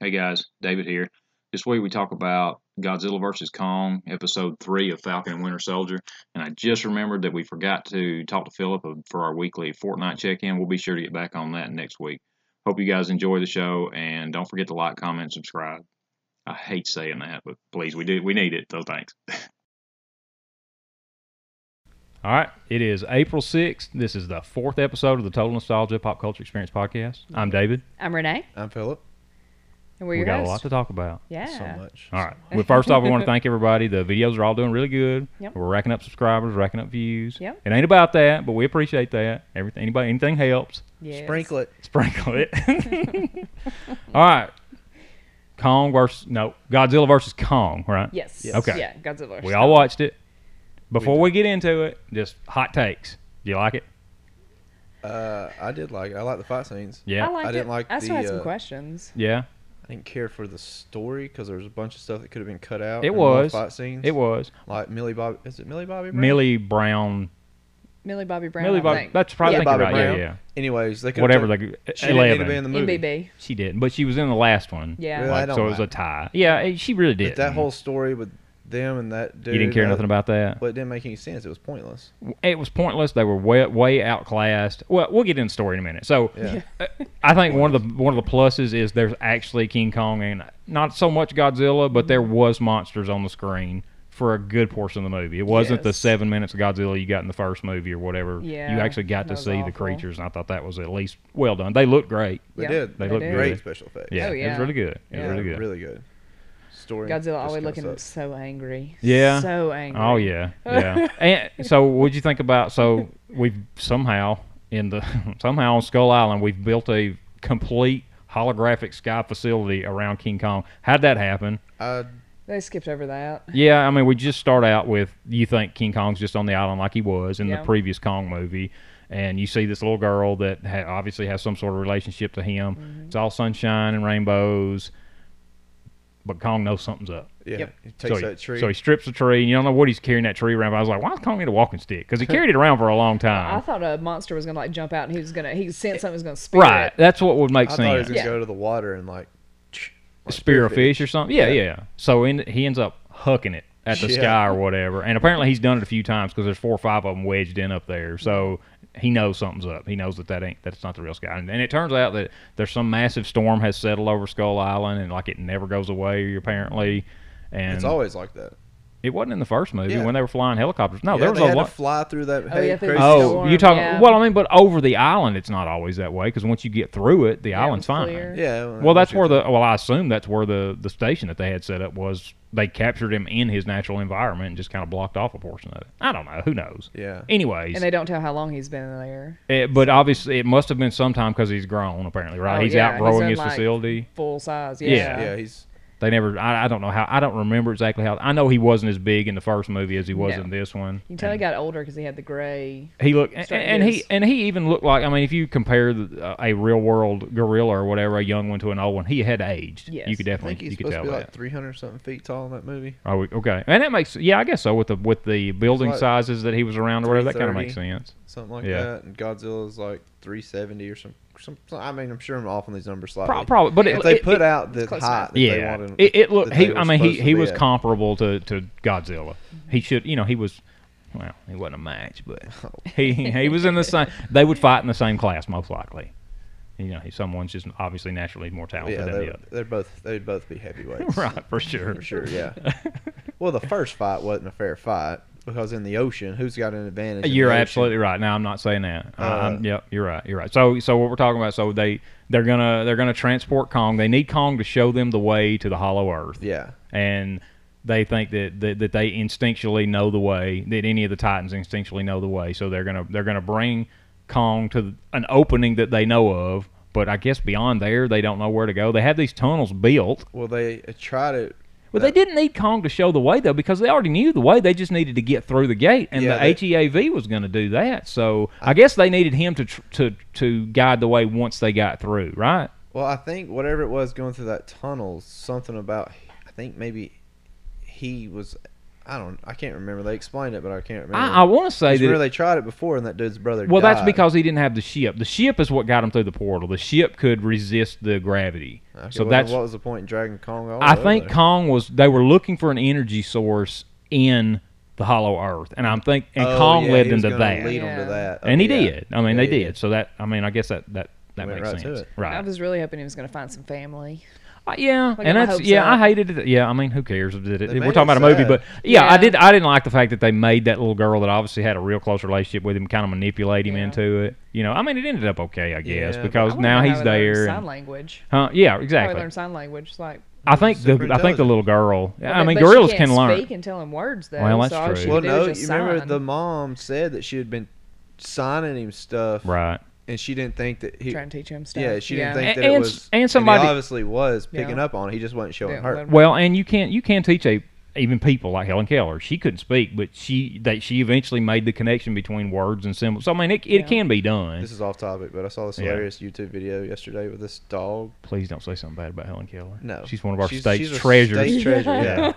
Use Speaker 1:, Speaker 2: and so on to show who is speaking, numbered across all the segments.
Speaker 1: Hey guys, David here. This week we talk about Godzilla vs. Kong, episode three of Falcon and Winter Soldier. And I just remembered that we forgot to talk to Philip for our weekly fortnight check in. We'll be sure to get back on that next week. Hope you guys enjoy the show and don't forget to like, comment, subscribe. I hate saying that, but please, we do we need it, so thanks.
Speaker 2: All right, it is April 6th. This is the fourth episode of the Total Nostalgia Pop Culture Experience podcast. I'm David.
Speaker 3: I'm Renee,
Speaker 4: I'm Philip.
Speaker 3: and we're
Speaker 2: We
Speaker 3: your
Speaker 2: got a
Speaker 3: hosts.
Speaker 2: lot to talk about.
Speaker 3: yeah.
Speaker 4: So much.
Speaker 2: All right. Well, first off, we want to thank everybody. The videos are all doing really good.
Speaker 3: Yep.
Speaker 2: We're racking up subscribers, racking up views.
Speaker 3: Yep.
Speaker 2: It ain't about that, but we appreciate that. Everything, anybody, anything helps.
Speaker 3: Yes.
Speaker 4: Sprinkle it.
Speaker 2: Sprinkle it. all right. Kong versus no Godzilla versus Kong, right?
Speaker 3: Yes.
Speaker 4: Yes.
Speaker 2: Okay.
Speaker 3: Yeah, Godzilla.
Speaker 2: We all watched it. Before we get into it, just hot takes. Do you like it?
Speaker 4: Uh, I did like it. I like the fight scenes.
Speaker 2: Yeah.
Speaker 3: I, liked
Speaker 4: I didn't
Speaker 3: it.
Speaker 4: like
Speaker 3: I still
Speaker 4: the,
Speaker 3: had some
Speaker 4: uh,
Speaker 3: questions.
Speaker 2: Yeah.
Speaker 4: I didn't care for the story because there was a bunch of stuff that could have been cut out.
Speaker 2: It
Speaker 4: in one of the
Speaker 2: was.
Speaker 4: fight scenes.
Speaker 2: It was.
Speaker 4: like Millie Bobby. Is it Millie Bobby? Brown?
Speaker 2: Millie Brown.
Speaker 3: Millie Bobby Brown.
Speaker 2: Millie
Speaker 3: I
Speaker 2: Bobby.
Speaker 3: think.
Speaker 2: That's probably
Speaker 4: Yeah,
Speaker 2: thinking
Speaker 4: Bobby
Speaker 2: right. Yeah,
Speaker 4: Brown.
Speaker 2: yeah.
Speaker 4: Anyways, they could
Speaker 2: Whatever.
Speaker 4: Took,
Speaker 2: Like
Speaker 4: she
Speaker 2: eleven.
Speaker 4: didn't need to be in the movie.
Speaker 3: MBB.
Speaker 2: She did, but she was in the last one.
Speaker 3: Yeah.
Speaker 4: Really?
Speaker 2: Like,
Speaker 4: I don't
Speaker 2: so it was
Speaker 4: like
Speaker 2: a tie. Yeah, it- she really did.
Speaker 4: But that whole story with them and that dude.
Speaker 2: you didn't care
Speaker 4: uh,
Speaker 2: nothing about that.
Speaker 4: But it didn't make any sense. It was pointless.
Speaker 2: It was pointless. They were way way outclassed. Well, we'll get into the story in a minute. So,
Speaker 4: Yeah.
Speaker 2: uh, I think one of the one of the pluses is there's actually King Kong and not so much Godzilla, but
Speaker 3: Mm-hmm.
Speaker 2: there was monsters on the screen for a good portion of the movie. It wasn't the
Speaker 3: Yes.
Speaker 2: seven minutes of Godzilla you got in the first movie or whatever. you
Speaker 3: Yeah,
Speaker 2: actually got
Speaker 3: that
Speaker 2: to
Speaker 3: was
Speaker 2: see the
Speaker 3: awful.
Speaker 2: creatures, and I thought that was at least well done. They looked great.
Speaker 4: They
Speaker 3: Yeah,
Speaker 4: did.
Speaker 2: They
Speaker 3: they
Speaker 2: looked
Speaker 3: did.
Speaker 4: great
Speaker 2: good.
Speaker 4: special effects.
Speaker 2: Yeah,
Speaker 3: Oh,
Speaker 2: it was
Speaker 3: yeah.
Speaker 2: really good. It
Speaker 3: Yeah.
Speaker 2: was really good.
Speaker 4: Really good.
Speaker 3: Godzilla
Speaker 4: Story. just
Speaker 3: always
Speaker 4: kinda
Speaker 3: looking
Speaker 4: sucks.
Speaker 3: so angry.
Speaker 2: Yeah.
Speaker 3: So angry.
Speaker 2: Oh yeah, yeah. and so, what'd you think about? So we've somehow in the somehow on Skull Island we've built a complete holographic sky facility around King Kong. How'd that happen?
Speaker 4: I
Speaker 3: They skipped over that.
Speaker 2: Yeah, I mean we just start out with you think King Kong's just on the island like he was in
Speaker 3: Yeah.
Speaker 2: the previous Kong movie. And you see this little girl that ha- obviously has some sort of relationship to him. It's all sunshine and rainbows, but Kong knows something's up
Speaker 4: yeah.
Speaker 3: Yep.
Speaker 4: He takes
Speaker 2: so he,
Speaker 4: that tree.
Speaker 2: So he strips the tree, and you don't know what he's carrying that tree around. But I was like, why is Kong need a walking stick? Because he carried it around for a long
Speaker 3: I
Speaker 2: time.
Speaker 3: thought a monster was gonna like jump out and he was gonna he sensed something was gonna spear
Speaker 2: Right.
Speaker 3: it.
Speaker 2: That's what would make
Speaker 4: I thought he was
Speaker 2: sense.
Speaker 4: gonna
Speaker 3: Yeah.
Speaker 4: go to the water and like. like
Speaker 2: Spear a fish or something. Yeah, yeah.
Speaker 4: Yeah.
Speaker 2: So in, he ends up hucking it at the
Speaker 4: Yeah.
Speaker 2: sky or whatever. And apparently he's done it a few times because there's four or five of them wedged in up there. So he knows something's up. He knows that that ain't that's not the real sky. And, and it turns out that there's some massive storm has settled over Skull Island, and like it never goes away apparently. And
Speaker 4: It's always like that.
Speaker 2: it wasn't in the first movie
Speaker 4: Yeah.
Speaker 2: when they were flying helicopters. No,
Speaker 4: yeah,
Speaker 2: Oh, there was
Speaker 4: they
Speaker 2: a
Speaker 4: had
Speaker 2: lot.
Speaker 4: to fly through that.
Speaker 3: Oh,
Speaker 4: hey,
Speaker 3: yeah, through the
Speaker 4: crazy
Speaker 3: Oh,
Speaker 4: storm.
Speaker 2: Oh, you talking?
Speaker 3: yeah.
Speaker 2: Well, I mean, but over the island, it's not always that way because once you get through it, the
Speaker 3: Yeah,
Speaker 2: island's
Speaker 3: it's
Speaker 2: fine.
Speaker 3: clear.
Speaker 4: Yeah.
Speaker 2: Well, that's where
Speaker 4: once
Speaker 2: the well, I assume that's where the the station that they had set up was. They captured him in his natural environment and just kind of blocked off a portion of it. I don't know. Who knows?
Speaker 4: you- Yeah.
Speaker 2: Anyways,
Speaker 3: And they don't tell how long he's been in there.
Speaker 2: it- but obviously it must have been sometime because he's grown. Apparently, right?
Speaker 3: Oh,
Speaker 2: he's
Speaker 3: yeah, he's
Speaker 2: outgrowing
Speaker 3: done,
Speaker 2: his
Speaker 3: like-
Speaker 2: facility.
Speaker 3: Full size. Yeah.
Speaker 2: Yeah.
Speaker 4: Yeah, he's
Speaker 2: They never. I, I don't know how. I don't remember exactly how. I know he wasn't as big in the first movie as he was
Speaker 3: No.
Speaker 2: in this one.
Speaker 3: You can tell
Speaker 2: And-
Speaker 3: he got older because he had the gray.
Speaker 2: He looked, and,
Speaker 3: Certain
Speaker 2: and he
Speaker 3: years.
Speaker 2: and he even looked like. I mean, if you compare the, uh, a real world gorilla or whatever, a young one to an old one, he had aged.
Speaker 3: Yes.
Speaker 2: you could
Speaker 3: I
Speaker 4: I think
Speaker 2: definitely
Speaker 4: he's
Speaker 2: you could
Speaker 4: supposed to
Speaker 2: tell
Speaker 4: be
Speaker 2: that.
Speaker 4: like 300 something feet tall in that movie.
Speaker 2: Are we- okay, and that makes yeah, I guess so. With the with the building
Speaker 4: like
Speaker 2: sizes that he was around or whatever, that kind of makes
Speaker 4: 330.
Speaker 2: sense.
Speaker 4: Something like
Speaker 2: Yeah.
Speaker 4: that. And Godzilla's like 370 or some, some, some I mean, I'm sure I'm off on these numbers slightly.
Speaker 2: Pro- probably, but it,
Speaker 4: if they
Speaker 2: it-
Speaker 4: put
Speaker 2: it-
Speaker 4: out the
Speaker 3: close
Speaker 4: height
Speaker 3: enough.
Speaker 4: that they
Speaker 2: yeah,
Speaker 4: wanted,
Speaker 2: it, it looked.
Speaker 4: that they
Speaker 2: He,
Speaker 4: were
Speaker 2: I mean, he
Speaker 4: supposed to
Speaker 2: he
Speaker 4: be
Speaker 2: was
Speaker 4: at. Mm-hmm.
Speaker 2: comparable to to Godzilla. He should, you know, he was. Well, he wasn't a match, but
Speaker 4: Oh.
Speaker 2: he he was in the same. They would fight in the same class, most likely. You know, he- someone's just obviously naturally more talented
Speaker 4: Yeah,
Speaker 2: than the
Speaker 4: they,
Speaker 2: other.
Speaker 4: they're both they'd both be heavyweights.
Speaker 2: Right, for sure.
Speaker 4: For sure, yeah. well, the first fight wasn't a fair fight because in the ocean, who's got an advantage? in
Speaker 2: Uh,
Speaker 4: the
Speaker 2: You're
Speaker 4: ocean?
Speaker 2: absolutely right. Now I'm not saying that. I- I'm-
Speaker 4: Uh,
Speaker 2: yep, you're right. You're right. So so what we're talking about? So they they're gonna they're gonna transport Kong. They need Kong to show them the way to the Hollow Earth.
Speaker 4: Yeah.
Speaker 2: And they think that, that that they instinctually know the way. That any of the Titans instinctually know the way. So they're gonna they're gonna bring Kong to an opening that they know of. But I guess beyond there, they don't know where to go. They have these tunnels built.
Speaker 4: Well, they uh, tried it.
Speaker 2: Well, they didn't need Kong to show the way though, because they already knew the way. They just needed to get through the gate, and
Speaker 4: Yeah,
Speaker 2: the HEAV was going to do that. So I guess they needed him to tr- to to guide the way once they got through, right?
Speaker 4: Well, I think whatever it was going through that tunnel, something about I think maybe he was I don't. I can't remember. They explained it, but I can't remember.
Speaker 2: I, I want to
Speaker 4: I
Speaker 2: say
Speaker 4: just
Speaker 2: that
Speaker 4: remember they tried it before, and that dude's brother.
Speaker 2: Well, that's
Speaker 4: died.
Speaker 2: because he didn't have the ship. The ship is what got him through the portal. The ship could resist the gravity.
Speaker 4: Okay,
Speaker 2: so
Speaker 4: well, then
Speaker 2: that's
Speaker 4: what was the point in dragging Kong? All
Speaker 2: I
Speaker 4: the way
Speaker 2: think
Speaker 4: there?
Speaker 2: Kong was they were looking for an energy source in the hollow earth. And I'm think and
Speaker 4: Oh,
Speaker 2: Kong
Speaker 4: yeah,
Speaker 2: led
Speaker 4: he
Speaker 2: them
Speaker 4: was
Speaker 2: to
Speaker 4: gonna
Speaker 2: that.
Speaker 4: Lead 'em to
Speaker 3: Yeah.
Speaker 4: that.
Speaker 2: and he
Speaker 4: Okay, yeah.
Speaker 2: did. I mean
Speaker 4: Yeah,
Speaker 2: they
Speaker 4: he
Speaker 2: did. So that I mean I guess that that that
Speaker 4: Went
Speaker 2: makes
Speaker 4: right to
Speaker 2: sense.
Speaker 4: it.
Speaker 2: Right.
Speaker 3: I was really hoping he was going to find some family.
Speaker 2: Uh, yeah,
Speaker 3: Like,
Speaker 2: and
Speaker 3: my
Speaker 2: that's
Speaker 3: hopes
Speaker 2: yeah.
Speaker 3: up.
Speaker 2: I hated it. Yeah, I mean, who cares? It- it-
Speaker 4: They
Speaker 2: We're
Speaker 4: made
Speaker 2: talking about
Speaker 4: it
Speaker 2: a movie,
Speaker 4: sad.
Speaker 2: but yeah, I
Speaker 3: Yeah.
Speaker 2: did. I didn't like the fact that they made that little girl that obviously had a real close relationship with him, kind of manipulate him
Speaker 3: Yeah.
Speaker 2: into it. You know, I mean, it ended up okay, I guess,
Speaker 4: Yeah, but-
Speaker 2: because
Speaker 3: I wanna
Speaker 2: now
Speaker 3: know how
Speaker 2: he's
Speaker 3: he learned
Speaker 2: there.
Speaker 3: Sign
Speaker 2: and-
Speaker 3: language.
Speaker 2: huh? Yeah,
Speaker 3: How he
Speaker 2: exactly.
Speaker 3: learned sign language. It's like,
Speaker 2: I think the
Speaker 4: Super
Speaker 2: I think the little girl. I
Speaker 3: but-
Speaker 2: mean,
Speaker 3: but she
Speaker 2: gorillas
Speaker 3: can't
Speaker 2: can learn.
Speaker 3: Speak and tell him words though.
Speaker 2: Well, that's
Speaker 3: so all she
Speaker 2: true.
Speaker 3: could
Speaker 4: Well,
Speaker 3: do
Speaker 4: no,
Speaker 3: is just
Speaker 4: you remember
Speaker 3: sign.
Speaker 4: the mom said that she had been signing him stuff,
Speaker 2: Right.
Speaker 4: and she didn't think that he.
Speaker 3: trying to teach him stuff.
Speaker 4: Yeah, she didn't think
Speaker 2: A-
Speaker 4: that it
Speaker 2: and s-
Speaker 4: was.
Speaker 2: and
Speaker 4: he
Speaker 2: somebody-
Speaker 4: obviously was picking
Speaker 3: Yeah.
Speaker 4: up on it. He just wasn't showing
Speaker 3: Didn't
Speaker 4: her.
Speaker 3: let him-
Speaker 2: Well, and you can't you can't teach a even people like Helen Keller. She couldn't speak, but she that she eventually made the connection between words and symbols. So I mean, it, it
Speaker 3: Yeah.
Speaker 2: can be done.
Speaker 4: This is off topic, but I saw this
Speaker 2: Yeah.
Speaker 4: hilarious YouTube video yesterday with this dog.
Speaker 2: Please don't say something bad about Helen Keller.
Speaker 4: No,
Speaker 2: she's one of our
Speaker 4: she's,
Speaker 2: state's
Speaker 4: she's a
Speaker 2: treasures.
Speaker 4: State treasure,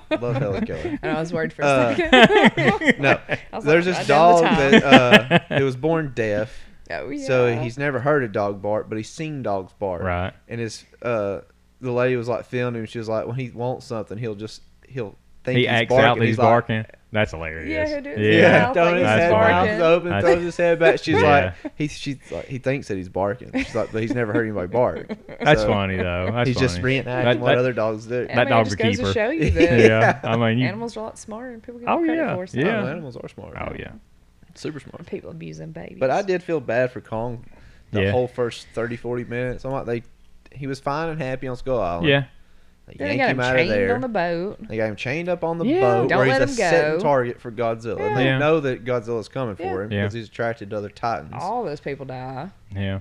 Speaker 4: yeah. Love Helen Keller.
Speaker 3: And I was worried for a
Speaker 4: Uh,
Speaker 3: second.
Speaker 4: No,
Speaker 3: I was
Speaker 4: there's
Speaker 3: like,
Speaker 4: this
Speaker 3: "God damn
Speaker 4: dog
Speaker 3: the time."
Speaker 4: that uh, it was born deaf,
Speaker 3: Oh, yeah.
Speaker 4: so he's never heard a dog bark, but he's seen dogs bark.
Speaker 2: Right.
Speaker 4: And his uh, the lady was like filming him. She was like, when he wants something, he'll just he'll think
Speaker 2: He
Speaker 4: he's
Speaker 2: acts
Speaker 4: barking.
Speaker 2: out that he's
Speaker 4: like,
Speaker 2: barking. That's hilarious.
Speaker 3: Yeah, he does.
Speaker 4: Yeah,
Speaker 3: Yeah,
Speaker 4: throwing his
Speaker 3: like
Speaker 2: he's
Speaker 4: head
Speaker 2: barking.
Speaker 4: mouth open,
Speaker 2: That's-
Speaker 4: throws his head back. She's
Speaker 2: Yeah.
Speaker 4: like, he she's like, he thinks that he's barking. She's like, but he's never heard anybody bark.
Speaker 2: That's
Speaker 4: So,
Speaker 2: funny though. That's
Speaker 4: He's just
Speaker 2: funny.
Speaker 4: reenacting
Speaker 2: That-
Speaker 4: what
Speaker 2: that-
Speaker 4: other dogs do.
Speaker 2: that
Speaker 3: I mean,
Speaker 2: dog's
Speaker 3: it just
Speaker 2: a
Speaker 3: goes
Speaker 2: keeper.
Speaker 3: to show you that
Speaker 2: yeah, I mean, you,
Speaker 3: animals are a lot smarter and people get
Speaker 2: Oh,
Speaker 3: credit
Speaker 2: yeah,
Speaker 3: for. So
Speaker 2: yeah.
Speaker 4: Oh, animals are smart.
Speaker 2: oh yeah,
Speaker 4: super smart.
Speaker 3: People abusing babies.
Speaker 4: But I did feel bad for Kong. The
Speaker 2: Yeah.
Speaker 4: whole first 30, 40 minutes, I'm like they, he was fine and happy on Skull Island.
Speaker 2: yeah.
Speaker 4: they
Speaker 3: Then they
Speaker 4: yanked
Speaker 3: got
Speaker 4: him
Speaker 3: him
Speaker 4: out of
Speaker 3: chained
Speaker 4: there.
Speaker 3: on the boat.
Speaker 4: They got him chained up on the
Speaker 2: Yeah.
Speaker 4: boat
Speaker 3: Don't
Speaker 4: where he's
Speaker 3: let
Speaker 4: a
Speaker 3: him
Speaker 4: setting
Speaker 3: go.
Speaker 4: target for Godzilla. And they
Speaker 2: Yeah.
Speaker 4: know that Godzilla's coming for him
Speaker 2: Yeah.
Speaker 4: because he's attracted to other titans.
Speaker 3: All those people die.
Speaker 2: Yeah,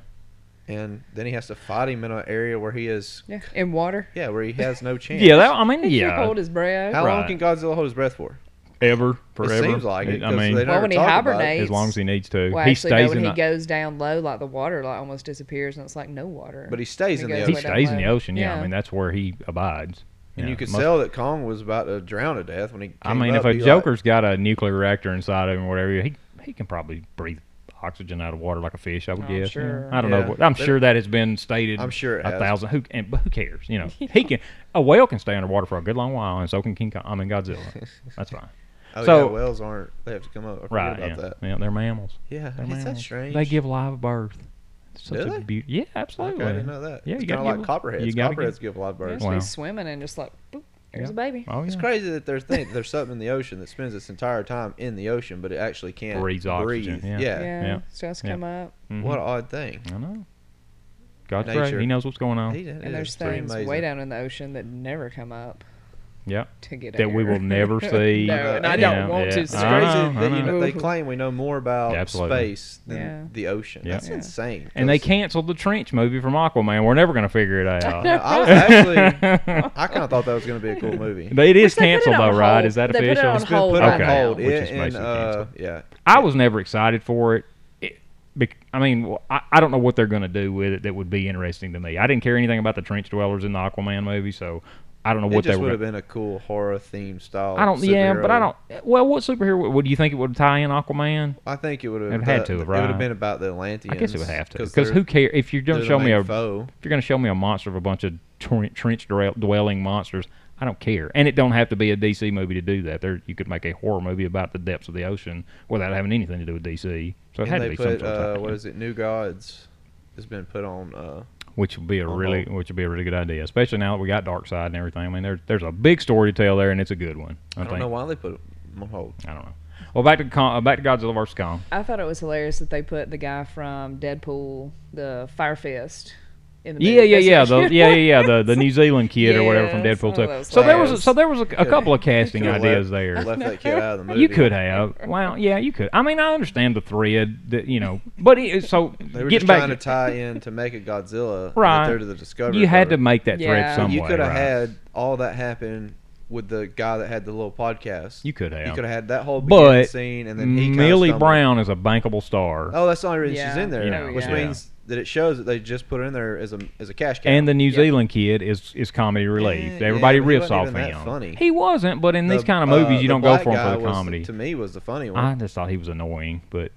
Speaker 4: And then he has to fight him in an area where he is,
Speaker 3: Yeah. In water.
Speaker 4: yeah, where he has no chance.
Speaker 2: yeah. That, I mean,
Speaker 3: He can't
Speaker 2: yeah.
Speaker 3: hold his breath.
Speaker 4: How long
Speaker 2: Right.
Speaker 4: can Godzilla hold his breath for?
Speaker 2: Ever, forever.
Speaker 4: seems like it,
Speaker 2: I
Speaker 4: 'cause
Speaker 2: mean,
Speaker 4: they don't-
Speaker 3: well, when he
Speaker 4: talk about it.
Speaker 3: hibernates,
Speaker 2: as long as he needs to,
Speaker 3: well,
Speaker 2: he
Speaker 3: actually, no,
Speaker 2: stays
Speaker 3: when
Speaker 2: in
Speaker 3: he
Speaker 2: the
Speaker 3: goes down low, like the water, like almost disappears, and it's like no water.
Speaker 4: But he stays
Speaker 3: He
Speaker 4: in the
Speaker 3: goes
Speaker 2: he
Speaker 4: ocean.
Speaker 3: way down
Speaker 2: stays in the
Speaker 3: low.
Speaker 2: ocean. Yeah, I
Speaker 3: Yeah.
Speaker 2: mean, that's where he abides.
Speaker 4: And
Speaker 2: Yeah,
Speaker 4: you could
Speaker 2: most-
Speaker 4: tell that Kong was about to drown to death when he. Came
Speaker 2: I mean, if
Speaker 4: up,
Speaker 2: a
Speaker 4: he like-
Speaker 2: Joker's got a nuclear reactor inside of him, or whatever, he he can probably breathe oxygen out of water like a fish. I would
Speaker 3: Oh, I'm
Speaker 2: guess. you know.
Speaker 3: sure.
Speaker 2: I don't know.
Speaker 4: Yeah.
Speaker 2: What, I'm
Speaker 4: But-
Speaker 2: sure that has been stated.
Speaker 4: I'm sure it
Speaker 2: a
Speaker 4: has.
Speaker 2: thousand. Who and but who cares? You know, he can. A whale can stay underwater for a good long while, and so can King Kong. I mean Godzilla. That's fine.
Speaker 4: oh,
Speaker 2: so-
Speaker 4: yeah, whales aren't. They have to come up. I forget
Speaker 2: Right.
Speaker 4: about
Speaker 2: Yeah.
Speaker 4: that.
Speaker 2: yeah. They're mammals.
Speaker 4: Yeah,
Speaker 2: They're
Speaker 4: is that
Speaker 2: mammals.
Speaker 4: strange?
Speaker 2: They give live birth. It's Such
Speaker 4: Do
Speaker 2: a
Speaker 4: they?
Speaker 2: beauty. Yeah, absolutely.
Speaker 4: Okay, I didn't know that.
Speaker 2: Yeah,
Speaker 4: it's
Speaker 2: you
Speaker 4: kind
Speaker 2: gotta
Speaker 4: of
Speaker 2: give
Speaker 4: like
Speaker 2: li-
Speaker 4: copperheads.
Speaker 2: you gotta
Speaker 4: copperheads give, live birds.
Speaker 3: Just
Speaker 2: Wow.
Speaker 3: be swimming and just like, boop, there's
Speaker 2: Yeah.
Speaker 3: a baby.
Speaker 2: Oh yeah.
Speaker 4: It's crazy that there's thing, there's something in the ocean that spends its entire time in the ocean, but it actually can't
Speaker 2: Breathes
Speaker 4: breathe.
Speaker 2: oxygen, yeah.
Speaker 3: Yeah,
Speaker 2: Yeah.
Speaker 3: it's just
Speaker 2: Yeah.
Speaker 3: come up.
Speaker 2: Mhm.
Speaker 4: What an odd thing.
Speaker 2: I know. God's
Speaker 4: Nature.
Speaker 2: great. He knows what's going on.
Speaker 4: He did-
Speaker 3: And
Speaker 4: it
Speaker 3: there's
Speaker 4: is pretty
Speaker 3: things
Speaker 4: amazing.
Speaker 3: way down in the ocean that never come up
Speaker 2: Yeah.
Speaker 3: to get
Speaker 2: That we
Speaker 3: air.
Speaker 2: will never see.
Speaker 3: no, and I
Speaker 4: Yeah,
Speaker 3: don't want
Speaker 2: yeah.
Speaker 3: to. So
Speaker 4: It's
Speaker 2: I
Speaker 4: crazy
Speaker 2: know, I
Speaker 4: that you
Speaker 2: know.
Speaker 4: know, they claim we know more about
Speaker 2: Absolutely.
Speaker 4: space than
Speaker 3: Yeah.
Speaker 4: the ocean.
Speaker 2: Yeah.
Speaker 4: That's
Speaker 3: Yeah.
Speaker 4: insane.
Speaker 2: And they
Speaker 4: 'cause-
Speaker 2: canceled the trench movie from Aquaman. We're never going to figure it
Speaker 4: You
Speaker 2: out.
Speaker 4: know, I was actually, I kind of thought that was going to be a cool movie.
Speaker 2: But it is
Speaker 3: they put it
Speaker 2: canceled
Speaker 3: on
Speaker 2: though, right?
Speaker 3: hold.
Speaker 2: Is that
Speaker 3: They put it
Speaker 2: official?
Speaker 3: on
Speaker 4: It's been put
Speaker 3: hold
Speaker 4: on
Speaker 2: right now.
Speaker 4: hold.
Speaker 2: Okay. Which is
Speaker 4: It and
Speaker 2: basically
Speaker 4: uh,
Speaker 2: canceled.
Speaker 4: yeah,
Speaker 2: I was never excited for it. It- bec- I mean, well, I, I don't know what they're going to do with it that would be interesting to me. I didn't care anything about the trench dwellers in the Aquaman movie, so I don't know
Speaker 4: it
Speaker 2: what they
Speaker 4: just
Speaker 2: were.
Speaker 4: would have
Speaker 2: gonna-
Speaker 4: been a cool horror themed style.
Speaker 2: I don't. Yeah, but I
Speaker 4: superhero.
Speaker 2: don't. Well, what superhero would, would you think it would tie in Aquaman?
Speaker 4: I think it would have
Speaker 2: It had to have,
Speaker 4: It would
Speaker 2: right?
Speaker 4: have been about the Atlanteans.
Speaker 2: I guess it would have to.
Speaker 4: they're-
Speaker 2: Because who cares if you're going to
Speaker 4: they're the
Speaker 2: show me
Speaker 4: main
Speaker 2: a
Speaker 4: foe.
Speaker 2: if you're going to show me a monster of a bunch of tren- trench dwell- dwelling monsters, I don't care. And it don't have to be a DC movie to do that. There, you could make a horror movie about the depths of the ocean without having anything to do with DC. So it had
Speaker 4: And
Speaker 2: to
Speaker 4: they
Speaker 2: be some
Speaker 4: put
Speaker 2: sort of
Speaker 4: uh,
Speaker 2: tie-in,
Speaker 4: what is it? New Gods has been put on. Uh,
Speaker 2: which would be a
Speaker 4: on
Speaker 2: really, which would be a really good idea, especially now that we got Dark Side and everything. I mean, there's there's a big story to tell there, and it's a good one. I,
Speaker 4: I
Speaker 2: think.
Speaker 4: don't know why they put it on hold.
Speaker 2: I don't know. Well, back to Con- uh, back to Godzilla vs Kong.
Speaker 3: I thought it was hilarious that they put the guy from Deadpool, the Fire Fist, in the
Speaker 2: Yeah,
Speaker 3: movie.
Speaker 2: yeah,
Speaker 3: That's
Speaker 2: yeah,
Speaker 3: what
Speaker 2: the,
Speaker 3: you-
Speaker 2: yeah, yeah, yeah, the the New Zealand kid or whatever from
Speaker 3: Yes,
Speaker 2: Deadpool
Speaker 3: oh, that
Speaker 2: too.
Speaker 3: was
Speaker 2: So there was
Speaker 4: hilarious.
Speaker 2: so there was a, a couple of casting
Speaker 4: Could've
Speaker 2: ideas
Speaker 4: left-
Speaker 2: there.
Speaker 4: Left that kid out of the movie.
Speaker 2: You could have. Well, yeah, you could. I mean, I understand the thread that you know, but it, so
Speaker 4: They
Speaker 2: getting
Speaker 4: were just
Speaker 2: back,
Speaker 4: trying to tie in to make a Godzilla. and that
Speaker 2: Right.
Speaker 4: They're to the discovery.
Speaker 2: you had to
Speaker 4: Party.
Speaker 2: make that thread
Speaker 3: Yeah.
Speaker 2: some
Speaker 4: You
Speaker 2: way,
Speaker 4: could have
Speaker 2: right?
Speaker 4: had all that happen with the guy that had the little podcast.
Speaker 2: You could have.
Speaker 4: You could have had that whole
Speaker 2: But
Speaker 4: beginning scene, and then he kinda
Speaker 2: Millie
Speaker 4: stumbled.
Speaker 2: Brown is a bankable star.
Speaker 4: Oh, that's the only reason
Speaker 3: Yeah.
Speaker 4: she's in there,
Speaker 2: You know,
Speaker 4: which
Speaker 2: yeah.
Speaker 4: means that it shows that they just put it in there as a as a cash cow.
Speaker 2: And the New
Speaker 4: Yeah.
Speaker 2: Zealand kid is is comedy relief.
Speaker 4: Yeah,
Speaker 2: Everybody
Speaker 4: but he
Speaker 2: riffs
Speaker 4: wasn't
Speaker 2: off
Speaker 4: even that
Speaker 2: him.
Speaker 4: funny.
Speaker 2: He wasn't, but in these
Speaker 4: The-
Speaker 2: kind of
Speaker 4: uh,
Speaker 2: movies, you
Speaker 4: the
Speaker 2: don't go
Speaker 4: black
Speaker 2: for him
Speaker 4: guy
Speaker 2: for the
Speaker 4: was-
Speaker 2: comedy.
Speaker 4: to me, was the funny one.
Speaker 2: I just thought he was annoying, but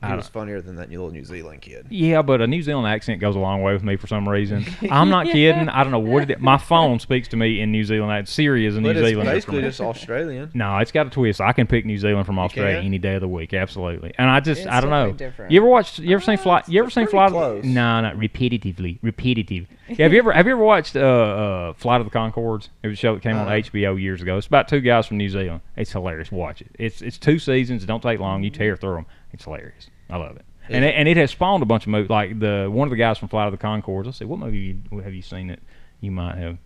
Speaker 2: I
Speaker 4: he
Speaker 2: don't-
Speaker 4: was funnier than that little New Zealand kid.
Speaker 2: yeah, but a New Zealand accent goes a long way with me for some reason. I'm not kidding. I don't know what it is. My phone speaks to me in New Zealand. accent. Siri is a New
Speaker 4: But it's
Speaker 2: Zealand
Speaker 4: basically just Australian.
Speaker 2: No, it's got a twist. I can pick New Zealand from Australia
Speaker 4: can?
Speaker 2: any day of the week, absolutely. And I just,
Speaker 3: It's
Speaker 2: I don't know.
Speaker 3: definitely different.
Speaker 2: You ever watched? You ever seen Flight? You ever seen
Speaker 4: pretty
Speaker 2: Flight?
Speaker 4: close.
Speaker 2: No, not repetitively. Repetitive. Yeah, have you ever have you ever watched uh, uh, Flight of the Concords? It was a show that came on
Speaker 4: Uh-uh.
Speaker 2: HBO years ago. It's about two guys from New Zealand. It's hilarious. Watch it. It's it's two seasons. It don't take long. You tear through them. It's hilarious. I love it. And it, and it has spawned a bunch of movies. Like the one of the guys from Flight of the Concords. I said, what movie you- have you seen that you might have?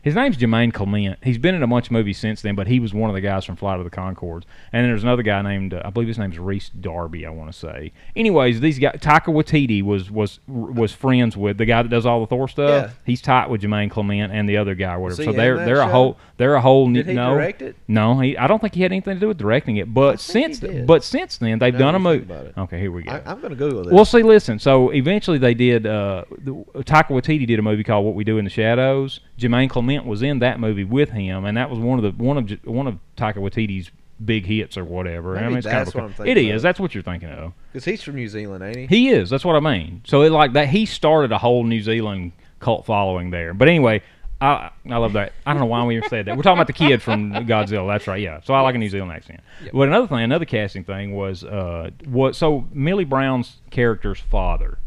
Speaker 2: His name's Jermaine Clement. He's been in a bunch of movies since then, but he was one of the guys from Flight of the Concords. And then there's another guy named, uh, I believe his name's Reese Darby, I want to say. Anyways, these guys, Taika Waititi was was was friends with the guy that does all the Thor stuff.
Speaker 4: Yeah.
Speaker 2: He's tight with Jermaine Clement and the other guy, or whatever.
Speaker 4: he
Speaker 2: So
Speaker 4: in
Speaker 2: they're
Speaker 4: that
Speaker 2: they're a
Speaker 4: show?
Speaker 2: whole they're a whole new
Speaker 4: Did he
Speaker 2: no.
Speaker 4: direct it?
Speaker 2: No, he, I don't think he had anything to do with directing it. But
Speaker 4: think he
Speaker 2: since
Speaker 4: did.
Speaker 2: but since then they've
Speaker 4: Now
Speaker 2: done a
Speaker 4: that you
Speaker 2: movie.
Speaker 4: think about it.
Speaker 2: Okay, here we go.
Speaker 4: I, I'm gonna Google this.
Speaker 2: Well, see, listen. So eventually they did. Uh, the, Taika Waititi did a movie called What We Do in the Shadows. Jermaine Clement was in that movie with him, and that was one of the one of J- one of Taika Waititi's big hits or whatever. I
Speaker 4: Maybe
Speaker 2: mean, it's kind of
Speaker 4: that's
Speaker 2: a-
Speaker 4: what I'm thinking
Speaker 2: It is.
Speaker 4: of.
Speaker 2: That's what you're thinking of.
Speaker 4: because he's from New Zealand, ain't he?
Speaker 2: He is. That's what I mean. So it like that. He started a whole New Zealand cult following there. But anyway, I I love that. I don't know why we even said that. We're talking about the kid from Godzilla. That's right. Yeah. So I like a New Zealand accent. But another thing, another casting thing was uh what so Millie Brown's character's father.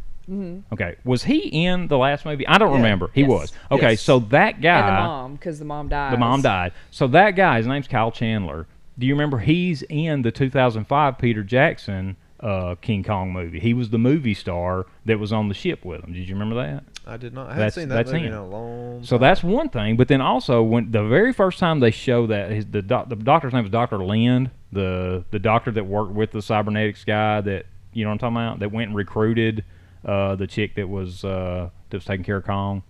Speaker 2: Okay, was he in the last movie? I don't remember. He
Speaker 3: Mm-hmm. Yes.
Speaker 2: was. Okay,
Speaker 4: Yes.
Speaker 2: so that guy
Speaker 3: And the mom, because the mom died.
Speaker 2: the mom died. So that guy, his name's Kyle Chandler. Do you remember? He's in the 2005 Peter Jackson uh, King Kong movie. He was the movie star that was on the ship with him. Did you remember that?
Speaker 4: I did not. I haven't
Speaker 2: That's-
Speaker 4: seen that
Speaker 2: that's
Speaker 4: movie in
Speaker 2: him.
Speaker 4: a long.
Speaker 2: So that's one thing. But then also, when the very first time they show that his, the doc, the doctor's name was Doctor Lind, the the doctor that worked with the cybernetics guy that you know what I'm talking about, that went and recruited uh, the chick that was uh, that was taking care of Kong.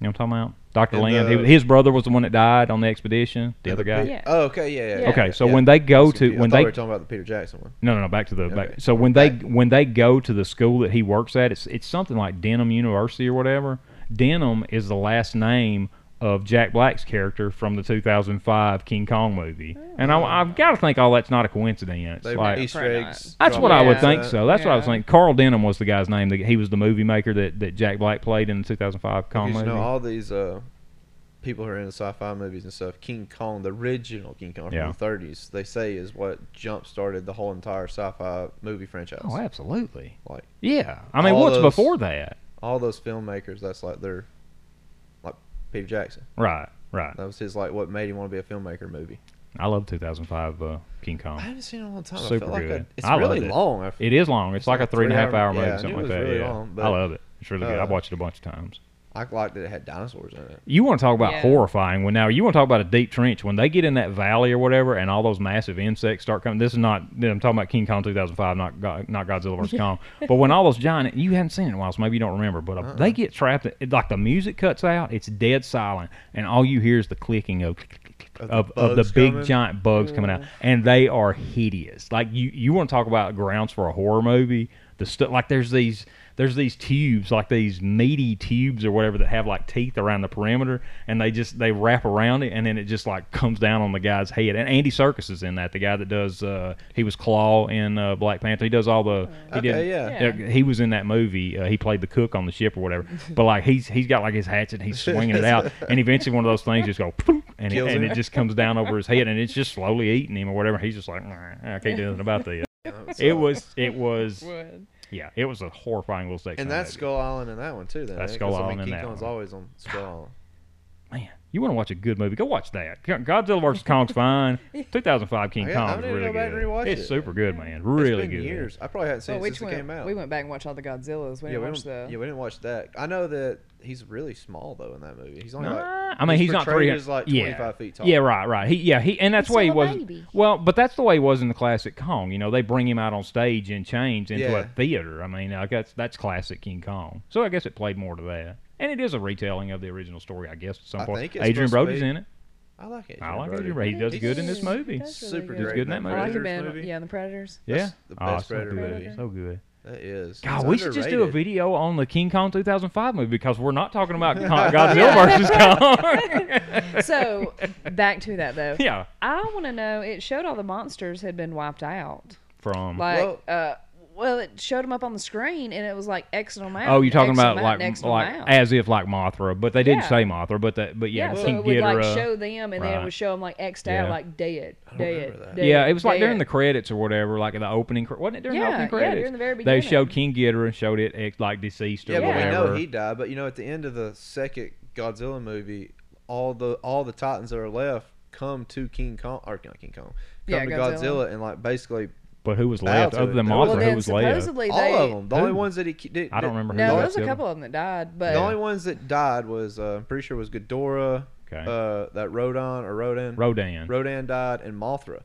Speaker 2: You know what I'm talking about, Doctor
Speaker 4: And
Speaker 2: Lind.
Speaker 4: the-
Speaker 2: he, his brother was the one that died on the expedition. The other guy.
Speaker 4: Pe-
Speaker 3: Yeah.
Speaker 4: Oh, okay, yeah, yeah. yeah,
Speaker 2: Okay,
Speaker 4: yeah,
Speaker 2: so
Speaker 4: yeah.
Speaker 2: when they
Speaker 4: I
Speaker 2: go
Speaker 4: was
Speaker 2: to
Speaker 4: confused. I
Speaker 2: when
Speaker 4: thought we
Speaker 2: they
Speaker 4: were talking about the Peter Jackson one.
Speaker 2: no no no back to the back.
Speaker 4: Okay.
Speaker 2: so when they
Speaker 4: Back.
Speaker 2: when they go to the school that he works at it's it's something like Denham University or whatever. Denham is the last name of Jack Black's character from the 2005 King Kong movie, and I, I've got to think all that's not a coincidence.
Speaker 4: Oh. They
Speaker 2: like,
Speaker 4: Easter
Speaker 3: Probably not.
Speaker 4: eggs.
Speaker 2: that's what I
Speaker 4: dropped
Speaker 2: would
Speaker 4: in
Speaker 3: Yeah.
Speaker 2: think.
Speaker 4: that.
Speaker 2: So that's what I was
Speaker 3: Yeah.
Speaker 2: thinking. Carl Denham was the guy's name. that- He was the movie maker that, that Jack Black played in the 2005 Kong
Speaker 4: Because,
Speaker 2: movie.
Speaker 4: you know all these uh, people who are into sci-fi movies and stuff. King Kong, the original King Kong
Speaker 2: Yeah.
Speaker 4: from the 30s, they say is what jump started the whole entire sci-fi movie franchise.
Speaker 2: oh, absolutely.
Speaker 4: Like-
Speaker 2: yeah, I mean,
Speaker 4: All
Speaker 2: what's
Speaker 4: those-
Speaker 2: before that?
Speaker 4: All those filmmakers, that's like their, like Peter Jackson.
Speaker 2: Right, right.
Speaker 4: That was his like what made him want to be a filmmaker movie.
Speaker 2: I love 2005 uh, King
Speaker 4: I
Speaker 2: Kong.
Speaker 4: haven't seen it in a long time. I
Speaker 2: Super
Speaker 4: feel like
Speaker 2: good.
Speaker 4: I, it's
Speaker 2: I
Speaker 4: really
Speaker 2: loved it.
Speaker 4: long. I,
Speaker 2: It is long. It's, like,
Speaker 4: like
Speaker 2: a three and a half hour,
Speaker 4: three-hour-
Speaker 2: movie,
Speaker 4: yeah, I
Speaker 2: something like
Speaker 4: knew it was
Speaker 2: that.
Speaker 4: really
Speaker 2: yeah.
Speaker 4: long,
Speaker 2: I
Speaker 4: but,
Speaker 2: love it. It's really good.
Speaker 4: uh,
Speaker 2: I've watched it a bunch of times.
Speaker 4: I liked that it had dinosaurs in it.
Speaker 2: You want to talk about
Speaker 3: Yeah.
Speaker 2: horrifying? When now you want to talk about a deep trench? When they get in that valley or whatever, and all those massive insects start coming. This is not. I'm talking about King Kong 2005, not God, not Godzilla vs Kong. But when all those giant, you haven't seen it in a while, so maybe you don't remember. But uh,
Speaker 4: Uh-uh.
Speaker 2: they get trapped. It, like the music cuts out. It's dead silent, and all you hear is the clicking of
Speaker 4: Of the
Speaker 2: of, of the
Speaker 4: bugs
Speaker 2: big
Speaker 4: coming?
Speaker 2: giant bugs coming out, and they are hideous. Like you, you want to talk about grounds for a horror movie? The stuff like there's these there's these tubes like these meaty tubes or whatever that have like teeth around the perimeter, and they just they wrap around it, and then it just like comes down on the guy's head. And Andy Serkis is in that, the guy that does uh, he was Claw in uh, Black Panther. He does all the he
Speaker 4: Okay,
Speaker 2: did
Speaker 4: yeah.
Speaker 3: Yeah.
Speaker 2: yeah, he was in that movie. Uh, he played the cook on the ship or whatever. But like he's he's got like his hatchet, he's swinging it out, and eventually one of those things just go poof, and, it,
Speaker 4: Kills
Speaker 2: and
Speaker 4: him.
Speaker 2: it just comes down over his head, and it's just slowly eating him or whatever. He's just like, "Nah, I can't do nothing about this. It was it was
Speaker 3: Would.
Speaker 2: yeah, it was a horrifying little section.
Speaker 4: And that's Skull Island in that one too. Then
Speaker 2: That's
Speaker 4: eh?
Speaker 2: Skull
Speaker 4: 'Cause, I
Speaker 2: Island
Speaker 4: mean,
Speaker 2: in
Speaker 4: King
Speaker 2: that
Speaker 4: Kong's
Speaker 2: one.
Speaker 4: always on Skull Island.
Speaker 2: man. You want to watch a good movie? Go watch that. Godzilla vs Kong's fine. 2005 King
Speaker 4: Yeah, I
Speaker 2: Kong
Speaker 4: need
Speaker 2: is
Speaker 4: to
Speaker 2: really
Speaker 4: go back and
Speaker 2: good.
Speaker 4: rewatch
Speaker 2: It's
Speaker 4: it.
Speaker 2: super good, man. Really
Speaker 4: it's been
Speaker 2: good.
Speaker 4: years. I probably hadn't seen
Speaker 3: Well,
Speaker 4: it
Speaker 3: we,
Speaker 4: since
Speaker 3: just
Speaker 4: it came out.
Speaker 3: went, we went back and watched all the Godzillas. We
Speaker 4: yeah, we
Speaker 3: didn't
Speaker 4: didn't,
Speaker 3: watch the.
Speaker 4: yeah, we didn't watch that. I know that he's really small though in that movie. He's only like
Speaker 2: Nah, I mean, he's, not three
Speaker 4: portrayed
Speaker 2: hundred.
Speaker 4: as, like
Speaker 2: yeah.
Speaker 4: 25 feet tall.
Speaker 2: Yeah, right, right. He, yeah, he, and that's
Speaker 3: He's
Speaker 2: the way he
Speaker 3: still a
Speaker 2: was.
Speaker 3: baby.
Speaker 2: Well, but that's the way he was in the classic Kong. You know, they bring him out on stage in chains into
Speaker 4: Yeah.
Speaker 2: a theater. I mean, I guess that's classic King Kong. So I guess it played more to that, and it is a retelling of the original story, I guess. At some
Speaker 4: I
Speaker 2: point,
Speaker 4: think it's
Speaker 2: Adrian
Speaker 4: supposed to
Speaker 2: Brody's
Speaker 4: be-
Speaker 2: in it.
Speaker 4: I like it.
Speaker 2: I like
Speaker 4: Brody.
Speaker 2: Adrian Brody. He does good in this
Speaker 3: He's-
Speaker 2: movie.
Speaker 3: that's really
Speaker 4: Super
Speaker 3: good.
Speaker 4: great.
Speaker 2: good in that
Speaker 3: I like
Speaker 2: movie.
Speaker 3: him
Speaker 4: Predators
Speaker 3: in, yeah, in the Predators.
Speaker 2: Yeah,
Speaker 4: That's the best
Speaker 2: so
Speaker 4: Predator
Speaker 2: good.
Speaker 4: movie.
Speaker 2: So good.
Speaker 4: That is.
Speaker 2: God,
Speaker 4: It's
Speaker 2: we should just do a
Speaker 4: underrated.
Speaker 2: video on the King Kong 2005 movie because we're not talking about Con- Godzilla versus Kong.
Speaker 3: So back to that though.
Speaker 2: yeah,
Speaker 3: I want to know. It showed all the monsters had been wiped out.
Speaker 2: from
Speaker 3: Like, uh, well, it showed them up on the screen, and it was like X them out.
Speaker 2: oh, you're talking
Speaker 3: X
Speaker 2: about
Speaker 3: 'em out,
Speaker 2: like
Speaker 3: X 'em
Speaker 2: like
Speaker 3: out.
Speaker 2: as if like Mothra, but they didn't
Speaker 3: Yeah.
Speaker 2: say Mothra, but that but yeah,
Speaker 3: yeah, so
Speaker 2: King
Speaker 3: it would like
Speaker 2: Ghidorah.
Speaker 3: show them, and then
Speaker 2: Right.
Speaker 3: it would show them like Xed
Speaker 2: Yeah.
Speaker 3: out, like dead, dead,
Speaker 4: remember that.
Speaker 3: dead.
Speaker 2: yeah, it was like during the
Speaker 3: dead.
Speaker 2: credits or whatever, like in the opening. cre- Wasn't it during the
Speaker 3: Yeah,
Speaker 2: opening
Speaker 3: yeah,
Speaker 2: credits?
Speaker 3: during the very
Speaker 2: They
Speaker 3: beginning.
Speaker 2: showed King Ghidorah and showed it ex- like deceased or
Speaker 4: Yeah, but we
Speaker 2: whatever.
Speaker 4: know he died. But you know, at the end of the second Godzilla movie, all the all the Titans that are left come to King Kong or not King Kong, come
Speaker 3: Yeah,
Speaker 4: to Godzilla.
Speaker 3: Godzilla.
Speaker 4: and like basically
Speaker 2: but who was
Speaker 4: Bowser,
Speaker 2: left other than
Speaker 4: there was
Speaker 2: Mothra?
Speaker 3: Well,
Speaker 2: who
Speaker 3: then
Speaker 2: was left?
Speaker 3: supposedly
Speaker 4: all
Speaker 3: they.
Speaker 4: of them. The
Speaker 2: Who?
Speaker 4: only ones that he ki- did,
Speaker 2: I don't remember who
Speaker 3: No, there
Speaker 2: left
Speaker 3: was
Speaker 2: the
Speaker 3: a
Speaker 2: other-
Speaker 3: couple of them that died,
Speaker 4: The
Speaker 3: but
Speaker 4: only ones that died was uh, I'm pretty sure was Ghidorah,
Speaker 2: Okay.
Speaker 4: uh, that Rodan or Rodan,
Speaker 2: Rodan.
Speaker 4: Rodan died, and Mothra.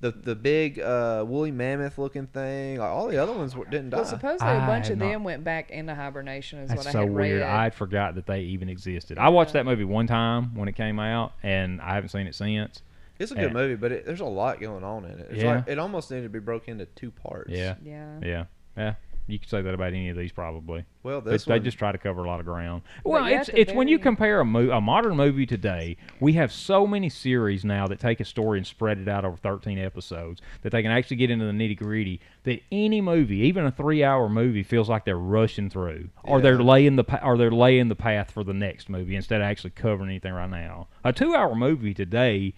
Speaker 4: The the big uh, woolly mammoth looking thing. Like, all the other ones were, didn't die.
Speaker 3: well, supposedly
Speaker 2: I
Speaker 3: a bunch
Speaker 2: had
Speaker 3: of
Speaker 2: not-
Speaker 3: them went back into hibernation. Is
Speaker 2: That's
Speaker 3: what I
Speaker 2: so
Speaker 3: had
Speaker 2: weird.
Speaker 3: read.
Speaker 2: I had forgot that they even existed. I watched that movie one time when it came out, and I haven't seen it since.
Speaker 4: it's a good
Speaker 2: Yeah.
Speaker 4: movie, but it, there's a lot going on in it. It's
Speaker 2: Yeah.
Speaker 4: like, it almost needed to be broken into two parts.
Speaker 2: Yeah,
Speaker 3: Yeah.
Speaker 2: yeah, yeah. You could say that about any of these, probably.
Speaker 4: Well,
Speaker 2: But
Speaker 4: this
Speaker 2: they
Speaker 4: one,
Speaker 2: just try to cover a lot of ground.
Speaker 3: But
Speaker 2: Well,
Speaker 3: you
Speaker 2: it's
Speaker 3: have to
Speaker 2: it's when you
Speaker 3: vary.
Speaker 2: compare a, mo- a modern movie today, we have so many series now that take a story and spread it out over 13 episodes that they can actually get into the nitty gritty. That any movie, even a three-hour movie, feels like they're rushing through, or they're
Speaker 4: Yeah.
Speaker 2: laying the pa- or they're laying the path for the next movie instead of actually covering anything right now. A two-hour movie today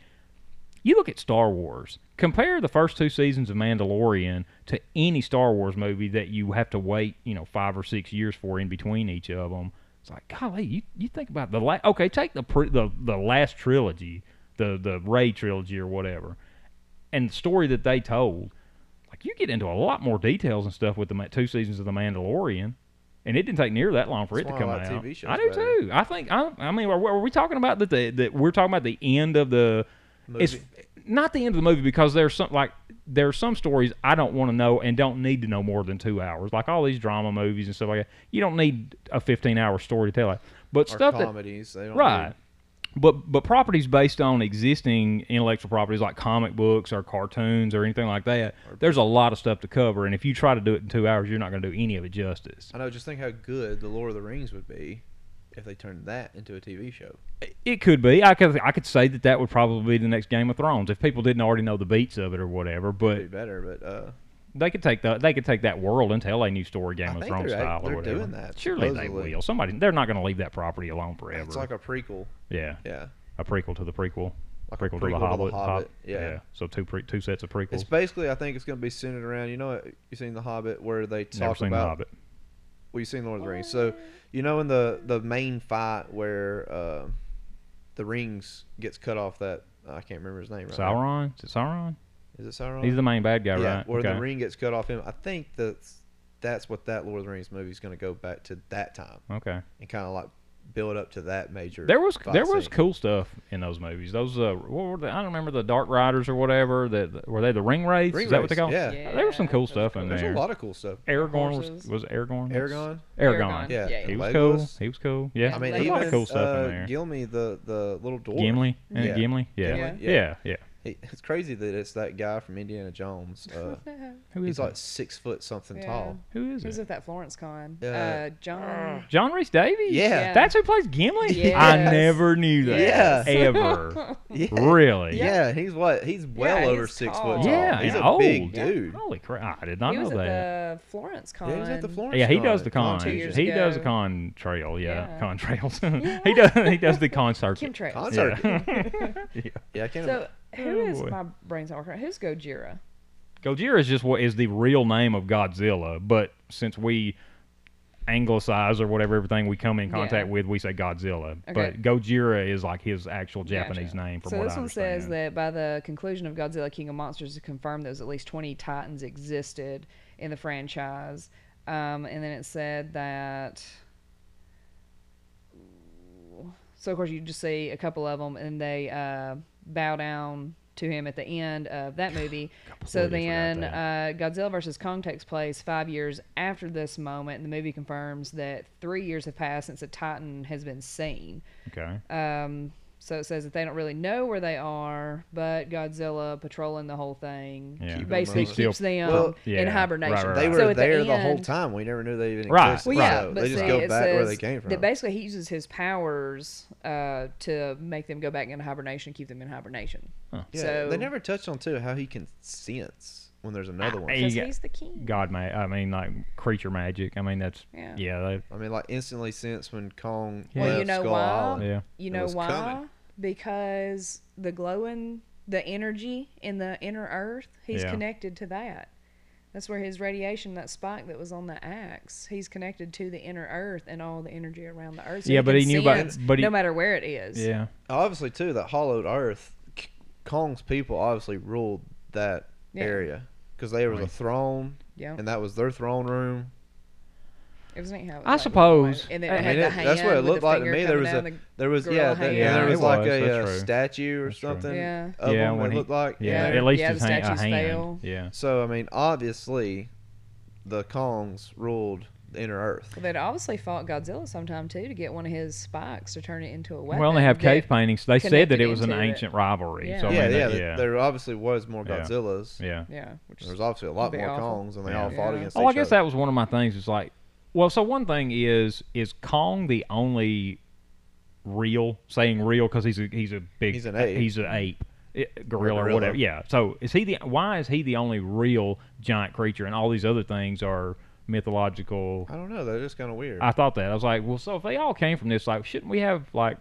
Speaker 2: you look at Star Wars. Compare the first two seasons of Mandalorian to any Star Wars movie that you have to wait, you know, five or six years for in between each of them. It's like, golly, you, you think about the last. Okay, take the pre- the the last trilogy, the the Ray trilogy or whatever, and the story that they told. Like you get into a lot more details and stuff with the ma- two seasons of the Mandalorian. And it didn't take near that long for
Speaker 4: That's
Speaker 2: it to
Speaker 4: why I
Speaker 2: come
Speaker 4: like
Speaker 2: out.
Speaker 4: TV shows
Speaker 2: I do
Speaker 4: better.
Speaker 2: too. I think I, I mean, are, are we talking about that? The, that we're talking about the end of the it's
Speaker 4: Movie.
Speaker 2: not the end of the movie because there's some like there are some stories I don't want to know and don't need to know more than two hours. Like all these drama movies and stuff like that, you don't need a 15 hour story to tell it. But
Speaker 4: are
Speaker 2: stuff that
Speaker 4: comedies. they don't
Speaker 2: right.
Speaker 4: do-
Speaker 2: But but properties based on existing intellectual properties like comic books or cartoons or anything like that, there's a lot of stuff to cover, and if you try to do it in two hours, you're not going to do any of it justice.
Speaker 4: I know. Just think how good the Lord of the Rings would be if they turned that into a TV show.
Speaker 2: It could be. I could I could say that that would probably be the next Game of Thrones if people didn't already know the beats of it or whatever.
Speaker 4: It'd
Speaker 2: But
Speaker 4: be better, but uh,
Speaker 2: they could take the they could take that world and tell a new story Game
Speaker 4: I
Speaker 2: of
Speaker 4: think
Speaker 2: Thrones
Speaker 4: they're-
Speaker 2: style or
Speaker 4: they're
Speaker 2: whatever.
Speaker 4: doing that,
Speaker 2: Surely they
Speaker 4: supposedly.
Speaker 2: will. Somebody they're not going to leave that property alone forever.
Speaker 4: it's like a prequel.
Speaker 2: yeah,
Speaker 4: Yeah,
Speaker 2: a prequel to the prequel.
Speaker 4: like
Speaker 2: prequel,
Speaker 4: a prequel
Speaker 2: to the Hobbit. Hob-
Speaker 4: Yeah.
Speaker 2: So two pre- two sets of prequels.
Speaker 4: it's basically. I think it's going to be centered around. You know, you seen the Hobbit where they talk
Speaker 2: Never seen
Speaker 4: about.
Speaker 2: the Hobbit.
Speaker 4: Well, you seen Lord of the Rings.
Speaker 3: Oh.
Speaker 4: So you know in the the main fight where uh, the rings gets cut off. That I can't remember his name. Right now.
Speaker 2: Sauron? Is it Sauron?
Speaker 4: Is it Sauron?
Speaker 2: He's the main bad guy,
Speaker 4: yeah,
Speaker 2: right?
Speaker 4: where
Speaker 2: okay.
Speaker 4: the ring gets cut off him. I think that's that's what that Lord of the Rings movie is going to go back to that time.
Speaker 2: okay.
Speaker 4: and kind of like build up to that major.
Speaker 2: There was
Speaker 4: fight
Speaker 2: there was
Speaker 4: scene.
Speaker 2: cool stuff in those movies. Those uh, what were they? I don't remember the Dark Riders or whatever. That were they the Ring Wraiths?
Speaker 4: Ring
Speaker 2: Is that what they
Speaker 4: Wraiths,
Speaker 2: call?
Speaker 4: yeah.
Speaker 2: them? There was some
Speaker 3: Yeah,
Speaker 2: cool
Speaker 3: those
Speaker 2: stuff in
Speaker 4: There's
Speaker 2: there.
Speaker 4: a lot of cool stuff.
Speaker 2: Aragorn was,
Speaker 3: Horses.
Speaker 2: was it Aragorn.
Speaker 4: Aragon.
Speaker 2: Aragon.
Speaker 3: Aragorn,
Speaker 4: Yeah,
Speaker 3: yeah.
Speaker 2: He was
Speaker 4: Legolas.
Speaker 2: cool. He was cool. Yeah.
Speaker 4: I mean,
Speaker 2: there's
Speaker 4: even
Speaker 2: a lot of cool stuff
Speaker 4: uh,
Speaker 2: in there.
Speaker 4: Gimli, the the little dwarf.
Speaker 2: Gimli and
Speaker 4: Yeah.
Speaker 2: Gimli. Yeah.
Speaker 3: Gimli,
Speaker 2: Yeah.
Speaker 4: yeah.
Speaker 2: yeah.
Speaker 4: He, it's crazy that it's that guy from Indiana Jones. Uh,
Speaker 2: Who is
Speaker 4: he's like
Speaker 2: it?
Speaker 4: six foot something
Speaker 3: Yeah.
Speaker 4: tall.
Speaker 2: Who is
Speaker 3: Who's
Speaker 2: it?
Speaker 3: at that Florence con?
Speaker 4: Uh,
Speaker 3: Uh, John.
Speaker 2: John Reese Davies.
Speaker 4: Yeah.
Speaker 3: Yeah.
Speaker 2: That's who plays Gimli. I
Speaker 3: Yes.
Speaker 2: never knew that.
Speaker 4: Yes.
Speaker 2: Ever.
Speaker 4: Yeah.
Speaker 2: Really.
Speaker 4: Yeah, he's what? He's well
Speaker 3: Yeah,
Speaker 4: over
Speaker 3: he's
Speaker 4: six
Speaker 3: tall.
Speaker 4: foot tall.
Speaker 2: Yeah,
Speaker 4: he's
Speaker 2: and
Speaker 4: a big
Speaker 2: old.
Speaker 4: dude.
Speaker 2: Holy crap! I did not
Speaker 3: he
Speaker 2: know
Speaker 3: was at
Speaker 2: that.
Speaker 3: the Florence con.
Speaker 4: Yeah, he was at the Florence.
Speaker 2: yeah, he does the
Speaker 4: con
Speaker 2: con.
Speaker 3: two
Speaker 2: He
Speaker 3: years
Speaker 2: does the
Speaker 3: ago.
Speaker 2: con trail. Yeah,
Speaker 3: Yeah.
Speaker 2: con trails. he does. He does the concert.
Speaker 3: Kim Trace.
Speaker 4: Concert. Yeah,
Speaker 2: Yeah.
Speaker 4: I can't.
Speaker 3: So who
Speaker 2: Oh,
Speaker 3: is
Speaker 2: boy.
Speaker 3: my brain's not working? Who's Gojira?
Speaker 2: Gojira is just what is the real name of Godzilla, but since we anglicize or whatever everything we come in contact
Speaker 3: Yeah.
Speaker 2: with, we say Godzilla.
Speaker 3: Okay.
Speaker 2: But Gojira is like his actual Japanese
Speaker 3: Gotcha.
Speaker 2: name, from
Speaker 3: so
Speaker 2: what
Speaker 3: this
Speaker 2: I
Speaker 3: one
Speaker 2: understand.
Speaker 3: says that by the conclusion of Godzilla King of Monsters, it confirmed there was at least 20 Titans existed in the franchise. Um, and then it said that. So of course you just see a couple of them, and they uh, bow down to him at the end of that movie. so
Speaker 2: Completely
Speaker 3: then
Speaker 2: forgot
Speaker 3: uh, Godzilla versus Kong takes place five years after this moment, and the movie confirms that three years have passed since a Titan has been seen.
Speaker 2: okay.
Speaker 3: Um, So it says that they don't really know where they are, but Godzilla patrolling the whole thing
Speaker 2: Yeah.
Speaker 4: Keep
Speaker 3: basically
Speaker 4: them
Speaker 2: alive.
Speaker 3: keeps them
Speaker 4: Well,
Speaker 2: yeah.
Speaker 3: in
Speaker 2: Right,
Speaker 3: hibernation.
Speaker 2: right,
Speaker 4: They
Speaker 2: right.
Speaker 4: were
Speaker 3: So at the
Speaker 4: there the, whole
Speaker 3: end-
Speaker 4: time. We never knew they even
Speaker 2: Right,
Speaker 4: existed.
Speaker 3: Well, yeah,
Speaker 4: so
Speaker 3: but
Speaker 4: they
Speaker 3: see,
Speaker 4: just go
Speaker 3: it
Speaker 4: back where
Speaker 3: says
Speaker 4: they came from.
Speaker 3: That basically, he uses his powers uh, to make them go back into hibernation, keep them in hibernation.
Speaker 4: yeah,
Speaker 3: so-
Speaker 4: they never touched on too how he can sense when there's another one.
Speaker 2: I-
Speaker 3: Because
Speaker 2: Yeah.
Speaker 3: he's the king.
Speaker 2: God, ma- I mean, like creature magic. I mean, that's yeah.
Speaker 3: Yeah.
Speaker 2: they,
Speaker 4: I mean, like instantly sense when Kong
Speaker 2: Well,
Speaker 4: left
Speaker 3: you know
Speaker 4: Skull
Speaker 3: why?
Speaker 4: Island.
Speaker 2: yeah.
Speaker 3: You
Speaker 4: It
Speaker 3: know
Speaker 4: was
Speaker 3: why?
Speaker 4: coming.
Speaker 3: Because the glowing, the energy in the inner earth, he's
Speaker 2: Yeah.
Speaker 3: connected to that. That's where his radiation, that spike that was on the axe, he's connected to the inner earth and all the energy around the earth. So
Speaker 2: Yeah, but
Speaker 3: can
Speaker 2: he knew about-
Speaker 3: sense
Speaker 2: but he-
Speaker 3: no matter where it is.
Speaker 2: Yeah.
Speaker 4: Obviously, too, that hollowed Earth, K- Kong's people obviously ruled that
Speaker 3: Yeah.
Speaker 4: area because there was a throne,
Speaker 3: Yeah.
Speaker 4: and that was their throne room.
Speaker 3: It was neat how it was
Speaker 2: I
Speaker 3: like-
Speaker 2: suppose-
Speaker 3: And it
Speaker 2: I
Speaker 4: I
Speaker 3: had
Speaker 4: mean,
Speaker 3: the
Speaker 4: it, that's what
Speaker 3: hand
Speaker 4: it
Speaker 3: with the
Speaker 4: looked like to
Speaker 3: finger
Speaker 4: me. There
Speaker 3: coming
Speaker 4: was
Speaker 3: out
Speaker 4: a,
Speaker 3: of the-
Speaker 4: there was
Speaker 3: girl
Speaker 4: yeah, that,
Speaker 3: hand.
Speaker 4: and there
Speaker 3: Yeah,
Speaker 4: was
Speaker 2: it
Speaker 4: like
Speaker 2: was,
Speaker 4: a
Speaker 2: that's
Speaker 4: uh,
Speaker 2: true.
Speaker 4: statue or
Speaker 2: That's true.
Speaker 4: something
Speaker 3: Yeah.
Speaker 4: of
Speaker 2: yeah,
Speaker 4: him.
Speaker 2: when
Speaker 4: It
Speaker 2: he-
Speaker 4: looked like
Speaker 2: yeah,
Speaker 4: in
Speaker 2: at
Speaker 4: there.
Speaker 2: least
Speaker 3: Yeah,
Speaker 2: his
Speaker 3: the
Speaker 2: hand, a
Speaker 3: statues
Speaker 2: hand.
Speaker 3: fail.
Speaker 2: Yeah,
Speaker 4: So I mean, obviously, the Kongs ruled the inner Earth.
Speaker 3: Well, they'd obviously fought Godzilla sometime too to get one of his spikes to turn it into a weapon.
Speaker 2: well, they have cave
Speaker 3: that-
Speaker 2: paintings. They said that
Speaker 3: connected
Speaker 2: it was an
Speaker 3: into it.
Speaker 2: ancient rivalry.
Speaker 3: Yeah.
Speaker 2: So I
Speaker 4: yeah,
Speaker 2: mean,
Speaker 4: yeah,
Speaker 2: that-
Speaker 4: th-
Speaker 2: yeah,
Speaker 4: There obviously was more
Speaker 2: Yeah.
Speaker 4: Godzillas.
Speaker 2: yeah.
Speaker 3: Yeah, which
Speaker 4: There
Speaker 3: is
Speaker 4: was obviously a lot
Speaker 3: Be
Speaker 4: more
Speaker 3: awful.
Speaker 4: Kongs, and they
Speaker 2: Yeah.
Speaker 4: all fought
Speaker 3: Yeah.
Speaker 4: against
Speaker 2: Oh,
Speaker 4: each
Speaker 2: I guess
Speaker 4: other.
Speaker 2: that was one of my things. Is like, well, so one thing is is Kong the only real saying real because he's a he's a big
Speaker 4: He's an ape.
Speaker 2: he's an ape eh, gorilla, or
Speaker 4: gorilla.
Speaker 2: whatever. Yeah. So is he the why is he the only real giant creature and all these other things are mythological?
Speaker 4: I don't know. They're just kind of weird.
Speaker 2: I thought that I was like, well, so if they all came from this, like, shouldn't we have like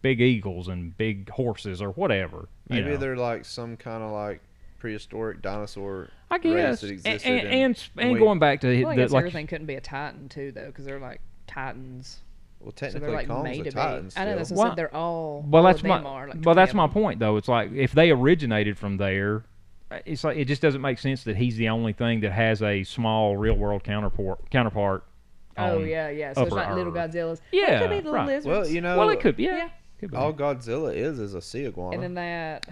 Speaker 2: big eagles and big horses or whatever? you
Speaker 4: Maybe
Speaker 2: know?
Speaker 4: they're like some kind of like prehistoric dinosaur
Speaker 2: I
Speaker 4: race
Speaker 2: guess,
Speaker 4: that
Speaker 2: and
Speaker 4: existed.
Speaker 2: and,
Speaker 4: in-
Speaker 2: and, and
Speaker 4: we-
Speaker 2: going back to
Speaker 3: Well, I
Speaker 2: the,
Speaker 3: guess
Speaker 2: like
Speaker 3: everything couldn't be a Titan too, though, because they're like Titans.
Speaker 4: well,
Speaker 3: So
Speaker 4: technically,
Speaker 3: they're like
Speaker 4: Kong's
Speaker 3: made
Speaker 4: a
Speaker 3: to be.
Speaker 4: titan.
Speaker 3: I know
Speaker 4: still.
Speaker 3: that's what
Speaker 2: Well-
Speaker 3: I said. They're all.
Speaker 2: Well,
Speaker 3: all of
Speaker 2: that's my
Speaker 3: them are, like,
Speaker 2: well, that's
Speaker 3: 20
Speaker 2: my
Speaker 3: of them.
Speaker 2: point though. It's like if they originated from there, it's like it just doesn't make sense that he's the only thing that has a small real world counterpart counterpart.
Speaker 3: Oh
Speaker 2: on-
Speaker 3: yeah, yeah. So it's
Speaker 2: upper
Speaker 3: like little
Speaker 2: earth.
Speaker 3: Godzillas.
Speaker 2: Yeah,
Speaker 3: it could be little
Speaker 2: right.
Speaker 3: lizards.
Speaker 4: Well, you know,
Speaker 2: Well, it could be. Yeah,
Speaker 3: Yeah.
Speaker 2: Could be.
Speaker 4: all Godzilla is is a sea iguana.
Speaker 3: and then that.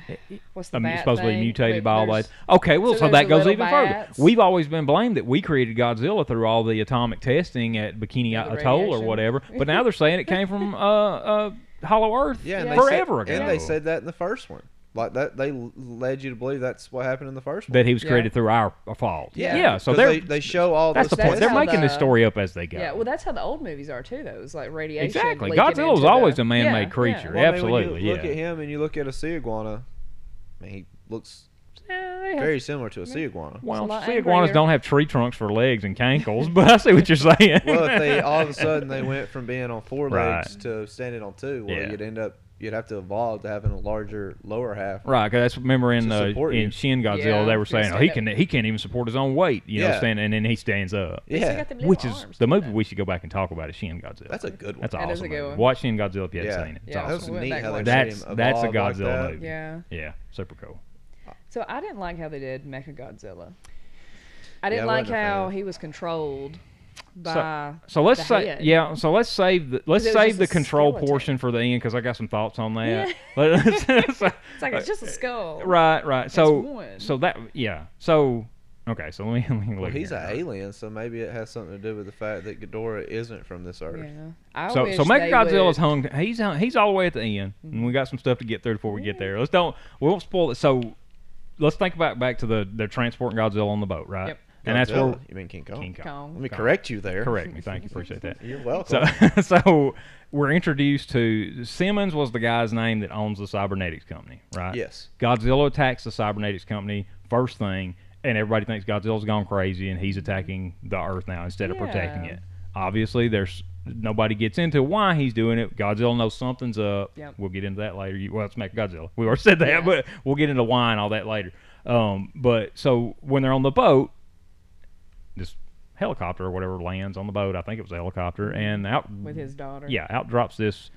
Speaker 3: What's the
Speaker 2: I mean,
Speaker 3: bat
Speaker 2: supposedly
Speaker 3: thing?
Speaker 2: mutated
Speaker 3: But
Speaker 2: by all
Speaker 3: there's-
Speaker 2: that. Okay, well,
Speaker 3: so
Speaker 2: so,
Speaker 3: there's
Speaker 2: that
Speaker 3: the
Speaker 2: goes
Speaker 3: little
Speaker 2: even
Speaker 3: bats.
Speaker 2: further. We've always been blamed that we created Godzilla through all the atomic testing at Bikini
Speaker 3: Yeah, the
Speaker 2: Atoll or
Speaker 3: radiation.
Speaker 2: whatever, but now they're saying it came from uh, uh, Hollow Earth
Speaker 4: yeah,
Speaker 3: Yeah.
Speaker 4: and They
Speaker 2: forever
Speaker 4: said,
Speaker 2: ago.
Speaker 4: And they said that in the first one. Like that, they l- led you to believe that's what happened in the first one.
Speaker 2: that he was
Speaker 3: Yeah.
Speaker 2: created through our uh, fault.
Speaker 3: Yeah.
Speaker 2: yeah so
Speaker 4: 'Cause
Speaker 2: they're
Speaker 4: they they show all
Speaker 2: That's the
Speaker 4: this
Speaker 2: point.
Speaker 3: That's
Speaker 2: They're
Speaker 3: how
Speaker 2: making this
Speaker 3: the-
Speaker 2: story up as they go.
Speaker 3: Yeah, well, that's how the old movies are too, though. It's like radiation.
Speaker 2: exactly.
Speaker 3: leaking
Speaker 2: Godzilla's
Speaker 3: into
Speaker 2: always
Speaker 3: the,
Speaker 2: a man-made
Speaker 3: Yeah, yeah.
Speaker 2: creature.
Speaker 4: Well, I mean, when
Speaker 2: Absolutely,
Speaker 4: you look
Speaker 2: yeah.
Speaker 4: at him and you look at a sea iguana, I mean, he looks very similar to a sea iguana.
Speaker 3: It's a
Speaker 2: well,
Speaker 3: lot
Speaker 2: sea iguanas
Speaker 3: angrier.
Speaker 2: don't have tree trunks for legs and cankles, but I see what you're saying.
Speaker 4: well, if they all of a sudden they went from being on four
Speaker 2: Right.
Speaker 4: legs to standing on two, well,
Speaker 2: Yeah.
Speaker 4: you'd end up you'd have to evolve to having a larger lower half.
Speaker 2: Right, 'cause that's remember in
Speaker 4: To
Speaker 2: the
Speaker 4: support you.
Speaker 2: in Shin Godzilla
Speaker 3: Yeah,
Speaker 2: they were
Speaker 3: you
Speaker 2: saying oh,
Speaker 3: stand
Speaker 2: he
Speaker 3: up.
Speaker 2: can he can't even support his own weight, you know,
Speaker 4: Yeah.
Speaker 2: standing and then he stands up,
Speaker 3: They still
Speaker 4: Yeah,
Speaker 3: got them
Speaker 2: which
Speaker 3: little
Speaker 2: is
Speaker 3: arms,
Speaker 2: the
Speaker 3: don't
Speaker 2: movie
Speaker 3: they?
Speaker 2: we should go back and talk about is Shin Godzilla.
Speaker 4: that's a good one.
Speaker 2: that's
Speaker 3: That
Speaker 2: awesome.
Speaker 3: is a good
Speaker 2: movie.
Speaker 3: one.
Speaker 2: Watch Shin Godzilla if you haven't
Speaker 4: Yeah.
Speaker 2: seen it. It's
Speaker 3: Yeah,
Speaker 4: that was
Speaker 2: awesome.
Speaker 3: Went
Speaker 4: neat
Speaker 3: back
Speaker 4: how they
Speaker 3: one.
Speaker 4: made
Speaker 2: That's-
Speaker 4: him
Speaker 2: that's a
Speaker 4: evolve like
Speaker 2: Godzilla
Speaker 4: that.
Speaker 2: movie.
Speaker 3: Yeah.
Speaker 2: Yeah, super cool.
Speaker 3: So I didn't like how they did Mechagodzilla. I didn't
Speaker 4: I
Speaker 3: like
Speaker 4: wasn't a fan.
Speaker 3: how he was controlled by.
Speaker 2: So let's
Speaker 3: the
Speaker 2: say
Speaker 3: head.
Speaker 2: yeah. So let's save the, let's
Speaker 3: Because it was
Speaker 2: save
Speaker 3: just
Speaker 2: the
Speaker 3: a
Speaker 2: control
Speaker 3: skeleton.
Speaker 2: portion for the end because I got some thoughts on that. Let's-
Speaker 3: It's like it's just a skull.
Speaker 2: Uh, Right, right. So,
Speaker 3: Oh. one.
Speaker 2: so that yeah. So okay. So let me, let me look.
Speaker 4: Well, he's
Speaker 2: here.
Speaker 4: an alien, so maybe it has something to do with the fact that Ghidorah isn't from this earth.
Speaker 3: Yeah. I
Speaker 2: So
Speaker 3: wish
Speaker 2: so
Speaker 3: they
Speaker 2: Mechagodzilla's
Speaker 3: would- Mm-hmm.
Speaker 2: hung. He's hung, he's all the way at the end, and we got some stuff to get through before we get there. Let's don't we won't spoil it. So let's think about back to the they're transporting Godzilla on the boat, right?
Speaker 3: Yep.
Speaker 2: And that's
Speaker 4: Godzilla.
Speaker 2: where
Speaker 4: you mean King Kong.
Speaker 2: King Kong.
Speaker 3: Kong.
Speaker 4: Let me correct you there.
Speaker 2: Correct me. Thank you. Appreciate that.
Speaker 4: You're welcome.
Speaker 2: So, so we're introduced to Simmons was the guy's name that owns the cybernetics company, right?
Speaker 4: Yes.
Speaker 2: Godzilla attacks the cybernetics company first thing, and everybody thinks Godzilla's gone crazy and he's attacking the Earth now instead of protecting
Speaker 3: Yeah.
Speaker 2: it. Obviously, there's nobody gets into why he's doing it. Godzilla knows something's up.
Speaker 3: Yep.
Speaker 2: We'll get into that later. You, well, it's make Godzilla. We already said that,
Speaker 3: Yeah.
Speaker 2: but we'll get into why and all that later. Um, but so when they're on the boat, this helicopter or whatever lands on the boat. I think it was a helicopter, and out
Speaker 3: with his daughter.
Speaker 2: yeah, out drops this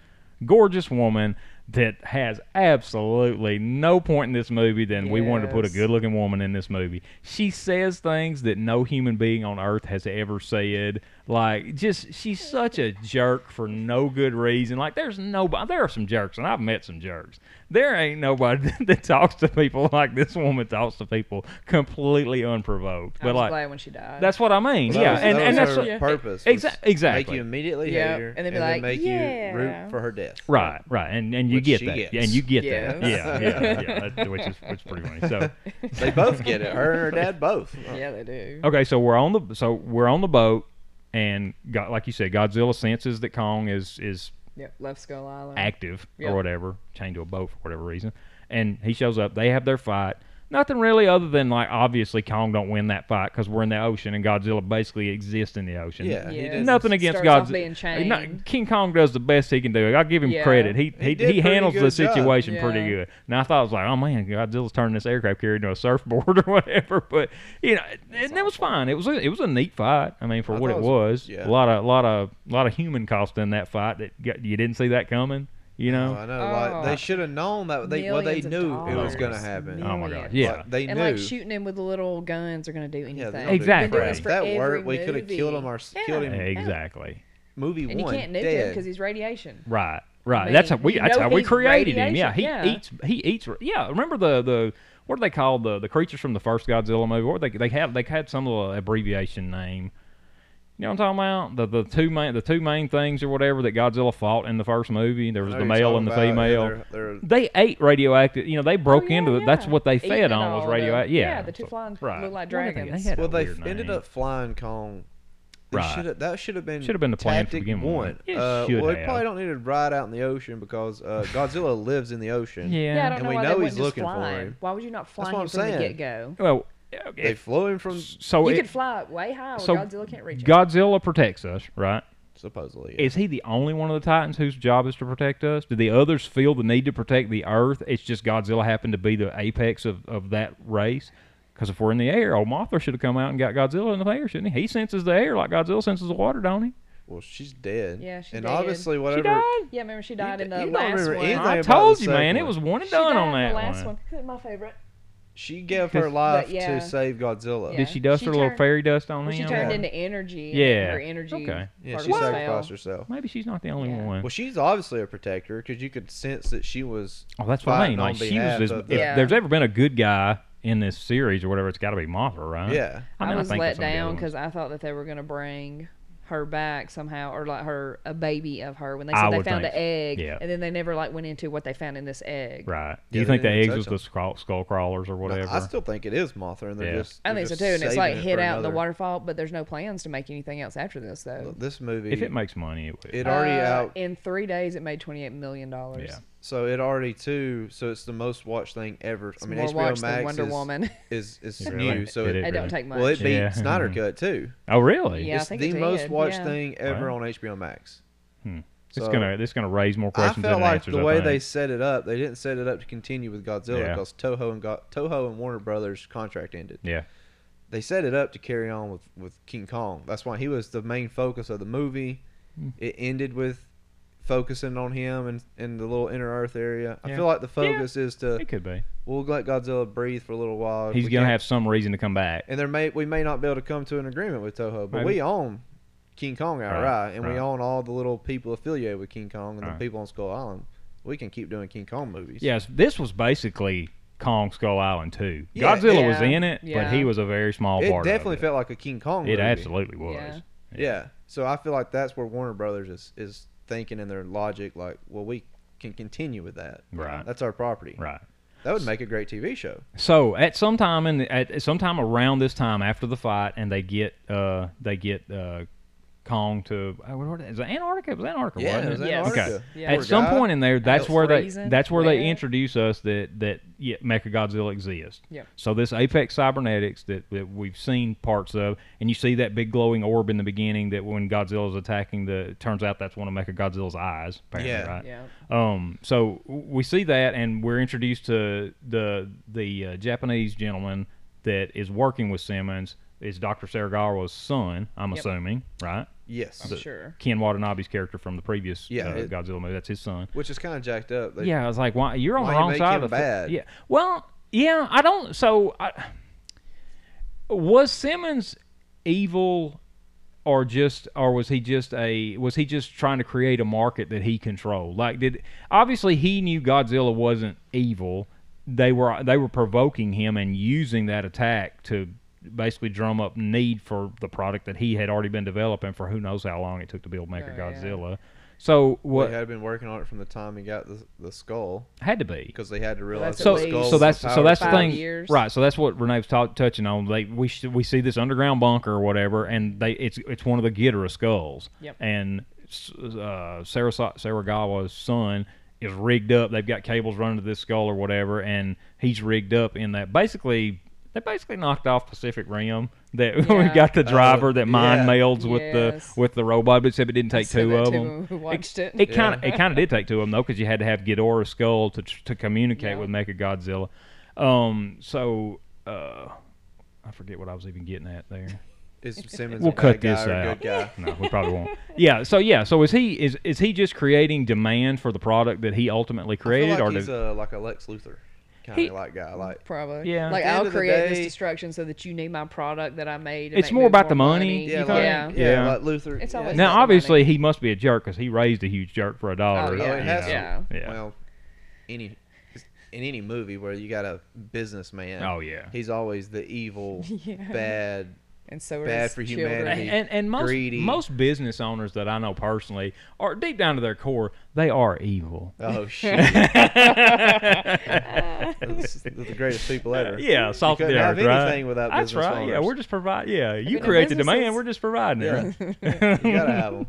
Speaker 2: gorgeous woman that has absolutely no point in this movie than we wanted to put a
Speaker 3: Yes.
Speaker 2: good looking woman in this movie. She says things that no human being on earth has ever said. Like just she's such a jerk for no good reason. Like there's nobody there are some jerks and I've met some jerks. There ain't nobody that talks to people like this woman talks to people completely unprovoked.
Speaker 3: I
Speaker 2: But
Speaker 3: was
Speaker 2: like
Speaker 3: glad when she died.
Speaker 2: that's what I mean.
Speaker 4: Well, that
Speaker 2: yeah.
Speaker 4: was-
Speaker 2: and
Speaker 4: that
Speaker 2: and
Speaker 4: was
Speaker 2: that's
Speaker 4: her
Speaker 2: what,
Speaker 4: purpose.
Speaker 2: Exa-
Speaker 4: was
Speaker 2: exactly.
Speaker 4: Make you immediately
Speaker 3: Yeah,
Speaker 4: hate her,
Speaker 3: and then be like,
Speaker 4: make you
Speaker 3: "Yeah."
Speaker 4: root for her death.
Speaker 2: Right, right, and and you
Speaker 4: which
Speaker 2: get
Speaker 4: she
Speaker 2: that,
Speaker 4: gets.
Speaker 2: Yeah, and you get that, yeah,
Speaker 3: Yes.
Speaker 2: yeah, yeah, that, which is which is pretty funny. So,
Speaker 4: they both get it. Her and her dad both.
Speaker 3: Yeah, they do.
Speaker 2: Okay, so we're on the so we're on the boat, and God, like you said, Godzilla senses that Kong is is
Speaker 3: Yep, Left Skull Island.
Speaker 2: active
Speaker 3: Yeah.
Speaker 2: or whatever, chained to a boat for whatever reason, and he shows up. They have their fight. Nothing really, other than like obviously Kong don't win that fight because we're in the ocean and Godzilla basically exists in the ocean.
Speaker 4: Yeah, he
Speaker 3: Yeah.
Speaker 4: does.
Speaker 2: Nothing against
Speaker 3: Starts off
Speaker 2: Godzilla.
Speaker 3: being chained.
Speaker 2: King Kong does the best he can do. I give him
Speaker 3: Yeah.
Speaker 2: credit. He he,
Speaker 4: He
Speaker 2: he,
Speaker 4: did pretty
Speaker 2: handles the
Speaker 4: good job.
Speaker 2: situation pretty
Speaker 3: Yeah.
Speaker 2: good. And I thought I was like, oh man, Godzilla's turning this aircraft carrier into a surfboard or whatever. But you know, and that was fine. It was a, it was a neat fight. I mean, for
Speaker 4: I
Speaker 2: what it
Speaker 4: thought it
Speaker 2: was,
Speaker 4: was- yeah.
Speaker 2: a lot of lot of lot of human cost in that fight that got, you didn't see that coming. You
Speaker 4: Oh,
Speaker 2: know?
Speaker 4: I know. Like
Speaker 3: Oh.
Speaker 4: they should have known that. They well, they
Speaker 3: Millions of
Speaker 4: knew it was
Speaker 2: dollars.
Speaker 4: gonna happen.
Speaker 2: Oh my god,
Speaker 3: Millions.
Speaker 2: yeah.
Speaker 4: Like, they
Speaker 3: and
Speaker 4: knew.
Speaker 3: like shooting him with the little guns are gonna do anything.
Speaker 4: yeah, they don't do
Speaker 2: Exactly.
Speaker 4: crap.
Speaker 2: They do this
Speaker 4: If
Speaker 3: for
Speaker 4: that
Speaker 3: every
Speaker 4: worked, we could have killed him
Speaker 3: movie.
Speaker 4: or
Speaker 3: Yeah.
Speaker 4: killed him.
Speaker 2: exactly.
Speaker 4: Movie
Speaker 3: And you
Speaker 4: one.
Speaker 3: can't nuke him
Speaker 4: dead.
Speaker 3: because he's radiation.
Speaker 2: Right, right.
Speaker 3: I
Speaker 2: that's how
Speaker 3: mean,
Speaker 2: we
Speaker 3: you
Speaker 2: that's
Speaker 3: know
Speaker 2: how we
Speaker 3: he's
Speaker 2: created him. Yeah, he
Speaker 3: radiation, yeah.
Speaker 2: eats he eats. Yeah, remember the the what are they called the the creatures from the first Godzilla movie? What they they have they had some little abbreviation name. You know what I'm talking about? The the two main the two main things or whatever that Godzilla fought in the first movie. There
Speaker 4: I
Speaker 2: was
Speaker 4: know
Speaker 2: the
Speaker 4: Oh, you're
Speaker 2: male
Speaker 4: talking
Speaker 2: and the
Speaker 4: about, yeah,
Speaker 2: female.
Speaker 4: they're- they're-
Speaker 2: they ate radioactive. You know they broke
Speaker 3: Oh, yeah,
Speaker 2: into it. That's
Speaker 3: yeah.
Speaker 2: what they
Speaker 3: Eating
Speaker 2: fed
Speaker 3: it
Speaker 2: on was
Speaker 3: all, the-
Speaker 2: radioactive. yeah,
Speaker 3: yeah, the two flying little, like,
Speaker 2: What did They,
Speaker 3: dragons.
Speaker 2: they had
Speaker 4: Well,
Speaker 2: a
Speaker 4: they
Speaker 2: weird
Speaker 4: f- ended
Speaker 2: name.
Speaker 4: up flying Kong. They
Speaker 2: Right.
Speaker 4: shoulda- that should have been
Speaker 2: Shoulda been the plan to
Speaker 4: tactic
Speaker 2: begin with.
Speaker 4: one.
Speaker 2: It
Speaker 4: uh,
Speaker 2: should
Speaker 4: well, they
Speaker 2: have.
Speaker 4: probably don't need to ride out in the ocean because uh, Godzilla lives in the ocean.
Speaker 2: Yeah.
Speaker 3: Yeah, I don't
Speaker 4: And
Speaker 3: know
Speaker 4: we
Speaker 3: why
Speaker 4: know
Speaker 3: they
Speaker 4: he's
Speaker 3: wouldn't just
Speaker 4: looking for
Speaker 3: fly
Speaker 4: him.
Speaker 3: him. Why would you not fly
Speaker 4: That's what
Speaker 3: him
Speaker 4: I'm
Speaker 3: from the
Speaker 4: saying.
Speaker 3: get go?
Speaker 2: Well,
Speaker 4: They
Speaker 2: if,
Speaker 4: flew him from
Speaker 2: so
Speaker 3: you
Speaker 2: it,
Speaker 3: could fly way high, where
Speaker 2: so
Speaker 3: Godzilla can't reach him.
Speaker 2: Godzilla protects us, right?
Speaker 4: supposedly. yeah.
Speaker 2: Is he the only one of the Titans whose job is to protect us? Do the others feel the need to protect the Earth? It's just Godzilla happened to be the apex of, of that race. Because if we're in the air, old Mothra should have come out and got Godzilla in the air, shouldn't he? He senses the air like Godzilla senses the water, don't he?
Speaker 4: Well, she's dead.
Speaker 3: Yeah, she's
Speaker 4: And
Speaker 3: dead.
Speaker 4: obviously,
Speaker 2: She
Speaker 4: whatever.
Speaker 2: died.
Speaker 3: yeah, remember she died in
Speaker 4: you
Speaker 3: the
Speaker 4: don't
Speaker 3: last
Speaker 4: remember
Speaker 3: one.
Speaker 4: anything
Speaker 2: I
Speaker 4: about
Speaker 2: told
Speaker 4: the
Speaker 2: you,
Speaker 4: second
Speaker 2: man. It
Speaker 4: one.
Speaker 2: was one and
Speaker 3: She
Speaker 2: done
Speaker 3: died
Speaker 2: on
Speaker 3: in
Speaker 2: that
Speaker 3: the last
Speaker 2: one.
Speaker 3: one. My favorite.
Speaker 4: She gave her
Speaker 2: Just-
Speaker 4: life
Speaker 3: yeah.
Speaker 4: to save Godzilla.
Speaker 3: Yeah.
Speaker 2: Did she dust
Speaker 3: She
Speaker 2: her little
Speaker 3: turned-
Speaker 2: fairy dust on
Speaker 3: Well, she
Speaker 2: him?
Speaker 3: turned
Speaker 4: Yeah.
Speaker 3: into energy. and
Speaker 2: Yeah.
Speaker 3: Her energy.
Speaker 2: Okay.
Speaker 4: Yeah, she
Speaker 3: particles fell.
Speaker 4: sacrificed herself.
Speaker 2: Maybe she's not the only
Speaker 3: Yeah.
Speaker 2: one.
Speaker 4: Well, she's obviously a protector because you could sense that she was.
Speaker 2: Oh, that's what I mean.
Speaker 4: fighting on
Speaker 2: Like she was.
Speaker 4: behalf
Speaker 2: This,
Speaker 4: of
Speaker 2: if
Speaker 4: the-
Speaker 3: Yeah.
Speaker 2: there's ever been a good guy in this series or whatever, it's got to be Mothra, right?
Speaker 4: Yeah.
Speaker 2: I, mean,
Speaker 3: I was
Speaker 2: think
Speaker 3: let
Speaker 2: that's one of the other
Speaker 3: down
Speaker 2: ones.
Speaker 3: because I thought that they were going to bring her back somehow, or like her a baby of her when they
Speaker 2: I
Speaker 3: said they
Speaker 2: would
Speaker 3: found
Speaker 2: think
Speaker 3: an
Speaker 2: so.
Speaker 3: egg,
Speaker 2: Yeah.
Speaker 3: and then they never like went into what they found in this egg.
Speaker 2: Right. Do
Speaker 4: Yeah,
Speaker 2: you
Speaker 4: they
Speaker 2: think the
Speaker 4: didn't
Speaker 2: eggs
Speaker 4: touch
Speaker 2: was
Speaker 4: them.
Speaker 2: the skull, skull crawlers or
Speaker 4: No,
Speaker 2: whatever?
Speaker 4: I still think it is Mothra, and they're
Speaker 2: Yeah.
Speaker 4: just.
Speaker 3: I
Speaker 4: they're
Speaker 3: think so
Speaker 4: just
Speaker 3: too, and it's
Speaker 4: saving
Speaker 3: like
Speaker 4: it
Speaker 3: hid
Speaker 4: for
Speaker 3: out in the
Speaker 4: another-
Speaker 3: waterfall, but there's no plans to make anything else after this though.
Speaker 4: This movie.
Speaker 2: if it makes money, it would.
Speaker 4: it already
Speaker 3: Uh,
Speaker 4: out.
Speaker 3: in three days, it made twenty eight million dollars.
Speaker 2: Yeah.
Speaker 4: So it already too. So it's the most watched thing ever. I mean,
Speaker 3: more
Speaker 4: HBO
Speaker 3: watched than
Speaker 4: Max
Speaker 3: Wonder
Speaker 4: is,
Speaker 3: Woman.
Speaker 4: is is
Speaker 2: It really-
Speaker 4: new. So
Speaker 2: it is.
Speaker 4: it,
Speaker 3: It
Speaker 2: Really?
Speaker 3: don't take much.
Speaker 4: well, it beat
Speaker 2: Yeah.
Speaker 4: Snyder
Speaker 2: Mhm.
Speaker 4: Cut too.
Speaker 2: oh, really?
Speaker 3: Yeah, I
Speaker 4: it's
Speaker 3: think
Speaker 4: the
Speaker 3: it did,
Speaker 4: most watched
Speaker 3: yeah.
Speaker 4: thing ever
Speaker 2: Wow.
Speaker 4: on HBO Max.
Speaker 2: It's
Speaker 4: So-
Speaker 2: gonna it's gonna raise more
Speaker 4: I
Speaker 2: questions
Speaker 4: felt
Speaker 2: than
Speaker 4: like
Speaker 2: answers.
Speaker 4: the
Speaker 2: I
Speaker 4: way
Speaker 2: think.
Speaker 4: they set it up, they didn't set it up to continue with Godzilla
Speaker 2: Yeah.
Speaker 4: because Toho and Go- Toho and Warner Brothers contract ended.
Speaker 2: Yeah.
Speaker 4: They set it up to carry on with with King Kong. That's why he was the main focus of the movie.
Speaker 2: Hmm.
Speaker 4: It ended with focusing on him and in the little inner Earth area. I
Speaker 2: Yeah.
Speaker 4: feel like the focus is to
Speaker 2: It could be.
Speaker 4: we'll let Godzilla breathe for a little while. If
Speaker 2: He's
Speaker 4: we
Speaker 2: gonna
Speaker 4: can't-
Speaker 2: have some reason to come back.
Speaker 4: and there may we may not be able to come to an agreement with Toho, but
Speaker 2: Maybe.
Speaker 4: we own King Kong outright, and
Speaker 2: right.
Speaker 4: we own all the little people affiliated with King Kong and
Speaker 2: Right.
Speaker 4: the people on Skull Island. We can keep doing King Kong movies.
Speaker 2: Yes, this was basically Kong Skull Island too.
Speaker 4: Yeah.
Speaker 2: Godzilla was
Speaker 3: Yeah.
Speaker 2: in it,
Speaker 3: Yeah.
Speaker 2: but he was a very small
Speaker 4: it
Speaker 2: part.
Speaker 4: definitely
Speaker 2: of it.
Speaker 4: felt like a King Kong.
Speaker 2: It
Speaker 4: movie.
Speaker 2: absolutely was.
Speaker 3: Yeah.
Speaker 4: Yeah. So I feel like that's where Warner Brothers is is thinking in their logic, like, well, we can continue with that.
Speaker 2: Right.
Speaker 4: That's our property.
Speaker 2: Right.
Speaker 4: That would make a great TV show.
Speaker 2: So at some time in at at some time around this time after the fight, and they get uh they get uh Kong to uh, what, what is it Antarctica? It was Antarctica,
Speaker 4: Yeah,
Speaker 2: wasn't
Speaker 4: it
Speaker 2: it?
Speaker 4: was
Speaker 2: Okay.
Speaker 4: Antarctica.
Speaker 3: Yeah.
Speaker 2: At
Speaker 4: Poor
Speaker 2: some
Speaker 4: guy.
Speaker 2: point in there, that's
Speaker 4: was
Speaker 2: where they
Speaker 3: freezing.
Speaker 2: that's where they
Speaker 3: Yeah.
Speaker 2: introduce us that that yeah, Mechagodzilla exists.
Speaker 3: Yep.
Speaker 2: So this Apex Cybernetics that, that we've seen parts of, and you see that big glowing orb in the beginning that when Godzilla's attacking the it turns out that's one of Mechagodzilla's eyes, apparently,
Speaker 4: Yeah.
Speaker 2: right?
Speaker 3: Yeah.
Speaker 2: Um, so we see that, and we're introduced to the the uh, Japanese gentleman that is working with Simmons. Is Dr. Saragawa's son, I'm
Speaker 3: Yep.
Speaker 2: assuming, right?
Speaker 4: Yes.
Speaker 3: I'm sure.
Speaker 2: Ken Watanabe's character from the previous
Speaker 4: Yeah,
Speaker 2: uh,
Speaker 4: it-
Speaker 2: Godzilla movie. That's his son.
Speaker 4: Which is kind of jacked up. They-
Speaker 2: yeah, I was like, why? You're on
Speaker 4: why
Speaker 2: the
Speaker 4: you
Speaker 2: wrong
Speaker 4: make
Speaker 2: side
Speaker 4: him
Speaker 2: of the
Speaker 4: bad?
Speaker 2: Yeah. Well, yeah, I don't. So, I, was Simmons evil, or just, or was he just a? Was he just trying to create a market that he controlled? Like, did obviously he knew Godzilla wasn't evil. They were they were provoking him and using that attack to basically drum up need for the product that he had already been developing for who knows how long it took to build Maker
Speaker 3: Oh, yeah.
Speaker 2: Godzilla. So what
Speaker 4: What? They had been working on it from the time he got the, the skull
Speaker 2: had to be.
Speaker 4: because they had to
Speaker 3: that's
Speaker 4: realize that
Speaker 2: So
Speaker 3: at
Speaker 4: the
Speaker 3: least
Speaker 4: skull
Speaker 2: so
Speaker 4: was
Speaker 2: that's
Speaker 4: the
Speaker 2: so that's the
Speaker 4: power
Speaker 3: five
Speaker 2: thing,
Speaker 3: years.
Speaker 2: right? So that's what Renee's talk, touching on. Like we sh- we see this underground bunker or whatever, and they it's it's one of the Ghidorah skulls.
Speaker 3: Yep.
Speaker 2: And s- uh, Sarah Saragawa's son is rigged up. They've got cables running to this skull or whatever, and he's rigged up in that. Basically, they basically knocked off Pacific Rim. That we
Speaker 3: Yeah.
Speaker 2: got the driver that mind
Speaker 4: yeah.
Speaker 2: melds with
Speaker 3: Yes.
Speaker 2: the with the robot, but except it didn't
Speaker 3: I
Speaker 2: take
Speaker 3: said
Speaker 2: two
Speaker 3: that
Speaker 2: of
Speaker 3: too
Speaker 2: them.
Speaker 3: when we watched it.
Speaker 2: It kind of it kind of did take two of them though, because you had to have Ghidorah's skull to tr- to communicate
Speaker 3: Yeah.
Speaker 2: with Mechagodzilla. Um, so uh, I forget what I was even getting at there.
Speaker 4: Is Simmons
Speaker 2: We'll
Speaker 4: a bad
Speaker 2: cut
Speaker 4: guy
Speaker 2: this
Speaker 4: or a
Speaker 2: out.
Speaker 4: Good guy?
Speaker 2: No, we probably won't. Yeah. So yeah. So is he is is he just creating demand for the product that he ultimately
Speaker 4: I feel
Speaker 2: created,
Speaker 4: like
Speaker 2: or
Speaker 4: he's
Speaker 2: do,
Speaker 4: a, like a Lex Luthor kind
Speaker 2: He-
Speaker 4: of like guy. Like
Speaker 3: Probably.
Speaker 2: Yeah.
Speaker 3: Like
Speaker 4: At the end
Speaker 3: I'll
Speaker 4: of the
Speaker 3: create
Speaker 4: day-
Speaker 3: this destruction so that you need my product that I made. to
Speaker 2: It's
Speaker 3: make
Speaker 2: more
Speaker 3: me
Speaker 2: about the money, you
Speaker 4: yeah,
Speaker 2: think?
Speaker 3: yeah.
Speaker 4: like, yeah,
Speaker 2: Yeah.
Speaker 4: like Luthor.
Speaker 3: It's
Speaker 4: yeah.
Speaker 3: always
Speaker 2: now
Speaker 3: about the
Speaker 2: obviously
Speaker 3: money.
Speaker 2: he must be a jerk because he raised a huge jerk for a dollar.
Speaker 3: yeah.
Speaker 4: Oh,
Speaker 2: you
Speaker 4: it has
Speaker 2: know.
Speaker 3: yeah.
Speaker 4: to.
Speaker 2: Yeah.
Speaker 4: Well, any in any movie where you got a businessman,
Speaker 2: Oh, yeah.
Speaker 4: he's always the evil,
Speaker 3: Yeah.
Speaker 4: bad.
Speaker 3: And so are
Speaker 4: Bad
Speaker 3: his
Speaker 4: for
Speaker 3: children.
Speaker 4: humanity.
Speaker 2: And, and, and most
Speaker 4: greedy.
Speaker 2: most business owners that I know personally are deep down to their core, they are evil.
Speaker 4: Oh shit! That's the greatest people ever.
Speaker 2: Yeah, soft
Speaker 4: couldn't
Speaker 2: dirt,
Speaker 4: have
Speaker 2: right?
Speaker 4: anything without
Speaker 2: That's
Speaker 4: business
Speaker 2: right. Yeah,
Speaker 4: owners.
Speaker 2: we're just providing. Yeah, you
Speaker 3: mean, the
Speaker 2: create the demand.
Speaker 3: businesses-
Speaker 2: We're just providing it.
Speaker 4: You gotta have them.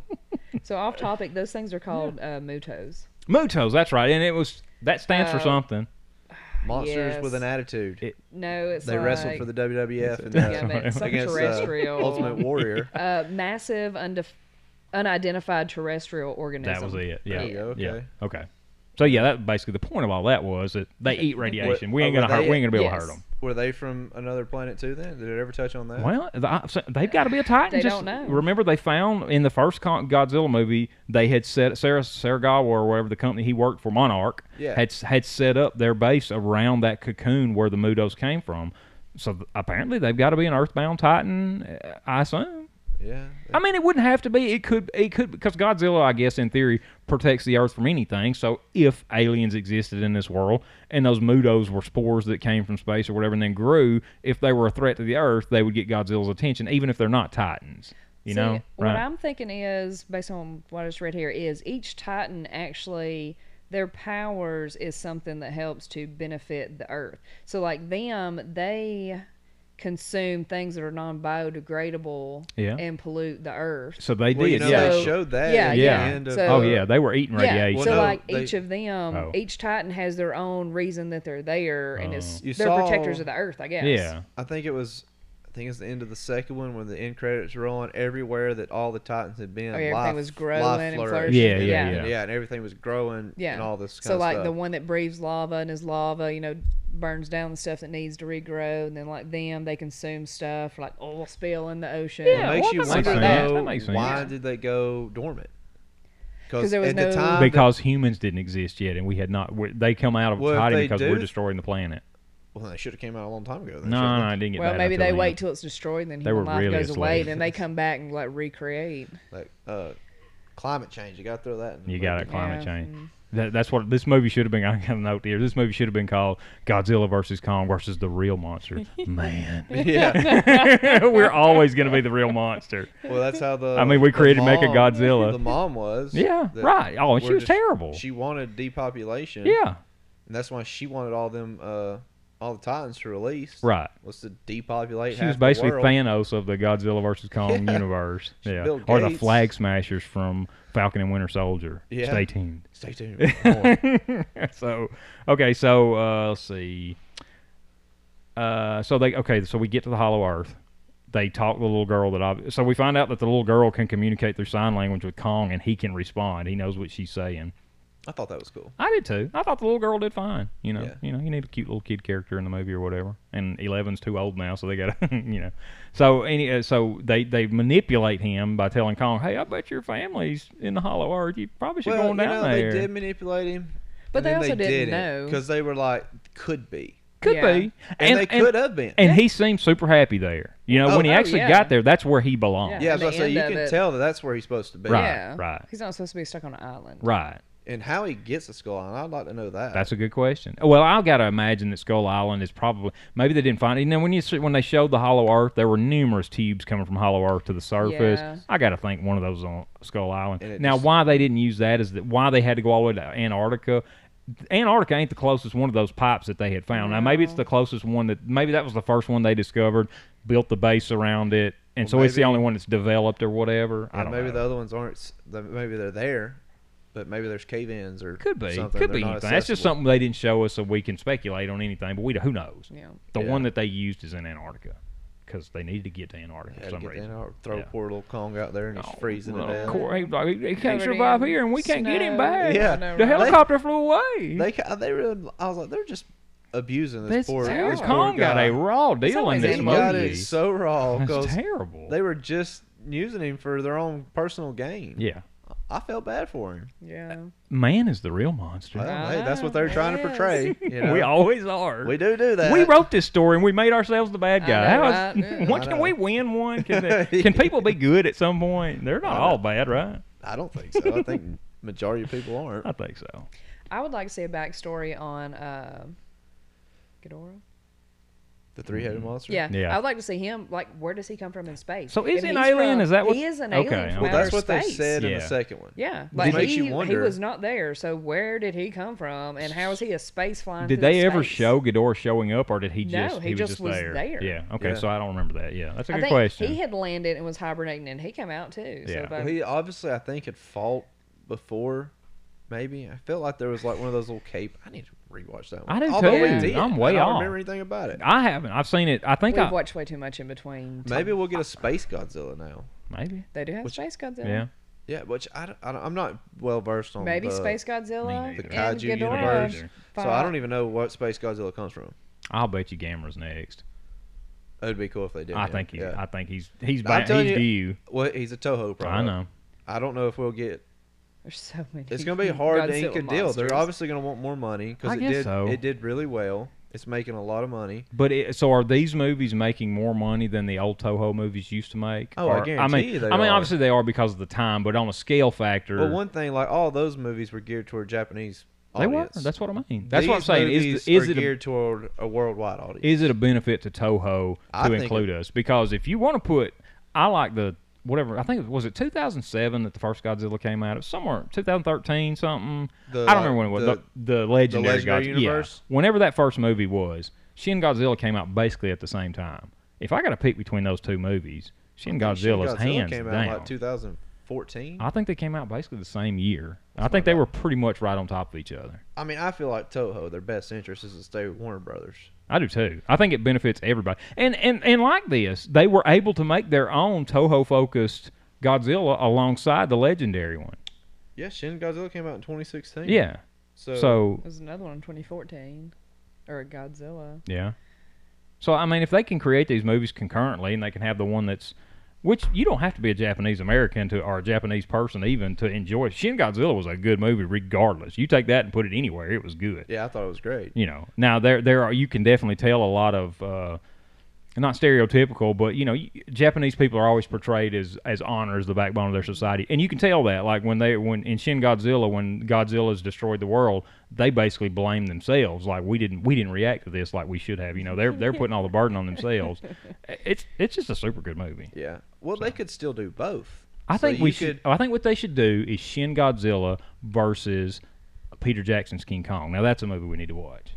Speaker 3: So off topic, those things are called uh, mutos.
Speaker 2: Mutos. That's right. And it was that stands for
Speaker 3: Uh,
Speaker 2: something.
Speaker 4: Monsters with
Speaker 3: Yes.
Speaker 4: an attitude.
Speaker 2: It-
Speaker 3: No, it's
Speaker 4: they
Speaker 3: like,
Speaker 4: wrestled for the WWF and
Speaker 3: yeah,
Speaker 4: uh,
Speaker 3: but it's like
Speaker 4: against uh,
Speaker 3: terrestrial,
Speaker 4: Ultimate Warrior.
Speaker 3: uh, massive, undef- unidentified terrestrial organism.
Speaker 2: That was it. Yeah.
Speaker 4: There you go,
Speaker 2: Yeah.
Speaker 4: okay.
Speaker 2: Okay. So yeah, that basically the point of all that was that they eat radiation. we
Speaker 4: oh,
Speaker 2: ain't gonna
Speaker 4: were
Speaker 2: hurt.
Speaker 4: they-
Speaker 2: We ain't gonna be able
Speaker 3: Yes.
Speaker 2: to hurt them.
Speaker 4: Were they from another planet too? Then did it ever touch on that?
Speaker 2: Well, the, I- so they've got to be a Titan.
Speaker 3: They
Speaker 2: just-
Speaker 3: don't know.
Speaker 2: Remember, they found in the first con- Godzilla movie, they had set Sarah Saragawa or whatever the company he worked for, Monarch,
Speaker 4: Yeah.
Speaker 2: had s- had set up their base around that cocoon where the Mudos came from. So th- apparently, they've got to be an Earthbound Titan. uh, I assume.
Speaker 4: Yeah.
Speaker 2: I mean, it wouldn't have to be. It could. It could because Godzilla, I guess, in theory, protects the Earth from anything. So if aliens existed in this world and those mudos were spores that came from space or whatever, and then grew, if they were a threat to the Earth, they would get Godzilla's attention, even if they're not Titans. You
Speaker 3: See,
Speaker 2: know,
Speaker 3: what
Speaker 2: right?
Speaker 3: I'm thinking is, based on what I just read here, is each Titan actually their powers is something that helps to benefit the Earth. So, like them, they consume things that are non-biodegradable
Speaker 2: Yeah.
Speaker 3: and pollute the Earth.
Speaker 2: so they
Speaker 4: Well, you
Speaker 2: did.
Speaker 4: know,
Speaker 2: yeah.
Speaker 4: they
Speaker 3: So-
Speaker 4: showed that.
Speaker 3: yeah,
Speaker 4: at the
Speaker 2: yeah.
Speaker 4: end of,
Speaker 3: So-
Speaker 2: oh
Speaker 4: uh,
Speaker 2: yeah, they were eating radiation.
Speaker 3: so
Speaker 4: Well, no,
Speaker 3: like
Speaker 4: they-
Speaker 3: each of them,
Speaker 2: Oh.
Speaker 3: each Titan has their own reason that they're there, and it's
Speaker 4: You
Speaker 3: they're
Speaker 4: saw-
Speaker 3: protectors of the Earth, I guess.
Speaker 2: Oh. yeah.
Speaker 4: I think it was. I think it's the end of the second one when the end credits roll on. Everywhere that all the Titans had been,
Speaker 3: Oh, yeah, everything
Speaker 4: life,
Speaker 3: was growing
Speaker 4: life
Speaker 3: and
Speaker 4: flourished.
Speaker 3: flourishing.
Speaker 2: Yeah, yeah,
Speaker 4: and,
Speaker 2: yeah.
Speaker 4: and everything was growing.
Speaker 3: Yeah.
Speaker 4: and all this. Kind
Speaker 3: so
Speaker 4: of
Speaker 3: like
Speaker 4: stuff.
Speaker 3: the one that breathes lava and is lava, you know, burns down the stuff that needs to regrow, and then like them, they consume stuff like oil spill in the ocean.
Speaker 2: Yeah,
Speaker 4: it
Speaker 2: well,
Speaker 4: makes you
Speaker 2: that makes
Speaker 4: wonder
Speaker 2: sense.
Speaker 4: though,
Speaker 2: That makes sense.
Speaker 4: why
Speaker 2: Yeah.
Speaker 4: did they go dormant?
Speaker 3: 'Cause there was
Speaker 4: at
Speaker 3: no-
Speaker 4: the time, that-
Speaker 2: Because humans didn't exist yet, and we had not. we they come out of
Speaker 4: Well, if
Speaker 2: hiding
Speaker 4: they
Speaker 2: because
Speaker 4: do-
Speaker 2: we're destroying the planet.
Speaker 4: well, they should have came out a long time ago. Then,
Speaker 2: No,
Speaker 4: shouldn't
Speaker 2: no,
Speaker 4: they?
Speaker 2: I didn't get
Speaker 3: Well,
Speaker 2: that
Speaker 3: maybe
Speaker 2: until
Speaker 3: they
Speaker 2: the
Speaker 3: wait
Speaker 2: end.
Speaker 3: till it's destroyed, then
Speaker 2: They were
Speaker 3: human life
Speaker 2: really
Speaker 3: goes away,
Speaker 2: asleep.
Speaker 3: then they come back and like recreate.
Speaker 4: like uh, climate change. You got to throw that. in the
Speaker 2: You got
Speaker 4: movie.
Speaker 2: it. Climate
Speaker 3: Yeah.
Speaker 2: change. That, that's what this movie should have been. I got a note here. This movie should have been called Godzilla versus Kong versus the real monster. Man,
Speaker 4: Yeah.
Speaker 2: we're always going to be the real monster.
Speaker 4: Well, that's how the.
Speaker 2: I mean, we
Speaker 4: the
Speaker 2: created
Speaker 4: mom-
Speaker 2: Mechagodzilla.
Speaker 4: The mom was.
Speaker 2: Yeah,
Speaker 4: that
Speaker 2: right. Oh, and she
Speaker 4: we're
Speaker 2: was terrible.
Speaker 4: She wanted depopulation.
Speaker 2: Yeah,
Speaker 4: And that's why she wanted all them, uh, all the Titans to release.
Speaker 2: right.
Speaker 4: Was to depopulate.
Speaker 2: She
Speaker 4: half
Speaker 2: was basically
Speaker 4: the world.
Speaker 2: Thanos of the Godzilla versus Kong universe.
Speaker 4: She's
Speaker 2: Yeah,
Speaker 4: Bill
Speaker 2: or the
Speaker 4: Gates.
Speaker 2: Flag Smashers from Falcon and Winter Soldier.
Speaker 4: Yeah.
Speaker 2: Stay tuned.
Speaker 4: Stay tuned. More.
Speaker 2: so okay so uh, let's see uh, so they okay so we get to the hollow earth they talk to the little girl that I so we find out that the little girl can communicate through sign language with Kong and he can respond he knows what she's saying
Speaker 4: I thought that was cool.
Speaker 2: I did too I thought the little girl did fine you know
Speaker 4: Yeah.
Speaker 2: you know you need a cute little kid character in the movie or whatever and 11's too old now so they got to you know so any uh, so they they manipulate him by telling Kong hey I bet your family's in the hollow earth you probably should go
Speaker 4: Well,
Speaker 2: on
Speaker 4: you
Speaker 2: down
Speaker 4: know,
Speaker 2: there
Speaker 4: they did manipulate him.
Speaker 3: But
Speaker 4: and
Speaker 3: they
Speaker 4: then
Speaker 3: also
Speaker 4: they
Speaker 3: didn't know.
Speaker 4: because they were like, could be,
Speaker 2: could
Speaker 3: Yeah.
Speaker 2: be
Speaker 4: and, they could have been.
Speaker 2: And he seemed super happy there. You know,
Speaker 4: Oh,
Speaker 2: when he
Speaker 3: oh,
Speaker 2: actually
Speaker 3: yeah.
Speaker 2: got there, that's where he belonged.
Speaker 4: yeah, I
Speaker 3: and
Speaker 4: was about
Speaker 3: the
Speaker 4: to say you
Speaker 3: end of
Speaker 4: can
Speaker 3: it-
Speaker 4: tell that that's where he's supposed to be.
Speaker 2: Right,
Speaker 3: yeah,
Speaker 2: right.
Speaker 3: He's not supposed to be stuck on an island.
Speaker 2: Right.
Speaker 4: And how he gets to Skull Island, I'd like to know that.
Speaker 2: That's a good question. Well, I gotta imagine that Skull Island is probably maybe they didn't find it. You know, when you see- when they showed the Hollow Earth, there were numerous tubes coming from Hollow Earth to the surface.
Speaker 3: Yeah.
Speaker 2: I gotta think one of those was on Skull
Speaker 4: And
Speaker 2: Island.
Speaker 4: it
Speaker 2: Now,
Speaker 4: just-
Speaker 2: why they didn't use that is that why they had to go all the way to Antarctica. Antarctica ain't the closest one of those pipes that they had found. Now, maybe it's
Speaker 3: No.
Speaker 2: the closest one that maybe that was the first one they discovered, built the base around it, and
Speaker 4: Well,
Speaker 2: so it's the
Speaker 4: maybe-
Speaker 2: only one that's developed or whatever. I
Speaker 4: Yeah,
Speaker 2: don't
Speaker 4: maybe
Speaker 2: know.
Speaker 4: the other ones aren't. s- the- Maybe they're there, but maybe there's cave ins or
Speaker 2: Could be,
Speaker 4: something.
Speaker 2: could
Speaker 4: They're
Speaker 2: be
Speaker 4: not
Speaker 2: anything. That's just
Speaker 4: accessible.
Speaker 2: something they didn't show us, so we can speculate on anything. But we don't- who knows?
Speaker 3: Yeah.
Speaker 2: The
Speaker 4: Yeah.
Speaker 2: one that they used is in Antarctica because they needed to get to Antarctica for
Speaker 4: Had to
Speaker 2: some
Speaker 4: get
Speaker 2: reason.
Speaker 4: in, I'll throw
Speaker 2: Yeah.
Speaker 4: poor little Kong out there and he's
Speaker 2: Oh,
Speaker 4: freezing
Speaker 2: well,
Speaker 4: to death.
Speaker 2: Of course, he, like, he can't
Speaker 3: Covered
Speaker 2: survive
Speaker 3: in
Speaker 2: here, and we can't get him
Speaker 3: snow.
Speaker 2: back.
Speaker 4: Yeah.
Speaker 3: I know,
Speaker 2: the
Speaker 3: right?
Speaker 2: helicopter flew away.
Speaker 4: They, ca- they really, I was like, they're just abusing this,
Speaker 2: this
Speaker 4: poor.
Speaker 3: terrible.
Speaker 4: This poor
Speaker 2: Kong got
Speaker 4: guy.
Speaker 2: a raw deal in
Speaker 3: always
Speaker 2: this
Speaker 4: They
Speaker 3: in
Speaker 2: movie.
Speaker 3: the
Speaker 4: got it so raw
Speaker 2: That's
Speaker 4: because
Speaker 2: terrible.
Speaker 4: they were just using him for their own personal gain.
Speaker 2: yeah,
Speaker 4: I felt bad for him.
Speaker 3: Yeah.
Speaker 2: man is the real monster.
Speaker 4: Well,
Speaker 3: I
Speaker 4: hey, that's
Speaker 3: know,
Speaker 4: what they're trying to
Speaker 3: yes.
Speaker 4: portray. You know?
Speaker 2: we always are.
Speaker 4: We do do that.
Speaker 2: We wrote this story and we made ourselves the bad
Speaker 3: I
Speaker 2: guy.
Speaker 3: know,
Speaker 2: How is-
Speaker 3: right? Yeah.
Speaker 2: what
Speaker 4: I
Speaker 2: can
Speaker 4: know.
Speaker 2: we win one? Can, they- can people be good at some point? They're not
Speaker 4: I
Speaker 2: all
Speaker 4: know.
Speaker 2: bad, right?
Speaker 4: I don't think so. I think majority of people aren't.
Speaker 2: I think so.
Speaker 3: I would like to see a backstory on uh, Ghidorah.
Speaker 4: The three-headed
Speaker 2: Mm-hmm.
Speaker 4: monster.
Speaker 3: Yeah.
Speaker 2: Yeah.
Speaker 3: I would like to see him. Like, where does he come from in space?
Speaker 2: So is
Speaker 3: If
Speaker 2: he an
Speaker 3: he's
Speaker 2: alien?
Speaker 3: from-
Speaker 2: Is that what-
Speaker 3: he is an
Speaker 2: Okay,
Speaker 3: alien? From
Speaker 2: okay.
Speaker 4: Well,
Speaker 2: Outer
Speaker 4: that's what they
Speaker 3: space.
Speaker 4: said in
Speaker 2: Yeah.
Speaker 4: the second one.
Speaker 3: Yeah, like
Speaker 4: makes
Speaker 3: he,
Speaker 4: you
Speaker 3: he
Speaker 4: wonder.
Speaker 3: was not there, so where did he come from, and how is he a space flying?
Speaker 2: Did
Speaker 3: through
Speaker 2: they ever
Speaker 3: space?
Speaker 2: show Ghidorah showing up, or did he
Speaker 3: No,
Speaker 2: just
Speaker 3: he just
Speaker 2: was
Speaker 3: was
Speaker 2: there?
Speaker 3: there.
Speaker 2: Yeah. Okay.
Speaker 4: Yeah.
Speaker 2: So I don't remember that. Yeah, that's a
Speaker 3: I
Speaker 2: good
Speaker 3: think
Speaker 2: question.
Speaker 3: he had landed and was hibernating, and he came out too.
Speaker 2: Yeah.
Speaker 3: So
Speaker 4: Well,
Speaker 3: but,
Speaker 4: he obviously, I think, had fought before. Maybe I felt like there was like one of those little cape. I need to rewatch that one.
Speaker 2: I do
Speaker 4: Although we
Speaker 3: too.
Speaker 4: did,
Speaker 2: I'm way
Speaker 4: I don't
Speaker 2: off.
Speaker 4: remember anything about it.
Speaker 2: I haven't. I've seen it. I think
Speaker 3: we've
Speaker 2: I
Speaker 3: watched way too much in between. to-
Speaker 4: Maybe we'll get a space Godzilla now.
Speaker 2: maybe.
Speaker 3: they do have
Speaker 4: which-
Speaker 3: space Godzilla.
Speaker 2: Yeah.
Speaker 4: Yeah, which I, don't- I don't- I'm not well versed on.
Speaker 3: Maybe
Speaker 4: the,
Speaker 3: space Godzilla
Speaker 2: Me neither.
Speaker 4: the
Speaker 3: and
Speaker 4: kaiju
Speaker 3: Ghidorah
Speaker 4: universe.
Speaker 2: Neither.
Speaker 4: So I
Speaker 3: fought.
Speaker 4: don't even know what space Godzilla comes from.
Speaker 2: I'll bet you Gamera's next.
Speaker 4: It would be cool if they did.
Speaker 2: I
Speaker 4: yeah.
Speaker 2: think he's.
Speaker 4: Yeah.
Speaker 2: I think he's. He's
Speaker 4: I'm
Speaker 2: back.
Speaker 4: telling
Speaker 2: He's due.
Speaker 4: you- well, he's a Toho product.
Speaker 2: I know.
Speaker 4: I don't know if we'll get.
Speaker 3: There's so many.
Speaker 4: It's gonna be hard to ink
Speaker 3: Godzilla
Speaker 4: a deal.
Speaker 3: monsters.
Speaker 4: They're obviously gonna want more
Speaker 2: I
Speaker 4: money because it
Speaker 2: guess
Speaker 4: did.
Speaker 2: so.
Speaker 4: It did really well. It's making a lot of money.
Speaker 2: But it, so are these movies making more money than the old Toho movies used to make?
Speaker 4: Oh,
Speaker 2: mean,
Speaker 4: I guarantee you they
Speaker 2: I mean,
Speaker 4: are.
Speaker 2: obviously they are because of the time, but on a scale factor,
Speaker 4: Well, one thing like all those movies were geared toward Japanese.
Speaker 2: they were.
Speaker 4: audience.
Speaker 2: That's what I mean. That's what I'm
Speaker 4: These
Speaker 2: saying. Is
Speaker 4: movies
Speaker 2: the- is
Speaker 4: are
Speaker 2: it a
Speaker 4: geared toward a worldwide audience?
Speaker 2: is it a benefit to Toho
Speaker 4: I
Speaker 2: to
Speaker 4: think
Speaker 2: include us? Because if you want to put, I like the whatever. I think it was it 2007 that the first Godzilla came out. It was somewhere 2013 something.
Speaker 4: The,
Speaker 2: I don't
Speaker 4: like,
Speaker 2: remember when it was.
Speaker 4: the-
Speaker 2: The, the legendary,
Speaker 4: legendary
Speaker 2: Godzilla.
Speaker 4: universe?
Speaker 2: Yeah. Whenever that first movie was, Shin Godzilla came out basically at the same time. If I got to pick between those two movies, Shin Godzilla's
Speaker 4: Godzilla
Speaker 2: hands
Speaker 4: came out in,
Speaker 2: down.
Speaker 4: like 2014.
Speaker 2: I think they came out basically the same year. I think they were pretty much right on top of each other.
Speaker 4: I mean, I feel like Toho, their best interest is to stay with Warner Brothers.
Speaker 2: I do too. I think it benefits everybody. And and and like this, they were able to make their own Toho focused Godzilla alongside the legendary one.
Speaker 4: Yeah, Shin Godzilla came out in 2016.
Speaker 2: Yeah.
Speaker 4: So,
Speaker 2: So
Speaker 3: There's another one in 2014, or a Godzilla.
Speaker 2: yeah. So I mean, if they can create these movies concurrently, and they can have the one that's which you don't have to be a Japanese American to or a Japanese person even to enjoy. Shin Godzilla was a good movie regardless. You take that and put it anywhere, it was good.
Speaker 4: yeah, I thought it was great.
Speaker 2: you know now there there are you can definitely tell a lot of uh not stereotypical but you know y- japanese people are always portrayed as as honor as the backbone of their society and you can tell that like when they when in shin godzilla when godzilla's destroyed the world they basically blame themselves like we didn't we didn't react to this like we should have you know they're they're putting all the burden on themselves it's it's just a super good movie
Speaker 4: Yeah. Well, they could still do both.
Speaker 2: i
Speaker 4: So
Speaker 2: think
Speaker 4: you
Speaker 2: we should i think what they should do is shin godzilla versus peter jackson's king kong now that's a movie we need to watch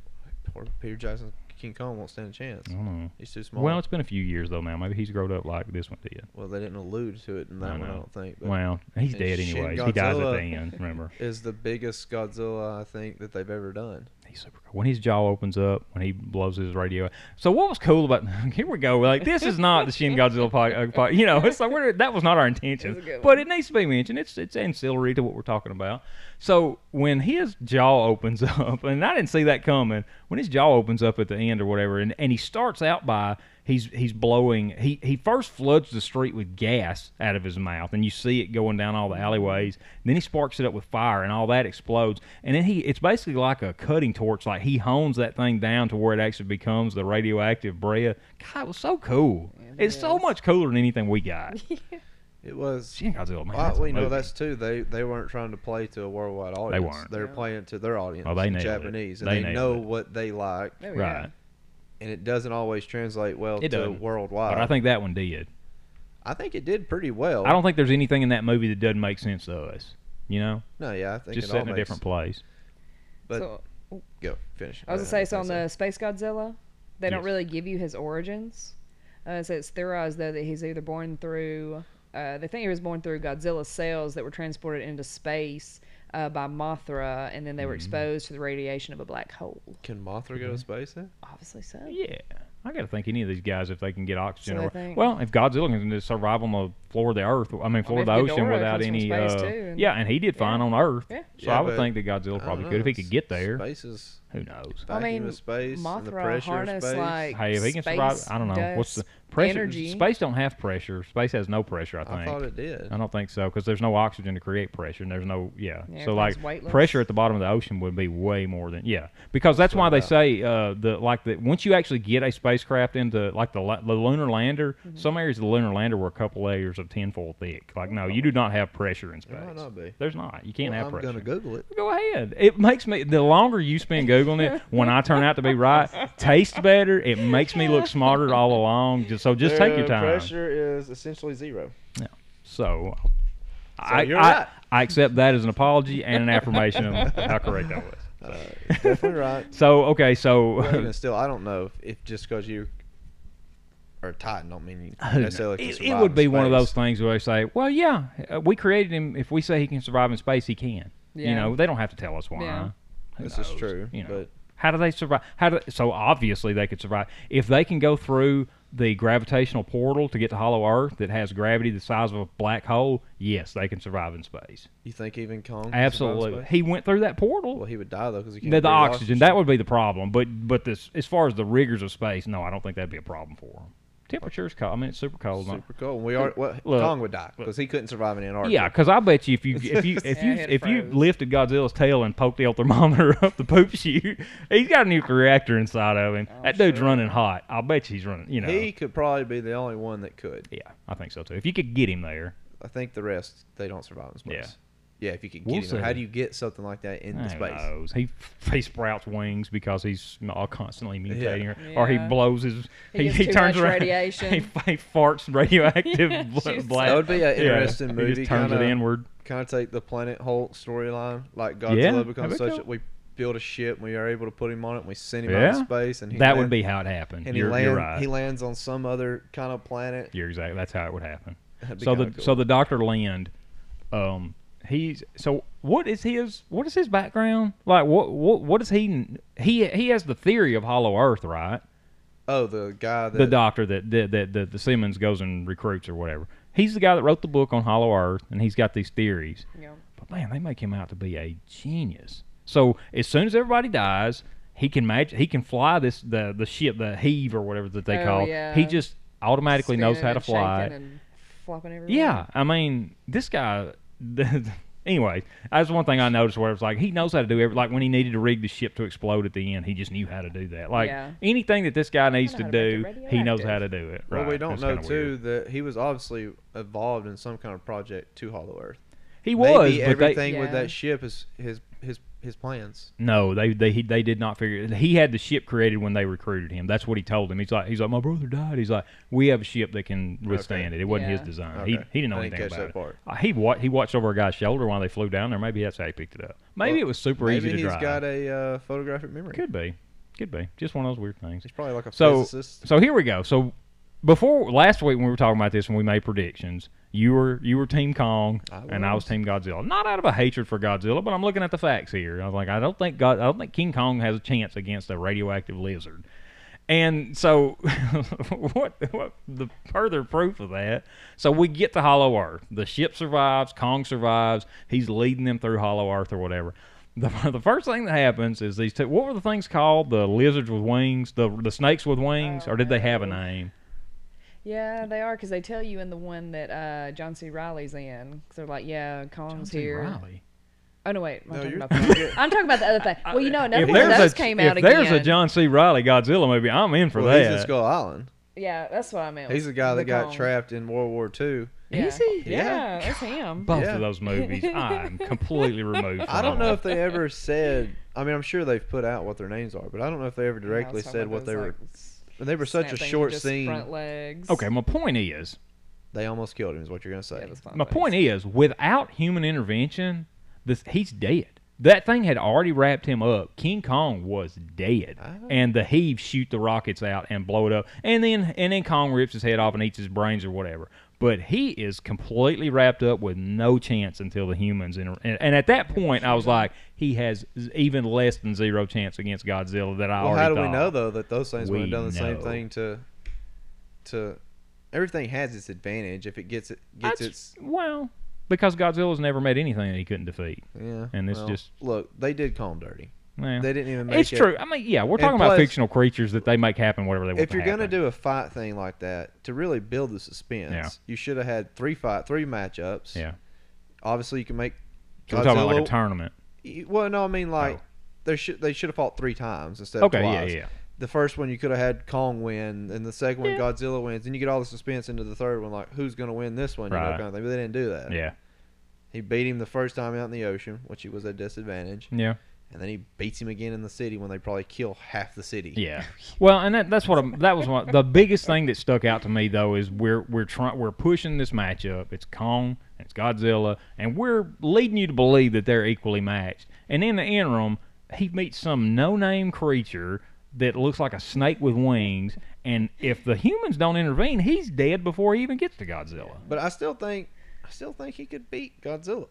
Speaker 4: Poor Peter Jackson King Kong won't stand a chance.
Speaker 2: i don't know
Speaker 4: He's too small.
Speaker 2: Well, it's been a few years though now. Maybe he's grown up like this one did.
Speaker 4: Well, they didn't allude to it in
Speaker 2: I
Speaker 4: that one, I
Speaker 2: know.
Speaker 4: don't think. But
Speaker 2: Well, he's
Speaker 4: And
Speaker 2: dead
Speaker 4: Shin
Speaker 2: anyways. He dies at the
Speaker 4: Godzilla.
Speaker 2: end. Remember,
Speaker 4: is the biggest Godzilla I think that they've ever done.
Speaker 2: he's super cool. When his jaw opens up, when he blows his radio. So what was cool about? Here we go. Like this is not the Shin Godzilla pod, uh, pod- You know, it's like we're, that was not our intention,
Speaker 3: It was a good
Speaker 2: but it needs to be mentioned. It's it's ancillary to what we're talking about. So when his jaw opens up, and I didn't see that coming. When his jaw opens up at the end or whatever, and, and he starts out by he's he's blowing he he first floods the street with gas out of his mouth and you see it going down all the alleyways then he sparks it up with fire and all that explodes and then he it's basically like a cutting torch like he hones that thing down to where it actually becomes the radioactive breath god it was so cool
Speaker 3: It
Speaker 2: it's so
Speaker 3: is.
Speaker 2: much cooler than anything we got
Speaker 4: It was.
Speaker 2: She and Godzilla, man.
Speaker 4: Well,
Speaker 2: that's a
Speaker 4: we know
Speaker 2: movie.
Speaker 4: that's too. They they weren't trying to play to a worldwide audience.
Speaker 2: weren't.
Speaker 4: They're
Speaker 3: Yeah.
Speaker 4: playing to their audience,
Speaker 2: Well, they
Speaker 4: the
Speaker 2: nailed it.
Speaker 4: Japanese, and
Speaker 2: They
Speaker 4: they,
Speaker 2: nailed
Speaker 4: know
Speaker 2: it.
Speaker 4: what they like,
Speaker 3: There we go.
Speaker 2: right.
Speaker 4: and it doesn't always translate well
Speaker 2: It
Speaker 4: to
Speaker 2: doesn't.
Speaker 4: worldwide.
Speaker 2: But I think that one did.
Speaker 4: I think it did pretty well.
Speaker 2: I don't think there's anything in that movie that doesn't make sense to us. You know,
Speaker 4: No, yeah, I think
Speaker 2: just
Speaker 4: it all
Speaker 2: set in a
Speaker 4: makes-
Speaker 2: different place.
Speaker 4: But
Speaker 3: so
Speaker 4: go finish.
Speaker 3: I was gonna say, so on the Space Godzilla, they don't
Speaker 2: Yes.
Speaker 3: really give you his origins. Uh, so it's theorized though that he's either born through, uh, they think he was born through Godzilla cells that were transported into space uh, by Mothra, and then they were
Speaker 2: Mm-hmm.
Speaker 3: exposed to the radiation of a black hole.
Speaker 4: Can Mothra go to space? Then?
Speaker 3: Obviously so.
Speaker 2: Yeah, I got to think any of these guys if they can get oxygen.
Speaker 3: So I
Speaker 2: or,
Speaker 3: think-
Speaker 2: well, if Godzilla can just survive on the floor of the Earth, I mean floor
Speaker 3: if
Speaker 2: of the ocean
Speaker 3: Ghidorah
Speaker 2: without
Speaker 3: comes from
Speaker 2: any.
Speaker 3: space
Speaker 2: uh,
Speaker 3: too, and-
Speaker 2: yeah, and he did fine on Earth.
Speaker 3: Yeah.
Speaker 2: So
Speaker 4: Yeah,
Speaker 2: I would
Speaker 4: but-
Speaker 2: think that Godzilla
Speaker 4: I
Speaker 2: probably
Speaker 4: don't
Speaker 2: could if he
Speaker 4: know,
Speaker 2: could get there.
Speaker 4: Space is
Speaker 2: Who knows?
Speaker 3: I
Speaker 4: vacuum
Speaker 3: mean,
Speaker 4: of space and the
Speaker 3: Mothra
Speaker 4: pressure of
Speaker 3: harness
Speaker 4: space.
Speaker 3: like
Speaker 2: Hey, if he can survive,
Speaker 3: space,
Speaker 2: I don't know. What's the
Speaker 3: dust,
Speaker 2: pressure?
Speaker 3: Energy.
Speaker 2: Space don't have pressure. Space has no pressure. I think.
Speaker 4: I thought it did.
Speaker 2: I don't think so because there's no oxygen to create pressure, and there's no yeah.
Speaker 3: Yeah,
Speaker 2: so
Speaker 3: everything's
Speaker 2: like
Speaker 3: weightless.
Speaker 2: pressure at the bottom of the ocean would be way more than yeah because that's why they say uh, the like that once you actually get a spacecraft into like the la- the lunar lander, some areas of the lunar lander were a couple layers of tinfoil thick. Like no, you do not have pressure in space.
Speaker 4: might not be.
Speaker 2: There's not. You can't
Speaker 4: Well,
Speaker 2: have
Speaker 4: I'm
Speaker 2: pressure.
Speaker 4: gonna Google it.
Speaker 2: Go ahead. It makes me the longer you spend googling it, when I turn out to be right, tastes better. It makes me look smarter all along. Just so just take your
Speaker 4: Uh,
Speaker 2: time.
Speaker 4: Pressure is essentially zero.
Speaker 2: So, I,
Speaker 4: you're
Speaker 2: I,
Speaker 4: right.
Speaker 2: I accept that as an apology and an affirmation of how correct that was.
Speaker 4: Definitely right.
Speaker 2: So okay, so
Speaker 4: But even still, I don't know if, if just because you are a Titan, don't mean you
Speaker 2: Who
Speaker 4: necessarily
Speaker 2: kno-
Speaker 4: can
Speaker 2: it, it
Speaker 4: survive
Speaker 2: would
Speaker 4: in
Speaker 2: be one of
Speaker 4: space.
Speaker 2: those things where they say, "Well, yeah, uh, we created him. If we say he can survive in space, he can." You
Speaker 3: Yeah.
Speaker 2: know, they don't have to tell us why.
Speaker 3: Yeah.
Speaker 2: Who
Speaker 4: This is
Speaker 2: knows?
Speaker 4: true,
Speaker 2: You know,
Speaker 4: but-
Speaker 2: how do they survive? How do so obviously they could survive if they can go through the gravitational portal to get to Hollow Earth that has gravity the size of a black hole. Yes, they can survive in space.
Speaker 4: You think even Kong? can survive
Speaker 2: Absolutely,
Speaker 4: space?
Speaker 2: he went through that portal.
Speaker 4: Well, he would die though because he can't.
Speaker 2: the, the
Speaker 4: breathe
Speaker 2: oxygen, that would be the problem but but this as far as the rigors of space no i don't think that'd be a problem for them temperature's cold i mean it's super cold
Speaker 4: super cool. And we are. Well,
Speaker 2: Look.
Speaker 4: Kong would die because he couldn't survive in Antarctica.
Speaker 2: yeah because i bet you if you if you if
Speaker 3: Yeah,
Speaker 2: you
Speaker 3: it
Speaker 2: if you
Speaker 3: froze.
Speaker 2: lifted godzilla's tail and poked the old thermometer up the poop chute he's got a nuclear reactor inside of him that dude's running hot i'll bet you he's running you know
Speaker 4: Oh, he could probably be the only one that could.
Speaker 2: yeah i think so too if you could get him there
Speaker 4: I think the rest they don't survive in space.
Speaker 2: Yeah.
Speaker 4: Yeah, if you could get
Speaker 2: We'll
Speaker 4: him. How
Speaker 2: see.
Speaker 4: do you get something like that into
Speaker 2: Who
Speaker 4: space?
Speaker 2: knows? He he sprouts wings because he's all constantly mutating, or, or he
Speaker 3: Yeah.
Speaker 2: blows his
Speaker 3: He gets too
Speaker 2: turns
Speaker 3: much
Speaker 2: around,
Speaker 3: radiation.
Speaker 2: He, he farts radioactive
Speaker 3: Yeah,
Speaker 2: bla-
Speaker 3: she's
Speaker 2: black.
Speaker 4: That would be an interesting
Speaker 2: yeah. He
Speaker 4: movie.
Speaker 2: just turns
Speaker 4: kinda,
Speaker 2: it inward.
Speaker 4: Kind of take the Planet Hulk storyline, like
Speaker 2: Yeah,
Speaker 4: Godzilla
Speaker 2: that'd
Speaker 4: becomes
Speaker 2: be
Speaker 4: such
Speaker 2: cool.
Speaker 4: that we build a ship and we are able to put him on it and we send him out
Speaker 2: Yeah.
Speaker 4: in space and he
Speaker 2: That
Speaker 4: land-
Speaker 2: would be how it happened.
Speaker 4: and
Speaker 2: you're,
Speaker 4: he, land,
Speaker 2: you're right.
Speaker 4: he lands on some other kind of planet.
Speaker 2: You're exactly. That's how it would happen.
Speaker 4: That'd be
Speaker 2: So the
Speaker 4: kinda cool.
Speaker 2: so the Doctor Land, um, he's so what is his what is his background like? What what what is he he he has the theory of Hollow Earth, right?
Speaker 4: Oh, the guy that
Speaker 2: the doctor that that, that, that the Simmons goes and recruits or whatever. He's the guy that wrote the book on Hollow Earth, and he's got these theories.
Speaker 3: Yeah.
Speaker 2: But man, they make him out to be a genius. So as soon as everybody dies, he can mag- he can fly this the the ship the heave or whatever that they
Speaker 3: Oh,
Speaker 2: call. it.
Speaker 3: yeah.
Speaker 2: He just automatically knows
Speaker 3: Spinning
Speaker 2: how to
Speaker 3: and shaking
Speaker 2: fly. it.
Speaker 3: and flopping everywhere.
Speaker 2: Yeah, I mean, this guy. anyway, that's one thing I noticed where it's like he knows how to do every. Like when he needed to rig the ship to explode at the end, he just knew how to do that. Like
Speaker 3: Yeah.
Speaker 2: anything that this guy needs
Speaker 3: know
Speaker 2: to
Speaker 3: how to make
Speaker 2: do,
Speaker 3: it
Speaker 2: he knows how to do
Speaker 3: radioactive.
Speaker 2: it.
Speaker 4: well,
Speaker 2: right.
Speaker 4: we don't
Speaker 2: That's
Speaker 4: know
Speaker 2: kinda weird.
Speaker 4: too that he was obviously involved in some kind of project to Hollow Earth.
Speaker 2: He was,
Speaker 4: Maybe
Speaker 2: but they-
Speaker 4: everything with
Speaker 3: Yeah.
Speaker 4: that ship is his his his plans.
Speaker 2: no, they they he, they did not figure. He had the ship created when they recruited him. That's what he told him. He's like he's like my brother died. He's like we have a ship that can withstand it. It wasn't his
Speaker 3: Yeah.
Speaker 2: design. He,
Speaker 4: Okay.
Speaker 2: he didn't know
Speaker 4: I didn't
Speaker 2: anything
Speaker 4: catch
Speaker 2: about
Speaker 4: that
Speaker 2: it.
Speaker 4: part.
Speaker 2: Uh, He wa- he watched over a guy's shoulder while they flew down there. Maybe that's how he picked it up. Maybe
Speaker 4: Well,
Speaker 2: it was super
Speaker 4: Maybe
Speaker 2: easy to
Speaker 4: he's
Speaker 2: drive.
Speaker 4: got a uh, photographic memory.
Speaker 2: Could be. Could be. Just one of those weird things.
Speaker 4: He's probably like a
Speaker 2: So
Speaker 4: physicist.
Speaker 2: so here we go. So before last week when we were talking about this and we made predictions, you were you were Team Kong
Speaker 4: I
Speaker 2: and I was
Speaker 4: was.
Speaker 2: Team Godzilla. Not out of a hatred for Godzilla, but I'm looking at the facts here. I was like, I don't think God, I don't think King Kong has a chance against a radioactive lizard. And so, what, what the further proof of that? So we get to Hollow Earth. The ship survives. Kong survives. He's leading them through Hollow Earth or whatever. The, the first thing that happens is these two. What were the things called? The lizards with wings. The the snakes with wings. or did they have a
Speaker 3: Oh,
Speaker 2: name?
Speaker 3: Yeah, they are because they tell you in the one that uh, John C. Riley's in. 'Cause they're like, yeah, Kong's here. Oh no, wait, I'm,
Speaker 4: No,
Speaker 3: talking
Speaker 4: you're-
Speaker 3: about the, I'm talking about the other thing. Well, you know, another
Speaker 2: If
Speaker 3: one of
Speaker 2: there's
Speaker 3: those
Speaker 2: a
Speaker 3: came
Speaker 2: if
Speaker 3: out
Speaker 2: there's a
Speaker 3: again.
Speaker 2: John C. Riley Godzilla movie, I'm in for
Speaker 4: well, he's in
Speaker 2: that.
Speaker 4: Skull Island.
Speaker 3: yeah, that's what I meant.
Speaker 4: He's
Speaker 3: was
Speaker 4: the guy that got
Speaker 3: Kong.
Speaker 4: trapped in World War II
Speaker 3: Yeah.
Speaker 2: Is he?
Speaker 3: Yeah, that's him.
Speaker 2: Both
Speaker 4: Yeah.
Speaker 2: of those movies, I'm completely removed. From
Speaker 4: I don't know
Speaker 2: them.
Speaker 4: if they ever said. I mean, I'm sure they've put out what their names are, but I don't know if they ever
Speaker 3: Yeah, I was
Speaker 4: directly
Speaker 3: talking
Speaker 4: said
Speaker 3: about
Speaker 4: what they
Speaker 3: those,
Speaker 4: were.
Speaker 3: like, s-
Speaker 4: And they were such a
Speaker 3: snap thing,
Speaker 4: short
Speaker 3: just
Speaker 4: scene.
Speaker 3: Front legs.
Speaker 2: Okay, my point is,
Speaker 4: They almost killed him. Is what you're gonna say?
Speaker 3: Yeah, it was front
Speaker 2: my
Speaker 3: legs.
Speaker 2: point is, without human intervention, this he's dead. That thing had already wrapped him up. King Kong was dead,
Speaker 4: Ah.
Speaker 2: and the heaves shoot the rockets out and blow it up, and then and then Kong rips his head off and eats his brains or whatever. But he is completely wrapped up with no chance until the humans inter- and, and at that point, I was like, he has z- even less than zero chance against Godzilla. That I
Speaker 4: well,
Speaker 2: already
Speaker 4: how do we
Speaker 2: thought.
Speaker 4: know though that those things would have
Speaker 2: We
Speaker 4: done the same
Speaker 2: know.
Speaker 4: thing to, to, everything has its advantage if it gets it gets
Speaker 2: That's-
Speaker 4: its
Speaker 2: well because Godzilla's never made anything that he couldn't defeat.
Speaker 4: yeah.
Speaker 2: And it's
Speaker 4: well,
Speaker 2: just-
Speaker 4: look, they did call him dirty.
Speaker 2: Yeah.
Speaker 4: They didn't even make
Speaker 2: It's
Speaker 4: it.
Speaker 2: true. I mean, yeah, we're
Speaker 4: And
Speaker 2: talking about
Speaker 4: plus-
Speaker 2: fictional creatures that they make happen whatever they want.
Speaker 4: If you're
Speaker 2: going
Speaker 4: gonna do a fight thing like that to really build the suspense,
Speaker 2: Yeah.
Speaker 4: you should have had three fight three matchups.
Speaker 2: yeah,
Speaker 4: Obviously, you can make.
Speaker 2: So we're talking about like
Speaker 4: Godzilla-
Speaker 2: a tournament.
Speaker 4: Y- Well, no, I mean like
Speaker 2: Oh.
Speaker 4: they should they should have fought three times instead
Speaker 2: Okay,
Speaker 4: of
Speaker 2: yeah,
Speaker 4: twice.
Speaker 2: yeah.
Speaker 4: The first one you could have had Kong win, and the second one Godzilla wins, and you get all the suspense into the third one, like who's going to win this one, you know,
Speaker 2: Right.
Speaker 4: kind of thing. But they didn't do that.
Speaker 2: Yeah,
Speaker 4: He beat him the first time out in the ocean, which he was at disadvantage,
Speaker 2: yeah,
Speaker 4: and then he beats him again in the city when they probably kill half the city.
Speaker 2: yeah. Well, and that, that's what I'm, that was one, the biggest thing that stuck out to me though is we're we're trying we're pushing this matchup. It's Kong, it's Godzilla, and we're leading you to believe that they're equally matched. And in the interim, he meets some no-name creature that looks like a snake with wings. And if the humans don't intervene, he's dead before he even gets to Godzilla.
Speaker 4: But I still think I still think he could beat Godzilla.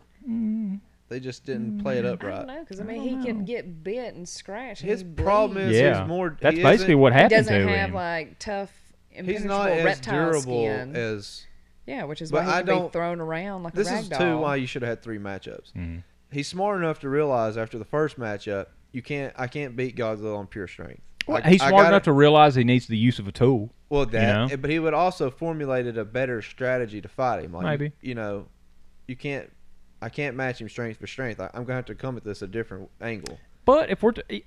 Speaker 4: They just didn't play it up
Speaker 3: Mm. I don't
Speaker 4: right.
Speaker 3: know because I mean he can get bit and scratched. and
Speaker 4: His
Speaker 3: he
Speaker 4: problem
Speaker 3: bleeds.
Speaker 4: is
Speaker 2: yeah,
Speaker 4: he's more.
Speaker 2: that's
Speaker 4: he
Speaker 2: basically
Speaker 4: isn't-
Speaker 2: what
Speaker 3: he
Speaker 2: happened
Speaker 3: doesn't
Speaker 2: to
Speaker 3: have
Speaker 2: him.
Speaker 3: like tough.
Speaker 4: He's
Speaker 3: impenetrable
Speaker 4: not as
Speaker 3: reptile
Speaker 4: durable
Speaker 3: skin.
Speaker 4: as
Speaker 3: yeah, which is
Speaker 4: But
Speaker 3: why he
Speaker 4: I
Speaker 3: can be
Speaker 4: don't-
Speaker 3: thrown around like
Speaker 4: This
Speaker 3: a rag
Speaker 4: is too
Speaker 3: doll.
Speaker 4: why you should have had three matchups.
Speaker 2: Mm-hmm.
Speaker 4: He's smart enough to realize after the first matchup, you can't. I can't beat Godzilla on pure strength.
Speaker 2: Well,
Speaker 4: I-
Speaker 2: he's
Speaker 4: I
Speaker 2: smart
Speaker 4: gotta-
Speaker 2: enough to realize he needs the use of a tool.
Speaker 4: Well, that,
Speaker 2: know?
Speaker 4: but he would also formulated a better strategy to fight him. Like,
Speaker 2: Maybe.
Speaker 4: you know, you can't. I can't match him strength for strength. I, I'm gonna have to come at this a different angle.
Speaker 2: But if we're t-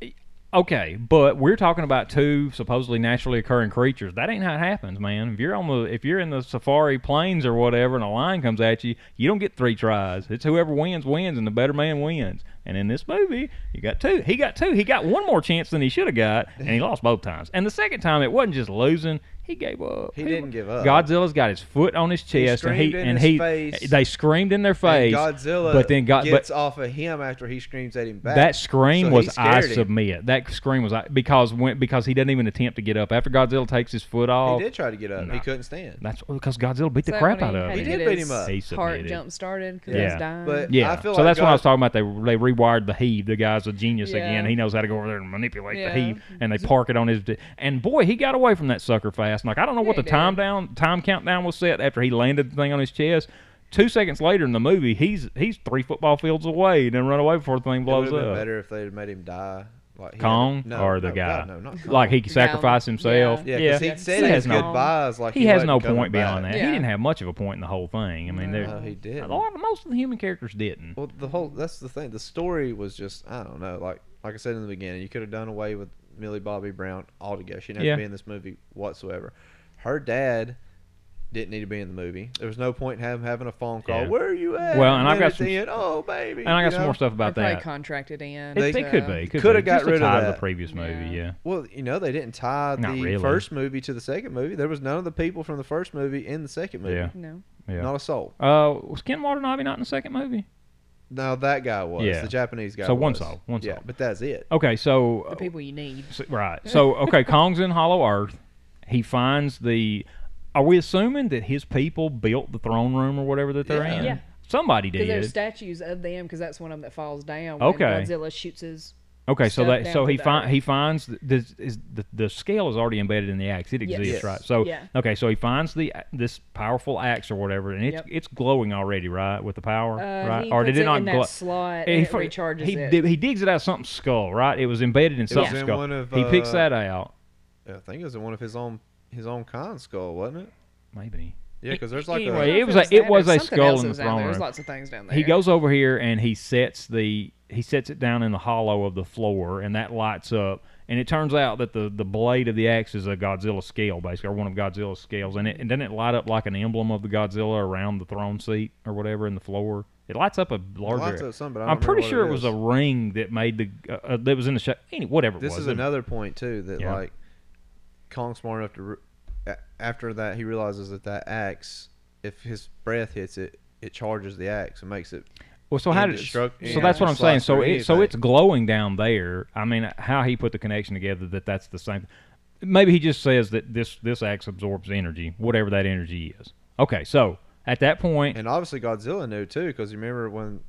Speaker 2: e, okay, but we're talking about two supposedly naturally occurring creatures. That ain't how it happens, man. If you're on the if you're in the safari plains or whatever, and a lion comes at you, you don't get three tries. It's whoever wins wins, and the better man wins. And in this movie, you got two. He got two. He got one more chance than he should have got, and he lost both times. And the second time, it wasn't just losing. He gave up.
Speaker 4: He didn't give up.
Speaker 2: Godzilla's got his foot on his chest, and he
Speaker 4: screamed in
Speaker 2: and
Speaker 4: his
Speaker 2: he
Speaker 4: face.
Speaker 2: they screamed in their
Speaker 4: And
Speaker 2: face.
Speaker 4: Godzilla,
Speaker 2: but then God, but
Speaker 4: gets off of him after he screams at him back.
Speaker 2: that scream
Speaker 4: So he
Speaker 2: was I
Speaker 4: scared him.
Speaker 2: submit. That scream was I because when because he doesn't even attempt to get up after Godzilla takes his foot
Speaker 4: He
Speaker 2: off.
Speaker 4: did try to get up.
Speaker 2: No.
Speaker 4: He couldn't stand.
Speaker 2: That's because Godzilla beat
Speaker 3: Is
Speaker 2: the
Speaker 3: that
Speaker 2: crap
Speaker 3: when
Speaker 2: out of
Speaker 3: had
Speaker 4: He
Speaker 2: him.
Speaker 3: to
Speaker 4: did
Speaker 3: get
Speaker 4: beat
Speaker 3: his
Speaker 4: him up.
Speaker 2: He
Speaker 3: Heart
Speaker 2: submitted.
Speaker 3: jump started because
Speaker 2: Yeah.
Speaker 3: he's dying.
Speaker 4: But
Speaker 2: Yeah,
Speaker 4: I feel
Speaker 2: so
Speaker 4: like
Speaker 2: that's what I
Speaker 4: God-
Speaker 2: was talking about. They they rewired the heave. The guy's a genius
Speaker 3: Yeah.
Speaker 2: again. He knows how to go over there and manipulate
Speaker 3: Yeah.
Speaker 2: the heave, and they park it on his. d- And boy, he got away from that sucker fast. Like I don't know what
Speaker 3: he
Speaker 2: the time
Speaker 3: did.
Speaker 2: down time countdown was set after he landed the thing on his chest. Two seconds later in the movie, he's he's three football fields away and then run away before the thing
Speaker 4: It
Speaker 2: blows
Speaker 4: would've been
Speaker 2: up.
Speaker 4: better if they had made him die. Like he had-
Speaker 2: Kong
Speaker 4: no,
Speaker 2: or the
Speaker 4: no,
Speaker 2: guy?
Speaker 4: God, no, not Kong.
Speaker 2: Like he sacrificed himself.
Speaker 4: Yeah,
Speaker 2: Yeah,
Speaker 4: because he said
Speaker 2: He
Speaker 4: his
Speaker 2: has no-
Speaker 4: goodbyes. Like
Speaker 2: he,
Speaker 4: he,
Speaker 2: has
Speaker 4: wasn't
Speaker 2: no
Speaker 4: coming
Speaker 2: point beyond
Speaker 4: back.
Speaker 2: that.
Speaker 3: Yeah.
Speaker 2: He didn't have much of a point in the whole thing. I mean, there
Speaker 4: No, Oh, he did.
Speaker 2: a lot. Most of the human characters didn't.
Speaker 4: Well, the whole that's the thing. The story was just I don't know. Like like I said in the beginning, you could have done away with Millie Bobby Brown altogether. She didn't have
Speaker 2: Yeah.
Speaker 4: to be in this movie whatsoever. Her dad didn't need to be in the movie. There was no point in him having a phone call.
Speaker 2: Yeah.
Speaker 4: Where are you at?
Speaker 2: Well, and I've
Speaker 4: then
Speaker 2: got
Speaker 4: at
Speaker 2: some-
Speaker 4: the end, oh baby,
Speaker 2: And I
Speaker 4: you
Speaker 2: got some
Speaker 4: know?
Speaker 2: more stuff
Speaker 3: They're
Speaker 2: about
Speaker 3: probably
Speaker 2: that.
Speaker 3: contracted in.
Speaker 2: It,
Speaker 4: They-
Speaker 2: it
Speaker 3: so-
Speaker 2: could be. Could
Speaker 4: coulda
Speaker 2: be.
Speaker 4: got
Speaker 2: Just a
Speaker 4: rid of
Speaker 2: tie to
Speaker 4: that.
Speaker 2: the previous movie.
Speaker 3: Yeah.
Speaker 2: Yeah.
Speaker 4: Well, you know they didn't tie
Speaker 2: Not
Speaker 4: the
Speaker 2: really.
Speaker 4: first movie to the second movie. There was none of the people from the first movie in the second movie.
Speaker 2: Yeah.
Speaker 3: No.
Speaker 2: Yeah.
Speaker 4: Not a soul.
Speaker 2: uh, was Ken Watanabe not in the second movie?
Speaker 4: No, that guy was
Speaker 2: Yeah.
Speaker 4: the Japanese guy.
Speaker 2: So one
Speaker 4: was.
Speaker 2: soul, one
Speaker 4: Yeah,
Speaker 2: soul.
Speaker 4: but that's it.
Speaker 2: Okay, so
Speaker 4: Oh.
Speaker 3: The people you need.
Speaker 2: So- right. So okay, Kong's in Hollow Earth. He finds the. Are we assuming that his people built the throne room or whatever that they're
Speaker 4: Yeah.
Speaker 2: in?
Speaker 3: Yeah.
Speaker 2: Somebody
Speaker 3: Because there's
Speaker 2: did.
Speaker 3: statues of them, because that's one of them that falls down when
Speaker 2: Okay.
Speaker 3: Godzilla shoots his.
Speaker 2: Okay, so
Speaker 3: stuff
Speaker 2: that
Speaker 3: down
Speaker 2: so
Speaker 3: to
Speaker 2: he
Speaker 3: the
Speaker 2: find
Speaker 3: earth.
Speaker 2: he finds th- this is the, the scale is already embedded in the axe. It
Speaker 3: Yes.
Speaker 2: exists,
Speaker 4: Yes.
Speaker 2: right? So
Speaker 3: Yeah.
Speaker 2: okay, so he finds the this powerful axe or whatever, and it's
Speaker 3: Yep.
Speaker 2: it's glowing already, right, with the power,
Speaker 3: Uh,
Speaker 2: right?
Speaker 3: he
Speaker 2: or
Speaker 3: puts
Speaker 2: did it, not
Speaker 3: in
Speaker 2: glow?
Speaker 3: that slot
Speaker 2: He
Speaker 3: and it
Speaker 2: fi-
Speaker 3: recharges
Speaker 2: he,
Speaker 3: it.
Speaker 2: di- he digs it out of something skull, right? It was embedded in something
Speaker 4: in
Speaker 2: skull.
Speaker 4: one of,
Speaker 2: he picks
Speaker 4: uh,
Speaker 2: that out,
Speaker 4: I think it was in one of his own his own con skull, wasn't it?
Speaker 2: maybe.
Speaker 4: Yeah, because there's like
Speaker 3: Anyway,
Speaker 4: a
Speaker 2: Anyway, it was
Speaker 3: down
Speaker 2: a- it was
Speaker 3: there.
Speaker 2: a
Speaker 3: Something
Speaker 2: skull
Speaker 3: else
Speaker 2: in the
Speaker 3: was down there.
Speaker 2: throne
Speaker 3: There was
Speaker 2: room.
Speaker 3: lots of things down there.
Speaker 2: He goes over here and he sets the he sets it down in the hollow of the floor, and that lights up. And it turns out that the the blade of the axe is a Godzilla scale, basically, or one of Godzilla's scales. And it and doesn't it light up like an emblem of the Godzilla around the throne seat or whatever in the floor. It lights up a larger.
Speaker 4: lots of something. But I
Speaker 2: I'm
Speaker 4: don't remember
Speaker 2: pretty
Speaker 4: what
Speaker 2: sure it, was
Speaker 4: is.
Speaker 2: a ring that made the uh, uh, that was in the show. Any whatever it
Speaker 4: This
Speaker 2: was.
Speaker 4: is
Speaker 2: It-
Speaker 4: another point too that
Speaker 2: Yeah.
Speaker 4: like Kong's smart enough to. Re- a- after that, he realizes that that axe, if his breath hits it, it charges the axe and makes it.
Speaker 2: Well, so how did so
Speaker 4: indestruct- yeah,
Speaker 2: that's what I'm saying.
Speaker 4: slice
Speaker 2: So
Speaker 4: through
Speaker 2: it, so
Speaker 4: anything.
Speaker 2: it's glowing down there. I mean, how he put the connection together that that's the same. Maybe he just says that this this axe absorbs energy, whatever that energy is. Okay, so at that point,
Speaker 4: And obviously Godzilla knew too, because you remember when,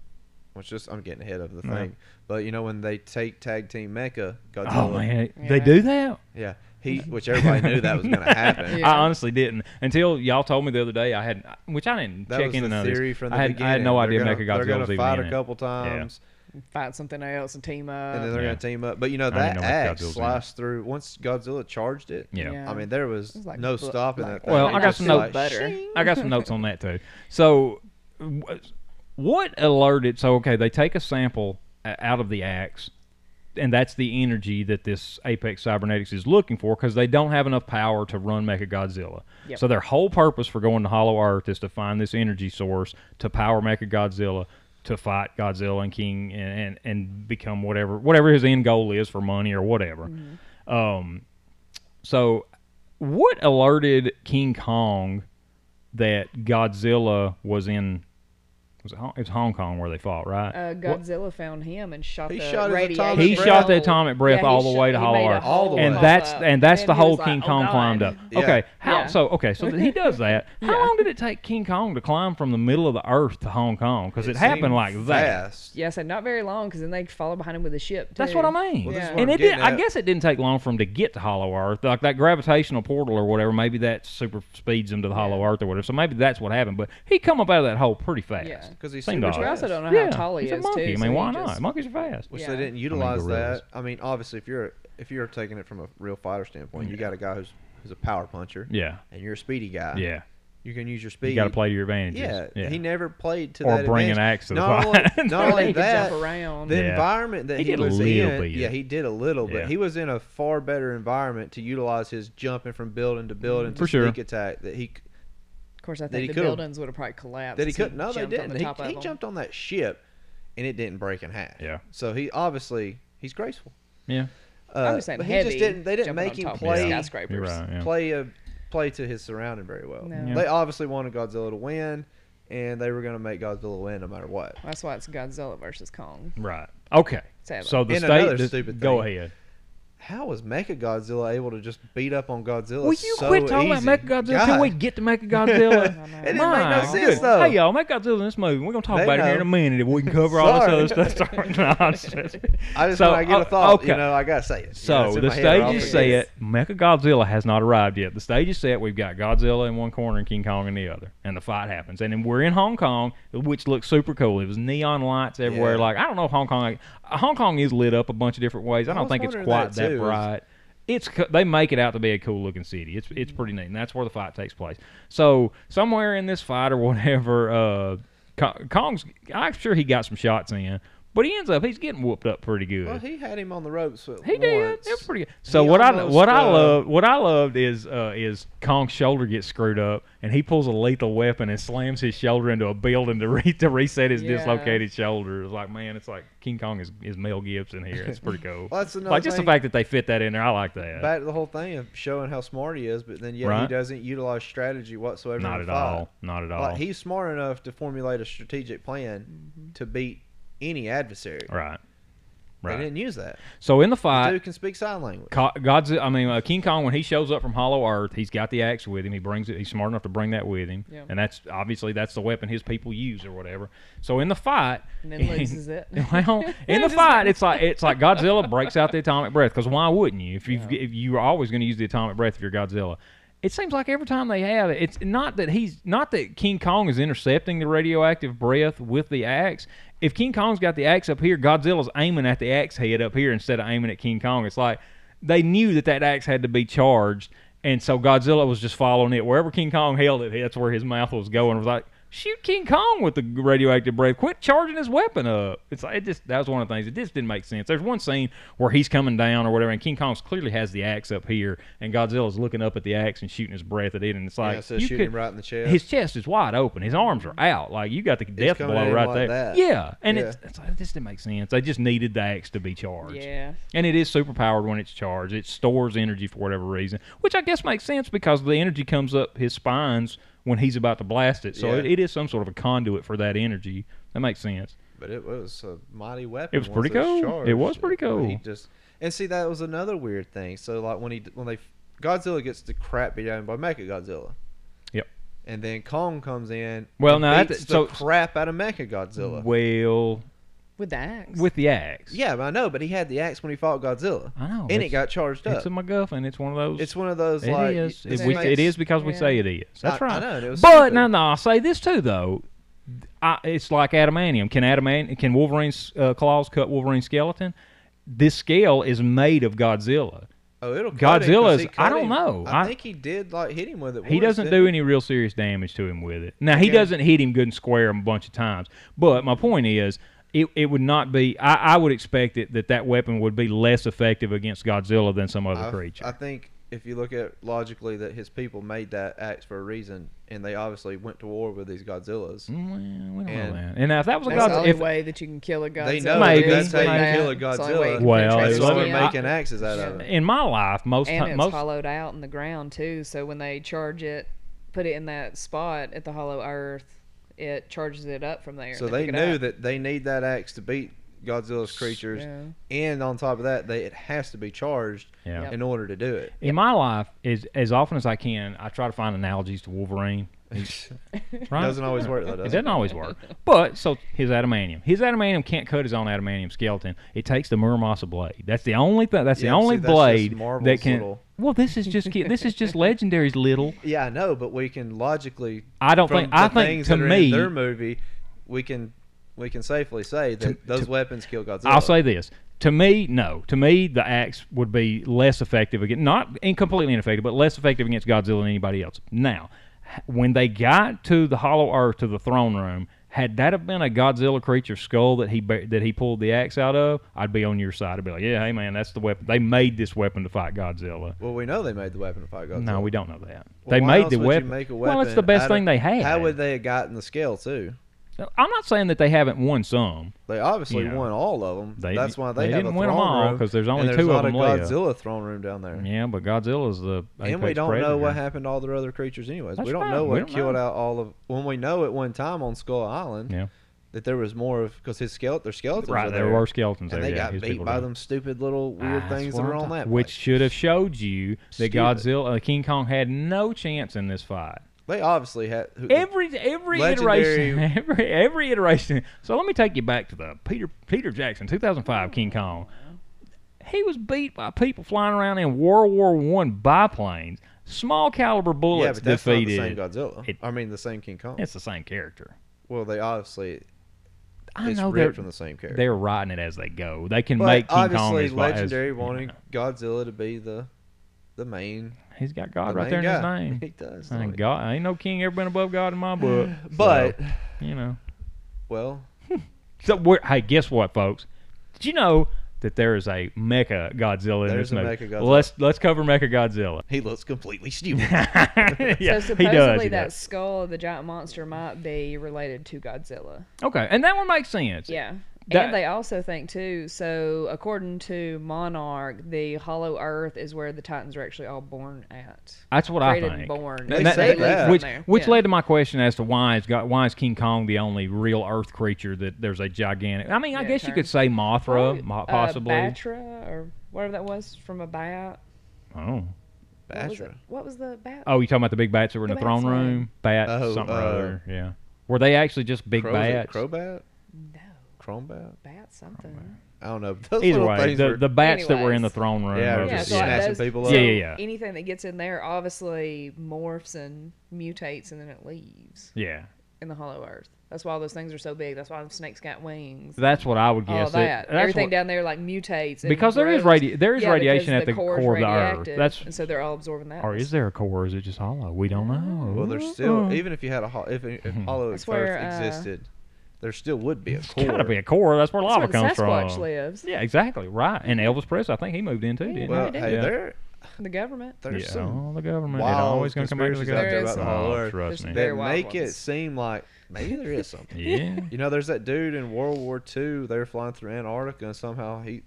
Speaker 4: which just I'm getting ahead of the thing,
Speaker 2: Yeah.
Speaker 4: but you know when they take tag team Mecha Godzilla,
Speaker 2: oh man,
Speaker 3: Yeah.
Speaker 2: they do that.
Speaker 4: yeah, he which everybody knew that was going to happen.
Speaker 3: Yeah.
Speaker 2: I honestly didn't until y'all told me the other day. I had, which I didn't
Speaker 4: That
Speaker 2: check
Speaker 4: was
Speaker 2: in
Speaker 4: the
Speaker 2: on this.
Speaker 4: theory from the
Speaker 2: I had,
Speaker 4: beginning.
Speaker 2: I had no idea
Speaker 4: they're
Speaker 2: Mechagodzilla
Speaker 4: They're gonna
Speaker 2: was even
Speaker 4: fight
Speaker 2: in
Speaker 4: a
Speaker 2: it.
Speaker 4: couple times,
Speaker 3: fight something else and team up.
Speaker 4: and then they're
Speaker 2: Yeah.
Speaker 4: going to team up. But you know
Speaker 2: didn't
Speaker 4: that
Speaker 2: know
Speaker 4: axe
Speaker 2: Mechagodzilla's in it.
Speaker 4: sliced through. Once Godzilla charged it,
Speaker 2: Yeah.
Speaker 3: Yeah.
Speaker 4: I mean there was,
Speaker 3: It was like
Speaker 4: no
Speaker 3: bu-
Speaker 4: stopping
Speaker 3: like-
Speaker 4: that. thing.
Speaker 2: Well, I
Speaker 4: It
Speaker 2: got
Speaker 4: just
Speaker 2: some
Speaker 4: like,
Speaker 2: notes.
Speaker 3: butter.
Speaker 4: shing.
Speaker 2: I got some notes on that too. So, wh- what alerted? So, okay, they take a sample uh, out of the axe, and that's the energy that this Apex Cybernetics is looking for because they don't have enough power to run Mechagodzilla.
Speaker 3: Yep.
Speaker 2: So, their whole purpose for going to Hollow Earth is to find this energy source to power Mechagodzilla. To fight Godzilla and King and, and, and become whatever whatever his end goal is for money or whatever. Um, so, what alerted King Kong that Godzilla was in? Was it Hong, it was Hong Kong where they fought, right?
Speaker 3: uh,
Speaker 2: What-
Speaker 3: Godzilla found him and shot
Speaker 4: He
Speaker 3: the
Speaker 4: shot his
Speaker 3: radiation.
Speaker 4: atomic
Speaker 2: he
Speaker 4: breath.
Speaker 2: shot the
Speaker 4: Well,
Speaker 2: atomic breath
Speaker 3: Yeah, he
Speaker 2: all the
Speaker 3: shot-
Speaker 2: way to
Speaker 3: he
Speaker 2: Hollow
Speaker 3: made a
Speaker 2: Earth.
Speaker 4: All the
Speaker 3: hole
Speaker 2: and
Speaker 4: way.
Speaker 3: pop
Speaker 2: that's
Speaker 3: up.
Speaker 2: and that's
Speaker 3: And
Speaker 2: the
Speaker 3: he was
Speaker 2: whole
Speaker 3: like,
Speaker 2: King
Speaker 3: "Oh,
Speaker 2: Kong
Speaker 3: God."
Speaker 2: climbed up.
Speaker 4: Yeah.
Speaker 2: Okay, how
Speaker 3: Yeah.
Speaker 2: so? Okay, so he does that. How long did it take King Kong to climb from the middle of the Earth to Hong Kong? Because it, happened
Speaker 4: seemed
Speaker 2: like that.
Speaker 4: fast.
Speaker 3: Yeah, I said not very long because then they follow behind him with a ship. Too.
Speaker 2: That's what I mean.
Speaker 4: Well, this is
Speaker 3: Yeah.
Speaker 4: what
Speaker 2: and
Speaker 4: I'm
Speaker 2: it did.
Speaker 4: getting
Speaker 2: I
Speaker 4: at.
Speaker 2: guess it didn't take long for him to get to Hollow Earth, like that gravitational portal or whatever. Maybe that super speeds him to the Hollow Earth or whatever. So maybe that's what happened. But he come up out of that hole pretty fast.
Speaker 3: Yeah.
Speaker 4: because he's
Speaker 2: Seemed
Speaker 4: super
Speaker 2: odd.
Speaker 3: We also
Speaker 4: fast.
Speaker 3: don't know
Speaker 2: yeah,
Speaker 3: how tall he
Speaker 2: he's
Speaker 3: is
Speaker 2: a monkey.
Speaker 3: too.
Speaker 2: I
Speaker 3: so
Speaker 2: mean,
Speaker 3: he
Speaker 2: why not?
Speaker 3: just-
Speaker 2: Monkeys are fast.
Speaker 4: which
Speaker 3: Yeah.
Speaker 4: they didn't utilize
Speaker 2: gorillas.
Speaker 4: that. I mean, obviously, if you're if you're taking it from a real fighter standpoint, you got a guy who's who's a power puncher,
Speaker 2: Yeah,
Speaker 4: and you're a speedy guy.
Speaker 2: yeah.
Speaker 4: you can use your speed.
Speaker 2: You got to play to your advantages.
Speaker 4: uh, Yeah, he never played to
Speaker 2: Or
Speaker 4: that.
Speaker 2: bring an
Speaker 4: advantage.
Speaker 2: axe to the
Speaker 4: not
Speaker 2: fight.
Speaker 4: Only,
Speaker 3: Or
Speaker 4: not
Speaker 3: he
Speaker 4: only
Speaker 3: could
Speaker 4: that,
Speaker 3: jump around.
Speaker 4: the
Speaker 2: Yeah.
Speaker 4: environment that
Speaker 2: He
Speaker 4: he,
Speaker 2: did a
Speaker 4: was
Speaker 2: little
Speaker 4: in.
Speaker 2: bit, yeah.
Speaker 4: yeah, he did a little bit.
Speaker 2: Yeah.
Speaker 4: He was in a far better environment to utilize his jumping from building to building to
Speaker 2: For sure.
Speaker 4: sneak attack that he c-
Speaker 3: Of course, I
Speaker 4: That he
Speaker 3: think the
Speaker 4: could've-
Speaker 3: buildings would have probably collapsed.
Speaker 4: that he
Speaker 3: as
Speaker 4: couldn't. No, they
Speaker 3: jumped on
Speaker 4: didn't.
Speaker 3: the
Speaker 4: He,
Speaker 3: top of
Speaker 4: he
Speaker 3: them.
Speaker 4: jumped on that ship, and it didn't break in half.
Speaker 2: Yeah.
Speaker 4: So he obviously he's graceful.
Speaker 2: Yeah,
Speaker 4: Uh,
Speaker 3: I'm just saying,
Speaker 4: but
Speaker 3: heavy,
Speaker 4: he just didn't. They didn't
Speaker 3: jumping
Speaker 4: make
Speaker 3: on
Speaker 4: him
Speaker 3: top of
Speaker 4: play
Speaker 3: skyscrapers.
Speaker 2: you're right. Yeah.
Speaker 4: play a play to his surrounding very well.
Speaker 3: No. Yeah.
Speaker 4: They obviously wanted Godzilla to win, and they were going to make Godzilla win no matter what.
Speaker 3: That's why it's Godzilla versus Kong.
Speaker 2: Right. Okay.
Speaker 3: Sadly.
Speaker 2: So the
Speaker 4: And
Speaker 2: state.
Speaker 4: another
Speaker 2: this-
Speaker 4: stupid
Speaker 2: Go
Speaker 4: thing.
Speaker 2: ahead.
Speaker 4: How was Mechagodzilla able to just beat up on Godzilla?
Speaker 2: Will you
Speaker 4: so
Speaker 2: quit talking
Speaker 4: easy?
Speaker 2: about Mechagodzilla? Can we
Speaker 4: God,
Speaker 2: get to Mechagodzilla?
Speaker 3: know. It
Speaker 4: didn't
Speaker 2: My
Speaker 4: make no sense,
Speaker 2: goodness.
Speaker 4: though.
Speaker 2: Hey, y'all, Mechagodzilla's in this movie. We're going to talk
Speaker 4: They
Speaker 2: about it here in
Speaker 4: know.
Speaker 2: a minute if we can cover all this
Speaker 4: Sorry.
Speaker 2: other stuff. Sorry. No, I'm just-
Speaker 4: I just
Speaker 2: So,
Speaker 4: when I get
Speaker 2: oh,
Speaker 4: a thought,
Speaker 2: okay.
Speaker 4: you know, I gotta say it. You know,
Speaker 2: So
Speaker 4: it's in
Speaker 2: the
Speaker 4: my head,
Speaker 2: stage
Speaker 4: I'll
Speaker 2: is
Speaker 4: forget it.
Speaker 2: set. Mechagodzilla has not arrived yet. The stage is set. We've got Godzilla in one corner and King Kong in the other, and the fight happens. And then we're in Hong Kong, which looks super cool. It was neon lights everywhere.
Speaker 4: Yeah.
Speaker 2: Like I don't know if Hong Kong, uh, Hong Kong is lit up a bunch of different ways. I
Speaker 4: I
Speaker 2: don't
Speaker 4: was
Speaker 2: think it's
Speaker 4: wondering
Speaker 2: quite
Speaker 4: that,
Speaker 2: that,
Speaker 4: too.
Speaker 2: bright. It's co- they make it out to be a cool looking city. It's it's pretty neat, and that's where the fight takes place. So somewhere in this fight or whatever, uh, Ko- Kong's I'm sure he got some shots in, but he ends up he's getting whooped up pretty good.
Speaker 4: Well, he had him on the ropes. At
Speaker 2: He did.
Speaker 4: once.
Speaker 2: It was pretty good. So
Speaker 4: He
Speaker 2: what I
Speaker 4: almost,
Speaker 2: what I
Speaker 4: uh,
Speaker 2: love what I loved is uh, is Kong's shoulder gets screwed up and he pulls a lethal weapon and slams his shoulder into a building to re- to reset his
Speaker 3: Yeah.
Speaker 2: dislocated shoulder. It's like man, it's like King Kong is, is Mel Gibson here. It's pretty cool.
Speaker 4: Well, that's another
Speaker 2: like just the
Speaker 4: thing.
Speaker 2: fact that they fit that in there, I like that.
Speaker 4: Back to the whole thing of showing how smart he is, but then yet he
Speaker 2: Right.
Speaker 4: doesn't utilize strategy whatsoever. in
Speaker 2: Not
Speaker 4: the
Speaker 2: at
Speaker 4: fight.
Speaker 2: all. Not at all.
Speaker 4: Like he's smart enough to formulate a strategic plan to beat any adversary.
Speaker 2: right.
Speaker 4: They
Speaker 2: Right.
Speaker 4: didn't use that.
Speaker 2: So in the
Speaker 4: The
Speaker 2: fight,
Speaker 4: Dude can speak sign language.
Speaker 2: Co- Godzilla, I mean uh, King Kong, when he shows up from Hollow Earth, he's got the axe with him. He brings it. He's smart enough to bring that with him,
Speaker 3: Yeah.
Speaker 2: and that's obviously that's the weapon his people use or whatever. So in the fight,
Speaker 3: And then loses it.
Speaker 2: well, in the
Speaker 3: Just-
Speaker 2: fight, it's like it's like Godzilla breaks out the atomic breath because why wouldn't you? If you have if you're always going to use the atomic breath if you're Godzilla. It seems like every time they have it, it's not that he's not that King Kong is intercepting the radioactive breath with the axe. If King Kong's got the axe up here, Godzilla's aiming at the axe head up here instead of aiming at King Kong. It's like they knew that that axe had to be charged And so Godzilla was just following it wherever King Kong held it. That's where his mouth was going. It was like, shoot King Kong with the radioactive breath. Quit charging his weapon up. It's like it just that was one of the things. It just didn't make sense. There's one scene where he's coming down or whatever, and King Kong's clearly has the axe up here, and Godzilla's looking up at the axe and shooting his breath at it, and it's like
Speaker 4: yeah, so
Speaker 2: you
Speaker 4: shooting
Speaker 2: could-
Speaker 4: him right in the chest.
Speaker 2: his chest is wide open. His arms are out. Like you got the death
Speaker 4: coming
Speaker 2: blow
Speaker 4: in
Speaker 2: right
Speaker 4: like
Speaker 2: there.
Speaker 4: that.
Speaker 2: Yeah, and
Speaker 4: Yeah.
Speaker 2: It's, it's like, this didn't make sense. They just needed the axe to be charged.
Speaker 3: Yeah.
Speaker 2: And it is super powered when it's charged. It stores energy for whatever reason, which I guess makes sense because the energy comes up his spines when he's about to blast it. So
Speaker 4: Yeah.
Speaker 2: it, it is some sort of a conduit for that energy. That makes sense.
Speaker 4: But it was a mighty weapon.
Speaker 2: It was
Speaker 4: once
Speaker 2: pretty cool.
Speaker 4: charged.
Speaker 2: It was pretty
Speaker 4: I mean,
Speaker 2: cool.
Speaker 4: He just and see that was another weird thing. So like when he when they Godzilla gets the crap beat out of him by Mechagodzilla.
Speaker 2: Yep.
Speaker 4: And then Kong comes in.
Speaker 2: Well,
Speaker 4: and
Speaker 2: now that-
Speaker 4: beats the
Speaker 2: so-
Speaker 4: crap out of Mechagodzilla.
Speaker 2: Well,
Speaker 3: With the axe.
Speaker 2: with the axe.
Speaker 4: yeah, but I know. But he had the axe when he fought Godzilla,
Speaker 2: I know.
Speaker 4: and it
Speaker 2: it's-
Speaker 4: got charged up.
Speaker 2: It's a MacGuffin. It's one of those.
Speaker 4: It's one of those
Speaker 2: It is.
Speaker 4: like
Speaker 2: It,
Speaker 4: this
Speaker 2: we-
Speaker 4: makes-
Speaker 2: it is because we
Speaker 3: Yeah.
Speaker 2: say it is. That's
Speaker 4: I- I
Speaker 2: right.
Speaker 4: know, and it was
Speaker 2: but
Speaker 4: stupid.
Speaker 2: no, no. I'll say this too though. I, it's like adamantium. Can adamant? Can Wolverine's uh, claws cut Wolverine's skeleton? This scale is made of Godzilla.
Speaker 4: Oh, it'll cut him 'cause
Speaker 2: Godzilla's-
Speaker 4: he cut
Speaker 2: I don't
Speaker 4: him.
Speaker 2: know.
Speaker 4: I,
Speaker 2: I-
Speaker 4: think he did like hit him with it.
Speaker 2: He
Speaker 4: once,
Speaker 2: doesn't
Speaker 4: didn't
Speaker 2: do
Speaker 4: he?
Speaker 2: any real serious damage to him with it. Now he
Speaker 4: Okay.
Speaker 2: doesn't hit him good and square a bunch of times. But my point is, it, it would not be. I, I would expect it that that weapon would be less effective against Godzilla than some other
Speaker 4: I-
Speaker 2: creature.
Speaker 4: I think if you look at logically that his people made that axe for a reason, and they obviously went to war with these Godzillas.
Speaker 2: Mm, well, we don't
Speaker 4: And-
Speaker 2: know that. And now if that was a
Speaker 3: That's the
Speaker 2: Godzilla,
Speaker 3: only
Speaker 2: if,
Speaker 3: way that you can kill a Godzilla.
Speaker 4: They know
Speaker 2: Maybe.
Speaker 4: that that's how
Speaker 2: Maybe.
Speaker 4: you kill a
Speaker 3: That's the only way you
Speaker 4: Godzilla.
Speaker 3: can
Speaker 2: Well,
Speaker 3: fix
Speaker 4: That's
Speaker 2: it's
Speaker 4: why
Speaker 3: it.
Speaker 4: they're
Speaker 2: like-
Speaker 3: Yeah.
Speaker 4: making axes out of it.
Speaker 2: in my life, most
Speaker 3: and
Speaker 2: ti-
Speaker 3: it's
Speaker 2: most
Speaker 3: hollowed out in the ground too. So when they charge it, put it in that spot at the hollow earth, it charges it up from there.
Speaker 4: So
Speaker 3: and
Speaker 4: they
Speaker 3: pick it
Speaker 4: knew
Speaker 3: up.
Speaker 4: that they need that axe to beat Godzilla's creatures,
Speaker 3: Yeah.
Speaker 4: and on top of that, they it has to be charged
Speaker 2: Yeah.
Speaker 4: in order to do it.
Speaker 2: in my life, as as often as I can, I try to find analogies to Wolverine. Right?
Speaker 4: doesn't always work though,
Speaker 2: It
Speaker 4: does it?
Speaker 2: doesn't always work. But so his adamantium. His adamantium can't cut his own adamantium skeleton. It takes the Muramasa blade. That's the only thing. That's
Speaker 4: Yeah,
Speaker 2: the only
Speaker 4: see, that's just
Speaker 2: blade
Speaker 4: Marvel's
Speaker 2: that can.
Speaker 4: little-
Speaker 2: Well, this is just ki- this is just legendary's little.
Speaker 4: Yeah, I know, but we can logically.
Speaker 2: I don't
Speaker 4: from
Speaker 2: think. I
Speaker 4: the
Speaker 2: think
Speaker 4: things
Speaker 2: to
Speaker 4: that are in
Speaker 2: me,
Speaker 4: their movie, we can we can safely say that those weapons kill Godzilla.
Speaker 2: I'll say this. To me, no. To me, the axe would be less effective against, not in- completely ineffective, but less effective against Godzilla than anybody else. Now, h- when they got to the Hollow Earth to the throne room, had that have been a Godzilla creature skull that he ba- that he pulled the axe out of, I'd be on your side. I'd be like, yeah, hey man, that's the weapon. They made this weapon to fight Godzilla.
Speaker 4: Well, we know they made the weapon to fight Godzilla.
Speaker 2: No, we don't know that.
Speaker 4: Well,
Speaker 2: they
Speaker 4: why
Speaker 2: made
Speaker 4: else
Speaker 2: the
Speaker 4: would you
Speaker 2: weapon.
Speaker 4: make a
Speaker 2: Well, it's the
Speaker 4: weapon
Speaker 2: best
Speaker 4: out
Speaker 2: thing
Speaker 4: of-
Speaker 2: they had.
Speaker 4: How would they have gotten the scale too?
Speaker 2: I'm not saying that they haven't won some.
Speaker 4: They obviously
Speaker 2: You know,
Speaker 4: won all of them.
Speaker 2: they-
Speaker 4: That's why
Speaker 2: they
Speaker 4: they, have
Speaker 2: didn't
Speaker 4: a
Speaker 2: win 'em
Speaker 4: throne
Speaker 2: all,
Speaker 4: room,
Speaker 2: 'cause there's only
Speaker 4: and there's
Speaker 2: two of
Speaker 4: not
Speaker 2: 'em
Speaker 4: a
Speaker 2: left.
Speaker 4: Godzilla throne room down there,
Speaker 2: Yeah, but Godzilla's the
Speaker 4: and we
Speaker 2: apex
Speaker 4: don't know what
Speaker 2: predator.
Speaker 4: happened to all their other creatures, anyways.
Speaker 2: That's
Speaker 4: we don't
Speaker 2: right,
Speaker 4: know
Speaker 2: we
Speaker 4: what
Speaker 2: don't
Speaker 4: killed
Speaker 2: know.
Speaker 4: out all of. When we know at one time on Skull Island,
Speaker 2: Yeah.
Speaker 4: that there was more of because his skeleton, their skeletons,
Speaker 2: Right,
Speaker 4: were
Speaker 2: there
Speaker 4: there
Speaker 2: were skeletons
Speaker 4: and
Speaker 2: there.
Speaker 4: they
Speaker 2: yeah,
Speaker 4: got
Speaker 2: his
Speaker 4: beat
Speaker 2: people
Speaker 4: by
Speaker 2: did.
Speaker 4: them stupid little weird
Speaker 2: Ah,
Speaker 4: things
Speaker 2: that's
Speaker 4: that
Speaker 2: what
Speaker 4: were
Speaker 2: I'm
Speaker 4: on
Speaker 2: talking-
Speaker 4: that.
Speaker 2: Which
Speaker 4: place.
Speaker 2: should have showed you that
Speaker 4: Stupid.
Speaker 2: Godzilla, uh, King Kong had no chance in this fight.
Speaker 4: they obviously had. Who,
Speaker 2: Every every iteration,
Speaker 4: Legendary-
Speaker 2: every every iteration. So let me take you back to the Peter Peter Jackson 2005 King Kong. He was beat by people flying around in World War One biplanes, small caliber
Speaker 4: yeah,
Speaker 2: bullets
Speaker 4: but that's
Speaker 2: defeated.
Speaker 4: not the same Godzilla.
Speaker 2: It-
Speaker 4: I mean, the same King Kong.
Speaker 2: It's the same character.
Speaker 4: Well, they obviously
Speaker 2: I
Speaker 4: it's
Speaker 2: know
Speaker 4: ripped
Speaker 2: they're
Speaker 4: from the same character.
Speaker 2: they're writing it as they go. They can
Speaker 4: But
Speaker 2: make King
Speaker 4: obviously,
Speaker 2: Kong as well as-
Speaker 4: legendary
Speaker 2: you know.
Speaker 4: wanting Godzilla to be the the main,
Speaker 2: He's got
Speaker 4: the
Speaker 2: God right
Speaker 4: main
Speaker 2: there in his
Speaker 4: guy.
Speaker 2: name.
Speaker 4: He does. don't
Speaker 2: Thank
Speaker 4: he?
Speaker 2: God, ain't no king ever been above God in my book. So,
Speaker 4: But
Speaker 2: you know,
Speaker 4: well,
Speaker 2: so we're, hey, guess what, folks? Did you know that there is a Mecha Godzilla in
Speaker 4: There's
Speaker 2: this
Speaker 4: a
Speaker 2: movie?
Speaker 4: Mechagodzilla.
Speaker 2: Let's let's cover Mecha Godzilla.
Speaker 4: he looks completely stupid.
Speaker 2: yeah, he
Speaker 3: so supposedly
Speaker 2: does. He
Speaker 3: that
Speaker 2: does.
Speaker 3: skull of the giant monster might be related to Godzilla.
Speaker 2: Okay, and that one makes sense.
Speaker 3: Yeah.
Speaker 2: That-
Speaker 3: and they also think too. So according to Monarch, the Hollow Earth is where the Titans are actually all born at.
Speaker 2: That's what
Speaker 3: Created
Speaker 2: I
Speaker 3: and
Speaker 2: think. And
Speaker 3: born.
Speaker 4: They said
Speaker 2: leads
Speaker 4: that.
Speaker 2: from Which,
Speaker 3: there.
Speaker 2: which
Speaker 3: Yeah.
Speaker 2: led to my question as to why is God, why is King Kong the only real Earth creature that there's a gigantic? I mean, I
Speaker 3: Yeah,
Speaker 2: guess you
Speaker 3: turn.
Speaker 2: could say Mothra, mo-
Speaker 3: Uh,
Speaker 2: possibly.
Speaker 3: Batra or whatever that was from a bat.
Speaker 2: oh.
Speaker 3: What was, it?
Speaker 4: Batra.
Speaker 3: what was the bat?
Speaker 2: Oh, you talking about the big bats that were in the,
Speaker 3: The bats
Speaker 2: throne
Speaker 3: are-
Speaker 2: room? Bat,
Speaker 4: Oh,
Speaker 2: something or
Speaker 4: uh,
Speaker 2: other. Yeah. Were they actually just big
Speaker 4: Crow, is it
Speaker 2: bats?
Speaker 4: Crobat,
Speaker 3: No,
Speaker 4: Crombat.
Speaker 3: bat
Speaker 4: Oh,
Speaker 3: something.
Speaker 4: I don't know. but Those
Speaker 2: Either
Speaker 4: little
Speaker 2: way,
Speaker 4: things
Speaker 2: the,
Speaker 4: were,
Speaker 2: the bats that were in the
Speaker 3: Anyways.
Speaker 2: throne room.
Speaker 4: Yeah,
Speaker 2: were
Speaker 4: Yeah,
Speaker 2: just-
Speaker 4: so I-
Speaker 2: yeah.
Speaker 4: snatching people
Speaker 2: up. Yeah, yeah, yeah.
Speaker 3: Anything that gets in there obviously morphs and mutates and then it leaves.
Speaker 2: Yeah.
Speaker 3: in the Hollow Earth. That's why all those things are so big. That's why the snakes got wings.
Speaker 2: That's what I would guess.
Speaker 3: all that.
Speaker 2: that's
Speaker 3: Everything
Speaker 2: what-
Speaker 3: down there like mutates. and
Speaker 2: Because there is
Speaker 3: grows.
Speaker 2: radi- there is
Speaker 3: Yeah, because
Speaker 2: radiation at the
Speaker 3: core's
Speaker 2: core of the Earth.
Speaker 3: radioactive,
Speaker 2: That's-
Speaker 3: and so they're all absorbing that.
Speaker 2: or is there a core? Or is it just hollow? We don't know.
Speaker 4: Well, there's still even if you had a ho- if, if hollow
Speaker 3: That's
Speaker 4: earth
Speaker 3: where, uh,
Speaker 4: existed, there still would be a
Speaker 2: Mm-hmm. It's
Speaker 4: core.
Speaker 2: gotta be a core. That's where
Speaker 3: That's
Speaker 2: lava
Speaker 3: where the
Speaker 2: comes
Speaker 3: Sasquatch
Speaker 2: from.
Speaker 3: lives.
Speaker 2: Yeah, exactly. Right. And Elvis Presley, I think he moved in too, didn't
Speaker 4: well,
Speaker 2: he?
Speaker 3: Yeah,
Speaker 4: hey,
Speaker 2: yeah.
Speaker 4: there
Speaker 3: the government.
Speaker 4: there's
Speaker 2: yeah,
Speaker 4: some
Speaker 2: oh, the government. It
Speaker 4: wild
Speaker 2: always gonna come back to the
Speaker 4: conspiracies
Speaker 2: government.
Speaker 4: out
Speaker 3: there about the
Speaker 4: whole
Speaker 2: oh,
Speaker 4: earth.
Speaker 2: trust
Speaker 3: There's-
Speaker 2: me.
Speaker 4: that
Speaker 3: very wild
Speaker 4: make it
Speaker 3: ones.
Speaker 4: seem like maybe there is something.
Speaker 2: Yeah.
Speaker 4: You know, there's that dude in World War II. They were flying through Antarctica, and somehow he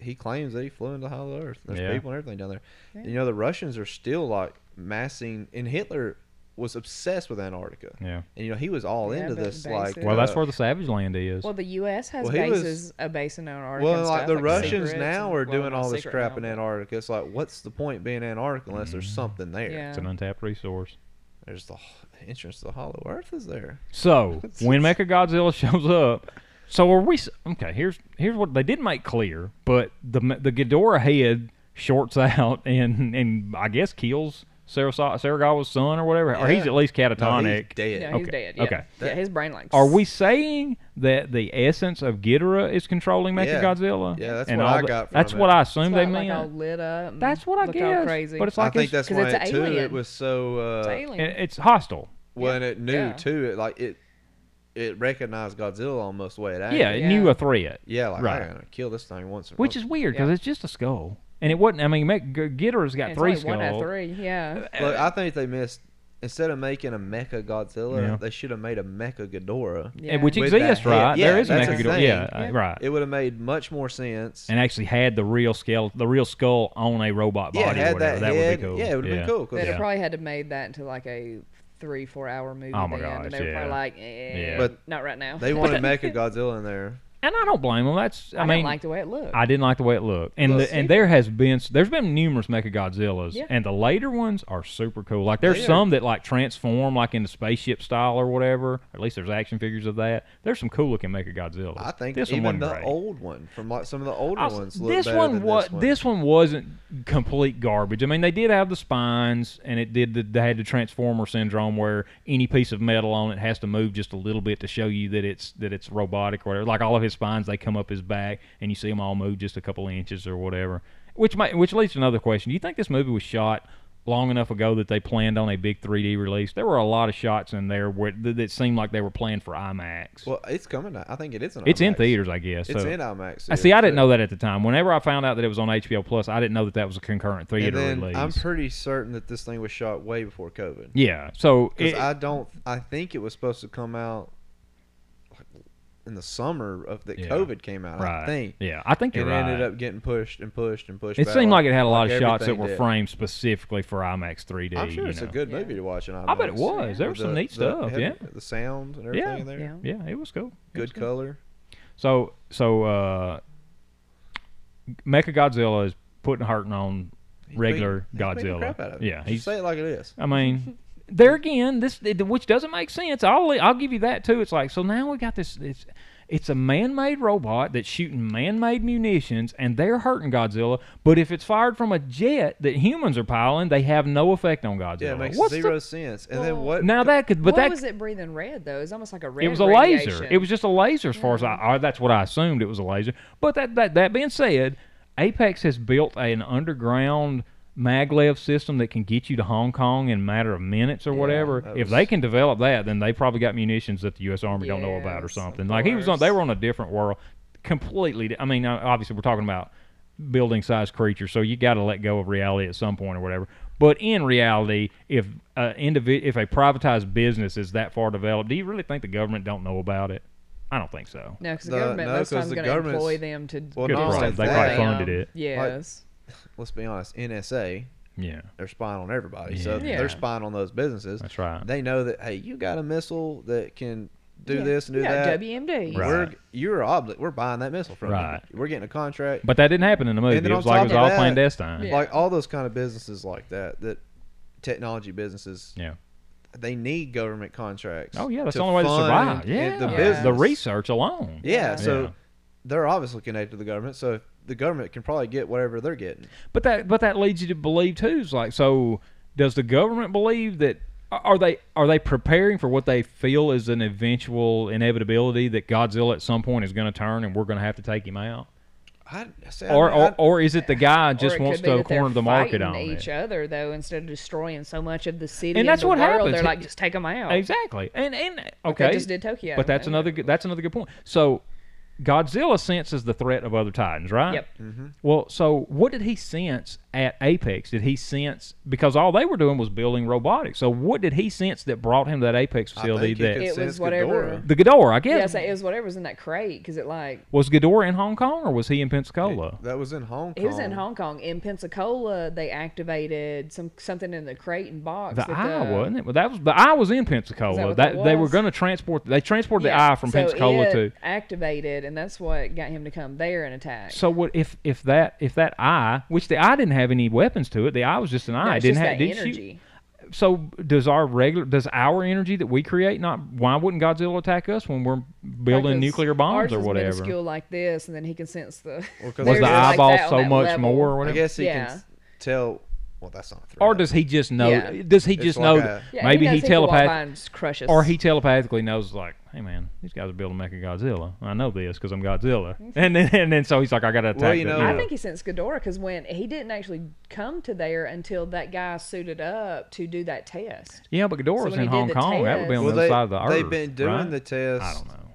Speaker 4: he claims that he flew into Hollow Earth. There's
Speaker 2: Yeah.
Speaker 4: people and everything down there.
Speaker 3: Yeah.
Speaker 4: You know, the Russians are still like massing, and Hitler was obsessed with Antarctica,
Speaker 2: Yeah.
Speaker 4: and you know he was all
Speaker 3: Yeah,
Speaker 4: into
Speaker 3: but
Speaker 4: this. Like,
Speaker 3: bases.
Speaker 2: Well, that's
Speaker 4: uh,
Speaker 2: where the Savage Land is.
Speaker 3: Well, the U.S. has
Speaker 4: Well, he was-
Speaker 3: bases, a base in Antarctica.
Speaker 4: well,
Speaker 3: and
Speaker 4: like
Speaker 3: stuff,
Speaker 4: the
Speaker 3: like
Speaker 4: Russians
Speaker 3: secrets
Speaker 4: now
Speaker 3: and- well,
Speaker 4: are doing
Speaker 3: not
Speaker 4: all this
Speaker 3: secret
Speaker 4: crap
Speaker 3: now,
Speaker 4: in
Speaker 3: but-
Speaker 4: Antarctica. It's like, what's the point being Antarctica unless there's
Speaker 2: Mm.
Speaker 4: something there?
Speaker 3: Yeah.
Speaker 2: It's an untapped resource.
Speaker 4: There's the h- entrance to the Hollow Earth is there.
Speaker 2: So when Mecha Godzilla shows up, so are we? s- Okay, here's here's what they didn't make clear, but the m- the Ghidorah head shorts out and and I guess kills Sarasawa, Saragawa's son or whatever, or he's
Speaker 4: Yeah.
Speaker 2: at least
Speaker 4: No, he's
Speaker 2: catatonic.
Speaker 4: dead.
Speaker 3: Yeah, he's
Speaker 2: Okay,
Speaker 3: dead. Yeah.
Speaker 2: okay.
Speaker 3: yeah, his brain like.
Speaker 2: are we saying that the essence of Ghidorah is controlling Mecha
Speaker 4: Yeah.
Speaker 2: Godzilla?
Speaker 4: Yeah, that's
Speaker 2: and
Speaker 4: what
Speaker 2: all
Speaker 4: I
Speaker 2: the-
Speaker 4: got from
Speaker 2: that's
Speaker 4: it.
Speaker 2: what I
Speaker 3: It's
Speaker 2: assumed
Speaker 3: not,
Speaker 2: they
Speaker 3: like, all
Speaker 2: meant.
Speaker 3: lit up. and
Speaker 2: That's what I
Speaker 3: look all
Speaker 2: guess.
Speaker 3: Crazy.
Speaker 2: But it's
Speaker 4: I
Speaker 2: like
Speaker 4: think
Speaker 2: it's,
Speaker 4: that's
Speaker 3: 'cause
Speaker 4: why
Speaker 3: it's
Speaker 4: it,
Speaker 3: an
Speaker 4: too. It
Speaker 3: alien.
Speaker 4: was so
Speaker 3: It's
Speaker 4: uh,
Speaker 3: alien.
Speaker 2: it- it's hostile.
Speaker 4: when it knew
Speaker 3: Yeah.
Speaker 4: too. It like it it recognized Godzilla almost the way it acted.
Speaker 2: Yeah, it knew
Speaker 3: Yeah.
Speaker 2: a threat.
Speaker 4: Yeah, like
Speaker 2: Right.
Speaker 4: I'm gonna kill this thing once. and
Speaker 2: Which
Speaker 4: for-
Speaker 2: is weird because
Speaker 3: Yeah.
Speaker 2: it's just a skull, and it wasn't. I mean, Mac- G- Ghidorah's got
Speaker 3: It's
Speaker 2: three
Speaker 3: only
Speaker 2: skulls.
Speaker 3: one out of three. Yeah.
Speaker 4: Look, I think they missed instead of making a Mecha Godzilla,
Speaker 2: Yeah.
Speaker 4: they should have made a Mecha Ghidorah.
Speaker 3: yeah.
Speaker 2: which
Speaker 4: With
Speaker 2: exists,
Speaker 4: that
Speaker 2: right?
Speaker 4: head.
Speaker 2: there
Speaker 4: Yeah,
Speaker 2: is a
Speaker 4: that's
Speaker 2: Mecha
Speaker 4: the
Speaker 2: Ghidorah.
Speaker 4: thing.
Speaker 2: Yeah, uh,
Speaker 3: Yeah.
Speaker 2: right.
Speaker 4: It would have made much more sense.
Speaker 2: and actually had the real skull, the real skull on a robot body.
Speaker 4: yeah, it had
Speaker 2: or whatever.
Speaker 4: that,
Speaker 2: That,
Speaker 4: head.
Speaker 2: would be cool.
Speaker 4: Yeah, it would have been cool. 'cause
Speaker 3: They'd
Speaker 2: Yeah.
Speaker 3: have probably had to made that into like a three, four hour movie.
Speaker 2: Oh my
Speaker 3: then,
Speaker 2: gosh,
Speaker 3: And they were
Speaker 2: yeah.
Speaker 3: probably like, eh,
Speaker 2: Yeah.
Speaker 4: But
Speaker 3: not right now.
Speaker 4: They wanted Mecha Godzilla in there.
Speaker 2: And I don't blame them. That's I,
Speaker 3: I,
Speaker 2: mean,
Speaker 3: didn't like the way it looked.
Speaker 2: I didn't like the way it looked. And
Speaker 4: Well,
Speaker 2: the, and there has been there's been numerous Mechagodzillas,
Speaker 3: Yeah.
Speaker 2: and the later ones are super cool. Like there's
Speaker 4: They are-
Speaker 2: some that like transform like into spaceship style or whatever. At least there's action figures of that. There's some cool looking Mechagodzillas.
Speaker 4: I think
Speaker 2: this one wasn't
Speaker 4: even the
Speaker 2: great.
Speaker 4: old one from like some of the older
Speaker 2: Also,
Speaker 4: ones. looked
Speaker 2: This
Speaker 4: better
Speaker 2: one
Speaker 4: than
Speaker 2: was
Speaker 4: this one.
Speaker 2: this one wasn't complete garbage. I mean, they did have the spines, and it did. The, they had the transformer syndrome where any piece of metal on it has to move just a little bit to show you that it's that it's robotic or whatever. Like all of his spines, they come up his back, and you see them all move just a couple inches or whatever. Which might, which leads to another question: Do you think this movie was shot? Long enough ago that they planned on a big 3D release. There were a lot of shots in there where th- that seemed like they were planned for IMAX.
Speaker 4: Well, it's coming. out. I think it is in.
Speaker 2: it's in
Speaker 4: IMAX.
Speaker 2: theaters, I guess.
Speaker 4: It's
Speaker 2: so-
Speaker 4: in IMAX.
Speaker 2: I see. I didn't
Speaker 4: know.
Speaker 2: know that at the time. Whenever I found out that it was on HBO Plus, I didn't know that that was a concurrent
Speaker 4: And
Speaker 2: theater
Speaker 4: then
Speaker 2: release.
Speaker 4: I'm pretty certain that this thing was shot way before COVID.
Speaker 2: yeah. So
Speaker 4: Because
Speaker 2: it-
Speaker 4: I don't, I think it was supposed to come out in the summer of that
Speaker 2: Yeah.
Speaker 4: COVID came out.
Speaker 2: right.
Speaker 4: I think.
Speaker 2: Yeah, I think
Speaker 4: And
Speaker 2: you're
Speaker 4: it
Speaker 2: right.
Speaker 4: ended up getting pushed and pushed and pushed.
Speaker 2: it
Speaker 4: back,
Speaker 2: seemed like it had a lot of
Speaker 4: like
Speaker 2: shots that
Speaker 4: everything
Speaker 2: were
Speaker 4: did.
Speaker 2: framed specifically for IMAX 3D.
Speaker 4: I'm sure
Speaker 2: you
Speaker 4: it's a
Speaker 2: know.
Speaker 4: good
Speaker 3: Yeah.
Speaker 4: movie to watch in IMAX.
Speaker 2: I bet it was. There was some
Speaker 4: The-
Speaker 2: neat
Speaker 4: the-
Speaker 2: stuff.
Speaker 4: it had
Speaker 2: yeah.
Speaker 4: The sound and everything in there.
Speaker 3: yeah.
Speaker 2: Yeah, it was cool. It was
Speaker 4: Good color.
Speaker 2: So so uh, Mecha Godzilla is putting hurting on
Speaker 4: He's
Speaker 2: regular
Speaker 4: beating- he's beating the
Speaker 2: Godzilla.
Speaker 4: crap out of it.
Speaker 2: Yeah,
Speaker 4: Just
Speaker 2: he's
Speaker 4: say it like it is.
Speaker 2: I mean, there again, this which doesn't make sense. I'll I'll give you that too. It's like so now we got this. It's it's a man-made robot that's shooting man-made munitions, and they're hurting Godzilla. But if it's fired from a jet that humans are piloting, they have no effect on Godzilla.
Speaker 4: Yeah, it makes
Speaker 2: What's the-
Speaker 4: zero sense. And then
Speaker 3: Well,
Speaker 4: what?
Speaker 2: now that could, but
Speaker 3: what
Speaker 2: that
Speaker 3: was it breathing red though? It was almost like a red.
Speaker 2: it was a laser. It was just a laser, as far as I. I- That's what I assumed it was a laser. But that that that being said, Apex has built an underground maglev system that can get you to Hong Kong in a matter of minutes or whatever.
Speaker 4: that
Speaker 2: If
Speaker 4: was-
Speaker 2: they can develop that, then they probably got munitions that the U.S. Army don't know about or
Speaker 3: Yes,
Speaker 2: something.
Speaker 3: of
Speaker 2: Like he was on. They
Speaker 3: course.
Speaker 2: were on a different world, completely. di- I mean, uh, obviously we're talking about building sized creatures, so you got to let go of reality at some point or whatever. But in reality, if a individ- if a privatized business is that far developed, do you really think the government don't know about it? I don't think so.
Speaker 3: no, because the,
Speaker 4: The-
Speaker 3: government
Speaker 4: no,
Speaker 3: most
Speaker 4: 'cause
Speaker 3: times
Speaker 4: the
Speaker 3: going to employ
Speaker 4: government's-
Speaker 3: them to.
Speaker 4: Well,
Speaker 2: Good
Speaker 4: not
Speaker 2: problem.
Speaker 4: only
Speaker 2: They probably
Speaker 4: that,
Speaker 2: funded it.
Speaker 3: Yes.
Speaker 4: Let's be honest. NSA.
Speaker 2: Yeah,
Speaker 4: they're spying on everybody. So
Speaker 2: Yeah.
Speaker 3: Yeah.
Speaker 4: they're spying on those businesses.
Speaker 2: That's right.
Speaker 4: They know that hey, you got a missile that can do
Speaker 3: Yeah.
Speaker 4: this and do
Speaker 3: You got
Speaker 4: that.
Speaker 3: WMD.
Speaker 2: Right.
Speaker 4: We're you're obli- we're buying that missile from
Speaker 2: Right.
Speaker 4: you. We're getting a contract.
Speaker 2: but that didn't happen in the movie.
Speaker 4: And then
Speaker 2: It
Speaker 4: on
Speaker 2: was like it
Speaker 4: top
Speaker 2: was
Speaker 4: of
Speaker 2: all
Speaker 4: that-
Speaker 2: clandestine.
Speaker 3: Yeah.
Speaker 4: Like all those kind of businesses like that that technology businesses
Speaker 2: Yeah.
Speaker 4: they need government contracts.
Speaker 2: Oh yeah, that's
Speaker 4: to
Speaker 2: the only way to
Speaker 4: fund
Speaker 2: survive.
Speaker 4: it-
Speaker 2: Yeah,
Speaker 4: The
Speaker 3: Yeah.
Speaker 4: business.
Speaker 2: the research alone.
Speaker 4: Yeah, so
Speaker 2: Yeah.
Speaker 4: they're obviously connected to the government. So the government can probably get whatever they're getting.
Speaker 2: But that but that leads you to believe too. Is like so. Does the government believe that are they are they preparing for what they feel is an eventual inevitability that Godzilla at some point is going to turn and we're going to have to take him out?
Speaker 4: I, I say, I
Speaker 2: Or
Speaker 4: mean,
Speaker 2: or,
Speaker 4: I-
Speaker 2: or is it the guy
Speaker 3: Or
Speaker 2: just
Speaker 3: it could
Speaker 2: wants
Speaker 3: be
Speaker 2: to
Speaker 3: that they're
Speaker 2: corner the market
Speaker 3: fighting
Speaker 2: on
Speaker 3: each
Speaker 2: it?
Speaker 3: other though instead of destroying so much of the city
Speaker 2: And that's
Speaker 3: the
Speaker 2: what
Speaker 3: world,
Speaker 2: happens.
Speaker 3: They're like just take them out.
Speaker 2: Exactly. And and
Speaker 3: Oh. They
Speaker 2: okay,
Speaker 3: just did Tokyo.
Speaker 2: but that's another good, that's another good point. So Godzilla senses the threat of other titans, right?
Speaker 3: Yep.
Speaker 4: Mm-hmm.
Speaker 2: Well, so what did he sense at Apex? Did he sense because all they were doing was building robotics. So what did he sense that brought him to that Apex
Speaker 4: I think
Speaker 2: facility?
Speaker 4: he could
Speaker 2: That
Speaker 3: It
Speaker 4: sense
Speaker 3: was whatever-
Speaker 4: Ghidorah.
Speaker 2: the Ghidorah, I guess.
Speaker 3: Yeah, so it was whatever's in that crate because it like
Speaker 2: Was Ghidorah in Hong Kong or was he in Pensacola?
Speaker 4: That was in Hong Kong.
Speaker 3: He was in Hong Kong. In Pensacola, they activated some something in the crate and box.
Speaker 2: The
Speaker 3: that
Speaker 2: eye wasn't it? Well, that was the eye was in Pensacola.
Speaker 3: what
Speaker 2: that,
Speaker 3: that
Speaker 2: they were
Speaker 3: was?
Speaker 2: going to transport. They transported
Speaker 3: Yeah,
Speaker 2: the eye from
Speaker 3: so
Speaker 2: Pensacola
Speaker 3: it
Speaker 2: to.
Speaker 3: activated, and that's what got him to come there and attack.
Speaker 2: So what if if that if that eye, which the eye didn't have any weapons to it, the eye was just an eye.
Speaker 3: No,
Speaker 2: it
Speaker 3: it's
Speaker 2: didn't
Speaker 3: just
Speaker 2: have
Speaker 3: that
Speaker 2: didn't shoot.
Speaker 3: energy.
Speaker 2: So does our regular does our energy that we create not? Why wouldn't Godzilla attack us when we're building
Speaker 3: Because
Speaker 2: nuclear bombs
Speaker 3: ours
Speaker 2: or
Speaker 3: is
Speaker 2: whatever?
Speaker 3: Minuscule like this, and then he can sense the.
Speaker 4: Well,
Speaker 2: Was
Speaker 3: theirs
Speaker 4: 'cause Was
Speaker 2: the
Speaker 3: is like
Speaker 2: eyeball
Speaker 3: that on
Speaker 2: so
Speaker 3: that
Speaker 2: much
Speaker 3: level.
Speaker 2: more or
Speaker 4: I
Speaker 2: whatever?
Speaker 4: guess he can
Speaker 3: Yeah.
Speaker 4: s- tell. Well, that's not a threat.
Speaker 2: Or does he just know?
Speaker 3: Yeah.
Speaker 2: Does he
Speaker 4: It's
Speaker 2: just
Speaker 4: like
Speaker 2: know?
Speaker 4: a-
Speaker 2: that
Speaker 3: Yeah,
Speaker 2: maybe
Speaker 3: he,
Speaker 2: he,
Speaker 3: knows can walk
Speaker 2: telepath-
Speaker 3: by and just crush us.
Speaker 2: or he telepathically knows like hey man these guys are building mecha godzilla i know this because i'm godzilla and then and then so he's like i gotta attack
Speaker 4: Well, you
Speaker 2: the-
Speaker 4: know-
Speaker 3: I
Speaker 4: Yeah.
Speaker 3: think he sensed Ghidorah because when he didn't actually come to there until that guy suited up to do that test.
Speaker 2: yeah but
Speaker 3: So
Speaker 2: Ghidorah was
Speaker 3: when
Speaker 2: in
Speaker 3: he did
Speaker 2: hong
Speaker 3: the
Speaker 2: kong that would be on
Speaker 4: Well,
Speaker 2: the other
Speaker 4: they,
Speaker 2: side of the earth
Speaker 4: they've been doing
Speaker 2: right?
Speaker 4: the test.
Speaker 2: i don't know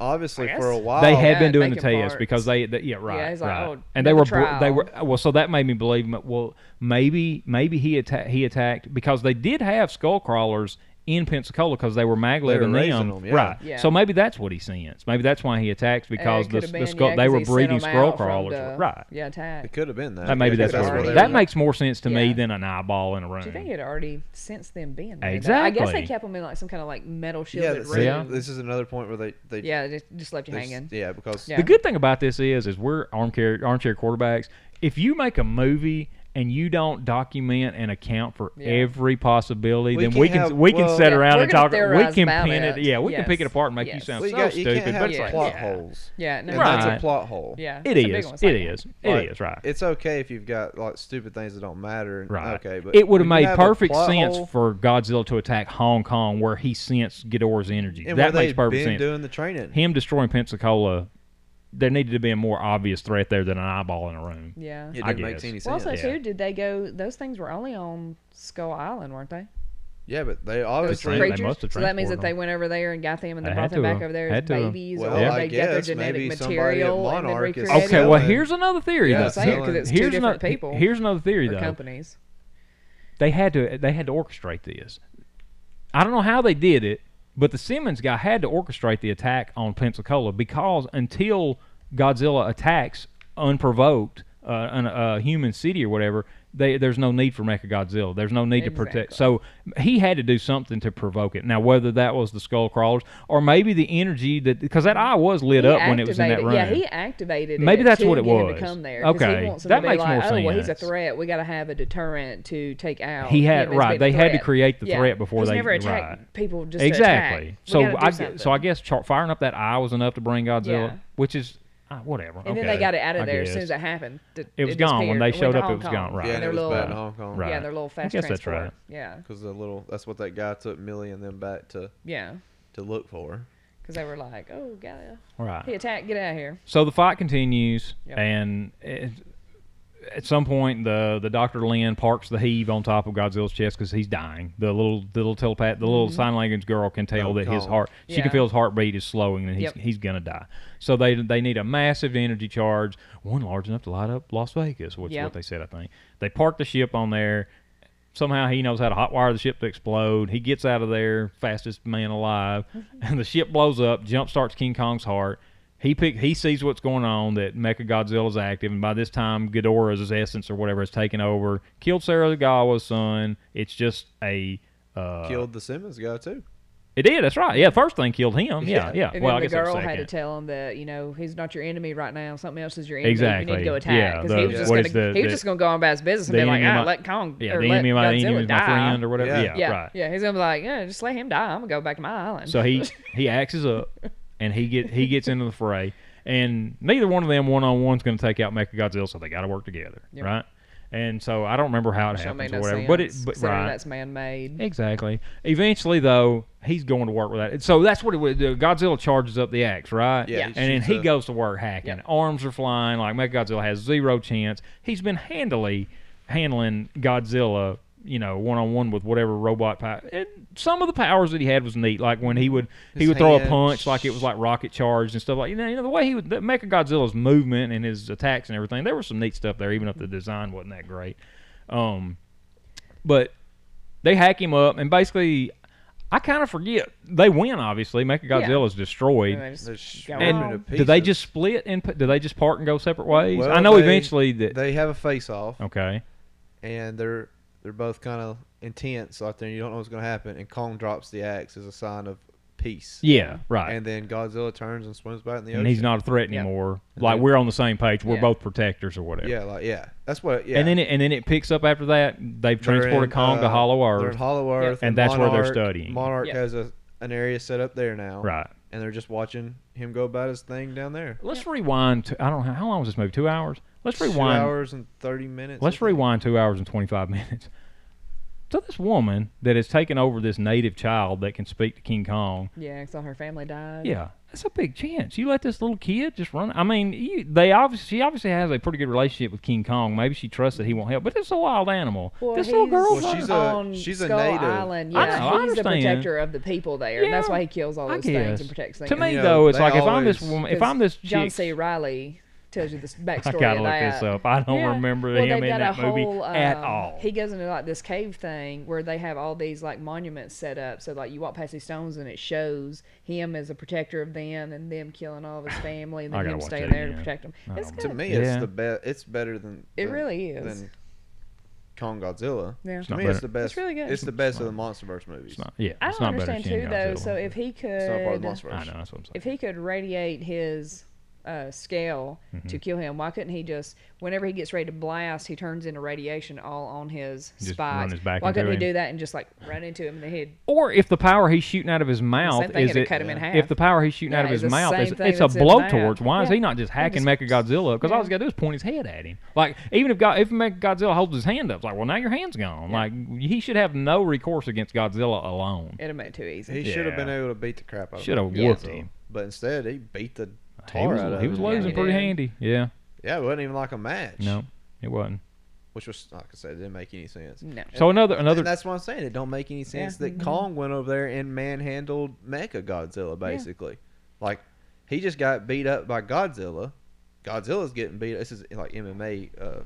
Speaker 4: Obviously,
Speaker 3: I
Speaker 4: for a
Speaker 3: guess.
Speaker 4: while.
Speaker 2: they had
Speaker 3: Oh, yeah,
Speaker 2: been doing the
Speaker 3: making
Speaker 2: test
Speaker 3: parts.
Speaker 2: because they, they yeah right
Speaker 3: he's like,
Speaker 2: right.
Speaker 3: "Oh,
Speaker 2: and they
Speaker 3: another
Speaker 2: were bro- they
Speaker 3: trial."
Speaker 2: were well so that made me believe m- well maybe maybe he atta- he attacked because they did have skull crawlers in Pensacola because they were maglev
Speaker 4: They were
Speaker 2: and
Speaker 4: raising
Speaker 2: them,
Speaker 4: them, yeah.
Speaker 2: right
Speaker 3: Yeah.
Speaker 2: so maybe that's what he sensed maybe that's why he attacks because the,
Speaker 3: could
Speaker 2: the
Speaker 3: have been,
Speaker 2: skull
Speaker 3: yeah,
Speaker 2: they
Speaker 3: 'cause
Speaker 2: were
Speaker 3: he sent
Speaker 2: breeding
Speaker 3: 'em
Speaker 2: skull
Speaker 3: out from
Speaker 2: crawlers
Speaker 3: the-
Speaker 2: right
Speaker 3: Yeah, attack.
Speaker 4: It could have been that.
Speaker 2: That maybe
Speaker 4: Yeah,
Speaker 2: that's,
Speaker 3: that's
Speaker 2: what
Speaker 3: what
Speaker 2: it is.
Speaker 3: they were
Speaker 2: That
Speaker 3: doing.
Speaker 2: makes more sense to me
Speaker 3: Yeah.
Speaker 2: than an eyeball in a room.
Speaker 3: Do you think it already sensed them being there? though? I guess
Speaker 2: Exactly.
Speaker 3: they kept them in like some kind of like metal
Speaker 4: Yeah,
Speaker 3: shielded
Speaker 4: that's-
Speaker 3: room.
Speaker 2: Yeah.
Speaker 3: Yeah,
Speaker 4: this is another point where they they
Speaker 3: they just- just left you
Speaker 4: they s-
Speaker 3: hanging.
Speaker 4: yeah because
Speaker 3: Yeah.
Speaker 2: The good thing about this is, is we're armchair armchair quarterbacks. If you make a movie and you don't document and account for
Speaker 3: Yeah.
Speaker 2: every possibility,
Speaker 4: We
Speaker 2: then
Speaker 4: can
Speaker 2: we can
Speaker 4: have-
Speaker 2: we can
Speaker 4: well-
Speaker 2: sit
Speaker 3: Yeah,
Speaker 2: around
Speaker 3: we're
Speaker 2: and
Speaker 3: gonna
Speaker 2: talk. We
Speaker 3: theorize
Speaker 2: can
Speaker 3: about
Speaker 2: pin it.
Speaker 3: it.
Speaker 2: Yeah, we can pick it
Speaker 3: Yes.
Speaker 2: apart and make you
Speaker 3: Yes.
Speaker 2: sound
Speaker 4: well, you,
Speaker 2: so
Speaker 4: got, you
Speaker 2: stupid.
Speaker 4: can't
Speaker 2: but
Speaker 4: have
Speaker 2: it's like,
Speaker 4: plot
Speaker 3: yeah.
Speaker 4: holes.
Speaker 3: Yeah, no,
Speaker 4: and
Speaker 2: Right.
Speaker 4: that's a plot hole.
Speaker 3: yeah.
Speaker 2: it
Speaker 3: it's a big one,
Speaker 2: is.
Speaker 3: it's
Speaker 2: It
Speaker 3: like-
Speaker 2: is.
Speaker 4: Like,
Speaker 2: It is right.
Speaker 4: It's okay if you've got like stupid things that don't matter. and-
Speaker 2: Right.
Speaker 4: Okay, but
Speaker 2: it would have
Speaker 4: when you
Speaker 2: made
Speaker 4: have a
Speaker 2: perfect
Speaker 4: plot
Speaker 2: sense
Speaker 4: hole
Speaker 2: for Godzilla to attack Hong Kong, where he sensed Ghidorah's energy.
Speaker 4: and
Speaker 2: that
Speaker 4: where
Speaker 2: makes
Speaker 4: they've
Speaker 2: perfect
Speaker 4: been
Speaker 2: sense.
Speaker 4: doing the training.
Speaker 2: him destroying Pensacola, there needed to be a more obvious threat there than an eyeball in a room.
Speaker 3: Yeah.
Speaker 4: It
Speaker 2: I
Speaker 4: didn't make
Speaker 2: guess.
Speaker 4: any sense.
Speaker 3: Well, also
Speaker 2: Yeah.
Speaker 3: too, did they go? Those things were only on Skull Island, weren't they?
Speaker 4: yeah, but they
Speaker 3: Those
Speaker 2: trained-
Speaker 4: obviously
Speaker 2: they
Speaker 3: creatures.
Speaker 2: must have
Speaker 3: so that means
Speaker 2: transported
Speaker 3: that they went over there and got them, and they
Speaker 2: They
Speaker 3: brought
Speaker 2: had
Speaker 3: them
Speaker 2: to
Speaker 3: back
Speaker 2: have.
Speaker 3: over there
Speaker 2: had
Speaker 3: as
Speaker 2: to have.
Speaker 3: babies,
Speaker 4: Well,
Speaker 3: or
Speaker 4: I
Speaker 3: they got their
Speaker 4: guess
Speaker 3: genetic
Speaker 4: maybe somebody at
Speaker 3: material and then
Speaker 4: Monarch is
Speaker 3: recreated.
Speaker 2: Okay,
Speaker 4: Yeah,
Speaker 2: well
Speaker 4: but-
Speaker 2: here's another theory
Speaker 4: Yeah,
Speaker 2: though.
Speaker 4: I'm saying, 'cause
Speaker 3: it's two
Speaker 2: here's
Speaker 3: different
Speaker 2: ano-
Speaker 3: people
Speaker 2: Here's another theory
Speaker 3: or
Speaker 2: though.
Speaker 3: companies.
Speaker 2: They had to they had to orchestrate this. I don't know how they did it, but the Simmons guy had to orchestrate the attack on Pensacola because until Godzilla attacks unprovoked uh, an, a human city or whatever, they, there's no need for Mechagodzilla. There's no need to protect.
Speaker 3: Exactly.
Speaker 2: So he had to do something to provoke it. Now whether that was the skull crawlers or maybe the energy that because that eye was lit
Speaker 3: He
Speaker 2: up when it was in that room.
Speaker 3: activated- Yeah, he activated.
Speaker 2: Maybe
Speaker 3: it
Speaker 2: that's
Speaker 3: to
Speaker 2: what it
Speaker 3: get him
Speaker 2: was.
Speaker 3: to come there. 'cause he
Speaker 2: Okay,
Speaker 3: wants him
Speaker 2: that
Speaker 3: to be
Speaker 2: makes
Speaker 3: like,
Speaker 2: more
Speaker 3: oh, Well, he's a
Speaker 2: sense.
Speaker 3: threat. We got to have a deterrent to take out.
Speaker 2: He had-
Speaker 3: him as
Speaker 2: right,
Speaker 3: big
Speaker 2: they had to
Speaker 3: threat.
Speaker 2: create the
Speaker 3: Yeah,
Speaker 2: threat before
Speaker 3: he's
Speaker 2: they-
Speaker 3: never attacked
Speaker 2: right.
Speaker 3: people. Just to
Speaker 2: exactly.
Speaker 3: attack. We
Speaker 2: So
Speaker 3: gotta do
Speaker 2: I gu- so I
Speaker 3: something.
Speaker 2: guess char- firing up that eye was enough to bring Godzilla,
Speaker 3: Yeah.
Speaker 2: which is uh, whatever.
Speaker 3: And then
Speaker 2: Okay,
Speaker 3: they got it out of
Speaker 2: I
Speaker 3: there as
Speaker 2: guess.
Speaker 3: soon as it happened. Th-
Speaker 2: It was gone. When they
Speaker 3: disappeared. It went
Speaker 2: showed
Speaker 3: to
Speaker 2: up, it
Speaker 3: Hong
Speaker 2: was gone.
Speaker 3: Kong.
Speaker 2: Right.
Speaker 4: Yeah, and
Speaker 3: their
Speaker 4: it was
Speaker 3: little,
Speaker 4: bad in Hong Kong.
Speaker 2: Right.
Speaker 3: Yeah, their little
Speaker 2: I
Speaker 3: fast
Speaker 2: guess that's
Speaker 3: transport.
Speaker 2: right.
Speaker 3: Yeah,
Speaker 4: Because the little that's what that guy took Millie and them back to
Speaker 3: yeah.
Speaker 4: to look for.
Speaker 3: Because they were like, oh, got
Speaker 2: Right.
Speaker 3: He attacked. Get out of here.
Speaker 2: So the fight continues,
Speaker 3: Yep.
Speaker 2: and it, at some point, the the Doctor Lin parks the heave on top of Godzilla's chest because he's dying. The little the little telepath, the little sign language girl can tell
Speaker 4: Oh,
Speaker 2: that his
Speaker 4: God.
Speaker 2: heart, she
Speaker 3: Mm-hmm. Yeah.
Speaker 2: can feel his heartbeat is slowing, and he's
Speaker 3: Yep.
Speaker 2: he's gonna die. So they they need a massive energy charge, one large enough to light up Las Vegas, which is
Speaker 3: Yep.
Speaker 2: what they said. I think they park the ship on there. Somehow he knows how to hotwire the ship to explode. He gets out of there, fastest man alive, and the ship blows up. Jump starts King Kong's heart. He pick, he sees what's going on that Mecha Godzilla's active, and by this time Ghidorah's essence or whatever has taken over, killed Saragawa's son. It's just a uh,
Speaker 4: Killed the Simmons guy too.
Speaker 2: It did. That's right. Yeah, first thing killed him. Yeah, yeah.
Speaker 3: And
Speaker 2: well, I
Speaker 3: then the
Speaker 2: guess that was
Speaker 3: girl had to
Speaker 2: second.
Speaker 3: tell him that you know he's not your enemy right now. Something else is your enemy. You
Speaker 2: Exactly.
Speaker 3: need to go attack.
Speaker 2: Yeah,
Speaker 3: 'Cause
Speaker 2: the-
Speaker 3: he was just
Speaker 2: what
Speaker 3: gonna,
Speaker 2: is the-
Speaker 3: he was
Speaker 2: the-
Speaker 3: just gonna go on about his business and
Speaker 2: the
Speaker 3: be like,
Speaker 2: enemy of
Speaker 3: ah,
Speaker 2: my-
Speaker 3: let Kong.
Speaker 2: yeah,
Speaker 3: or
Speaker 2: the
Speaker 3: let
Speaker 2: enemy of my
Speaker 3: Godzilla
Speaker 2: enemy is my
Speaker 3: die.
Speaker 2: friend or whatever.
Speaker 4: Yeah.
Speaker 2: Yeah,
Speaker 3: Yeah,
Speaker 2: right.
Speaker 3: yeah. He's gonna be like, yeah, just let him die. I'm gonna go back to my island.
Speaker 2: So he he axes up, and he get he gets into the fray, and neither one of them one on one's going to take out Mechagodzilla, so they got to work together,
Speaker 3: Yep.
Speaker 2: right? And so I don't remember how it
Speaker 3: Which don't
Speaker 2: happens
Speaker 3: make
Speaker 2: or
Speaker 3: no
Speaker 2: whatever.
Speaker 3: sense,
Speaker 2: But it, but
Speaker 3: considering
Speaker 2: right,
Speaker 3: that's man-made.
Speaker 2: Exactly. Eventually, though, he's going to work with that. So that's what it would do. Godzilla charges up the axe, right?
Speaker 4: Yeah, Yeah. he
Speaker 2: And then
Speaker 4: shoots
Speaker 2: he
Speaker 4: a-
Speaker 2: goes to work hacking. Arms are flying. Like Mechagodzilla has zero chance. He's been handily handling Godzilla. You know, one on one with whatever robot power. It, some of the powers that he had was neat. Like when he would he
Speaker 4: His
Speaker 2: would throw a
Speaker 4: hands.
Speaker 2: punch, like it was like rocket charged and stuff like you know you know the way he would the Mechagodzilla's movement and his attacks and everything. There was some neat stuff there, even if the design wasn't that great. Um, but they hack him up and basically I kind of forget they win obviously Mecha Godzilla's destroyed
Speaker 3: Anyway, just
Speaker 4: They're sh-
Speaker 3: go
Speaker 2: and
Speaker 4: ripping
Speaker 3: on.
Speaker 4: to
Speaker 2: do they
Speaker 4: pieces.
Speaker 2: just split and p- do they just part and go separate ways
Speaker 4: Well,
Speaker 2: I know
Speaker 4: they-
Speaker 2: eventually that Oh.
Speaker 4: They have a face off,
Speaker 2: okay
Speaker 4: and they're they're both kind of intense out there. And you don't know what's going to happen. And Kong drops the axe as a sign of peace.
Speaker 2: yeah right and,
Speaker 4: And then Godzilla turns and swims back in the ocean.
Speaker 2: he's not a threat
Speaker 3: Yeah.
Speaker 2: anymore
Speaker 4: And
Speaker 2: like
Speaker 4: they-
Speaker 2: we're on the same page we're
Speaker 3: Yeah.
Speaker 2: both protectors or whatever
Speaker 4: Yeah, like yeah, that's what. Yeah.
Speaker 2: and then it, and then it picks up after that they've
Speaker 4: They're
Speaker 2: transported
Speaker 4: in,
Speaker 2: Kong to
Speaker 4: uh,
Speaker 2: Hollow
Speaker 4: They're in
Speaker 2: Earth
Speaker 4: Hollow Earth,
Speaker 2: And that's where they're studying.
Speaker 4: Monarch
Speaker 3: Yeah.
Speaker 4: has a an area set up there now,
Speaker 2: right
Speaker 4: And they're just watching him go about his thing down there.
Speaker 2: let's rewind to, I don't know how long was this movie two hours let's rewind
Speaker 4: Two hours and thirty minutes. I
Speaker 2: Let's
Speaker 4: think.
Speaker 2: rewind two hours and 25 minutes. So, this woman that has taken over this native child that can speak to King Kong,
Speaker 3: Yeah, because all her family died.
Speaker 2: yeah, that's a big chance. You let this little kid just run. I mean, you, they obviously, she obviously has a pretty good relationship with King Kong. Maybe she trusts that he won't help, but it's a wild animal.
Speaker 3: Well,
Speaker 2: this little
Speaker 3: he's
Speaker 2: girl,
Speaker 4: Well, she's a-
Speaker 3: on
Speaker 4: she's a
Speaker 3: Skull
Speaker 4: native.
Speaker 3: Island. Yeah,
Speaker 2: I know, I
Speaker 3: he's the
Speaker 2: understand.
Speaker 3: protector of the people there. and that's
Speaker 2: Yeah,
Speaker 3: why he kills all
Speaker 2: I
Speaker 3: those things
Speaker 2: guess.
Speaker 3: and protects things.
Speaker 2: to me,
Speaker 4: you know,
Speaker 2: though, it's
Speaker 4: they
Speaker 2: like if I'm this
Speaker 4: always-
Speaker 2: woman, if I'm this
Speaker 3: John
Speaker 2: chick,
Speaker 3: C. Riley tells you this backstory.
Speaker 2: I gotta
Speaker 3: of
Speaker 2: look
Speaker 3: that.
Speaker 2: this up. I don't
Speaker 3: Yeah.
Speaker 2: remember
Speaker 3: well,
Speaker 2: him
Speaker 3: they've
Speaker 2: in
Speaker 3: got
Speaker 2: that
Speaker 3: a
Speaker 2: movie
Speaker 3: whole,
Speaker 2: at
Speaker 3: um,
Speaker 2: all.
Speaker 3: He goes into like this cave thing where they have all these like monuments set up. So like you walk past these stones and it shows him as a protector of them and them killing all of his family and
Speaker 2: I
Speaker 3: then
Speaker 2: gotta
Speaker 3: him
Speaker 2: watch
Speaker 3: staying
Speaker 2: that
Speaker 3: there to
Speaker 2: again.
Speaker 3: protect them.
Speaker 2: I
Speaker 3: It's
Speaker 2: don't
Speaker 3: good.
Speaker 4: To me, it's
Speaker 2: Yeah.
Speaker 4: the best. It's better than
Speaker 3: It
Speaker 4: than-
Speaker 3: really is.
Speaker 4: than Kong Godzilla.
Speaker 3: Yeah. It's
Speaker 4: to
Speaker 2: not
Speaker 4: me,
Speaker 2: better.
Speaker 4: it's the best.
Speaker 3: It's really good.
Speaker 4: It's the best of the MonsterVerse movies.
Speaker 2: it's not, yeah,
Speaker 3: I
Speaker 2: it's
Speaker 3: don't
Speaker 2: not better
Speaker 3: understand
Speaker 2: than
Speaker 3: too
Speaker 2: Shin
Speaker 3: though.
Speaker 2: Godzilla.
Speaker 3: So if he could,
Speaker 4: It's not part of the MonsterVerse.
Speaker 2: I know that's what I'm saying.
Speaker 3: if he could radiate his uh, scale
Speaker 2: Mm-hmm.
Speaker 3: to kill him, why couldn't he just, whenever he gets ready to blast, he turns into radiation all on his
Speaker 2: Just
Speaker 3: spikes?
Speaker 2: run his back
Speaker 3: why couldn't
Speaker 2: into
Speaker 3: he
Speaker 2: him.
Speaker 3: do that and just like run into him and then he'd
Speaker 2: or if the power he's shooting out of his mouth
Speaker 3: thing,
Speaker 2: is
Speaker 3: it'd
Speaker 2: it,
Speaker 3: cut him in half.
Speaker 2: if the power he's shooting
Speaker 3: Yeah,
Speaker 2: out of
Speaker 3: it's
Speaker 2: his
Speaker 3: the
Speaker 2: mouth is
Speaker 3: same thing
Speaker 2: it's a
Speaker 3: that's in that.
Speaker 2: blowtorch, why is
Speaker 3: Yeah.
Speaker 2: he not just hacking
Speaker 3: just-
Speaker 2: Mechagodzilla? Because all he's
Speaker 3: Yeah.
Speaker 2: got to do is point his head at him. Like even if God, if Mechagodzilla holds his hand up, it's like well now your hand's gone. Like he should have no recourse against Godzilla alone.
Speaker 3: it'd have been too easy?
Speaker 4: He should have
Speaker 2: Yeah.
Speaker 4: been able to beat the crap out. of
Speaker 2: Should have
Speaker 3: Yeah.
Speaker 2: whooped him.
Speaker 4: But instead, he beat the
Speaker 2: He
Speaker 4: tar out
Speaker 2: was,
Speaker 4: of
Speaker 2: he
Speaker 4: him.
Speaker 2: was
Speaker 4: Yeah,
Speaker 2: losing
Speaker 3: he
Speaker 2: pretty
Speaker 3: did.
Speaker 2: handy. Yeah,
Speaker 4: Yeah, it wasn't even like a match.
Speaker 2: no, it wasn't.
Speaker 4: Which was like I said, it didn't make any sense.
Speaker 3: No.
Speaker 2: So another
Speaker 4: And
Speaker 2: another
Speaker 4: that's what I'm saying. It don't make any sense that
Speaker 3: Mm-hmm.
Speaker 4: Kong went over there and manhandled Mecha Godzilla basically. Like he just got beat up by Godzilla. Godzilla's getting beat. This is like MMA. Uh,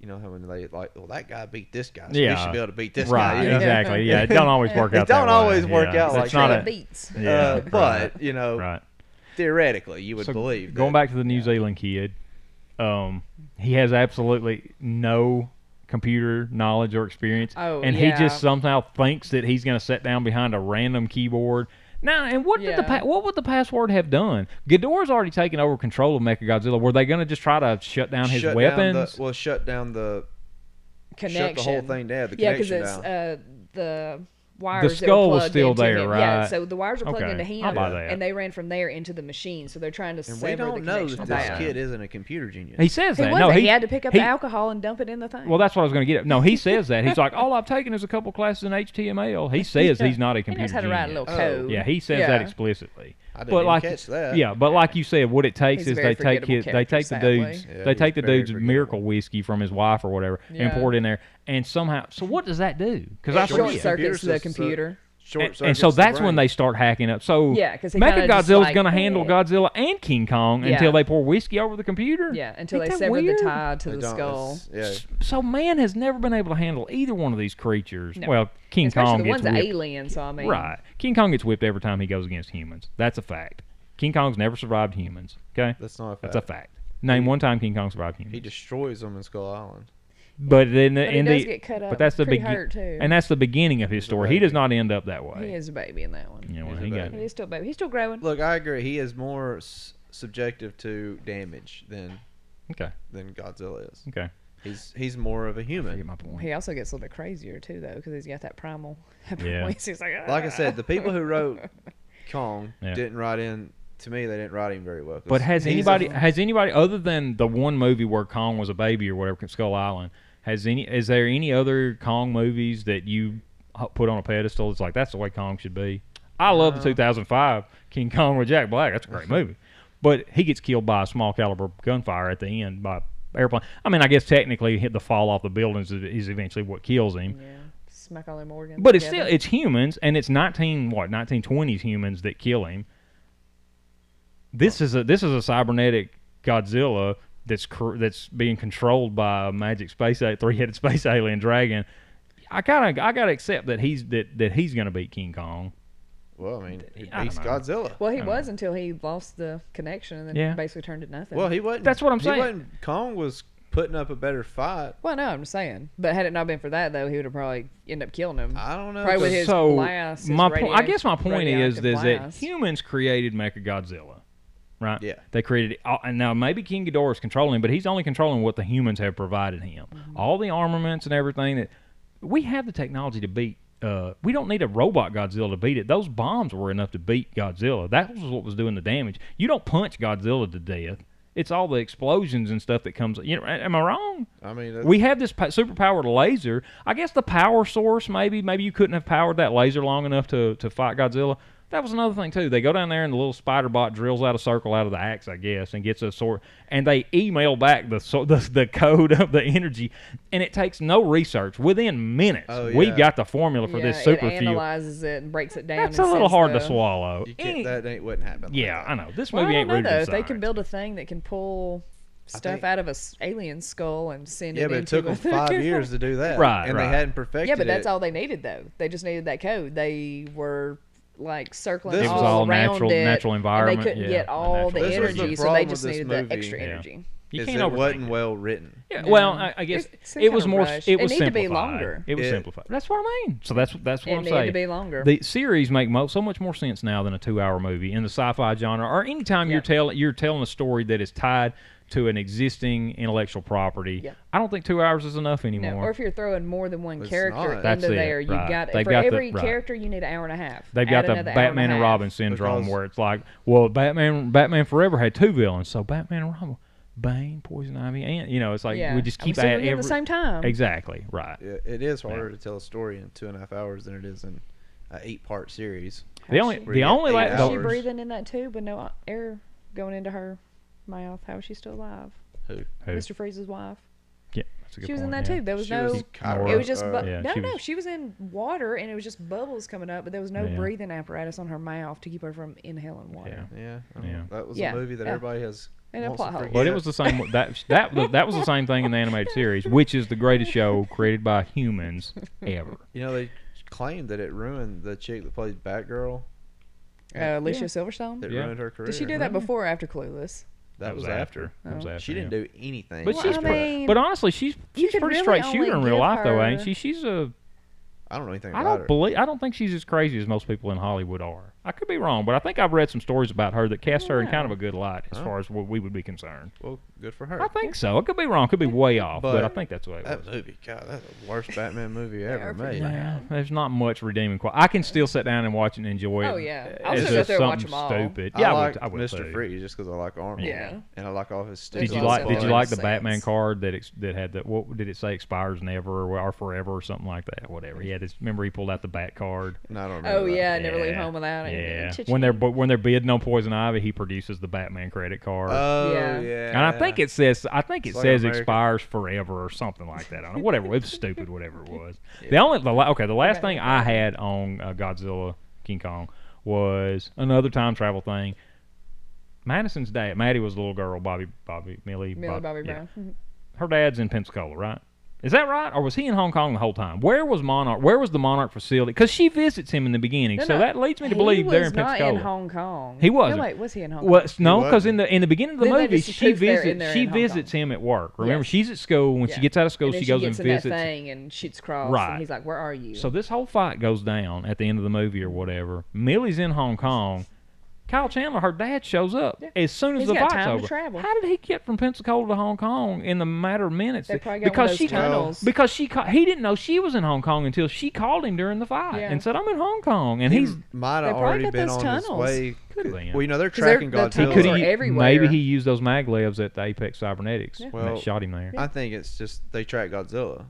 Speaker 4: you know how when they like, well, that guy beat this guy. So We
Speaker 2: Yeah.
Speaker 4: should be able to beat this guy. Uh,
Speaker 2: right
Speaker 4: you know?
Speaker 2: exactly yeah. It don't always work out.
Speaker 4: It
Speaker 2: that
Speaker 4: don't
Speaker 2: way.
Speaker 4: always work
Speaker 2: Yeah.
Speaker 4: out like
Speaker 2: It's not
Speaker 4: that.
Speaker 2: a-
Speaker 3: beats.
Speaker 2: Yeah,
Speaker 4: Uh,
Speaker 2: right.
Speaker 4: But you know,
Speaker 2: right.
Speaker 4: theoretically, you would
Speaker 2: So,
Speaker 4: believe.
Speaker 2: Going
Speaker 4: that-
Speaker 2: back to the New Zealand kid, um, he has absolutely no computer knowledge or experience,
Speaker 3: Oh,
Speaker 2: and
Speaker 3: yeah.
Speaker 2: he just somehow thinks that he's going to sit down behind a random keyboard. Now, and what did the
Speaker 3: Yeah.
Speaker 2: pa- what would the password have done? Ghidorah's already taken over control of Mechagodzilla. Were they going to just try to shut down his
Speaker 4: shut
Speaker 2: weapons?
Speaker 4: Down the, well, shut down the
Speaker 3: Connection.
Speaker 4: shut the whole thing down. The
Speaker 3: yeah, because
Speaker 4: connection
Speaker 3: it's
Speaker 4: down.
Speaker 3: uh, the wires.
Speaker 2: skull
Speaker 3: that were
Speaker 2: was
Speaker 3: plugged
Speaker 2: still
Speaker 3: into
Speaker 2: there,
Speaker 3: him. Yeah,
Speaker 2: right?
Speaker 3: so the wires are plugged
Speaker 2: Okay,
Speaker 3: into
Speaker 2: I'll
Speaker 3: him,
Speaker 2: buy that.
Speaker 3: and they ran from there into the machine. So they're trying to
Speaker 4: and
Speaker 3: sever
Speaker 4: we
Speaker 3: the
Speaker 4: don't know
Speaker 3: connection
Speaker 4: that
Speaker 3: of
Speaker 4: this
Speaker 3: that.
Speaker 4: kid isn't a computer genius.
Speaker 2: he says
Speaker 3: He
Speaker 2: that.
Speaker 3: wasn't.
Speaker 2: no,
Speaker 3: he, had to pick up
Speaker 2: he-
Speaker 3: the alcohol and dump it in the thing.
Speaker 2: Well, that's what I was going to get at. No, he says that. He's like, all I've taken is a couple classes in HTML. He says he's not a
Speaker 3: he
Speaker 2: computer
Speaker 3: knows how to write a
Speaker 2: genius.
Speaker 3: little
Speaker 4: Oh.
Speaker 3: code.
Speaker 2: Yeah, he says that
Speaker 3: Yeah.
Speaker 2: explicitly.
Speaker 4: I didn't
Speaker 2: but
Speaker 4: even
Speaker 2: like,
Speaker 4: catch that.
Speaker 2: yeah, but like you said, what it takes
Speaker 3: He's a
Speaker 2: is
Speaker 3: very
Speaker 2: they take
Speaker 3: forgettable
Speaker 2: his, they
Speaker 3: character,
Speaker 2: take the
Speaker 3: sadly.
Speaker 2: dudes,
Speaker 4: Yeah,
Speaker 2: they
Speaker 4: he's
Speaker 2: take the
Speaker 4: very
Speaker 2: dude's
Speaker 4: forgettable.
Speaker 2: miracle whiskey from his wife or whatever, and
Speaker 3: Yeah.
Speaker 2: pour it in there, and somehow. So what does that do? Because I
Speaker 3: It
Speaker 4: Short
Speaker 3: short
Speaker 2: forget.
Speaker 4: circuit
Speaker 3: circuits the
Speaker 4: circuits the-
Speaker 3: computer.
Speaker 4: Short
Speaker 2: And- and so
Speaker 4: circuits the
Speaker 2: that's when
Speaker 4: brain.
Speaker 2: they start hacking up. So
Speaker 3: Yeah, 'cause he kinda just
Speaker 2: Mechagodzilla's
Speaker 3: like,
Speaker 2: going to handle
Speaker 3: eh.
Speaker 2: Godzilla and King Kong
Speaker 3: Yeah.
Speaker 2: until they pour whiskey over the computer.
Speaker 3: Yeah, until
Speaker 2: Ain't
Speaker 3: they
Speaker 2: that
Speaker 3: severed
Speaker 2: weird?
Speaker 3: the tie to
Speaker 4: They
Speaker 3: the
Speaker 4: don't-
Speaker 3: skull.
Speaker 4: it's- Yeah.
Speaker 2: So man has never been able to handle either one of these creatures.
Speaker 3: No.
Speaker 2: Well, King
Speaker 3: Especially
Speaker 2: Kong
Speaker 3: the
Speaker 2: gets
Speaker 3: one's an
Speaker 2: whipped
Speaker 3: alien, so I mean,
Speaker 2: Right. King Kong gets whipped every time he goes against humans. That's a fact. King Kong's never survived humans. Okay?
Speaker 4: That's not a
Speaker 2: That's
Speaker 4: fact.
Speaker 2: a fact. Name one time King Kong survived humans.
Speaker 4: He destroys them in Skull Island.
Speaker 2: but then the,
Speaker 3: But he
Speaker 2: in
Speaker 3: does
Speaker 2: the
Speaker 3: get cut up
Speaker 2: but that's the
Speaker 3: pretty
Speaker 2: begi-
Speaker 3: hard, too.
Speaker 2: and that's the beginning of his story. He does not end up that
Speaker 3: He
Speaker 2: way.
Speaker 3: is a baby in that one.
Speaker 2: You know,
Speaker 4: He's
Speaker 2: when
Speaker 4: a
Speaker 2: he got
Speaker 4: baby.
Speaker 3: He is still a baby. He's still growing.
Speaker 4: Look, I agree. He is more s- subjective to damage than
Speaker 2: okay,
Speaker 4: than Godzilla is.
Speaker 2: okay.
Speaker 4: He's he's more of
Speaker 2: I
Speaker 4: a
Speaker 2: get
Speaker 4: human.
Speaker 2: my point.
Speaker 3: He also gets a little bit crazier too, though, because he's got that primal.
Speaker 2: Yeah.
Speaker 3: he's like,
Speaker 4: Like I
Speaker 3: "Ah."
Speaker 4: said, the people who wrote Kong
Speaker 2: Yeah.
Speaker 4: didn't write in to me, they didn't write him very well. 'cause
Speaker 2: But has
Speaker 4: he's a-
Speaker 2: anybody has anybody other than the one movie where Kong was a baby or whatever, Skull Island? Has any is there any other Kong movies that you h- put on a pedestal? It's like that's the way Kong should be. I love the 2005 King Kong with Jack Black. That's a great movie, but he gets killed by a small caliber gunfire at the end by airplane. I mean, I guess technically hit the fall off the buildings is- is eventually what kills him.
Speaker 3: Yeah. Smack all their Morgan.
Speaker 2: But it's still it's humans, and it's nineteen what nineteen twenties humans that kill him. This is a this is a cybernetic Godzilla that's cr- that's being controlled by a magic space three headed space alien dragon. I gotta I gotta accept that he's that, that he's gonna beat King Kong.
Speaker 4: Well, I mean, he
Speaker 2: I don't
Speaker 4: beats
Speaker 2: know.
Speaker 4: Godzilla.
Speaker 3: Well, he was until he lost the connection and then
Speaker 2: Yeah.
Speaker 3: basically turned to nothing.
Speaker 4: Well, he wasn't.
Speaker 2: That's what I'm
Speaker 4: he
Speaker 2: saying.
Speaker 4: wasn't- Kong was putting up a better fight.
Speaker 3: Well, no, I'm saying. But had it not been for that, though, he would have probably ended up killing him.
Speaker 4: I don't know.
Speaker 3: Probably with
Speaker 4: 'cause-
Speaker 3: his
Speaker 2: so
Speaker 3: blast, his
Speaker 2: my point, I
Speaker 3: radio-
Speaker 2: guess my point is
Speaker 3: radioactive
Speaker 2: is that
Speaker 3: blast.
Speaker 2: humans created Mechagodzilla, right?
Speaker 4: Yeah.
Speaker 2: They created uh, and now maybe King Ghidorah is controlling, him, but he's only controlling what the humans have provided him.
Speaker 3: Mm-hmm.
Speaker 2: All the armaments and everything that we have the technology to beat. Uh, we don't need a robot Godzilla to beat it. Those bombs were enough to beat Godzilla. That was what was doing the damage. You don't punch Godzilla to death. It's all the explosions and stuff that comes. You know, am I wrong?
Speaker 4: I mean, that's-
Speaker 2: we have this pa- superpowered laser. I guess the power source, maybe, maybe you couldn't have powered that laser long enough to, to fight Godzilla. That was another thing too. They go down there and the little spider bot drills out a circle out of the axe, I guess, and gets a sort. And they email back the so, the, the code of the energy, and it takes no research. Within minutes,
Speaker 4: Oh,
Speaker 2: we've
Speaker 4: yeah.
Speaker 2: got the formula for
Speaker 3: yeah,
Speaker 2: this super
Speaker 3: it
Speaker 2: fuel.
Speaker 3: analyzes it and breaks it down.
Speaker 2: That's a
Speaker 3: and
Speaker 2: little
Speaker 3: sends
Speaker 2: hard
Speaker 3: the-
Speaker 2: to swallow.
Speaker 4: you
Speaker 2: Any-
Speaker 4: can't, that ain't wouldn't happen.
Speaker 2: yeah,
Speaker 4: like that.
Speaker 2: I know this
Speaker 3: Well,
Speaker 2: movie
Speaker 3: I
Speaker 2: ain't
Speaker 3: don't know,
Speaker 2: rooted
Speaker 3: though.
Speaker 2: in
Speaker 3: If they can
Speaker 2: science.
Speaker 3: build a thing that can pull stuff
Speaker 4: think-
Speaker 3: out of a s- alien skull and send
Speaker 4: Yeah,
Speaker 3: it
Speaker 4: but it
Speaker 3: into
Speaker 4: took
Speaker 3: a-
Speaker 4: them five years to do that.
Speaker 2: Right,
Speaker 4: and
Speaker 2: right.
Speaker 4: they hadn't perfected.
Speaker 3: yeah, but that's
Speaker 4: it.
Speaker 3: all they needed, though. They just needed that code. They were like circling
Speaker 4: This
Speaker 3: all,
Speaker 4: was all
Speaker 3: around
Speaker 2: natural-
Speaker 3: it,
Speaker 2: natural environment,
Speaker 3: And they couldn't
Speaker 2: yeah,
Speaker 3: get
Speaker 2: the
Speaker 3: all the
Speaker 2: natural-
Speaker 4: This was the
Speaker 3: energy, so they
Speaker 4: problem
Speaker 3: just
Speaker 4: with this
Speaker 3: needed that
Speaker 4: movie.
Speaker 3: extra
Speaker 4: Yeah.
Speaker 3: energy.
Speaker 2: You
Speaker 4: is
Speaker 2: can't
Speaker 4: it
Speaker 2: overthink
Speaker 4: wasn't
Speaker 2: it.
Speaker 4: well written.
Speaker 2: Yeah, well,
Speaker 3: No.
Speaker 2: I, I guess
Speaker 3: It's- it's
Speaker 2: it was
Speaker 3: kinda
Speaker 2: more.
Speaker 3: rushed.
Speaker 2: It
Speaker 3: It
Speaker 2: was
Speaker 3: need to be
Speaker 2: simplified.
Speaker 3: longer.
Speaker 2: It was
Speaker 4: It-
Speaker 2: simplified. That's what I mean. So that's that's what
Speaker 3: It
Speaker 2: I'm
Speaker 3: needed
Speaker 2: saying.
Speaker 3: to be longer.
Speaker 2: The series make mo- so much more sense now than a two-hour movie in the sci-fi genre, or anytime you're
Speaker 3: Yeah.
Speaker 2: telling you're telling a story that is tied to an existing intellectual property.
Speaker 3: Yeah.
Speaker 2: I don't think two hours is enough
Speaker 3: No,
Speaker 2: anymore.
Speaker 3: or if you're throwing more than one
Speaker 4: It's
Speaker 3: character
Speaker 4: not.
Speaker 2: That's
Speaker 3: into
Speaker 2: it,
Speaker 3: there, you
Speaker 2: right.
Speaker 3: got
Speaker 2: They've
Speaker 3: for
Speaker 2: got the-
Speaker 3: every
Speaker 2: right.
Speaker 3: character you need an hour and a half.
Speaker 2: They've
Speaker 3: Add
Speaker 2: got the
Speaker 3: another hour
Speaker 2: Batman and
Speaker 3: a half.
Speaker 2: Robin syndrome
Speaker 4: Because-
Speaker 2: where it's like, well, Batman Batman Forever had two villains, so Batman and Robin, Bane, Poison Ivy, and you know, it's like
Speaker 3: Yeah.
Speaker 2: we just
Speaker 3: And
Speaker 2: keep
Speaker 3: still
Speaker 2: at
Speaker 3: doing it at
Speaker 2: every
Speaker 3: the same time.
Speaker 2: Exactly right.
Speaker 4: Yeah, It is harder to tell a story in two and a half hours than it is in an eight-part series.
Speaker 2: The only
Speaker 3: she-
Speaker 2: the only
Speaker 4: Eight
Speaker 2: la-
Speaker 3: Is
Speaker 2: the-
Speaker 3: she
Speaker 4: hours.
Speaker 3: breathing in that tube with no air going into her mouth? How is she still alive?
Speaker 4: Who?
Speaker 2: Who?
Speaker 3: Mr. Freeze's wife.
Speaker 2: yeah, that's a good
Speaker 3: She was in
Speaker 2: point,
Speaker 3: that
Speaker 2: yeah.
Speaker 3: tube. There was
Speaker 4: She uh,
Speaker 3: no.
Speaker 4: was
Speaker 3: it
Speaker 4: Kyra,
Speaker 3: was just.
Speaker 4: or-
Speaker 3: Bu-
Speaker 2: uh, Yeah,
Speaker 3: no,
Speaker 2: she
Speaker 3: no.
Speaker 2: was-
Speaker 3: She was in water and it was just bubbles coming up, but there was no
Speaker 2: Yeah.
Speaker 3: breathing apparatus on her mouth to keep her from inhaling water. Uh,
Speaker 2: Yeah.
Speaker 4: Yeah, I don't
Speaker 2: Yeah.
Speaker 4: know. that was
Speaker 3: Yeah,
Speaker 4: a movie that
Speaker 3: yeah.
Speaker 4: everybody has.
Speaker 3: And a
Speaker 4: wants to
Speaker 3: plot hole.
Speaker 4: forget.
Speaker 2: But it was the same that that that was the same thing in the animated series, which is the greatest show created by humans ever.
Speaker 4: You know, they claimed that it ruined the chick that played Batgirl.
Speaker 3: Uh, Alicia Silverstone.
Speaker 4: That
Speaker 2: Yeah.
Speaker 4: ruined her career.
Speaker 3: Did she do that before or after Clueless?
Speaker 4: That was after.
Speaker 2: That was after.
Speaker 4: She didn't
Speaker 2: yeah.
Speaker 4: do anything.
Speaker 2: But
Speaker 3: Well,
Speaker 2: she's
Speaker 3: I
Speaker 2: pretty-
Speaker 3: mean,
Speaker 2: But honestly, she's
Speaker 3: Oh. you
Speaker 2: she's
Speaker 3: could
Speaker 2: pretty
Speaker 3: really
Speaker 2: straight
Speaker 3: only
Speaker 2: shooter in real
Speaker 3: give
Speaker 2: life though, ain't
Speaker 3: her-
Speaker 2: she? She's a
Speaker 4: I don't know anything
Speaker 2: I
Speaker 4: about
Speaker 2: don't
Speaker 4: her.
Speaker 2: believe I don't think she's as crazy as most people in Hollywood are. I could be wrong, but I think I've read some stories about her that cast her in kind of a good light as
Speaker 4: Huh.
Speaker 2: far as what we would be concerned.
Speaker 4: well, good for her.
Speaker 2: I think so. I could be wrong. Could be way off, but,
Speaker 4: But-
Speaker 2: I think that's what it was.
Speaker 4: That movie, God, that's the worst Batman movie ever
Speaker 3: are
Speaker 4: made.
Speaker 3: pretty
Speaker 2: Yeah, there's not much redeeming quality. I can still sit down and watch and enjoy it.
Speaker 3: Oh, yeah. I'll
Speaker 2: It's
Speaker 3: sit
Speaker 2: just
Speaker 3: there and watch
Speaker 2: something
Speaker 3: 'em all.
Speaker 2: Stupid.
Speaker 4: I
Speaker 2: Yeah,
Speaker 4: like
Speaker 2: I would, I would
Speaker 4: Mr.
Speaker 2: too.
Speaker 4: Freeze just because I like Arnold.
Speaker 3: Yeah.
Speaker 4: And I like all of his stuff.
Speaker 2: Did
Speaker 3: There's
Speaker 2: you
Speaker 3: a lot
Speaker 2: like?
Speaker 3: of
Speaker 2: Did you
Speaker 3: fun.
Speaker 2: like the
Speaker 3: Sense.
Speaker 2: Batman card that ex, that had that? What did it say? Expires never or, or forever or something like that. Whatever. Yeah, this. Remember he pulled out the Bat card.
Speaker 4: No, I don't remember.
Speaker 3: Oh
Speaker 4: that.
Speaker 3: yeah, I never leave
Speaker 2: Yeah.
Speaker 3: home without
Speaker 2: Yeah.
Speaker 3: it.
Speaker 2: When they're bu- when they're bidding on Poison Ivy, he produces the Batman credit card.
Speaker 4: Oh
Speaker 3: Yeah.
Speaker 4: yeah.
Speaker 2: and I think it says I think it
Speaker 4: It's like
Speaker 2: says
Speaker 4: America.
Speaker 2: expires forever or something like that. I don't, whatever, it was stupid. Whatever it was. The only the la- okay, the last thing I had on uh, Godzilla King Kong was another time travel thing. Madison's dad, Maddie was a little girl, Bobby Bobby Millie,
Speaker 3: Millie
Speaker 2: Bob-
Speaker 3: Bobby
Speaker 2: yeah.
Speaker 3: Brown.
Speaker 2: Her dad's in Pensacola, right? Is that right, or was he in Hong Kong the whole time? Where was Monarch? Where was the Monarch facility? Because she visits him in the beginning,
Speaker 3: No,
Speaker 2: so
Speaker 3: no.
Speaker 2: that leads me to
Speaker 3: He
Speaker 2: believe they're
Speaker 3: was
Speaker 2: in
Speaker 3: not
Speaker 2: Pensacola.
Speaker 3: in Hong Kong.
Speaker 2: He wasn't.
Speaker 3: No, wait, was he in Hong Kong?
Speaker 2: Well, it's- no,
Speaker 4: wasn't.
Speaker 2: because in the in the beginning of the
Speaker 3: Then they
Speaker 2: movie,
Speaker 3: just
Speaker 2: she
Speaker 3: assumed they're
Speaker 2: visits
Speaker 3: in there
Speaker 2: she
Speaker 3: in Hong
Speaker 2: visits him at work. Remember,
Speaker 3: Yes.
Speaker 2: she's at school. When she
Speaker 3: Yeah.
Speaker 2: gets out of school,
Speaker 3: and then
Speaker 2: she goes
Speaker 3: gets
Speaker 2: and
Speaker 3: in
Speaker 2: visits.
Speaker 3: that thing and shoots cross.
Speaker 2: Right.
Speaker 3: And he's like, "Where are you?"
Speaker 2: So this whole fight goes down at the end of the movie or whatever. Millie's in Hong Kong. Kyle Chandler, her dad, shows up
Speaker 3: Yeah.
Speaker 2: as soon as
Speaker 3: He's
Speaker 2: the
Speaker 3: got
Speaker 2: fight's
Speaker 3: time to
Speaker 2: over.
Speaker 3: travel.
Speaker 2: How did he get from Pensacola to Hong Kong in the matter of minutes?
Speaker 3: They probably got one of
Speaker 2: because
Speaker 3: those
Speaker 2: she
Speaker 3: tunnels.
Speaker 2: because she ca- he didn't know she was in Hong Kong until she called him during the fight
Speaker 3: Yeah.
Speaker 2: and said, "I'm in Hong Kong," and
Speaker 4: He
Speaker 2: he's
Speaker 4: might
Speaker 3: They
Speaker 4: have
Speaker 3: probably
Speaker 4: already
Speaker 3: got
Speaker 4: been
Speaker 3: those
Speaker 4: on his
Speaker 3: tunnels.
Speaker 4: way.
Speaker 2: Could've been.
Speaker 4: Well, you know they're
Speaker 3: 'Cause they're-
Speaker 4: tracking
Speaker 3: the
Speaker 2: he
Speaker 3: tunnels
Speaker 2: could
Speaker 3: are
Speaker 4: Godzilla.
Speaker 3: e- everywhere.
Speaker 2: maybe he used those maglevs at the Apex Cybernetics
Speaker 3: Yeah.
Speaker 2: when
Speaker 4: Well,
Speaker 2: they shot him there.
Speaker 4: I think it's just they track Godzilla,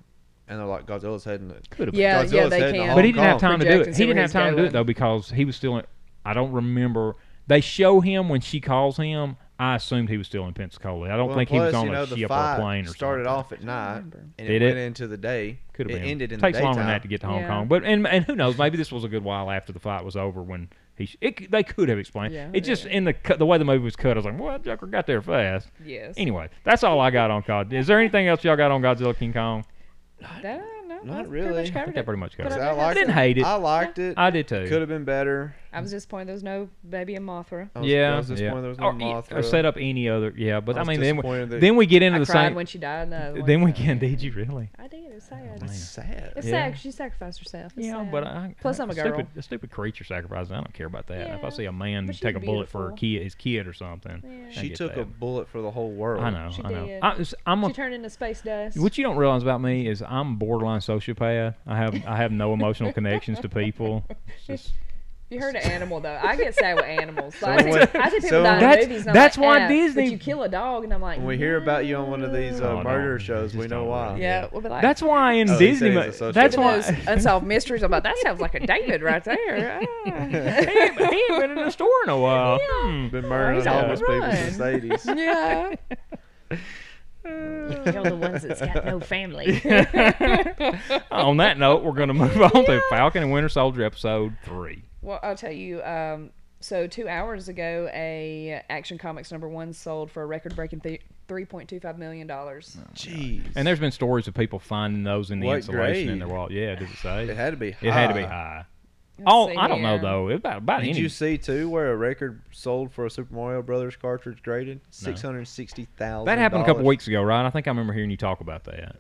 Speaker 4: and they're like Godzilla's heading. to-
Speaker 2: Could have been.
Speaker 3: Yeah, yeah,
Speaker 4: Godzilla's
Speaker 3: they
Speaker 4: heading to
Speaker 3: can.
Speaker 4: Hong
Speaker 2: but he didn't have
Speaker 4: Kong.
Speaker 2: time to do
Speaker 3: Project
Speaker 2: it.
Speaker 3: and
Speaker 2: He
Speaker 3: see
Speaker 2: didn't
Speaker 3: where
Speaker 2: have
Speaker 3: he's
Speaker 2: time to do it
Speaker 3: going.
Speaker 2: though because he was still in. I don't remember. They show him when she calls him. I assumed he was still in Pensacola. I don't
Speaker 4: Well,
Speaker 2: think he was
Speaker 4: plus,
Speaker 2: on
Speaker 4: you know,
Speaker 2: a
Speaker 4: the
Speaker 2: ship or a
Speaker 4: fight
Speaker 2: plane or
Speaker 4: started
Speaker 2: something.
Speaker 4: off at night
Speaker 3: remember.
Speaker 4: and
Speaker 2: Did
Speaker 4: it
Speaker 2: it?
Speaker 4: went into the day.
Speaker 2: Could have
Speaker 4: it
Speaker 2: been.
Speaker 4: ended in
Speaker 2: Takes
Speaker 4: the
Speaker 2: longer than
Speaker 4: daytime.
Speaker 2: that to get to Hong
Speaker 3: Yeah.
Speaker 2: Kong, but and and who knows? Maybe this was a good while after the fight was over when he sh- it, c- they could have explained.
Speaker 3: Yeah,
Speaker 2: it just in the cut the way the movie was cut. I was like, well, that Joker got there fast.
Speaker 3: Yes.
Speaker 2: Anyway, that's all I got on God. Is there anything else y'all got on Godzilla King Kong?
Speaker 3: That, no,
Speaker 4: Not
Speaker 3: that's Pretty
Speaker 4: really.
Speaker 3: much
Speaker 4: I
Speaker 2: I think
Speaker 3: covered
Speaker 2: that
Speaker 3: it.
Speaker 2: pretty much covers
Speaker 3: But
Speaker 2: it.
Speaker 3: I
Speaker 4: I
Speaker 3: mean,
Speaker 4: liked
Speaker 2: didn't
Speaker 4: it.
Speaker 2: hate it.
Speaker 4: I liked it.
Speaker 2: I did too.
Speaker 4: Could have been better.
Speaker 3: I was disappointed there was no baby and Mothra.
Speaker 4: I was,
Speaker 2: yeah,
Speaker 4: I was
Speaker 2: yeah.
Speaker 4: disappointed there was no
Speaker 2: or, e-
Speaker 4: Mothra.
Speaker 2: or set up any other. Yeah, but
Speaker 4: I
Speaker 2: I,
Speaker 4: was
Speaker 2: mean, then we,
Speaker 4: disappointed that-
Speaker 2: then we get into
Speaker 3: I
Speaker 2: the
Speaker 3: cried
Speaker 2: same.
Speaker 3: when she died. in the other one,
Speaker 2: then we
Speaker 3: so-
Speaker 2: get. Did you really?
Speaker 3: I did. It was sad.
Speaker 4: It's sad.
Speaker 3: It's
Speaker 2: Yeah.
Speaker 3: sad. 'cause She sacrificed herself. It's
Speaker 2: Yeah,
Speaker 3: sad.
Speaker 2: but I,
Speaker 3: Plus,
Speaker 2: I,
Speaker 3: I'm a
Speaker 2: stupid,
Speaker 3: girl.
Speaker 2: A stupid creature sacrifice. I don't care about that. If I
Speaker 3: Yeah,
Speaker 2: see a man
Speaker 3: but she's
Speaker 2: take a bullet for her
Speaker 3: beautiful.
Speaker 2: kid, his kid or something,
Speaker 3: Yeah.
Speaker 2: I
Speaker 4: She
Speaker 2: get
Speaker 4: took
Speaker 2: that.
Speaker 4: a bullet for the whole world.
Speaker 2: I know.
Speaker 3: She
Speaker 2: I know.
Speaker 3: did.
Speaker 2: I, it's- I'm a,
Speaker 3: she turned into space dust.
Speaker 2: what you don't realize about me is I'm borderline sociopath. I have I have no emotional connections to people. It's just-
Speaker 3: You heard an animal though. I get sad with animals. Like, I,
Speaker 4: when-
Speaker 3: see, I see people
Speaker 4: so-
Speaker 3: die in
Speaker 2: That's-
Speaker 3: movies. And I'm
Speaker 2: that's
Speaker 3: like,
Speaker 2: why
Speaker 3: "Ah,"
Speaker 2: Disney-
Speaker 3: But you kill a dog, and I'm like,
Speaker 4: When we hear about you on one of these
Speaker 2: Oh,
Speaker 4: uh,
Speaker 2: no.
Speaker 4: murder
Speaker 2: Just
Speaker 4: shows, we
Speaker 2: don't
Speaker 4: know
Speaker 2: worry.
Speaker 4: why.
Speaker 3: yeah, well, but like,
Speaker 2: that's why in
Speaker 4: Oh, he
Speaker 2: Disney.
Speaker 4: said
Speaker 2: mo-
Speaker 4: he's a
Speaker 2: That's
Speaker 3: even
Speaker 2: why
Speaker 3: those unsolved mysteries. I'm like, that sounds like a David right there. Ah.
Speaker 2: he ain't he ain't been in the store in a while. Hmm.
Speaker 4: Been murdering
Speaker 3: Oh, he's on the
Speaker 4: homeless people
Speaker 3: run.
Speaker 4: since the 80s.
Speaker 3: yeah. You're the ones that's got no family.
Speaker 2: On that note, we're going to move on to Falcon and Winter Soldier episode three.
Speaker 3: Well, I'll tell you. Um, so two hours ago, a Action Comics number one sold for a record-breaking th- three point two five million dollars.
Speaker 4: Jeez.
Speaker 2: And there's been stories of people finding those in the
Speaker 4: What
Speaker 2: insulation in
Speaker 4: grade?
Speaker 2: their wallet. Yeah, did it say?
Speaker 4: it had to be high.
Speaker 2: It had to be high. Oh,
Speaker 3: see
Speaker 2: I don't know
Speaker 3: here.
Speaker 2: though. It About about
Speaker 4: Did
Speaker 2: any.
Speaker 4: you see too where a record sold for a Super Mario Brothers cartridge graded six hundred sixty thousand?
Speaker 2: that happened a couple weeks ago, right? I think I remember hearing you talk about that.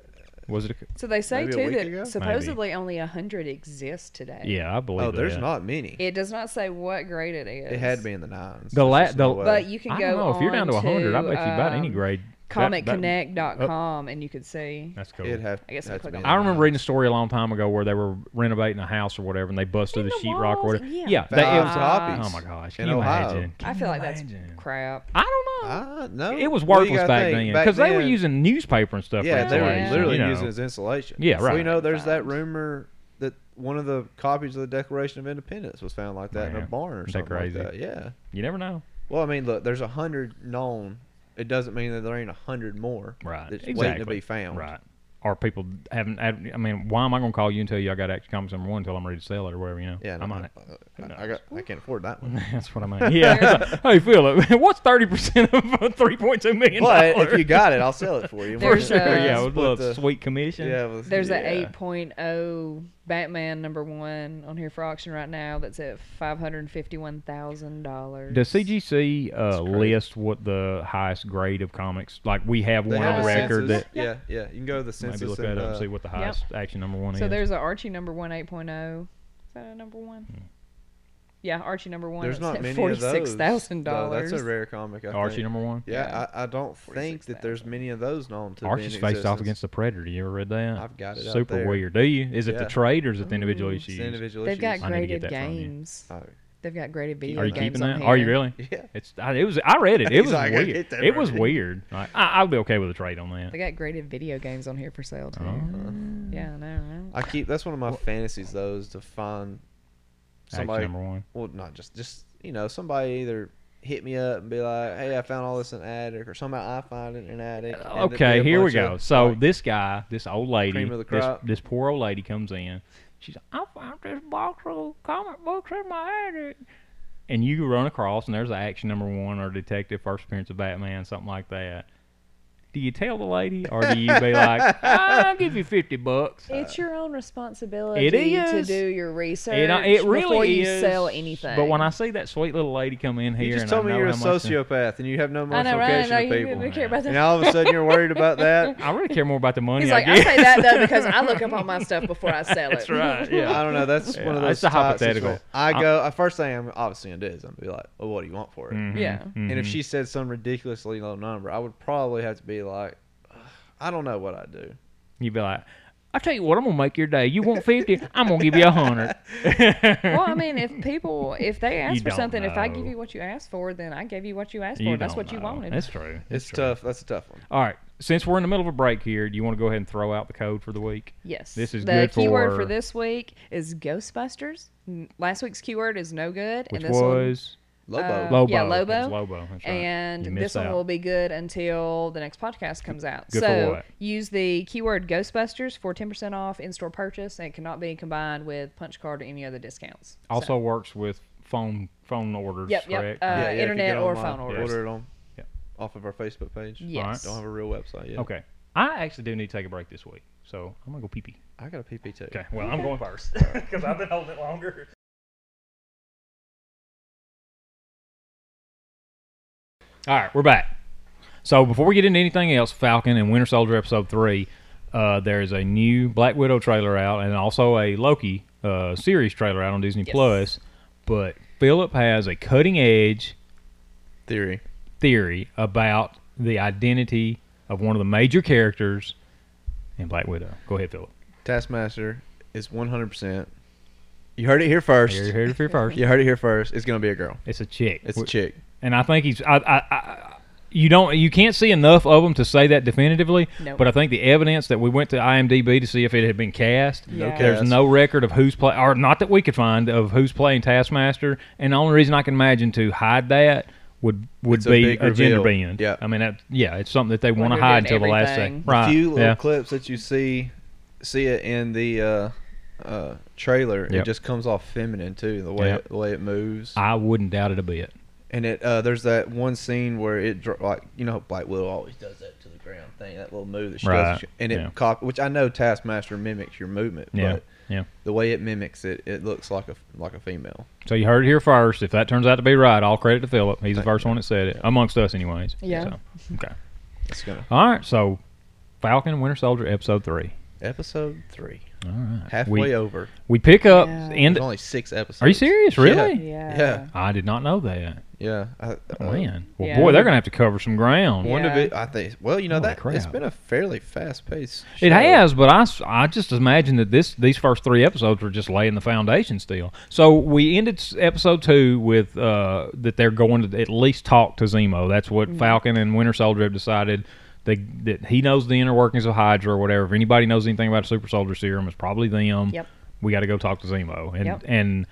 Speaker 2: Was it? A,
Speaker 4: Uh,
Speaker 3: So they say
Speaker 4: Maybe a
Speaker 3: too
Speaker 4: week
Speaker 3: that
Speaker 4: ago? Maybe.
Speaker 3: supposedly only a hundred exist today.
Speaker 2: yeah, I believe.
Speaker 4: Oh, there's
Speaker 2: that.
Speaker 4: not many. It,
Speaker 3: It does not say what grade it is.
Speaker 4: had to be in the nines.
Speaker 2: The la-
Speaker 4: There's just
Speaker 2: the-
Speaker 4: no way.
Speaker 3: But you can
Speaker 2: I
Speaker 3: go.
Speaker 2: don't know. If you're down to
Speaker 3: on
Speaker 2: 100, I bet you about any
Speaker 3: um,
Speaker 2: grade. that- that-
Speaker 3: ComicConnect.com and you could see.
Speaker 2: That's cool.
Speaker 4: It'd have.
Speaker 3: I guess I'll
Speaker 4: have to
Speaker 3: click
Speaker 4: be
Speaker 3: on
Speaker 4: in
Speaker 3: that.
Speaker 4: the
Speaker 2: I remember
Speaker 4: nines.
Speaker 2: reading a story a long time ago where they were renovating a house or whatever, and they busted
Speaker 3: In
Speaker 2: the
Speaker 3: the
Speaker 2: sheetrock or
Speaker 3: walls,
Speaker 2: whatever.
Speaker 3: yeah.
Speaker 2: they, it
Speaker 4: Found
Speaker 2: was,
Speaker 4: copies.
Speaker 2: oh my gosh! Can
Speaker 4: in
Speaker 2: you
Speaker 4: Ohio.
Speaker 2: imagine? Can
Speaker 3: I
Speaker 2: you
Speaker 3: feel like that's
Speaker 2: imagine?
Speaker 3: crap.
Speaker 2: I don't know.
Speaker 4: Ah, no.
Speaker 2: it was
Speaker 4: Well, you
Speaker 2: worthless
Speaker 4: gotta
Speaker 2: back then
Speaker 4: think,
Speaker 2: because they were
Speaker 4: then-
Speaker 2: using newspaper and stuff.
Speaker 4: Yeah,
Speaker 2: for
Speaker 4: they were
Speaker 2: insulation,
Speaker 4: literally
Speaker 2: you know.
Speaker 4: using it as insulation.
Speaker 2: Yeah,
Speaker 4: We
Speaker 2: right.
Speaker 4: know there's that
Speaker 3: Fine.
Speaker 4: rumor that one of the copies of the Declaration of Independence was found like that in a
Speaker 2: Man,
Speaker 4: barn or
Speaker 2: that
Speaker 4: something
Speaker 2: crazy?
Speaker 4: like that. Yeah.
Speaker 2: You never know.
Speaker 4: Well, I mean, look, there's a hundred known. It doesn't mean that there ain't a hundred more.
Speaker 2: Right.
Speaker 4: That's
Speaker 2: exactly.
Speaker 4: waiting to be found.
Speaker 2: Right. Or people haven't, haven't. I mean, why am I going to call you and tell you I got Action Comics number one until I'm ready to sell it or whatever? You know.
Speaker 4: Yeah.
Speaker 2: I'm
Speaker 4: no,
Speaker 2: on it.
Speaker 4: I, I, got. I can't afford that one.
Speaker 2: That's what I mean. Yeah. it's like, hey, Philip, what's thirty percent of uh, three point two million
Speaker 4: But
Speaker 2: dollars?
Speaker 4: if you got it, I'll sell it for you.
Speaker 2: for
Speaker 3: There's,
Speaker 2: sure,
Speaker 3: uh,
Speaker 2: yeah, with
Speaker 4: Split
Speaker 2: a little
Speaker 4: the-
Speaker 2: sweet commission.
Speaker 4: Yeah. Well,
Speaker 3: There's
Speaker 4: yeah.
Speaker 3: a 8.0 Batman number one on here for auction right now that's at $551,000.
Speaker 2: Does CGC uh, list what the highest grade of comics? Like we have
Speaker 4: They
Speaker 2: one
Speaker 4: have
Speaker 2: on
Speaker 4: a
Speaker 2: record
Speaker 4: census.
Speaker 2: that
Speaker 4: Yeah, yeah. You can go to the census.
Speaker 2: maybe look that
Speaker 4: and,
Speaker 2: up and
Speaker 4: uh,
Speaker 2: see what the highest action number one
Speaker 3: So
Speaker 2: is.
Speaker 3: there's an Archie number one 8.0. Is that a number one?
Speaker 2: Hmm.
Speaker 3: Yeah, Archie number one.
Speaker 4: There's
Speaker 3: that's
Speaker 4: not
Speaker 3: at
Speaker 4: many
Speaker 3: $46,000.
Speaker 4: of those. though. That's a rare comic. I
Speaker 2: Archie
Speaker 4: think.
Speaker 2: number one.
Speaker 4: Yeah, I, I don't think that
Speaker 3: 46,000.
Speaker 4: there's many of those known to be in
Speaker 2: Archie's faced off
Speaker 4: existence.
Speaker 2: against the Predator. You ever read that?
Speaker 4: I've got it up
Speaker 2: Super
Speaker 4: there.
Speaker 2: weird. Do you? Is it the
Speaker 4: Yeah. Mm,
Speaker 2: trade or is it the individual
Speaker 4: It's
Speaker 2: issues?
Speaker 4: individual
Speaker 3: They've got
Speaker 4: issues.
Speaker 2: I need to get
Speaker 3: graded
Speaker 2: that from you.
Speaker 3: games.
Speaker 4: Oh,
Speaker 3: They've got graded video
Speaker 2: Are you
Speaker 3: games
Speaker 2: keeping
Speaker 3: on
Speaker 2: that?
Speaker 3: here.
Speaker 2: Are you really?
Speaker 4: yeah.
Speaker 2: It's I, it was I read it. It
Speaker 4: He's
Speaker 2: was
Speaker 4: like, I
Speaker 2: weird.
Speaker 4: hit that
Speaker 2: It was
Speaker 4: right.
Speaker 2: weird. Like, I, I'll be okay with a trade on that.
Speaker 3: They got graded video games on here for sale too.
Speaker 2: Oh.
Speaker 3: Yeah, I know. Right?
Speaker 4: I keep that's one of my fantasies though is to find
Speaker 2: Action
Speaker 4: somebody
Speaker 2: number one.
Speaker 4: well not just just you know, somebody either hit me up and be like, Hey, I found all this in an attic or somehow I find it in an attic. and it'd be
Speaker 2: Uh, okay,
Speaker 4: a
Speaker 2: here we
Speaker 4: bunch
Speaker 2: go.
Speaker 4: of,
Speaker 2: So
Speaker 4: like,
Speaker 2: this guy, this old lady,
Speaker 4: cream of the
Speaker 2: this,
Speaker 4: crop.
Speaker 2: this poor old lady comes in. She's like, I found this box of comic books in my attic. And you run across, and there's an action number one or detective first appearance of Batman, something like that. do you tell the lady or do you be like, "Uh, I'll give you fifty bucks?
Speaker 3: It's your own responsibility to
Speaker 2: is.
Speaker 3: do your research
Speaker 2: It, uh, it really
Speaker 3: before you
Speaker 2: is.
Speaker 3: sell anything.
Speaker 2: But when I see that sweet little lady come in here,
Speaker 4: You just
Speaker 2: and
Speaker 4: told
Speaker 2: I
Speaker 4: me
Speaker 2: know
Speaker 4: you're a
Speaker 2: how much-
Speaker 4: sociopath and you have no
Speaker 3: I know,
Speaker 4: emotional
Speaker 3: right? I
Speaker 4: connection
Speaker 3: know
Speaker 4: to
Speaker 3: you
Speaker 4: people.
Speaker 3: didn't care about that.
Speaker 4: And all of a sudden you're worried about that.
Speaker 2: I really care more about the money.
Speaker 3: He's like,
Speaker 2: I
Speaker 3: I
Speaker 2: guess.
Speaker 3: say that though because I look up all my stuff before I sell it.
Speaker 2: That's right.
Speaker 4: I
Speaker 2: Yeah.
Speaker 4: don't know. That's
Speaker 2: Yeah,
Speaker 4: one of
Speaker 2: it's
Speaker 4: those.
Speaker 2: a
Speaker 4: type
Speaker 2: hypothetical. Uh,
Speaker 4: situations. I go I, first thing I'm obviously gonna do is I'm gonna be like, "Well, what do you want for it?"
Speaker 2: Mhm,
Speaker 3: Yeah.
Speaker 2: mhm.
Speaker 4: And if she said some ridiculously low number, I would probably have to be like, "I don't know what I do."
Speaker 2: you'd be like, I tell you what, I'm gonna make your day. You want fifty? I'm gonna give you a hundred.
Speaker 3: Well, I mean, if people, if they ask for
Speaker 2: don't
Speaker 3: something, if I give
Speaker 2: know.
Speaker 3: you what you asked for, then I gave you what you asked for.
Speaker 2: You
Speaker 3: That's
Speaker 2: don't
Speaker 3: what you
Speaker 2: know.
Speaker 3: wanted.
Speaker 2: That's true. That's
Speaker 4: It's
Speaker 2: true.
Speaker 4: tough. That's a tough one.
Speaker 2: All right. Since we're in the middle of a break here, do you want to go ahead and throw out the code for the week?
Speaker 3: Yes.
Speaker 2: This is
Speaker 3: the
Speaker 2: good
Speaker 3: keyword
Speaker 2: for-
Speaker 3: for this week is Ghostbusters. N- Last week's keyword is no good,
Speaker 2: Which
Speaker 3: and this one-
Speaker 2: was
Speaker 3: Uh,
Speaker 4: Lobo.
Speaker 2: Lobo.
Speaker 3: Um, yeah,
Speaker 2: It was
Speaker 3: Lobo.
Speaker 2: Lobo. That's right. You
Speaker 3: and
Speaker 2: missed
Speaker 3: this one
Speaker 2: out.
Speaker 3: will be good until the next podcast comes out.
Speaker 2: Good for
Speaker 3: so
Speaker 2: what?
Speaker 3: use the keyword Ghostbusters for ten percent off in-store purchase, and it cannot be combined with punch card or any other discounts. So-
Speaker 2: also works with phone phone orders.
Speaker 3: Yep, yep.
Speaker 2: correct?
Speaker 3: Uh,
Speaker 4: Yeah, yeah, if you
Speaker 3: internet
Speaker 4: get
Speaker 3: or
Speaker 4: online,
Speaker 3: phone orders.
Speaker 4: Order it on
Speaker 2: Yeah.
Speaker 4: off of our Facebook page.
Speaker 3: yes.
Speaker 4: Don't have a real website yet.
Speaker 2: okay. I actually do need to take a break this week, so I'm gonna go pee pee.
Speaker 4: I got a PP too.
Speaker 2: Okay. Well, I'm going first because I've been holding it longer. All right, we're back. So before we get into anything else, Falcon and Winter Soldier episode three, uh, there is a new Black Widow trailer out, and also a Loki uh, series trailer out on Disney
Speaker 3: Yes.
Speaker 2: Plus. But Philip has a cutting edge
Speaker 4: Theory.
Speaker 2: theory about the identity of one of the major characters in Black Widow. Go ahead, Philip.
Speaker 4: Taskmaster is 100%. You heard it here first.
Speaker 2: You're here for your first.
Speaker 4: You heard it here first. It's gonna be a girl.
Speaker 2: It's a chick.
Speaker 4: It's a chick.
Speaker 2: and I think he's. I, I, I, you don't. You can't see enough of them to say that definitively.
Speaker 3: Nope.
Speaker 2: But I think the evidence that we went to IMDb to see if it had been cast.
Speaker 3: No Yeah.
Speaker 2: There's
Speaker 4: cast.
Speaker 2: no record of who's play, or not that we could find of who's playing Taskmaster. And the only reason I can imagine to hide that would would
Speaker 4: It's a
Speaker 2: be
Speaker 4: big
Speaker 2: a, gender
Speaker 4: reveal.
Speaker 2: bend.
Speaker 4: Yeah.
Speaker 2: I mean, that, yeah, it's something that they want to
Speaker 3: they're
Speaker 2: hide till
Speaker 3: doing
Speaker 2: the last
Speaker 3: everything.
Speaker 2: thing. Right.
Speaker 4: The few little
Speaker 2: yeah.
Speaker 4: clips that you see see it in the uh, uh, trailer,
Speaker 2: Yep.
Speaker 4: it just comes off feminine too, the way
Speaker 2: Yep.
Speaker 4: it, the way it moves.
Speaker 2: I wouldn't doubt it a bit.
Speaker 4: And it uh, there's that one scene where it dro- like you know Black Widow always does that to the ground thing, that little move that she
Speaker 2: Right,
Speaker 4: does, and it
Speaker 2: yeah.
Speaker 4: cop which I know Taskmaster mimics your movement,
Speaker 2: Yeah.
Speaker 4: but
Speaker 2: yeah.
Speaker 4: the way it mimics it, it looks like a like a female.
Speaker 2: So you heard it here first. If that turns out to be right, all credit to Philip. He's the first one that said it, amongst us, anyways.
Speaker 3: Yeah.
Speaker 2: So, okay.
Speaker 4: It's gonna
Speaker 2: All right. So, Falcon and Winter Soldier, episode three.
Speaker 4: episode three,
Speaker 2: All right.
Speaker 4: halfway
Speaker 2: We,
Speaker 4: over.
Speaker 2: we pick up
Speaker 3: Yeah.
Speaker 2: end.
Speaker 4: There's only six episodes.
Speaker 2: Are you serious?
Speaker 4: Yeah.
Speaker 2: Really?
Speaker 3: Yeah.
Speaker 4: Yeah.
Speaker 2: I did not know that.
Speaker 4: Yeah, I, uh,
Speaker 2: Man. Well,
Speaker 3: Yeah.
Speaker 2: boy, they're gonna have to cover some ground.
Speaker 4: One
Speaker 3: Yeah.
Speaker 4: of it, I think. Well, you know
Speaker 2: Holy
Speaker 4: that it's
Speaker 2: crap.
Speaker 4: been a fairly fast paced.
Speaker 2: It has, but I, s- I just imagine that this these first three episodes were just laying the foundation still. So we ended s- episode two with uh, that they're going to at least talk to Zemo. That's what Falcon and Winter Soldier have decided. They, that he knows the inner workings of Hydra or whatever. If anybody knows anything about a super soldier serum, it's probably them.
Speaker 3: Yep.
Speaker 2: We got to go talk to Zemo. And
Speaker 3: Yep.
Speaker 2: and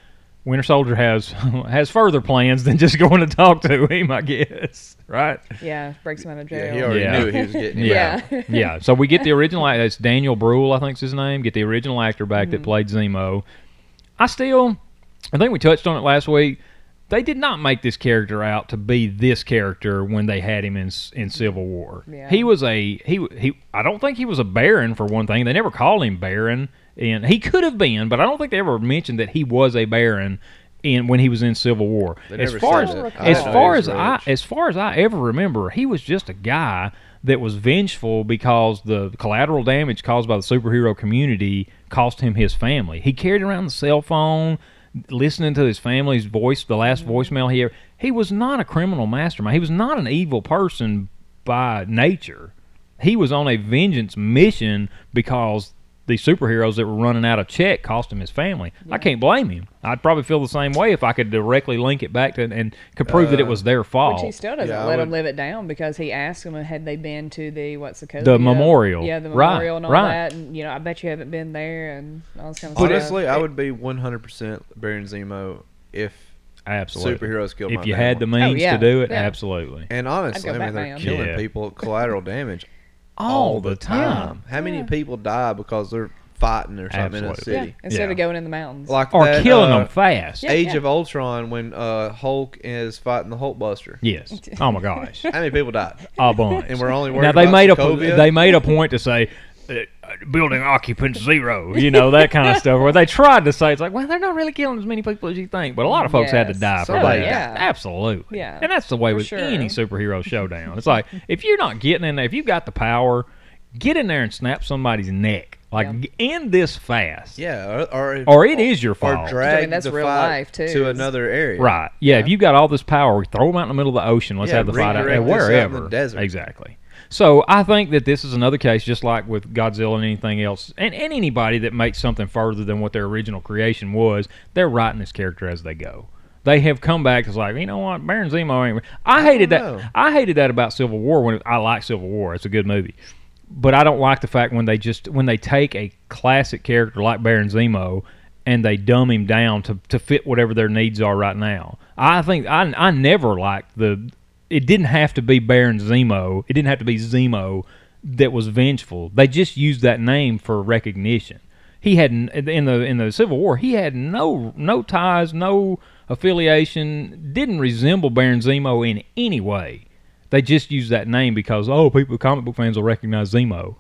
Speaker 2: Winter Soldier has has further plans than just going to talk to him, I guess. Right?
Speaker 3: Yeah. Breaks him out of
Speaker 4: Yeah,
Speaker 3: jail.
Speaker 4: he already
Speaker 2: Yeah.
Speaker 4: knew he was getting. it.
Speaker 2: Yeah.
Speaker 3: Yeah.
Speaker 2: yeah. So we get the original actor. It's Daniel Bruhl, I think's his name. Get the original actor back
Speaker 3: Mm-hmm.
Speaker 2: that played Zemo. I still, I think we touched on it last week. They did not make this character out to be this character when they had him in S- in Civil War.
Speaker 3: Yeah.
Speaker 2: He was a he w- he. I don't think he was a Baron for one thing. They never called him Baron, and he could have been, but I don't think they ever mentioned that he was a Baron. In, when he was in Civil War,
Speaker 4: They
Speaker 2: as
Speaker 4: never
Speaker 2: far as
Speaker 4: said that.
Speaker 3: I
Speaker 2: as
Speaker 3: didn't know
Speaker 2: far
Speaker 4: he
Speaker 2: as
Speaker 4: was
Speaker 2: I
Speaker 4: rich.
Speaker 2: as far as I ever remember, he was just a guy that was vengeful because the collateral damage caused by the superhero community cost him his family. He carried around the cell phone, listening to his family's voice, the last voicemail he ever. He was not a criminal mastermind. He was not an evil person by nature. He was on a vengeance mission because the superheroes that were running out of check cost him his family. I can't blame him. I'd probably feel the same way if I could directly link it back to and could prove that it was their fault.
Speaker 3: Which he still doesn't
Speaker 4: Yeah, I
Speaker 3: let them
Speaker 4: would-
Speaker 3: live it down because he asked them had they been to the what's the code?
Speaker 2: The memorial.
Speaker 3: Yeah, the
Speaker 2: Right,
Speaker 3: memorial and all
Speaker 2: right.
Speaker 3: that, and you know, I bet you haven't been there and all this kind of stuff.
Speaker 4: Honestly, I would be 100 percent Baron Zemo if
Speaker 2: Absolutely.
Speaker 4: superheroes killed. my
Speaker 2: If you
Speaker 4: man
Speaker 2: had the
Speaker 4: one.
Speaker 2: means
Speaker 3: Oh, yeah,
Speaker 2: to do it,
Speaker 3: yeah.
Speaker 2: absolutely.
Speaker 4: And honestly,
Speaker 3: I'd
Speaker 4: I
Speaker 3: go
Speaker 4: mean, they're
Speaker 3: Batman.
Speaker 4: killing
Speaker 2: Yeah.
Speaker 4: people collateral damage
Speaker 2: All the time.
Speaker 4: How many people die because their fighting or something in a
Speaker 2: Absolutely.
Speaker 4: city.
Speaker 2: Yeah.
Speaker 3: Instead of
Speaker 2: Yeah.
Speaker 3: going in the mountains.
Speaker 4: Like
Speaker 2: Or
Speaker 4: that,
Speaker 2: killing
Speaker 4: uh,
Speaker 2: them fast.
Speaker 3: Yeah,
Speaker 4: Age
Speaker 3: yeah.
Speaker 4: of Ultron when uh, Hulk is fighting the Hulkbuster.
Speaker 2: Yes. Oh my gosh.
Speaker 4: How many people died?
Speaker 2: A bunch.
Speaker 4: And we're only worried
Speaker 2: now they
Speaker 4: about
Speaker 2: made
Speaker 4: Sokovia?
Speaker 2: a they made a point to say uh, building occupants zero, you know that kind of stuff. Where they tried to say it's like, well, they're not really killing as many people as you think, but a lot of folks had to
Speaker 3: Yes.
Speaker 2: die for
Speaker 4: Somebody
Speaker 2: that.
Speaker 3: died.
Speaker 2: Absolutely,
Speaker 3: Yeah,
Speaker 2: And that's the way
Speaker 3: for
Speaker 2: with
Speaker 3: sure.
Speaker 2: any superhero showdown. It's like if you're not getting in there, if you've got the power, get in there and snap somebody's neck. Like
Speaker 3: Yeah.
Speaker 2: end this fast,
Speaker 4: Yeah, or or,
Speaker 2: or it is your fault.
Speaker 4: or drag
Speaker 3: I mean, that's
Speaker 4: the
Speaker 3: real
Speaker 4: fight
Speaker 3: life, too.
Speaker 4: to another area.
Speaker 2: Right. Yeah, If you've got all this power, throw them out in the middle of the ocean. Let's
Speaker 4: Yeah,
Speaker 2: have the fight out
Speaker 4: redirect
Speaker 2: there,
Speaker 4: this out in the
Speaker 2: wherever.
Speaker 4: desert.
Speaker 2: Exactly. So I think that this is another case, just like with Godzilla and anything else, and, and anybody that makes something further than what their original creation was, they're writing this character as they go. They have come back. It's like you know what, Baron Zemo. Ain't... I hated that.
Speaker 4: know.
Speaker 2: I hated that about Civil War. When it, I like Civil War, it's a good movie, but I don't like the fact when they just when they take a classic character like Baron Zemo and they dumb him down to, to fit whatever their needs are right now. I think I I never liked the. It didn't have to be Baron Zemo. It didn't have to be Zemo that was vengeful. They just used that name for recognition. He had n- in the in the Civil War. He had no no ties, no affiliation. Didn't resemble Baron Zemo in any way. They just used that name because oh, people, comic book fans will recognize Zemo.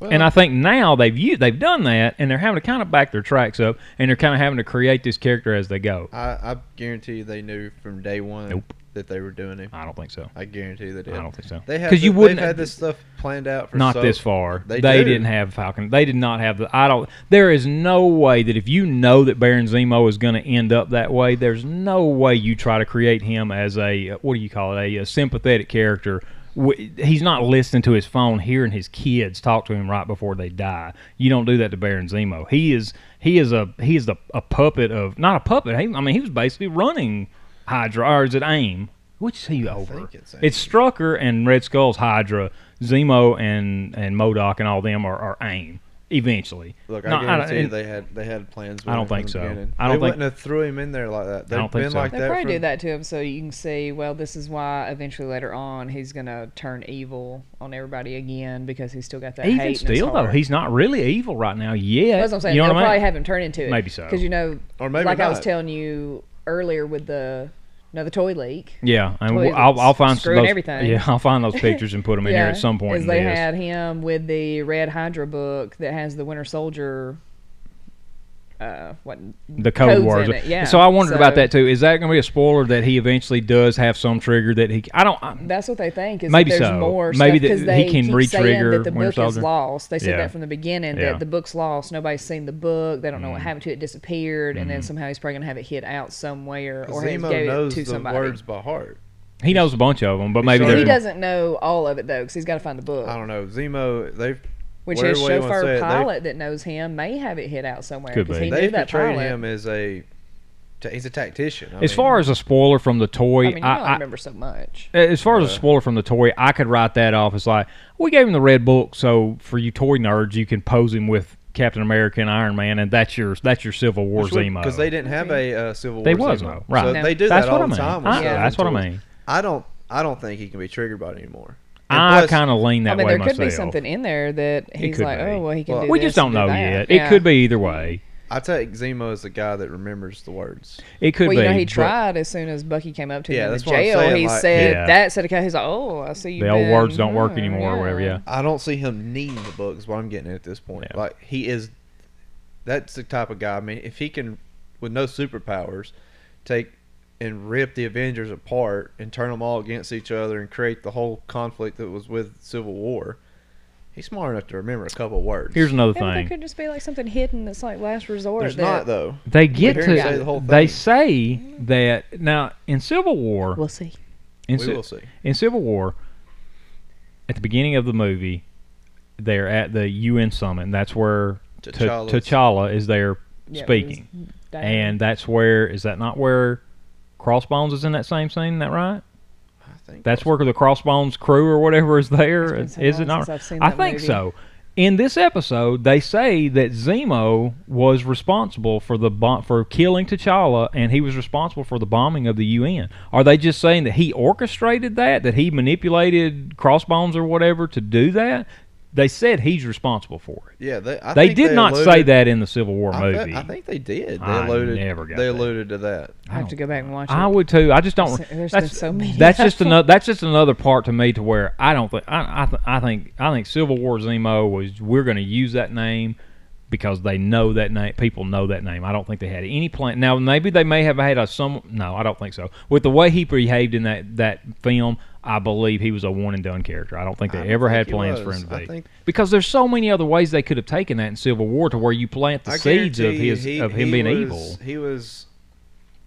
Speaker 2: and I think now they've u they've done that, and they're having to kind of back their tracks up, and they're kind of having to create this character as they go.
Speaker 4: I, I guarantee you they knew from day one
Speaker 2: Nope.
Speaker 4: that they were doing it.
Speaker 2: I don't think so.
Speaker 4: I guarantee they did.
Speaker 2: I don't think so.
Speaker 4: They have
Speaker 2: 'Cause you
Speaker 4: you
Speaker 2: wouldn't-
Speaker 4: wouldn't had this stuff planned out for
Speaker 2: not
Speaker 4: so-
Speaker 2: this far. They,
Speaker 4: They, do.
Speaker 2: didn't have Falcon. They did not have the. I don't. There is no way that if you know that Baron Zemo is going to end up that way, there's no way you try to create him as a uh, what do you call it? A, uh sympathetic character. W- He's not listening to his phone, hearing his kids talk to him right before they die. You don't do that to Baron Zemo. He is he is a he is the, a puppet of not a puppet. He, I mean, he was basically running Hydra. Or is it AIM? Which is he over?
Speaker 4: think it's AIM.
Speaker 2: It's Strucker and Red Skull's Hydra, Zemo and and Modoc and all them are, are AIM eventually.
Speaker 4: Look,
Speaker 2: No,
Speaker 4: I
Speaker 2: don't-
Speaker 4: guarantee
Speaker 2: and-
Speaker 4: they had they had plans.
Speaker 2: I don't
Speaker 4: with it
Speaker 2: think
Speaker 4: from the
Speaker 2: so.
Speaker 4: beginning.
Speaker 2: I don't
Speaker 4: they
Speaker 2: think-
Speaker 4: wouldn't have threw him in there like that. They've
Speaker 2: don't think
Speaker 4: been
Speaker 2: so.
Speaker 4: like
Speaker 3: They
Speaker 4: that.
Speaker 3: probably
Speaker 4: for,
Speaker 3: do that to him so you can see, well, this is why eventually later on he's going to turn evil on everybody again because he's still got that hate in
Speaker 2: even
Speaker 3: his
Speaker 2: still though,
Speaker 3: heart.
Speaker 2: he's not really evil right now yet.
Speaker 3: That's what I'm saying.
Speaker 2: You know
Speaker 3: They'll
Speaker 2: what I
Speaker 3: probably
Speaker 2: mean?
Speaker 3: have him turn into it.
Speaker 2: Maybe so.
Speaker 3: Because, you know,
Speaker 4: Or maybe
Speaker 3: like I was
Speaker 4: not.
Speaker 3: telling you earlier with the, you know, the toy leak.
Speaker 2: yeah, and
Speaker 3: Well,
Speaker 2: we'll-
Speaker 3: he's
Speaker 2: I'll, I'll find
Speaker 3: screwing
Speaker 2: those,
Speaker 3: everything.
Speaker 2: Yeah, I'll find those pictures and put them in here at some point.
Speaker 3: Is
Speaker 2: in
Speaker 3: they
Speaker 2: this.
Speaker 3: had him with the Red Hydra book that has the Winter Soldier. Uh, what?
Speaker 2: the code
Speaker 3: codes
Speaker 2: words.
Speaker 3: in it, yeah.
Speaker 2: So I wondered about
Speaker 3: So-
Speaker 2: that too. Is that going to be a spoiler that he eventually does have some trigger that he? I don't. I,
Speaker 3: That's what they think. Is
Speaker 2: Maybe
Speaker 3: that there's
Speaker 2: so.
Speaker 3: more.
Speaker 2: Maybe
Speaker 3: stuff, 'cause
Speaker 2: that he
Speaker 3: they
Speaker 2: can
Speaker 3: keep saying
Speaker 2: re-trigger
Speaker 3: that the
Speaker 2: Winter
Speaker 3: book
Speaker 2: Solder.
Speaker 3: is lost. They said
Speaker 2: Yeah.
Speaker 3: that from the beginning
Speaker 2: Yeah. Mm-hmm.
Speaker 3: that the book's lost. Nobody's seen the book. They don't know what happened to it. it disappeared, and then somehow he's probably gonna have it hid out somewhere, or he
Speaker 4: Zemo
Speaker 3: gave
Speaker 4: knows
Speaker 3: it to
Speaker 4: the
Speaker 3: somebody.
Speaker 4: words by heart.
Speaker 2: he knows a bunch of them, but maybe
Speaker 4: sure
Speaker 3: He
Speaker 2: there's-
Speaker 3: doesn't know all of it though, because he's got to find the book.
Speaker 4: I don't know. Zemo, they've
Speaker 3: Which
Speaker 4: whatever
Speaker 3: his
Speaker 4: way you wanna say
Speaker 3: chauffeur
Speaker 4: it, they've-
Speaker 3: pilot that knows him may have it hid out somewhere
Speaker 2: Could
Speaker 3: because
Speaker 2: be.
Speaker 3: he
Speaker 4: They
Speaker 3: knew that
Speaker 4: portrayed
Speaker 3: pilot.
Speaker 4: him as a ta- he's a tactician. I
Speaker 2: as
Speaker 4: mean,
Speaker 2: far as a spoiler from the toy,
Speaker 3: I mean, you
Speaker 2: I,
Speaker 3: don't
Speaker 2: I-
Speaker 3: remember so much.
Speaker 2: As far as a spoiler from the toy, I could write that off as like we gave him the red book, so for you toy nerds, you can pose him with Captain America and Iron Man, and that's your that's your Civil War Zemo.
Speaker 4: because they didn't have a uh, Civil War.
Speaker 2: They was
Speaker 4: Zemo.
Speaker 2: no right.
Speaker 4: So
Speaker 3: No.
Speaker 4: they do
Speaker 2: that's
Speaker 4: that
Speaker 2: what
Speaker 4: all
Speaker 2: I
Speaker 4: the
Speaker 2: mean.
Speaker 4: time.
Speaker 2: I-
Speaker 4: with stuff
Speaker 2: that's
Speaker 4: and
Speaker 2: what I
Speaker 4: tools.
Speaker 2: mean.
Speaker 4: I don't. I don't think he can be triggered by it anymore. And
Speaker 2: I
Speaker 4: plus-
Speaker 2: kind of lean that
Speaker 3: I mean,
Speaker 2: way
Speaker 3: there
Speaker 2: myself.
Speaker 3: could be something in there that he's
Speaker 2: could
Speaker 3: like,
Speaker 2: be.
Speaker 3: oh, well, he can
Speaker 4: Well-
Speaker 3: do
Speaker 2: we
Speaker 3: this
Speaker 2: just don't
Speaker 3: and do
Speaker 2: know
Speaker 3: that."
Speaker 2: yet.
Speaker 3: Yeah.
Speaker 2: It could be either way.
Speaker 4: I take Zemo as the guy that remembers the words.
Speaker 2: It could
Speaker 3: Well,
Speaker 2: be.
Speaker 3: you know, he
Speaker 2: but
Speaker 3: tried as soon as Bucky came up to him
Speaker 4: Yeah,
Speaker 3: in the
Speaker 4: that's what I'm
Speaker 3: jail.
Speaker 4: saying,
Speaker 3: he
Speaker 4: like-
Speaker 3: said
Speaker 2: Yeah.
Speaker 3: that said okay. He's like, oh, I see Mm-hmm, you.
Speaker 2: The old words don't work
Speaker 3: uh,
Speaker 2: anymore, or whatever. Yeah.
Speaker 4: I don't see him needing the book. Is what I'm getting at at this point.
Speaker 2: Yeah.
Speaker 4: Like he is. That's the type of guy. I mean, if he can, with no superpowers, take and rip the Avengers apart and turn them all against each other and create the whole conflict that was with Civil War, he's smart enough to remember a couple words.
Speaker 2: Here's another
Speaker 3: Yeah, but
Speaker 2: thing.
Speaker 3: that could just be like something hidden that's like last resort.
Speaker 4: There's
Speaker 3: that,
Speaker 4: not though.
Speaker 2: They get
Speaker 4: hear
Speaker 2: to.
Speaker 4: him say the whole
Speaker 2: they
Speaker 4: thing.
Speaker 2: say that now in Civil War.
Speaker 3: We'll see.
Speaker 2: in
Speaker 4: We
Speaker 2: Ci-
Speaker 4: will see.
Speaker 2: in Civil War, at the beginning of the movie, they're at the UN summit, and that's where Ta-
Speaker 4: T'Challa's-
Speaker 2: T'Challa is there
Speaker 3: Yeah,
Speaker 2: speaking.
Speaker 3: it was that.
Speaker 2: And that's where is that not where Crossbones is in that same scene? Is that right?
Speaker 4: I think
Speaker 2: That's where the Crossbones crew or whatever is there.
Speaker 3: It's
Speaker 2: Is
Speaker 3: been so
Speaker 2: it
Speaker 3: long
Speaker 2: not?
Speaker 3: since I've seen
Speaker 2: I
Speaker 3: that
Speaker 2: think
Speaker 3: movie.
Speaker 2: so. In this episode, they say that Zemo was responsible for the bom- for killing T'Challa, and he was responsible for the bombing of the UN. Are they just saying that he orchestrated that? That he manipulated Crossbones or whatever to do that? they said he's responsible for it.
Speaker 4: Yeah, they, I
Speaker 2: They
Speaker 4: think
Speaker 2: did not say
Speaker 4: alluded-
Speaker 2: that in the Civil War
Speaker 4: I, bet-
Speaker 2: movie.
Speaker 4: I think they did. They
Speaker 2: I
Speaker 4: alluded.
Speaker 2: never got
Speaker 4: they
Speaker 2: that.
Speaker 4: alluded to that.
Speaker 3: I have to go back and watch it.
Speaker 2: I would too. I just don't.
Speaker 3: There's- there's
Speaker 2: that's,
Speaker 3: been so many
Speaker 2: That's
Speaker 3: of
Speaker 2: just another. That's just another part to me to where I don't think. I I, th- I think I think Civil War Zemo was. We're going to use that name because they know that name. People know that name. I don't think they had any plan. Now maybe they may have had a some. No, I don't think so. With the way he behaved in that that film. I believe he was a one and done character. I don't think they
Speaker 4: I don't
Speaker 2: ever
Speaker 4: think
Speaker 2: had
Speaker 4: he
Speaker 2: plans for
Speaker 4: was.
Speaker 2: him
Speaker 4: I
Speaker 2: to be,
Speaker 4: think-
Speaker 2: because there's so many other ways they could have taken that in Civil War to where you plant the
Speaker 4: I
Speaker 2: seeds of
Speaker 4: guarantee you
Speaker 2: his of him being
Speaker 4: was,
Speaker 2: evil.
Speaker 4: He was.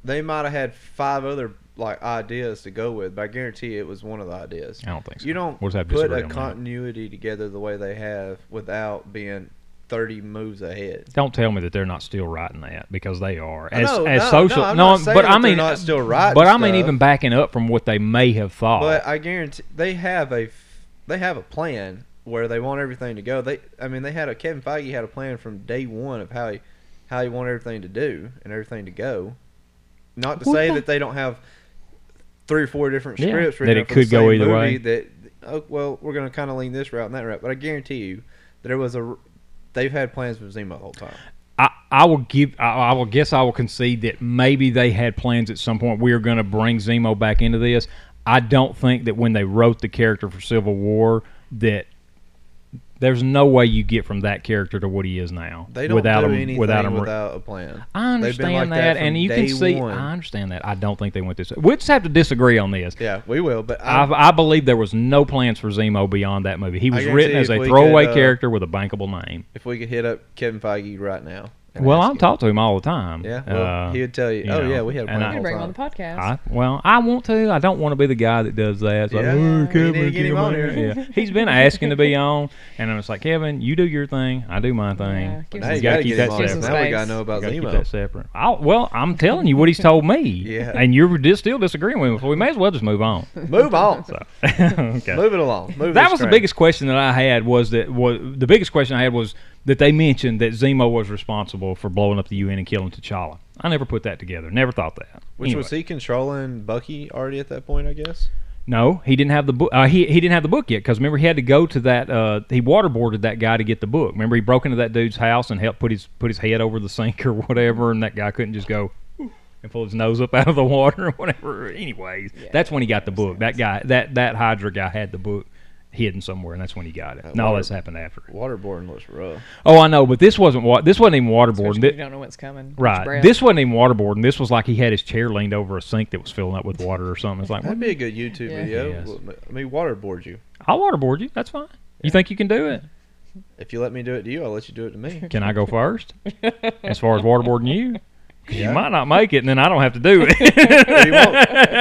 Speaker 4: They might have had five other like ideas to go with, but I guarantee it was one of the ideas.
Speaker 2: I don't think so.
Speaker 4: You don't
Speaker 2: We'll just have to
Speaker 4: put
Speaker 2: disagree
Speaker 4: a
Speaker 2: on that.
Speaker 4: continuity together the way they have without being thirty moves ahead.
Speaker 2: Don't tell me that they're not still writing that because they are. As,
Speaker 4: No,
Speaker 2: as
Speaker 4: no,
Speaker 2: social,
Speaker 4: no, I'm not saying
Speaker 2: but
Speaker 4: that
Speaker 2: I
Speaker 4: they're
Speaker 2: mean,
Speaker 4: not still writing
Speaker 2: But I mean,
Speaker 4: stuff.
Speaker 2: even backing up from what they may have thought.
Speaker 4: But I guarantee they have a f- they have a plan where they want everything to go. They I mean they had a Kevin Feige had a plan from day one of how he how he wanted everything to do and everything to go. Not to
Speaker 2: Well,
Speaker 4: say
Speaker 2: yeah.
Speaker 4: that they don't have three or four different
Speaker 2: Yeah,
Speaker 4: scripts
Speaker 2: that
Speaker 4: written
Speaker 2: it
Speaker 4: up for the
Speaker 2: could go
Speaker 4: same
Speaker 2: either
Speaker 4: movie
Speaker 2: way.
Speaker 4: That oh, well we're going to kind of lean this route and that route. But I guarantee you there was a r- they've had plans with Zemo the whole time.
Speaker 2: I, I will give. I, I will guess. I will concede that maybe they had plans at some point. We are going to bring Zemo back into this. I don't think that when they wrote the character for Civil War that there's no way you get from that character to what he is now
Speaker 4: They don't
Speaker 2: without
Speaker 4: do
Speaker 2: him
Speaker 4: anything
Speaker 2: without
Speaker 4: without,
Speaker 2: him
Speaker 4: a plan.
Speaker 2: I
Speaker 4: They've been
Speaker 2: understand
Speaker 4: like
Speaker 2: that,
Speaker 4: from
Speaker 2: and you can
Speaker 4: day
Speaker 2: see.
Speaker 4: one.
Speaker 2: I understand that. I don't think they went this. We just have to disagree on this.
Speaker 4: yeah, we will. But I,
Speaker 2: I've, I believe there was no plans for Zemo beyond that movie. He was
Speaker 4: guarantee
Speaker 2: written as
Speaker 4: if
Speaker 2: a
Speaker 4: we
Speaker 2: throwaway
Speaker 4: could, uh,
Speaker 2: character with a bankable name.
Speaker 4: if we could hit up Kevin Feige right now. and
Speaker 2: Well,
Speaker 4: ask
Speaker 2: I talk to him all the time.
Speaker 4: Yeah, well,
Speaker 2: Uh,
Speaker 4: he would tell you.
Speaker 2: you
Speaker 4: oh
Speaker 2: know,
Speaker 4: yeah, we had a
Speaker 2: and
Speaker 4: plan.
Speaker 2: I-
Speaker 4: the
Speaker 3: You
Speaker 4: whole
Speaker 3: bring him on
Speaker 4: time."
Speaker 3: the podcast.
Speaker 2: I, well, I want to. I don't want to be the guy that does that. It's like,
Speaker 4: Yeah.
Speaker 2: "Oh,
Speaker 4: You need to
Speaker 2: Kevin,
Speaker 4: get him on here."
Speaker 2: Yeah. He's been asking to be on, and I'm just like, Kevin, you do your thing. I do my thing.
Speaker 3: Yeah, give
Speaker 2: We
Speaker 4: Now
Speaker 3: He's
Speaker 2: gotta
Speaker 4: you gotta
Speaker 2: keep
Speaker 4: get him
Speaker 2: that
Speaker 4: on.
Speaker 3: separate.
Speaker 4: Now we gotta know about
Speaker 2: Gotta keep
Speaker 4: Zemo.
Speaker 2: that separate. i well, I'm telling you what he's told me.
Speaker 4: Yeah.
Speaker 2: And you're just still disagreeing with him, so we may as well just move on.
Speaker 4: Move on.
Speaker 2: okay.
Speaker 4: Move it along. Move
Speaker 2: that
Speaker 4: this
Speaker 2: was the
Speaker 4: train.
Speaker 2: biggest question that I had was that was the biggest question I had was that they mentioned that Zemo was responsible for blowing up the UN and killing T'Challa. I never put that together. Never thought that.
Speaker 4: Which was
Speaker 2: Anyway.
Speaker 4: he controlling Bucky already at that point? I guess.
Speaker 2: No, he didn't have the book. Uh, he he didn't have the book yet because remember he had to go to that. Uh, he waterboarded that guy to get the book. Remember he broke into that dude's house and helped put his put his head over the sink or whatever, and that guy couldn't just go and pull his nose up out of the water or whatever. Anyways, that's when he got the book. That guy that that Hydra guy had the book hidden somewhere, and that's when he got it. no,
Speaker 4: water-
Speaker 2: that's happened after.
Speaker 4: Waterboarding looks rough.
Speaker 2: Oh, I know, but this wasn't wa- this wasn't even
Speaker 3: Especially
Speaker 2: waterboarding.
Speaker 3: if
Speaker 2: Thi-
Speaker 3: you don't know what's coming. Which
Speaker 2: right,
Speaker 3: breath.
Speaker 2: this wasn't even waterboarding. This was like he had his chair leaned over a sink that was filling up with water or something. It's like
Speaker 4: That'd be a good YouTube
Speaker 3: Yeah.
Speaker 4: video.
Speaker 2: Yes.
Speaker 4: Well, I mean, waterboard you.
Speaker 2: I'll waterboard you. That's fine. You think you can do it?
Speaker 4: If you let me do it to you, I'll let you do it to me.
Speaker 2: Can I go first? as far as waterboarding you, 'Cause
Speaker 4: Yeah.
Speaker 2: you might not make it, and then I don't have to do it.
Speaker 4: Well, you won't,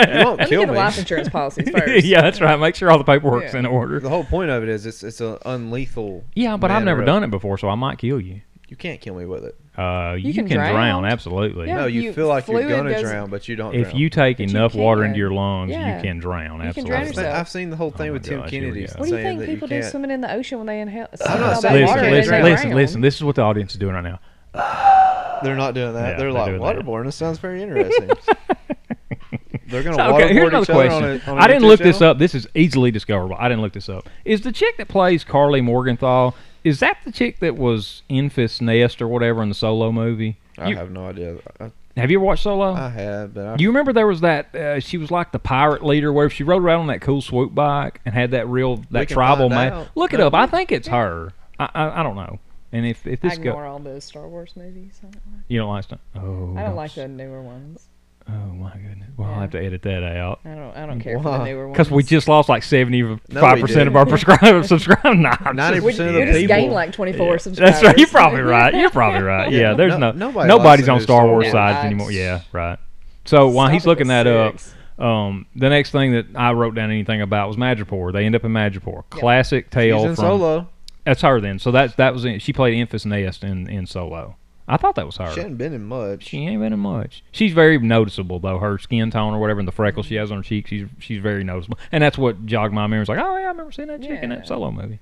Speaker 4: you
Speaker 3: Let
Speaker 4: won't
Speaker 3: me
Speaker 4: kill
Speaker 3: get the
Speaker 4: me.
Speaker 3: life insurance policies first.
Speaker 2: yeah, that's right. Make sure all the paperwork's
Speaker 3: Yeah.
Speaker 2: in order.
Speaker 4: The whole point of it is it's it's an unlethal.
Speaker 2: Yeah, but I've
Speaker 4: manner
Speaker 2: never
Speaker 4: of-
Speaker 2: done it before, so I might kill you.
Speaker 4: You can't kill me with it.
Speaker 2: Uh, you,
Speaker 3: can
Speaker 2: can, drown,
Speaker 3: drown.
Speaker 2: absolutely.
Speaker 3: Yeah.
Speaker 4: No, you,
Speaker 3: You-
Speaker 4: feel like you're
Speaker 3: fluid
Speaker 4: gonna
Speaker 3: doesn't-
Speaker 4: drown, but you don't.
Speaker 2: If
Speaker 4: drown.
Speaker 2: you take enough
Speaker 3: you
Speaker 2: water
Speaker 3: can.
Speaker 2: into your lungs,
Speaker 3: Yeah.
Speaker 2: you can drown.
Speaker 3: You can
Speaker 2: absolutely.
Speaker 3: drown
Speaker 4: I've seen,
Speaker 3: yourself.
Speaker 4: I've seen the whole thing
Speaker 2: my
Speaker 4: with Tim
Speaker 2: gosh, here we
Speaker 4: Kennedy
Speaker 2: go.
Speaker 3: What do you
Speaker 4: saying
Speaker 3: think
Speaker 4: that
Speaker 3: people
Speaker 4: you
Speaker 3: do
Speaker 4: can't.
Speaker 3: swimming in the ocean when they inhale?
Speaker 4: I'm not
Speaker 3: all that
Speaker 4: saying
Speaker 2: Listen,
Speaker 3: water and
Speaker 2: listen,
Speaker 3: they
Speaker 2: listen,
Speaker 3: drown?
Speaker 2: listen. This is what the audience is doing right now.
Speaker 4: They're not doing that.
Speaker 2: Yeah,
Speaker 4: they're
Speaker 2: they're
Speaker 4: like
Speaker 2: doing that.
Speaker 4: waterborne. That sounds very interesting. they're gonna
Speaker 2: So,
Speaker 4: waterboard
Speaker 2: okay, here's
Speaker 4: each
Speaker 2: another
Speaker 4: other
Speaker 2: question.
Speaker 4: on
Speaker 2: I
Speaker 4: a, on a
Speaker 2: I didn't
Speaker 4: YouTube
Speaker 2: look this
Speaker 4: channel?
Speaker 2: up. This is easily discoverable. I didn't look this up. Is the chick that plays Carly Morgenthau? Is that the chick that was in Fist Nest or whatever in the Solo movie?
Speaker 4: I
Speaker 2: You-
Speaker 4: have no idea. I,
Speaker 2: have you ever watched Solo?
Speaker 4: I have, but I,
Speaker 2: Do you remember there was that? Uh, she was like the pirate leader, where she rode around on that cool swoop bike and had that real that
Speaker 4: can
Speaker 2: tribal
Speaker 4: find
Speaker 2: man.
Speaker 4: out.
Speaker 2: Look it up. I think it's her. I, I I don't know. And if if
Speaker 3: I
Speaker 2: this
Speaker 3: ignore
Speaker 2: go,
Speaker 3: all those Star Wars movies. I don't like-
Speaker 2: you don't like stuff. Oh,
Speaker 3: I don't
Speaker 2: no.
Speaker 3: like the newer ones.
Speaker 2: Oh my goodness. Well, I'll
Speaker 3: Yeah.
Speaker 2: have to edit that out.
Speaker 3: I don't. I don't care for the
Speaker 4: Why?
Speaker 3: newer ones.
Speaker 2: Because we just lost like seventy five percent of
Speaker 4: didn't.
Speaker 2: our prescribed subscribers. Nah, I'm just-
Speaker 4: 90% of the
Speaker 3: we just
Speaker 4: people-
Speaker 3: gained like 24 subscribers.
Speaker 2: That's right. You're probably right. You're probably right. Yeah.
Speaker 4: no-
Speaker 2: There's
Speaker 4: no-
Speaker 2: no,
Speaker 4: nobody likes
Speaker 2: nobody's
Speaker 4: the
Speaker 2: on
Speaker 4: new
Speaker 2: Star
Speaker 4: Star
Speaker 2: Wars
Speaker 4: Wars.
Speaker 2: sides
Speaker 3: Yeah.
Speaker 2: anymore. Yeah. Right. So while
Speaker 3: Stop
Speaker 2: he's
Speaker 3: it
Speaker 2: looking
Speaker 3: with
Speaker 2: that
Speaker 3: six.
Speaker 2: up, um, the next thing that I wrote down anything about was Madripoor. They end up in Madripoor. Classic tale
Speaker 4: She's in
Speaker 2: from
Speaker 4: solo.
Speaker 2: that's her then. So that's that was in, she played Infus Nest in in Solo. I thought that was her.
Speaker 4: She hadn't been in much.
Speaker 2: She ain't been in much. She's very noticeable though. Her skin tone or whatever, and the freckles she
Speaker 4: Mm-hmm.
Speaker 2: has on her cheeks, she's she's very noticeable. And that's what jogged my memory. It's like, oh yeah, I remember seeing that chick in
Speaker 3: Yeah.
Speaker 2: that solo movie.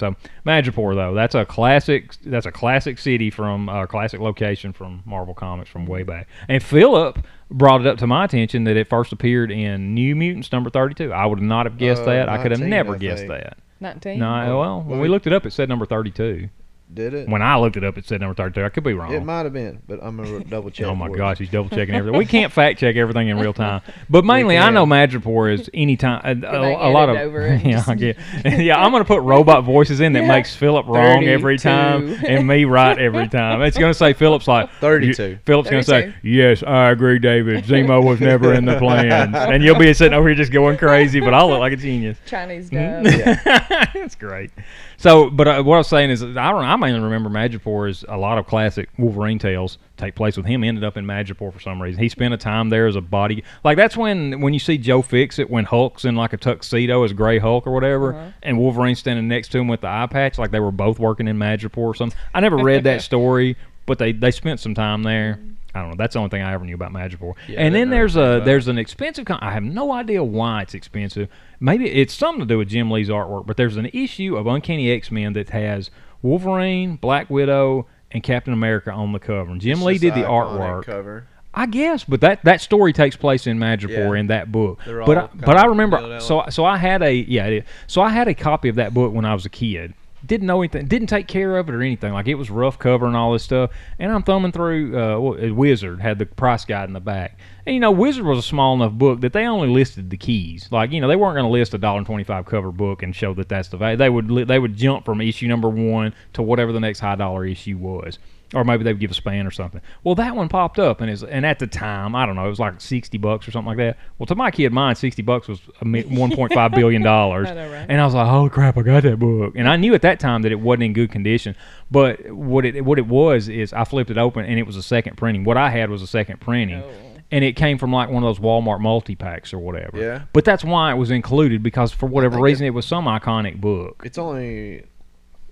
Speaker 2: So Madripoor though, that's a classic. That's a classic city from a classic location from Marvel Comics from way back. And Philip brought it up to my attention that it first appeared in New Mutants number thirty-two. I would not have guessed
Speaker 4: Uh,
Speaker 2: that. I could have
Speaker 4: 19,
Speaker 2: never
Speaker 4: I
Speaker 2: guessed
Speaker 4: think.
Speaker 2: that.
Speaker 3: Nineteen.
Speaker 2: No, well, when we looked it up, it said number 32.
Speaker 4: Did it?
Speaker 2: When I looked it up, it said number 32. I could be wrong.
Speaker 4: It might have been, but I'm gonna double check.
Speaker 2: Oh my
Speaker 4: for you.
Speaker 2: gosh, he's double checking everything. We can't fact check everything in real time, but mainly I know Madripoor is anytime a, a,
Speaker 3: they
Speaker 2: a lot of
Speaker 3: edit over it and
Speaker 2: yeah,
Speaker 3: just-
Speaker 2: I get- yeah. I'm gonna put robot voices in that
Speaker 3: Yeah.
Speaker 2: makes Philip wrong every time
Speaker 3: 32.
Speaker 2: and me right every time. It's gonna say Philip's like
Speaker 4: 32.
Speaker 2: Philip's gonna say
Speaker 3: 32.
Speaker 2: yes, I agree, David. Zemo was never in the plans, and you'll be sitting over here just going crazy, but I look like a genius.
Speaker 3: Chinese dub.
Speaker 2: That's great. So, but uh, what I was saying is, I, don't, I mainly remember Madripoor is a lot of classic Wolverine tales take place with him. Ended up in Madripoor for some reason. He spent a time there as a body. Like that's when when you see Joe Fix it when Hulk's in like a tuxedo as Gray Hulk or whatever,
Speaker 4: Uh-huh.
Speaker 2: and Wolverine standing next to him with the eye patch. Like they were both working in Madripoor or something. I never read that story, but they they spent some time there. I don't know. That's the only thing I ever knew about Madripoor. and
Speaker 4: I
Speaker 2: then
Speaker 4: know
Speaker 2: there's
Speaker 4: about
Speaker 2: a
Speaker 4: that.
Speaker 2: there's an expensive. Con- I have no idea why it's expensive. Maybe it's something to do with Jim Lee's artwork. But there's an issue of Uncanny X Men that has Wolverine, Black Widow, and Captain America on the cover. And Jim Lee
Speaker 4: Just
Speaker 2: did the
Speaker 4: iconic
Speaker 2: artwork.
Speaker 4: cover.
Speaker 2: I guess, but that, that story takes place in Madripoor
Speaker 4: Yeah.
Speaker 2: in that book.
Speaker 4: They're
Speaker 2: But
Speaker 4: all
Speaker 2: I, but I
Speaker 4: kinda
Speaker 2: remember
Speaker 4: built
Speaker 2: so so I had a yeah it is. so I had a copy of that book when I was a kid. Didn't know anything. Didn't take care of it or anything. Like it was rough cover and all this stuff. And I'm thumbing through. Uh, what- Wizard had the price guide in the back, and you know Wizard was a small enough book that they only listed the keys. Like you know they weren't going to list a dollar and twenty five cover book and show that that's the value. They would li- they would jump from issue number one to whatever the next high dollar issue was or maybe they would give a span or something. Well, that one popped up, and is and at the time, I don't know, it was like sixty bucks or something like that. Well, to my kid mind, sixty bucks was one point five billion dollars,
Speaker 3: I know, right?
Speaker 2: and I was like, "Oh crap, I got that book!" And I knew at that time that it wasn't in good condition. But what it what it was is I flipped it open, and it was a second printing. What I had was a second printing.
Speaker 3: Oh.
Speaker 2: And it came from like one of those Walmart multi packs or whatever.
Speaker 4: Yeah.
Speaker 2: But that's why it was included because for whatever
Speaker 4: think
Speaker 2: reason it was some iconic book.
Speaker 4: It's only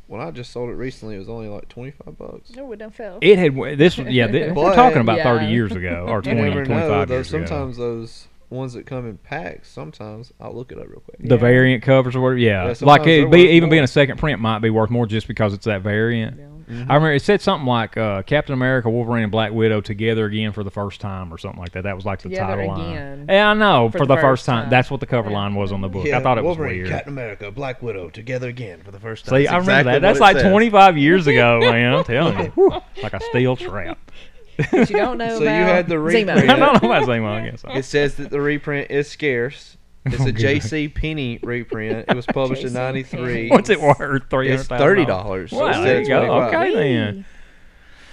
Speaker 4: when I just sold it recently. It was only like twenty five bucks.
Speaker 3: No, it don't fell.
Speaker 2: It had this yeah. Th- we're
Speaker 4: But-
Speaker 2: talking about
Speaker 3: Yeah.
Speaker 2: thirty years ago or
Speaker 4: You
Speaker 2: 20,
Speaker 4: never
Speaker 2: 25
Speaker 4: know. Though
Speaker 2: years ago.
Speaker 4: sometimes those ones that come in packs. Sometimes I'll look it up real quick.
Speaker 2: The
Speaker 3: Yeah.
Speaker 2: variant covers or whatever, yeah.
Speaker 4: Yeah,
Speaker 2: like
Speaker 4: sometimes
Speaker 2: it
Speaker 4: they're
Speaker 2: be
Speaker 4: worth
Speaker 2: even being
Speaker 4: more.
Speaker 2: a second print might be worth more just because it's that variant.
Speaker 3: Yeah.
Speaker 4: Mm-hmm.
Speaker 2: I remember it said something like uh, Captain America, Wolverine, and Black Widow together again for the first time or something like that. That was like the
Speaker 3: Together
Speaker 2: title line.
Speaker 3: again.
Speaker 2: Yeah, I know for, the, first time. That's what the cover
Speaker 3: Yeah.
Speaker 2: line was on the book.
Speaker 4: Yeah,
Speaker 2: I thought it
Speaker 4: Wolverine,
Speaker 2: was weird.
Speaker 4: Captain America, Black Widow together again for the first time.
Speaker 2: See,
Speaker 4: That's
Speaker 2: I remember
Speaker 4: exactly
Speaker 2: that. That's
Speaker 4: what
Speaker 2: like
Speaker 4: it says.
Speaker 2: 25 years ago, man. I'm telling you, Whew, like a steel trap.
Speaker 3: But you don't know
Speaker 4: So
Speaker 3: about
Speaker 4: you had the
Speaker 2: I
Speaker 4: reprint.
Speaker 3: Zemo.
Speaker 2: don't know about Zemo, I guess.
Speaker 4: It says that the reprint is scarce. It's a
Speaker 2: Oh, good.
Speaker 4: J.C. Penney reprint. It was published in '93.
Speaker 2: What's it worth? Three hundred
Speaker 4: It's
Speaker 2: thousand.
Speaker 4: thirty dollars.
Speaker 2: Wow, there you go. Okay then.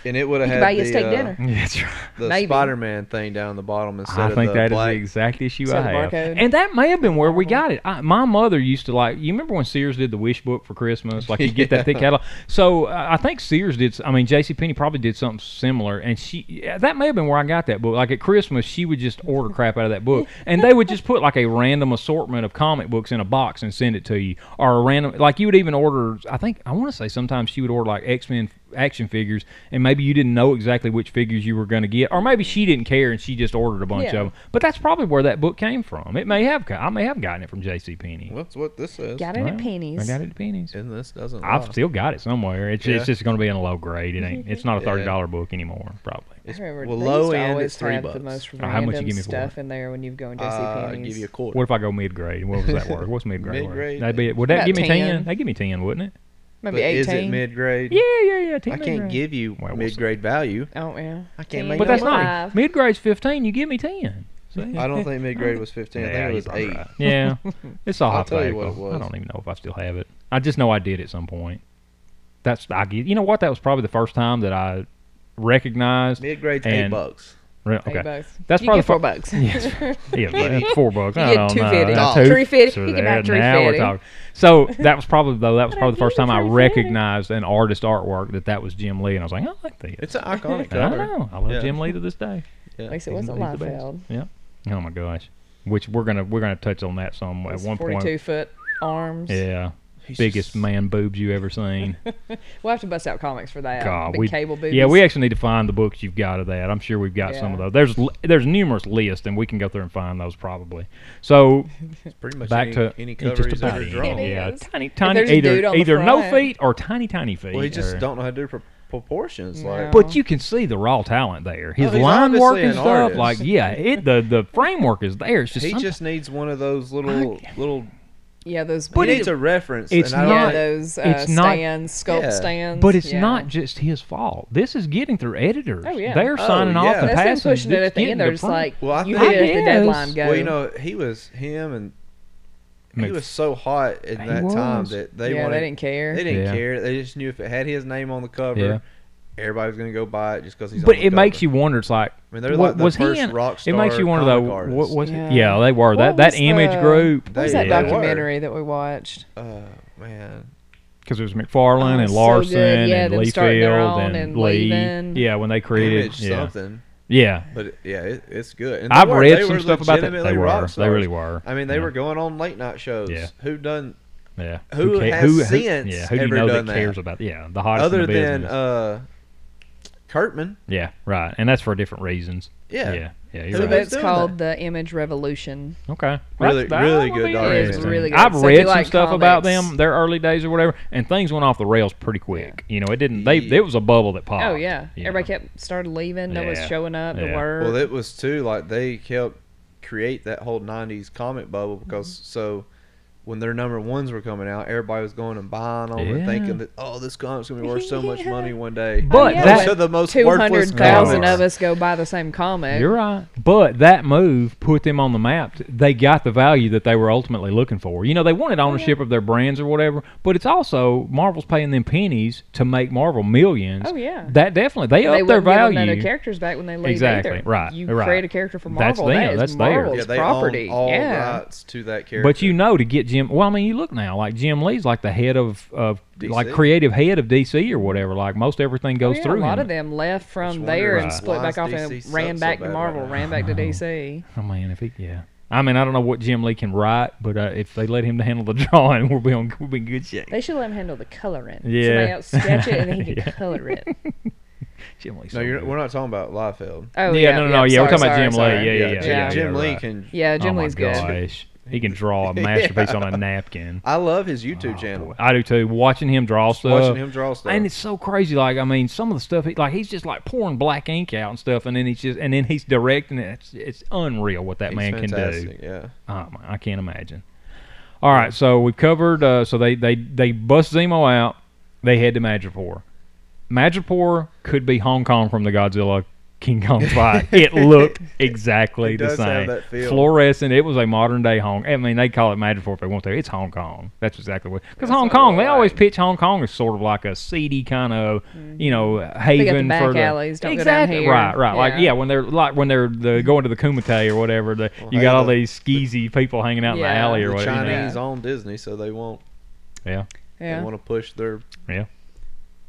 Speaker 4: And it would have
Speaker 3: You
Speaker 4: had
Speaker 3: can buy you a
Speaker 4: the,
Speaker 3: steak
Speaker 4: uh,
Speaker 3: dinner.
Speaker 2: Yeah, that's right.
Speaker 4: the
Speaker 3: Maybe.
Speaker 4: Spider-Man thing down the bottom instead
Speaker 2: I
Speaker 4: of
Speaker 2: think
Speaker 4: the
Speaker 2: that is
Speaker 4: black.
Speaker 2: the exact issue
Speaker 3: Instead
Speaker 2: I have,
Speaker 3: of barcode.
Speaker 2: and that may have been where we got it. I, my mother used to like. You remember when Sears did the wish book for Christmas? Like you get that thick catalog. So uh, I think Sears did. s- I mean, J.C. Penney probably did something similar, and she yeah, that may have been where I got that book. Like at Christmas, she would just order crap out of that book, and they would just put like a random assortment of comic books in a box and send it to you, or a random like you would even order. I think I want to say sometimes she would order like X Men action figures and maybe you didn't know exactly which figures you were going to get or maybe she didn't care and she just ordered a bunch of
Speaker 3: Yeah.
Speaker 2: them but that's probably where that book came from it may have co- i may have gotten it from jc penney
Speaker 4: Well, that's what this says.
Speaker 3: Got it at pennies.
Speaker 2: i got it at pennies
Speaker 4: And this doesn't.
Speaker 2: i've
Speaker 4: lie.
Speaker 2: still got it somewhere it's,
Speaker 4: Yeah.
Speaker 2: it's just going to be in a low grade it ain't it's not a
Speaker 4: Yeah.
Speaker 2: $30 book anymore probably
Speaker 3: I remember
Speaker 4: well,
Speaker 3: they
Speaker 4: low
Speaker 3: used to
Speaker 4: end,
Speaker 3: always
Speaker 4: it's three
Speaker 3: have the
Speaker 4: bucks.
Speaker 3: most
Speaker 2: How
Speaker 3: random
Speaker 2: much you give me for
Speaker 3: stuff in there when you go in JC
Speaker 4: Uh,
Speaker 3: Penney's.
Speaker 4: give you a quarter.
Speaker 2: what if i go mid-grade what was that word what's mid-grade, word?
Speaker 4: Mid-grade,
Speaker 2: That'd be, would that
Speaker 3: About
Speaker 2: give me 10
Speaker 3: 10.
Speaker 2: that'd give me 10 wouldn't it
Speaker 3: Maybe
Speaker 4: But is it
Speaker 3: eighteen.
Speaker 4: mid-grade?
Speaker 2: yeah yeah yeah 10
Speaker 4: I can't
Speaker 2: mid-grade.
Speaker 4: give you
Speaker 2: Well, we'll see.
Speaker 4: mid-grade value.
Speaker 3: oh yeah.
Speaker 4: I can't make
Speaker 2: but that's
Speaker 3: Five.
Speaker 2: not mid-grade's 15 you give me 10 See?
Speaker 4: I don't think mid-grade was 15. I
Speaker 2: Yeah,
Speaker 4: think it was
Speaker 2: you're probably
Speaker 4: eight.
Speaker 2: right. Yeah, it's all
Speaker 4: I'll tell you what it
Speaker 2: hypothetical. I
Speaker 4: was.
Speaker 2: don't even know if I still have it. I just know I did at some point. That's I get. You know what? That was probably the first time that I recognized.
Speaker 4: Mid-grade's
Speaker 2: And-
Speaker 4: eight bucks.
Speaker 2: Re-
Speaker 3: Eight
Speaker 2: okay,
Speaker 3: bucks.
Speaker 2: That's
Speaker 3: you
Speaker 2: probably
Speaker 3: get four
Speaker 2: fu-
Speaker 3: bucks.
Speaker 2: Yes. yeah, but it's four bucks.
Speaker 3: You
Speaker 2: I
Speaker 3: get
Speaker 2: don't know.
Speaker 3: $2.50.
Speaker 2: That's
Speaker 4: Dollars.
Speaker 2: two-
Speaker 3: $3.50.
Speaker 2: so
Speaker 3: You get
Speaker 2: there,
Speaker 3: about
Speaker 2: now we're
Speaker 3: $3.50.
Speaker 2: talking. So that was probably though. That was
Speaker 3: But I
Speaker 2: probably the first
Speaker 3: get
Speaker 2: time I
Speaker 3: $3.50.
Speaker 2: recognized an artist artwork that that was Jim Lee, and I was like, I like that.
Speaker 4: It's an iconic
Speaker 2: And I
Speaker 4: cover.
Speaker 2: know. I love
Speaker 4: Yeah.
Speaker 2: Jim Lee to this day.
Speaker 3: At least it
Speaker 2: He's-
Speaker 3: wasn't
Speaker 2: he's the best.
Speaker 3: Liefeld.
Speaker 2: Yeah. Oh my gosh. Which we're gonna we're gonna touch on that some at
Speaker 3: His
Speaker 2: one point.
Speaker 3: Forty-two foot arms.
Speaker 2: Yeah.
Speaker 4: He's
Speaker 2: Biggest
Speaker 4: just-
Speaker 2: man boobs you ever seen.
Speaker 3: We'll have to bust out comics for that.
Speaker 2: God,
Speaker 3: Big
Speaker 2: we
Speaker 3: cable boobies.
Speaker 2: yeah, we actually need to find the books you've got of that. I'm sure we've got some of
Speaker 3: Yeah.
Speaker 2: those. There's l- there's numerous lists, and we can go through and find those probably. So
Speaker 4: It's pretty much
Speaker 2: back
Speaker 4: any,
Speaker 2: to
Speaker 4: any
Speaker 2: it's
Speaker 4: cover
Speaker 2: just
Speaker 4: he's
Speaker 2: about
Speaker 4: ever
Speaker 2: it.
Speaker 4: drawn.
Speaker 3: It
Speaker 2: Yeah,
Speaker 3: is.
Speaker 2: tiny
Speaker 3: And
Speaker 2: tiny
Speaker 3: there's a
Speaker 2: either
Speaker 3: dude on the
Speaker 2: either no
Speaker 3: front.
Speaker 2: feet or tiny tiny feet.
Speaker 4: Well, he just
Speaker 2: or-
Speaker 4: don't know how to do pro- proportions. Like,
Speaker 3: No.
Speaker 2: But you can see the raw talent there. His
Speaker 4: he's
Speaker 2: line work
Speaker 4: obviously
Speaker 2: and
Speaker 4: an
Speaker 2: stuff,
Speaker 4: artist.
Speaker 2: like yeah, it the the framework is there. It's just
Speaker 4: he
Speaker 2: some-
Speaker 4: just needs one of those little little
Speaker 3: Yeah, those.
Speaker 4: But it's a reference.
Speaker 2: it's
Speaker 4: and I
Speaker 3: yeah,
Speaker 2: not-
Speaker 4: don't
Speaker 3: those uh,
Speaker 2: it's not-
Speaker 3: stands, sculpt
Speaker 4: Yeah.
Speaker 3: stands.
Speaker 2: But it's
Speaker 3: yeah.
Speaker 2: not just his fault. This is getting through editors.
Speaker 3: Oh, yeah.
Speaker 2: They're
Speaker 4: Oh,
Speaker 2: signing off
Speaker 4: yeah.
Speaker 2: and
Speaker 4: That's
Speaker 3: That's them
Speaker 2: passing.
Speaker 3: pushing it
Speaker 2: It's
Speaker 3: at the
Speaker 2: getting
Speaker 3: end. They're
Speaker 2: to
Speaker 3: just
Speaker 2: print.
Speaker 3: like,
Speaker 4: Well, I
Speaker 3: you
Speaker 4: think-
Speaker 3: did it at the
Speaker 2: I
Speaker 3: deadline.
Speaker 2: guess.
Speaker 3: Go.
Speaker 4: Well, you know, he was him, and he
Speaker 2: Mc-
Speaker 4: was so hot in
Speaker 2: He
Speaker 4: that time
Speaker 2: was.
Speaker 4: that they
Speaker 3: yeah,
Speaker 4: wanted.
Speaker 3: they didn't care.
Speaker 4: They didn't
Speaker 2: Yeah.
Speaker 4: care. They just knew if it had his name on the cover,
Speaker 2: Yeah.
Speaker 4: everybody was gonna go buy it just because he's.
Speaker 2: but
Speaker 4: on the
Speaker 2: it makes
Speaker 4: cover.
Speaker 2: you wonder. It's like,
Speaker 4: I mean, they're
Speaker 2: what-
Speaker 4: like the
Speaker 2: was
Speaker 4: first
Speaker 2: he in?
Speaker 4: rock
Speaker 2: it makes
Speaker 4: star
Speaker 2: you wonder though.
Speaker 4: comic
Speaker 2: What
Speaker 4: artists.
Speaker 2: was
Speaker 3: Yeah.
Speaker 2: it? Yeah, they were that
Speaker 3: What
Speaker 2: that
Speaker 3: was
Speaker 2: image
Speaker 3: the-
Speaker 2: group.
Speaker 3: What was
Speaker 4: They-
Speaker 3: that
Speaker 4: they were.
Speaker 3: documentary that we watched?
Speaker 4: Oh man,
Speaker 2: because it was McFarlane
Speaker 3: Oh,
Speaker 2: and
Speaker 3: so
Speaker 2: Larson
Speaker 3: good. Yeah,
Speaker 2: and
Speaker 3: them
Speaker 2: Lee
Speaker 3: starting their
Speaker 2: Field
Speaker 3: own
Speaker 2: and,
Speaker 3: and
Speaker 2: Lee.
Speaker 3: leaving.
Speaker 2: Yeah, when they created.
Speaker 4: image
Speaker 2: Yeah,
Speaker 4: something.
Speaker 2: yeah.
Speaker 4: But it- yeah, it, it's good. And they
Speaker 2: I've
Speaker 4: were-
Speaker 2: read
Speaker 4: they
Speaker 2: some
Speaker 4: were
Speaker 2: stuff about that. They
Speaker 4: legitimately
Speaker 2: were.
Speaker 4: rock
Speaker 2: They
Speaker 4: stars.
Speaker 2: really were.
Speaker 4: I mean, they
Speaker 2: yeah.
Speaker 4: were going on late night shows.
Speaker 2: Yeah.
Speaker 4: Who done
Speaker 2: Yeah.
Speaker 4: who
Speaker 2: ca-
Speaker 4: has since
Speaker 2: yeah, who do you
Speaker 4: ever
Speaker 2: know
Speaker 4: done
Speaker 2: that
Speaker 4: that?
Speaker 2: cares about? Yeah, the hottest
Speaker 4: other
Speaker 2: in the business.
Speaker 4: than uh, Kurtman?
Speaker 2: yeah, right, and that's for different reasons.
Speaker 4: Yeah.
Speaker 2: yeah, yeah.
Speaker 4: Who
Speaker 2: You're
Speaker 3: So
Speaker 4: was
Speaker 2: right.
Speaker 3: that's
Speaker 4: doing
Speaker 3: called the Image Revolution.
Speaker 2: Okay.
Speaker 4: Really-
Speaker 2: That's-
Speaker 4: really
Speaker 2: that'll
Speaker 4: good
Speaker 2: be
Speaker 4: documentary.
Speaker 2: interesting.
Speaker 3: It's really good.
Speaker 2: I've
Speaker 3: So if you
Speaker 2: read some
Speaker 3: like
Speaker 2: stuff about
Speaker 3: comics-
Speaker 2: them, their early days or whatever, and things went off the rails pretty quick. You know, it didn't. They
Speaker 4: Yeah.
Speaker 2: it was a bubble that popped.
Speaker 3: Oh yeah,
Speaker 2: you
Speaker 3: everybody
Speaker 2: know.
Speaker 3: kept started leaving. No one's
Speaker 2: Yeah.
Speaker 3: showing up.
Speaker 2: Yeah.
Speaker 3: The word.
Speaker 4: Well, it was too like they helped create that whole '90s comic bubble because
Speaker 2: Mm-hmm.
Speaker 4: so when their number ones were coming out, everybody was going and buying them
Speaker 2: Yeah.
Speaker 4: and thinking that oh, this comic's gonna be worth so much
Speaker 3: Yeah.
Speaker 4: money one day.
Speaker 2: But
Speaker 4: Those
Speaker 2: that-
Speaker 4: are the most
Speaker 3: two
Speaker 4: worthless
Speaker 3: hundred thousand
Speaker 4: comics.
Speaker 3: of us go buy the same comic.
Speaker 2: You're right. But that move put them on the map. They got the value that they were ultimately looking for. You know, they wanted ownership of their brands or whatever, but it's also Marvel's paying them pennies to make Marvel millions.
Speaker 3: Oh, yeah.
Speaker 2: That definitely they,
Speaker 3: And
Speaker 2: up
Speaker 3: they
Speaker 2: their
Speaker 3: wouldn't give them
Speaker 2: value.
Speaker 3: none of their characters back when they leave
Speaker 2: Exactly,
Speaker 3: either.
Speaker 2: right,
Speaker 3: You
Speaker 2: right.
Speaker 3: create a character for
Speaker 2: That's
Speaker 3: Marvel.
Speaker 2: them,
Speaker 3: That is
Speaker 2: that's theirs.
Speaker 3: Marvel's
Speaker 4: Yeah, they
Speaker 3: property.
Speaker 4: own all
Speaker 3: yeah.
Speaker 4: rights to that character.
Speaker 2: But you know, to get Jim. Well, I mean, you look now, like Jim Lee's like the head of, of like
Speaker 4: DC.
Speaker 2: creative head of DC or whatever. Like most everything
Speaker 3: Oh,
Speaker 2: goes
Speaker 3: yeah,
Speaker 2: through
Speaker 3: a lot
Speaker 2: him.
Speaker 3: of them left from there
Speaker 4: Just wondering
Speaker 2: why
Speaker 3: and split back
Speaker 4: DC
Speaker 3: off and
Speaker 4: sucks
Speaker 3: ran
Speaker 4: so
Speaker 3: back
Speaker 4: bad
Speaker 3: to
Speaker 4: right
Speaker 3: Marvel,
Speaker 4: now.
Speaker 3: ran back to DC.
Speaker 2: Oh man, if he yeah. I mean, I don't know what Jim Lee can write, but uh, if they let him to handle the drawing, we'll be on we'll be in good shape.
Speaker 3: They should let him handle the coloring.
Speaker 2: Yeah.
Speaker 3: Somebody else sketch it and then he can
Speaker 2: Yeah.
Speaker 3: color it.
Speaker 2: Jim Lee's so
Speaker 4: no, you're,
Speaker 2: good.
Speaker 4: we're not talking about Liefeld.
Speaker 3: Oh
Speaker 2: yeah,
Speaker 3: yeah,
Speaker 2: no, no, no. Yeah, we're
Speaker 3: sorry,
Speaker 2: talking about
Speaker 3: sorry,
Speaker 2: Jim
Speaker 3: sorry.
Speaker 2: Lee. Yeah, yeah, yeah.
Speaker 4: Jim,
Speaker 2: yeah,
Speaker 4: Jim
Speaker 2: yeah,
Speaker 4: Lee
Speaker 2: right.
Speaker 4: can.
Speaker 3: Yeah, Jim
Speaker 2: oh
Speaker 3: Lee's
Speaker 2: my
Speaker 3: good.
Speaker 2: gosh, he can draw a masterpiece on a napkin.
Speaker 4: I love his YouTube
Speaker 2: Oh,
Speaker 4: channel.
Speaker 2: boy. I do too. Watching him draw stuff.
Speaker 4: Watching him draw stuff.
Speaker 2: And it's so crazy. Like I mean, some of the stuff, he, like he's just like pouring black ink out and stuff, and then he's just, and then he's directing it. It's, it's unreal what that
Speaker 4: He's
Speaker 2: man can do.
Speaker 4: fantastic, Yeah.
Speaker 2: Oh, my, I can't imagine. All right, so we've covered. Uh, so they they they bust Zemo out. They head to Madripoor. Madripoor could be Hong Kong from the Godzilla King Kong fight. it looked exactly
Speaker 4: It
Speaker 2: the
Speaker 4: does have
Speaker 2: same.
Speaker 4: that feel.
Speaker 2: Fluorescent. It was a modern day Hong. I mean, they call it Madripoor if they want to. It's Hong Kong. That's exactly what. Because Hong Kong, they always pitch Hong Kong as sort of like a seedy kind of,
Speaker 4: Mm-hmm.
Speaker 2: you know, haven
Speaker 3: back
Speaker 2: for the
Speaker 3: alleys, don't go down
Speaker 2: exactly
Speaker 3: here.
Speaker 2: right, right. Like
Speaker 3: Yeah.
Speaker 2: yeah, when they're like when they're the, going to the Kumite or whatever, the, you
Speaker 4: hey,
Speaker 2: got all
Speaker 4: the-
Speaker 2: these skeezy people hanging out in the
Speaker 3: Yeah.
Speaker 2: alley or
Speaker 4: The
Speaker 2: whatever. you know.
Speaker 4: Chinese own Disney, so they won't.
Speaker 2: Yeah.
Speaker 3: Yeah.
Speaker 4: They want to push their
Speaker 2: Yeah.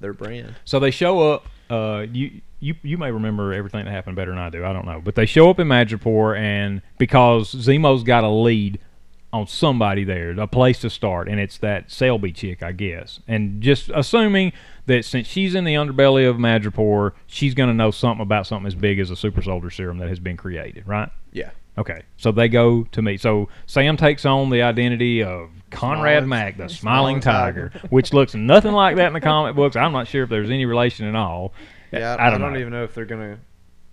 Speaker 4: their brand.
Speaker 2: So they show up. Uh, you you you may remember everything that happened better than I do. I don't know, but they show up in Madripoor, and because Zemo's got a lead on somebody there, a place to start, and it's that Selby chick, I guess. And just assuming that since she's in the underbelly of Madripoor, she's going to know something about something as big as a super soldier serum that has been created, right?
Speaker 4: Yeah.
Speaker 2: Okay, so they go to meet. So Sam takes on the identity of Conrad
Speaker 4: Smiling-
Speaker 2: Mack, the Smiling
Speaker 4: Smiling
Speaker 2: Tiger, which looks nothing like that in the comic books. I'm not sure if there's any relation at all.
Speaker 4: Yeah, I, I don't, even know if they're gonna.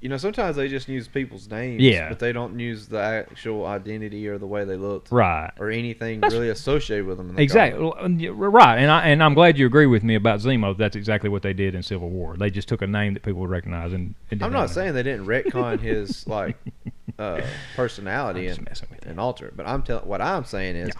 Speaker 4: You know, sometimes they just use people's names,
Speaker 2: Yeah.
Speaker 4: but they don't use the actual identity or the way they looked,
Speaker 2: Right.
Speaker 4: or anything
Speaker 2: That's-
Speaker 4: really associated with them. In the
Speaker 2: Exactly. Well, and y- Right. And I and I'm glad you agree with me about Zemo. That's exactly what they did in Civil War. They just took a name that people would recognize and. and
Speaker 4: comic.
Speaker 2: didn't
Speaker 4: I'm not
Speaker 2: have a-
Speaker 4: saying they didn't retcon his like uh, personality
Speaker 2: just
Speaker 4: and,
Speaker 2: messing with you.
Speaker 4: and alter it, but I'm telling what I'm saying is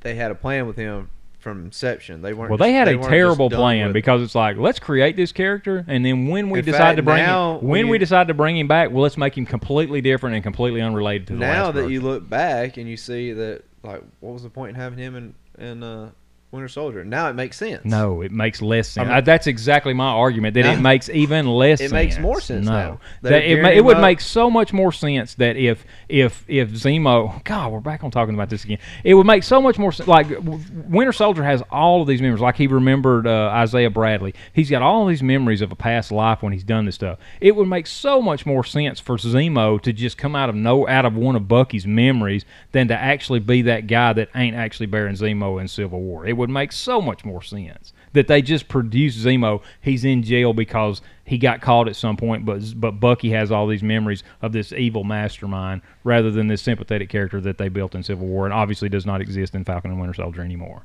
Speaker 4: they had a plan with him from inception. They weren't.
Speaker 2: Well, they
Speaker 4: just-
Speaker 2: had a
Speaker 4: weren't just
Speaker 2: terrible
Speaker 4: done
Speaker 2: plan
Speaker 4: with-
Speaker 2: because it's like let's create this character, and then when we
Speaker 4: In
Speaker 2: decide
Speaker 4: fact,
Speaker 2: to bring
Speaker 4: now
Speaker 2: him, when
Speaker 4: we-
Speaker 2: we decide to bring him back, well, let's make him completely different and completely unrelated to the
Speaker 4: now
Speaker 2: last
Speaker 4: that
Speaker 2: version.
Speaker 4: you look back and you see that like what was the point in having him in in uh, Winter Soldier? Now it makes sense.
Speaker 2: No, it makes less sense.
Speaker 4: mean-
Speaker 2: I- that's exactly my argument that it
Speaker 4: No.
Speaker 2: makes even less.
Speaker 4: It makes more sense
Speaker 2: No,
Speaker 4: now.
Speaker 2: that
Speaker 4: They're
Speaker 2: it, ma-
Speaker 4: gearing
Speaker 2: it would
Speaker 4: up.
Speaker 2: make so much more sense that if if if Zemo, God, we're back on talking about this again. It would make so much more sense. Like w- Winter Soldier has all of these memories. Like he remembered uh, Isaiah Bradley. He's got all these memories of a past life when he's done this stuff. It would make so much more sense for Zemo to just come out of no out of one of Bucky's memories than to actually be that guy that ain't actually Baron Zemo in Civil War. It would make so much more sense that they just produced Zemo. He's in jail because he got caught at some point, but but Bucky has all these memories of this evil mastermind rather than this sympathetic character that they built in Civil War, and obviously does not exist in Falcon and Winter Soldier anymore.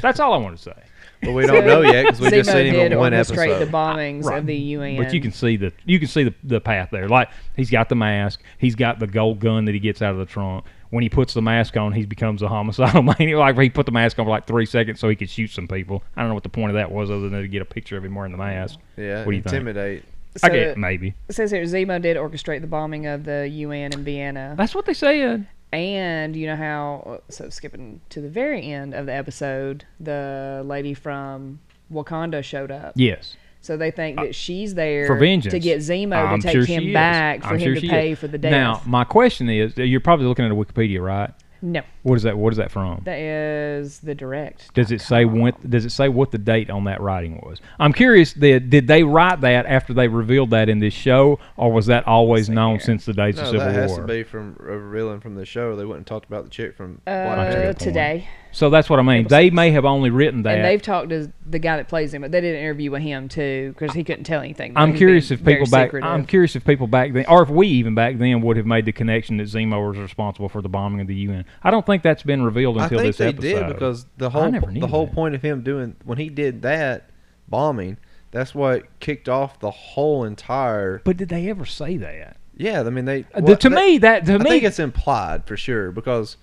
Speaker 2: That's all I want to say.
Speaker 4: But we don't know yet because we just
Speaker 3: Zemo
Speaker 4: seen him
Speaker 3: did
Speaker 4: in one
Speaker 3: orchestrate
Speaker 4: episode.
Speaker 3: the bombings
Speaker 2: Right.
Speaker 3: of the UN.
Speaker 2: But you can see the you can see the, the path there. Like he's got the mask, he's got the gold gun that he gets out of the trunk. When he puts the mask on, he becomes a homicidal maniac. Like he put the mask on for like three seconds so he could shoot some people. I don't know what the point of that was other than to get a picture of him wearing the mask.
Speaker 4: yeah,
Speaker 2: What do you think?
Speaker 4: intimidate.
Speaker 3: So
Speaker 2: I get
Speaker 3: it
Speaker 2: maybe.
Speaker 3: says here Zemo did orchestrate the bombing of the UN in Vienna.
Speaker 2: That's what they said.
Speaker 3: And you know how, so skipping to the very end of the episode, the lady from Wakanda showed up.
Speaker 2: Yes.
Speaker 3: So they think that she's there
Speaker 2: Uh, for vengeance
Speaker 3: to get Zemo
Speaker 2: I'm
Speaker 3: to take
Speaker 2: sure she
Speaker 3: him
Speaker 2: is.
Speaker 3: back for
Speaker 2: I'm
Speaker 3: him
Speaker 2: sure
Speaker 3: to
Speaker 2: she
Speaker 3: pay
Speaker 2: is.
Speaker 3: for the death.
Speaker 2: Now, my question is, you're probably looking at a Wikipedia, right?
Speaker 3: no,
Speaker 2: What is that? What is that from?
Speaker 3: that is the direct.
Speaker 2: Does it say when? Does it say what the date on that writing was? I'm curious. Did did they write that after they revealed that in this show, or was that always known since the days
Speaker 4: No,
Speaker 2: of
Speaker 4: that
Speaker 2: Civil
Speaker 4: has
Speaker 2: War?
Speaker 4: to be from a reeling from the show. They wouldn't talked about the chick from
Speaker 3: Uh,
Speaker 2: That's a good
Speaker 4: Black
Speaker 2: point.
Speaker 3: today,
Speaker 2: So that's what I mean. They may have only written that.
Speaker 3: and they've talked to the guy that plays him, but they did an interview with him too because he couldn't tell anything.
Speaker 2: I'm
Speaker 3: He's
Speaker 2: curious
Speaker 3: being
Speaker 2: if people
Speaker 3: very
Speaker 2: back.
Speaker 3: secretive.
Speaker 2: I'm curious if people back then, or if we even back then would have made the connection that Zemo was responsible for the bombing of the UN. I don't think that's been revealed
Speaker 4: I
Speaker 2: until
Speaker 4: think
Speaker 2: this
Speaker 4: they
Speaker 2: episode.
Speaker 4: did because the whole
Speaker 2: never knew
Speaker 4: the whole
Speaker 2: that.
Speaker 4: point of him doing when he did that bombing, that's what kicked off the whole entire.
Speaker 2: but did they ever say that?
Speaker 4: Yeah, I mean they.
Speaker 2: Uh, the-
Speaker 4: what-
Speaker 2: to me, that to
Speaker 4: I
Speaker 2: me,
Speaker 4: think it's implied for sure because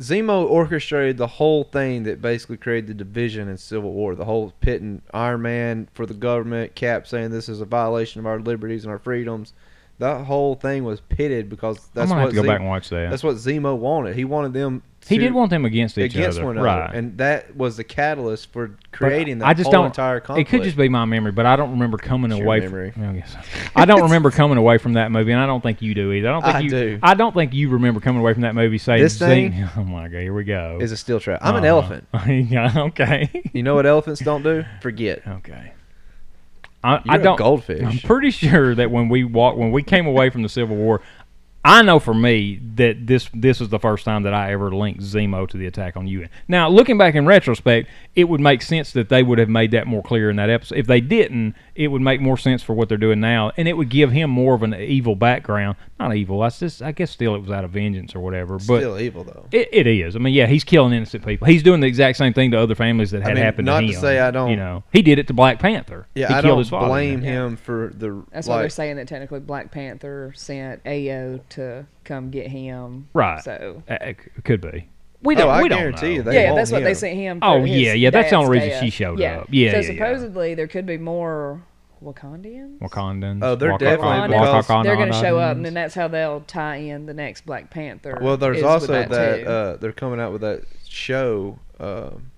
Speaker 4: Zemo orchestrated the whole thing that basically created the division in Civil War. The whole pitting Iron Man for the government, Cap saying this is a violation of our liberties and our freedoms. That whole thing was pitted because
Speaker 2: I'm
Speaker 4: that's
Speaker 2: gonna
Speaker 4: what
Speaker 2: have to go
Speaker 4: Ze-
Speaker 2: back and watch that.
Speaker 4: that's what Zemo wanted. He wanted them.
Speaker 2: he
Speaker 4: to-
Speaker 2: did want them against each
Speaker 4: against
Speaker 2: other,
Speaker 4: one another,
Speaker 2: right?
Speaker 4: and that was the catalyst for
Speaker 2: But
Speaker 4: creating that
Speaker 2: I just
Speaker 4: whole
Speaker 2: don't,
Speaker 4: entire conflict.
Speaker 2: It could just be my memory, but I don't remember coming
Speaker 4: It's your
Speaker 2: away.
Speaker 4: memory.
Speaker 2: From, I, guess. I don't remember coming away from that movie, and I don't think you do either. I don't think
Speaker 4: I
Speaker 2: you.
Speaker 4: do.
Speaker 2: I don't think you remember coming away from that movie saying,
Speaker 4: This thing
Speaker 2: "Zing." "Oh my god, here we go."
Speaker 4: is a steel trap. I'm an
Speaker 2: Uh-huh.
Speaker 4: elephant.
Speaker 2: yeah, okay.
Speaker 4: You know what elephants don't do? Forget.
Speaker 2: Okay. I, I
Speaker 4: You're a
Speaker 2: don't
Speaker 4: goldfish.
Speaker 2: I'm pretty sure that when we walked, when we came away from the Civil War, I know for me that this this is the first time that I ever linked Zemo to the attack on UN. Now, looking back in retrospect, it would make sense that they would have made that more clear in that episode. If they didn't, it would make more sense for what they're doing now, and it would give him more of an evil background. Not evil. I just I guess still it was out of vengeance or whatever. But
Speaker 4: Still evil though.
Speaker 2: it, it is. I mean, yeah, he's killing innocent people. He's doing the exact same thing to other families that had
Speaker 4: mean,
Speaker 2: happened
Speaker 4: not
Speaker 2: to
Speaker 4: to
Speaker 2: him.
Speaker 4: say I don't-
Speaker 2: You know, he did it to Black Panther.
Speaker 4: Yeah,
Speaker 2: he
Speaker 4: I
Speaker 2: killed
Speaker 4: don't
Speaker 2: his father.
Speaker 4: blame him for the.
Speaker 3: That's why they're
Speaker 4: like,
Speaker 3: saying that technically Black Panther sent Ao to come get him.
Speaker 2: Right.
Speaker 3: So
Speaker 2: Uh, It c- could be. We don't.
Speaker 4: Oh, I
Speaker 2: we don't
Speaker 4: guarantee
Speaker 2: know.
Speaker 4: you they
Speaker 3: yeah,
Speaker 4: want
Speaker 3: that's what they
Speaker 4: him.
Speaker 3: sent him.
Speaker 2: Oh,
Speaker 3: for his
Speaker 2: yeah, yeah, that's the
Speaker 3: dad's
Speaker 2: only reason she
Speaker 3: death.
Speaker 2: showed
Speaker 3: yeah.
Speaker 2: up. Yeah,
Speaker 3: So
Speaker 2: yeah, yeah.
Speaker 3: supposedly there could be more Wakandians.
Speaker 2: Wakandans.
Speaker 4: Oh, they're
Speaker 2: Waka-
Speaker 4: definitely
Speaker 2: Waka-
Speaker 4: because-
Speaker 2: Waka-
Speaker 3: They're going to show up,
Speaker 2: Wakandans.
Speaker 3: and then that's how they'll tie in the next Black Panther.
Speaker 4: Well, there's
Speaker 3: is with
Speaker 4: also
Speaker 3: that.
Speaker 4: that,
Speaker 3: too.
Speaker 4: uh, they're coming out with that show. Um,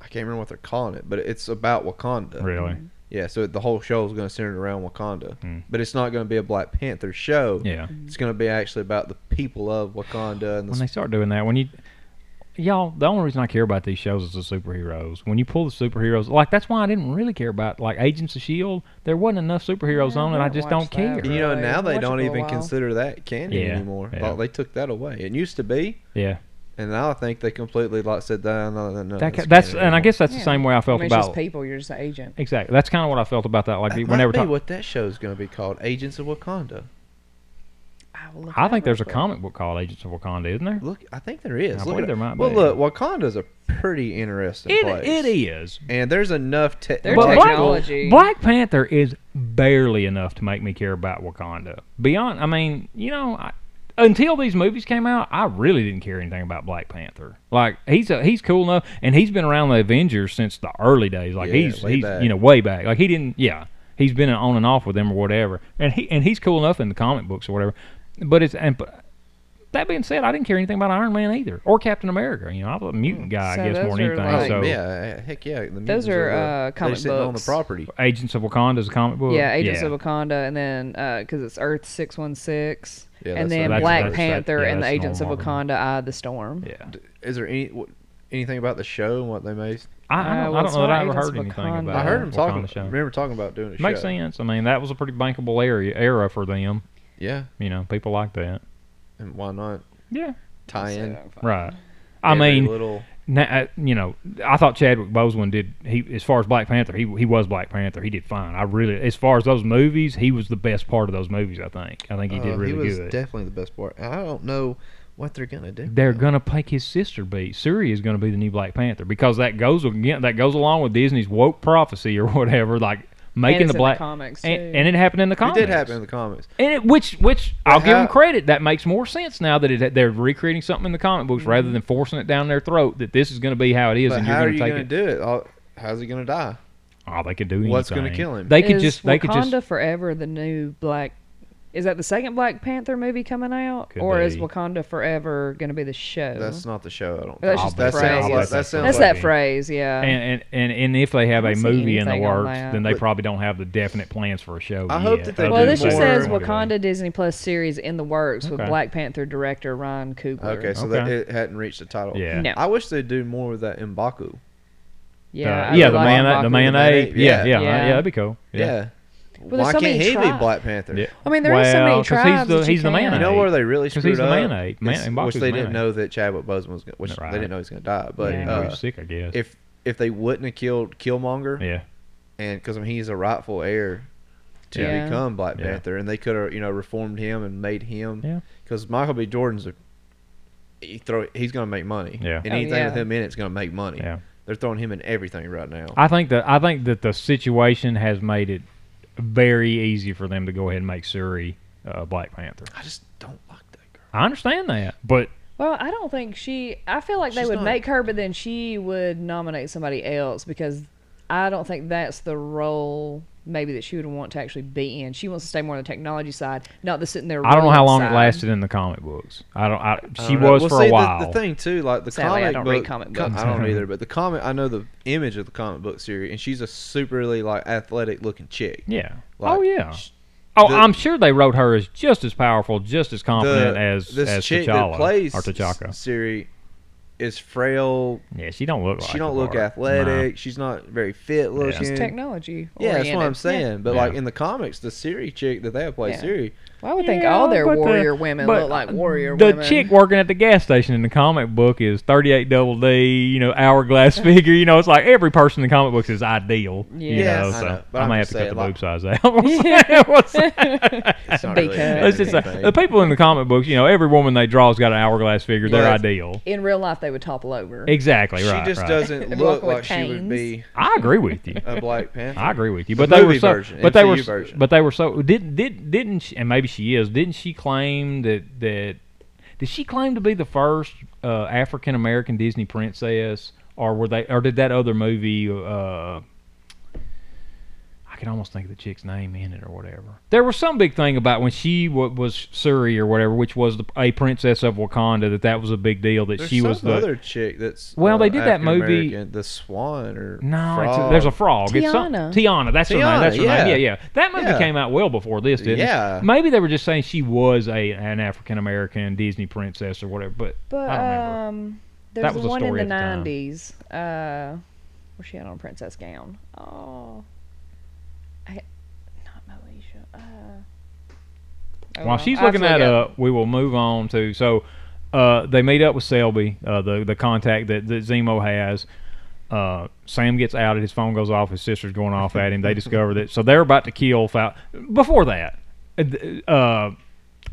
Speaker 4: I can't remember what they're calling it, but it's about Wakanda.
Speaker 2: Really?
Speaker 4: Yeah, so the whole show is going to center around Wakanda,
Speaker 2: Mm.
Speaker 4: but it's not going to be a Black Panther show.
Speaker 2: Yeah.
Speaker 4: it's going to be actually about the people of Wakanda and the
Speaker 2: When they start doing that, when you. Y'all, the only reason I care about these shows is the superheroes. When you pull the superheroes, like that's why I didn't really care about like Agents of Shield. E There wasn't enough superheroes
Speaker 3: Yeah, I
Speaker 2: on it. I
Speaker 3: haven't
Speaker 2: just don't
Speaker 3: watched that.
Speaker 2: care.
Speaker 4: And you know,
Speaker 3: Right.
Speaker 4: now they
Speaker 3: Watch it
Speaker 4: don't
Speaker 3: for a
Speaker 4: even
Speaker 3: while.
Speaker 4: consider that candy
Speaker 2: Yeah,
Speaker 4: anymore.
Speaker 2: yeah.
Speaker 4: Like, they took that away. It used to be,
Speaker 2: Yeah,
Speaker 4: and now I think they completely like said that. No, no, no,
Speaker 2: that, ca-
Speaker 4: it's
Speaker 2: that's and
Speaker 4: candy
Speaker 2: I
Speaker 4: anymore."
Speaker 2: guess that's
Speaker 3: Yeah.
Speaker 2: the same way I
Speaker 3: I
Speaker 2: felt
Speaker 3: mean, it's
Speaker 2: about
Speaker 3: just people. You're just an agent.
Speaker 2: Exactly. That's kind of what I felt about that. Like
Speaker 4: that
Speaker 2: whenever
Speaker 4: might be
Speaker 2: talk,
Speaker 4: what that show's going to be called, Agents of Wakanda.
Speaker 3: I, will look
Speaker 2: I
Speaker 3: it
Speaker 2: think
Speaker 3: up
Speaker 2: there's
Speaker 3: real
Speaker 2: a
Speaker 3: quick.
Speaker 2: comic book called Agents of Wakanda, isn't there?
Speaker 4: Look, I think there is.
Speaker 2: I
Speaker 4: Look
Speaker 2: believe
Speaker 4: it
Speaker 2: there might
Speaker 4: up. well,
Speaker 2: be.
Speaker 4: look, Wakanda's a pretty interesting place.
Speaker 2: It, it is.
Speaker 4: And there's enough te-
Speaker 3: Their
Speaker 2: But
Speaker 4: technical-
Speaker 2: Black-
Speaker 3: technology.
Speaker 2: Black Panther is barely enough to make me care about Wakanda. Beyond, I mean, you know, I, until these movies came out, I really didn't care anything about Black Panther. Like he's a, he's cool enough, and he's been around the Avengers since the early days. Like
Speaker 4: Yeah,
Speaker 2: he's
Speaker 4: way
Speaker 2: he's
Speaker 4: back.
Speaker 2: you know way back. Like he didn't. Yeah, he's been on and off with them or whatever. And he and he's cool enough in the comic books or whatever. But it's and. but That being said, I didn't care anything about Iron Man either, or Captain America. You know, I'm a mutant guy,
Speaker 3: Hmm. So
Speaker 2: I guess,
Speaker 3: those
Speaker 2: more than
Speaker 3: are
Speaker 2: anything.
Speaker 3: like-
Speaker 2: so,
Speaker 4: yeah, heck yeah. The
Speaker 3: Those
Speaker 4: mutants
Speaker 3: are,
Speaker 4: the-
Speaker 3: uh,
Speaker 4: they're
Speaker 3: comic
Speaker 4: sitting on the
Speaker 3: books.
Speaker 4: property.
Speaker 2: Agents of Wakanda is a comic book.
Speaker 3: yeah, Agents of Wakanda, and then because it's Earth six one six,
Speaker 4: Yeah, that's
Speaker 3: and
Speaker 4: the-
Speaker 3: then
Speaker 2: That's-
Speaker 3: Black
Speaker 2: that's- that-
Speaker 3: Panther
Speaker 2: yeah,
Speaker 3: and the
Speaker 2: that's
Speaker 3: Agents of
Speaker 2: normal.
Speaker 3: Wakanda, Eye of the Storm.
Speaker 2: Yeah.
Speaker 4: Is there any wh- anything about the show and what they made?
Speaker 2: I, I
Speaker 3: Uh,
Speaker 2: don't,
Speaker 3: well,
Speaker 2: I
Speaker 3: it's
Speaker 2: don't know that
Speaker 3: not
Speaker 2: I ever
Speaker 3: Agents
Speaker 2: heard
Speaker 3: of
Speaker 2: anything
Speaker 3: Wakanda.
Speaker 2: about.
Speaker 4: I heard
Speaker 2: uh,
Speaker 4: them talking.
Speaker 2: Wakanda show.
Speaker 4: Remember talking about doing a
Speaker 2: Makes
Speaker 4: show.
Speaker 2: sense. I mean, that was a pretty bankable area era for them.
Speaker 4: Yeah,
Speaker 2: You know, people like that.
Speaker 4: and why not
Speaker 2: Yeah.
Speaker 4: tie in?
Speaker 3: So,
Speaker 2: Right. I
Speaker 4: every
Speaker 2: mean,
Speaker 4: little
Speaker 2: na- uh, you know, I thought Chadwick Boseman did he as far as Black Panther, he he was Black Panther. He did fine. I really as far as those movies, he was the best part of those movies. I think. I think he did
Speaker 4: Uh,
Speaker 2: really
Speaker 4: was
Speaker 2: good.
Speaker 4: definitely the best part. I don't know what they're gonna do.
Speaker 2: They're
Speaker 4: though.
Speaker 2: gonna make his sister be Suri is gonna be the new Black Panther because that goes again that goes along with Disney's woke prophecy or whatever, like making
Speaker 3: it's
Speaker 2: the
Speaker 3: in the
Speaker 2: black
Speaker 3: comics,
Speaker 2: and,
Speaker 3: too.
Speaker 2: and it happened in the comics.
Speaker 4: It did happen Uh-huh. in the comics.
Speaker 2: And it, which which I'll give
Speaker 4: how-
Speaker 2: them credit, that makes more sense now that it, they're recreating something in the comic books
Speaker 3: Mm-hmm.
Speaker 2: rather than forcing it down their throat. That this is going to be how it is,
Speaker 4: But
Speaker 2: and you're
Speaker 4: how are
Speaker 2: going
Speaker 4: you
Speaker 2: to take
Speaker 4: gonna
Speaker 2: it.
Speaker 4: do it? Oh, How's he gonna die?
Speaker 2: oh, they could do anything.
Speaker 4: What's gonna kill him?
Speaker 2: They could
Speaker 3: Is
Speaker 2: just they could
Speaker 3: Wakanda
Speaker 2: just
Speaker 3: Forever the new Black? Is that the second Black Panther movie coming out,
Speaker 2: Could
Speaker 3: or is
Speaker 2: be.
Speaker 3: Wakanda Forever going to be the show?
Speaker 4: That's not the show. I don't.
Speaker 3: That's
Speaker 4: think.
Speaker 3: just
Speaker 4: that
Speaker 3: the
Speaker 4: sounds
Speaker 3: phrase.
Speaker 4: like that
Speaker 2: That's
Speaker 4: sounds
Speaker 3: That's
Speaker 4: like
Speaker 3: that
Speaker 2: Okay.
Speaker 3: phrase, yeah.
Speaker 2: and, and and and if they have
Speaker 3: I
Speaker 2: a
Speaker 3: see
Speaker 2: movie in the
Speaker 3: anything on
Speaker 2: works,
Speaker 3: that.
Speaker 2: then they
Speaker 4: Look-
Speaker 2: probably don't have the definite plans for a show.
Speaker 4: I hope
Speaker 2: yet.
Speaker 4: that they
Speaker 2: Other
Speaker 3: well,
Speaker 4: do
Speaker 2: than
Speaker 3: this just
Speaker 4: more-
Speaker 2: say
Speaker 3: says
Speaker 2: it's gonna be-
Speaker 3: Wakanda Disney Plus series in the works with
Speaker 2: Okay. Oh,
Speaker 3: Black Panther director Ryan Coogler.
Speaker 4: Okay, so that
Speaker 2: Okay.
Speaker 4: it hadn't reached the title.
Speaker 2: Yeah.
Speaker 3: No.
Speaker 4: I wish they'd do more with that Mbaku.
Speaker 3: yeah,
Speaker 2: Uh,
Speaker 3: I
Speaker 2: yeah,
Speaker 3: would
Speaker 2: the
Speaker 3: like
Speaker 2: man,
Speaker 3: Baku
Speaker 2: the
Speaker 3: to
Speaker 2: man
Speaker 3: be-
Speaker 2: ape. Yeah, yeah,
Speaker 4: Yeah.
Speaker 2: yeah,
Speaker 3: Yeah.
Speaker 2: that'd be cool.
Speaker 4: Yeah.
Speaker 2: Yeah,
Speaker 3: there's
Speaker 4: Why
Speaker 3: so
Speaker 4: can't
Speaker 3: many
Speaker 4: he be
Speaker 3: tribes.
Speaker 4: Black Panther?
Speaker 2: Yeah.
Speaker 3: I mean, there is so many
Speaker 2: Well, 'cause he's
Speaker 3: tribes
Speaker 2: the-
Speaker 3: that you
Speaker 2: he's the man
Speaker 3: can.
Speaker 4: You know where they really
Speaker 2: 'Cause
Speaker 4: screwed
Speaker 2: he's the
Speaker 4: up?
Speaker 2: man ape. Man-
Speaker 4: It's-
Speaker 2: M'Baku's
Speaker 4: which
Speaker 2: the
Speaker 4: they
Speaker 2: man
Speaker 4: didn't
Speaker 2: ape.
Speaker 4: know that Chadwick Boseman was, gonna, which
Speaker 2: Right.
Speaker 4: they didn't know he was gonna die. But
Speaker 2: yeah,
Speaker 4: uh,
Speaker 2: pretty sick, I guess.
Speaker 4: if if they wouldn't have killed Killmonger,
Speaker 2: yeah,
Speaker 4: and because I mean, he's a rightful heir to
Speaker 3: Yeah.
Speaker 4: become Black
Speaker 2: Yeah.
Speaker 4: Panther, and they could have you know reformed him and made
Speaker 2: Yeah.
Speaker 4: him because Michael B. Jordan's a he throw he's gonna make money.
Speaker 2: Yeah.
Speaker 4: and
Speaker 3: Oh,
Speaker 4: anything with
Speaker 3: yeah.
Speaker 4: him in it's gonna make money.
Speaker 2: Yeah.
Speaker 4: they're throwing him in everything right now.
Speaker 2: I think that I think that the situation has made it very easy for them to go ahead and make Suri uh, Black Panther.
Speaker 4: I just don't like that girl.
Speaker 2: I understand that, but
Speaker 3: Well, I don't think she. I feel like they
Speaker 4: She's
Speaker 3: would
Speaker 4: not-
Speaker 3: make her, but then she would nominate somebody else because I don't think that's the role maybe that she would want to actually be in. She wants to stay more on the technology side, not the sitting there.
Speaker 2: I don't know how long it
Speaker 3: side.
Speaker 2: lasted in the comic books. I don't. I,
Speaker 4: I
Speaker 2: she
Speaker 4: don't know.
Speaker 2: was
Speaker 4: Well,
Speaker 2: for
Speaker 4: see,
Speaker 2: a
Speaker 4: the-
Speaker 2: while.
Speaker 4: The, thing too, like the
Speaker 3: Sadly, I
Speaker 4: comic
Speaker 3: don't
Speaker 4: book,
Speaker 3: read comic
Speaker 4: co-
Speaker 3: books.
Speaker 4: I don't either, but the comic, I know the image of the comic book series, and she's a superly like athletic looking chick.
Speaker 2: yeah.
Speaker 4: Like,
Speaker 2: oh yeah.
Speaker 4: sh-
Speaker 2: Oh,
Speaker 4: the-
Speaker 2: I'm sure they wrote her as just as powerful, just as confident
Speaker 4: the,
Speaker 2: as
Speaker 4: this
Speaker 2: as
Speaker 4: chick
Speaker 2: T'Challa
Speaker 4: that plays
Speaker 2: or T'Chaka.
Speaker 4: Siri is frail.
Speaker 2: Yeah, she don't look. Like
Speaker 4: she don't
Speaker 2: the
Speaker 4: look
Speaker 2: part.
Speaker 4: athletic. She's not very fit looking.
Speaker 3: It's technology.
Speaker 4: yeah, that's what
Speaker 3: oriented.
Speaker 4: I'm
Speaker 3: Yeah.
Speaker 4: saying. But
Speaker 2: Yeah.
Speaker 4: like in the comics, the Siri chick that they have played
Speaker 3: Yeah.
Speaker 4: Siri,
Speaker 3: Well, I would think
Speaker 2: Yeah,
Speaker 3: all their
Speaker 2: but the-
Speaker 3: warrior women
Speaker 2: but uh,
Speaker 3: look like warrior
Speaker 2: the
Speaker 3: women.
Speaker 2: chick working at the gas station in the comic book is 38 double D, you know, hourglass figure. You know, it's like every person in the comic books is ideal. You
Speaker 3: Yes.
Speaker 2: know,
Speaker 4: I
Speaker 2: so
Speaker 4: know, but
Speaker 2: I
Speaker 4: I'm
Speaker 2: may have
Speaker 4: just
Speaker 2: to cut the
Speaker 4: saying, like-
Speaker 2: boob size out. What's that?
Speaker 4: it's not
Speaker 3: Big
Speaker 4: really.
Speaker 3: cut.
Speaker 2: It's just like,
Speaker 4: anything.
Speaker 2: the people in the comic books, you know, every woman they draw has got an hourglass figure. They're
Speaker 4: Yeah.
Speaker 2: ideal.
Speaker 3: in real life, they would topple over.
Speaker 2: Exactly,
Speaker 4: she
Speaker 2: right.
Speaker 4: just
Speaker 2: right.
Speaker 4: doesn't
Speaker 3: Walking
Speaker 4: look
Speaker 3: with
Speaker 4: like she would
Speaker 3: canes.
Speaker 4: be
Speaker 2: I agree with you.
Speaker 4: a Black Panther.
Speaker 2: I agree with you,
Speaker 4: The
Speaker 2: but they were
Speaker 4: movie
Speaker 2: so.
Speaker 4: version,
Speaker 2: but they were.
Speaker 4: MCU version.
Speaker 2: But they were so. Didn't did didn't she, and maybe she is. Didn't she claim that that did she claim to be the first uh, African American Disney princess, or were they, or did that other movie? Uh, I can almost think of the chick's name in it or whatever. There was some big thing about when she wa was Suri or whatever, which was the, a princess of Wakanda. That that was a big deal. That
Speaker 4: There's
Speaker 2: she
Speaker 4: some
Speaker 2: was the
Speaker 4: other chick that's uh,
Speaker 2: Well, they did that movie-
Speaker 4: African-American, the Swan or
Speaker 2: No, it's a,
Speaker 4: Frog.
Speaker 2: there's a frog. It's some-
Speaker 3: Tiana.
Speaker 2: Tiana. That's her
Speaker 4: Tiana,
Speaker 2: name. That's her
Speaker 4: yeah.
Speaker 2: name. Yeah, yeah. That movie
Speaker 4: Yeah.
Speaker 2: came out well before this, didn't
Speaker 4: Yeah.
Speaker 2: it? Maybe they were just saying she was a an African American Disney princess or whatever. But,
Speaker 3: But
Speaker 2: I don't remember.
Speaker 3: um, there's
Speaker 2: That was a
Speaker 3: one in
Speaker 2: story
Speaker 3: the
Speaker 2: at the time.
Speaker 3: '90s. Uh, where she had on a princess gown. Oh, I, not Moesha. Uh, oh
Speaker 2: While
Speaker 3: well.
Speaker 2: she's
Speaker 3: I'll have
Speaker 2: looking
Speaker 3: to look
Speaker 2: that
Speaker 3: it
Speaker 2: up, we will move on to so uh, they meet up with Selby, uh, the the contact that, that Zemo has. Uh, Sam gets outed. His phone goes off. His sister's going off at him. They discover that. So they're about to kill Fal. Before that, uh,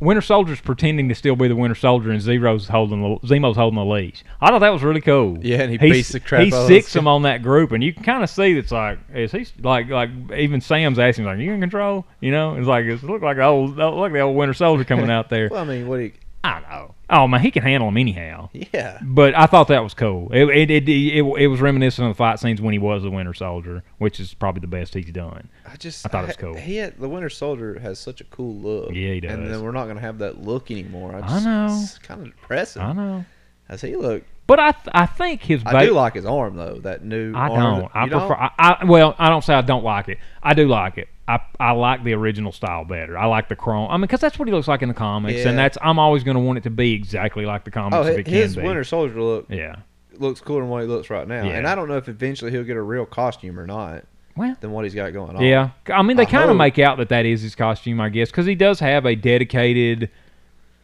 Speaker 2: Winter Soldier's pretending to still be the Winter Soldier, and Zero's holding the, Zemo's holding the leash. I thought that was really cool.
Speaker 4: Yeah, and he
Speaker 2: He's-
Speaker 4: beats the crap
Speaker 2: He
Speaker 4: out of
Speaker 2: sicks
Speaker 4: those-
Speaker 2: him on that group, and you can kind of see that's like, is he like like even Sam's asking like, you in control? You know, it's like it's look like the old look like the old Winter Soldier coming out there.
Speaker 4: Well, I mean, what do you?
Speaker 2: I know. Oh man, he can handle him anyhow.
Speaker 4: Yeah,
Speaker 2: But I thought that was cool. It it, it it it was reminiscent of the fight scenes when he was the Winter Soldier, which is probably the best he's done.
Speaker 4: I just
Speaker 2: I thought it was cool.
Speaker 4: He had, the Winter Soldier has such a cool look.
Speaker 2: Yeah, he
Speaker 4: And
Speaker 2: does.
Speaker 4: then we're not gonna have that look anymore. I,
Speaker 2: I
Speaker 4: just,
Speaker 2: know.
Speaker 4: It's kind of depressing.
Speaker 2: I know.
Speaker 4: As he look,
Speaker 2: But I th- I think his
Speaker 4: I
Speaker 2: ba-
Speaker 4: do like his arm though. That new.
Speaker 2: I
Speaker 4: arm
Speaker 2: don't.
Speaker 4: that-
Speaker 2: I
Speaker 4: you
Speaker 2: prefer. I, I well, I don't say I don't like it. I do like it. I, I like the original style better. I like the chrome. I mean, because that's what he looks like in the comics,
Speaker 4: Yeah.
Speaker 2: and that's I'm always going to want it to be exactly like the comics.
Speaker 4: Oh,
Speaker 2: if
Speaker 4: hi-
Speaker 2: it can
Speaker 4: his
Speaker 2: be.
Speaker 4: Winter Soldier look
Speaker 2: Yeah.
Speaker 4: looks cooler than what he looks right now,
Speaker 2: Yeah.
Speaker 4: and I don't know if eventually he'll get a real costume or not.
Speaker 2: Well.
Speaker 4: Than what he's got going on.
Speaker 2: Yeah. I mean,
Speaker 4: Oh. I
Speaker 2: they kind
Speaker 4: hope.
Speaker 2: of make out that that is his costume, I guess, because he does have a dedicated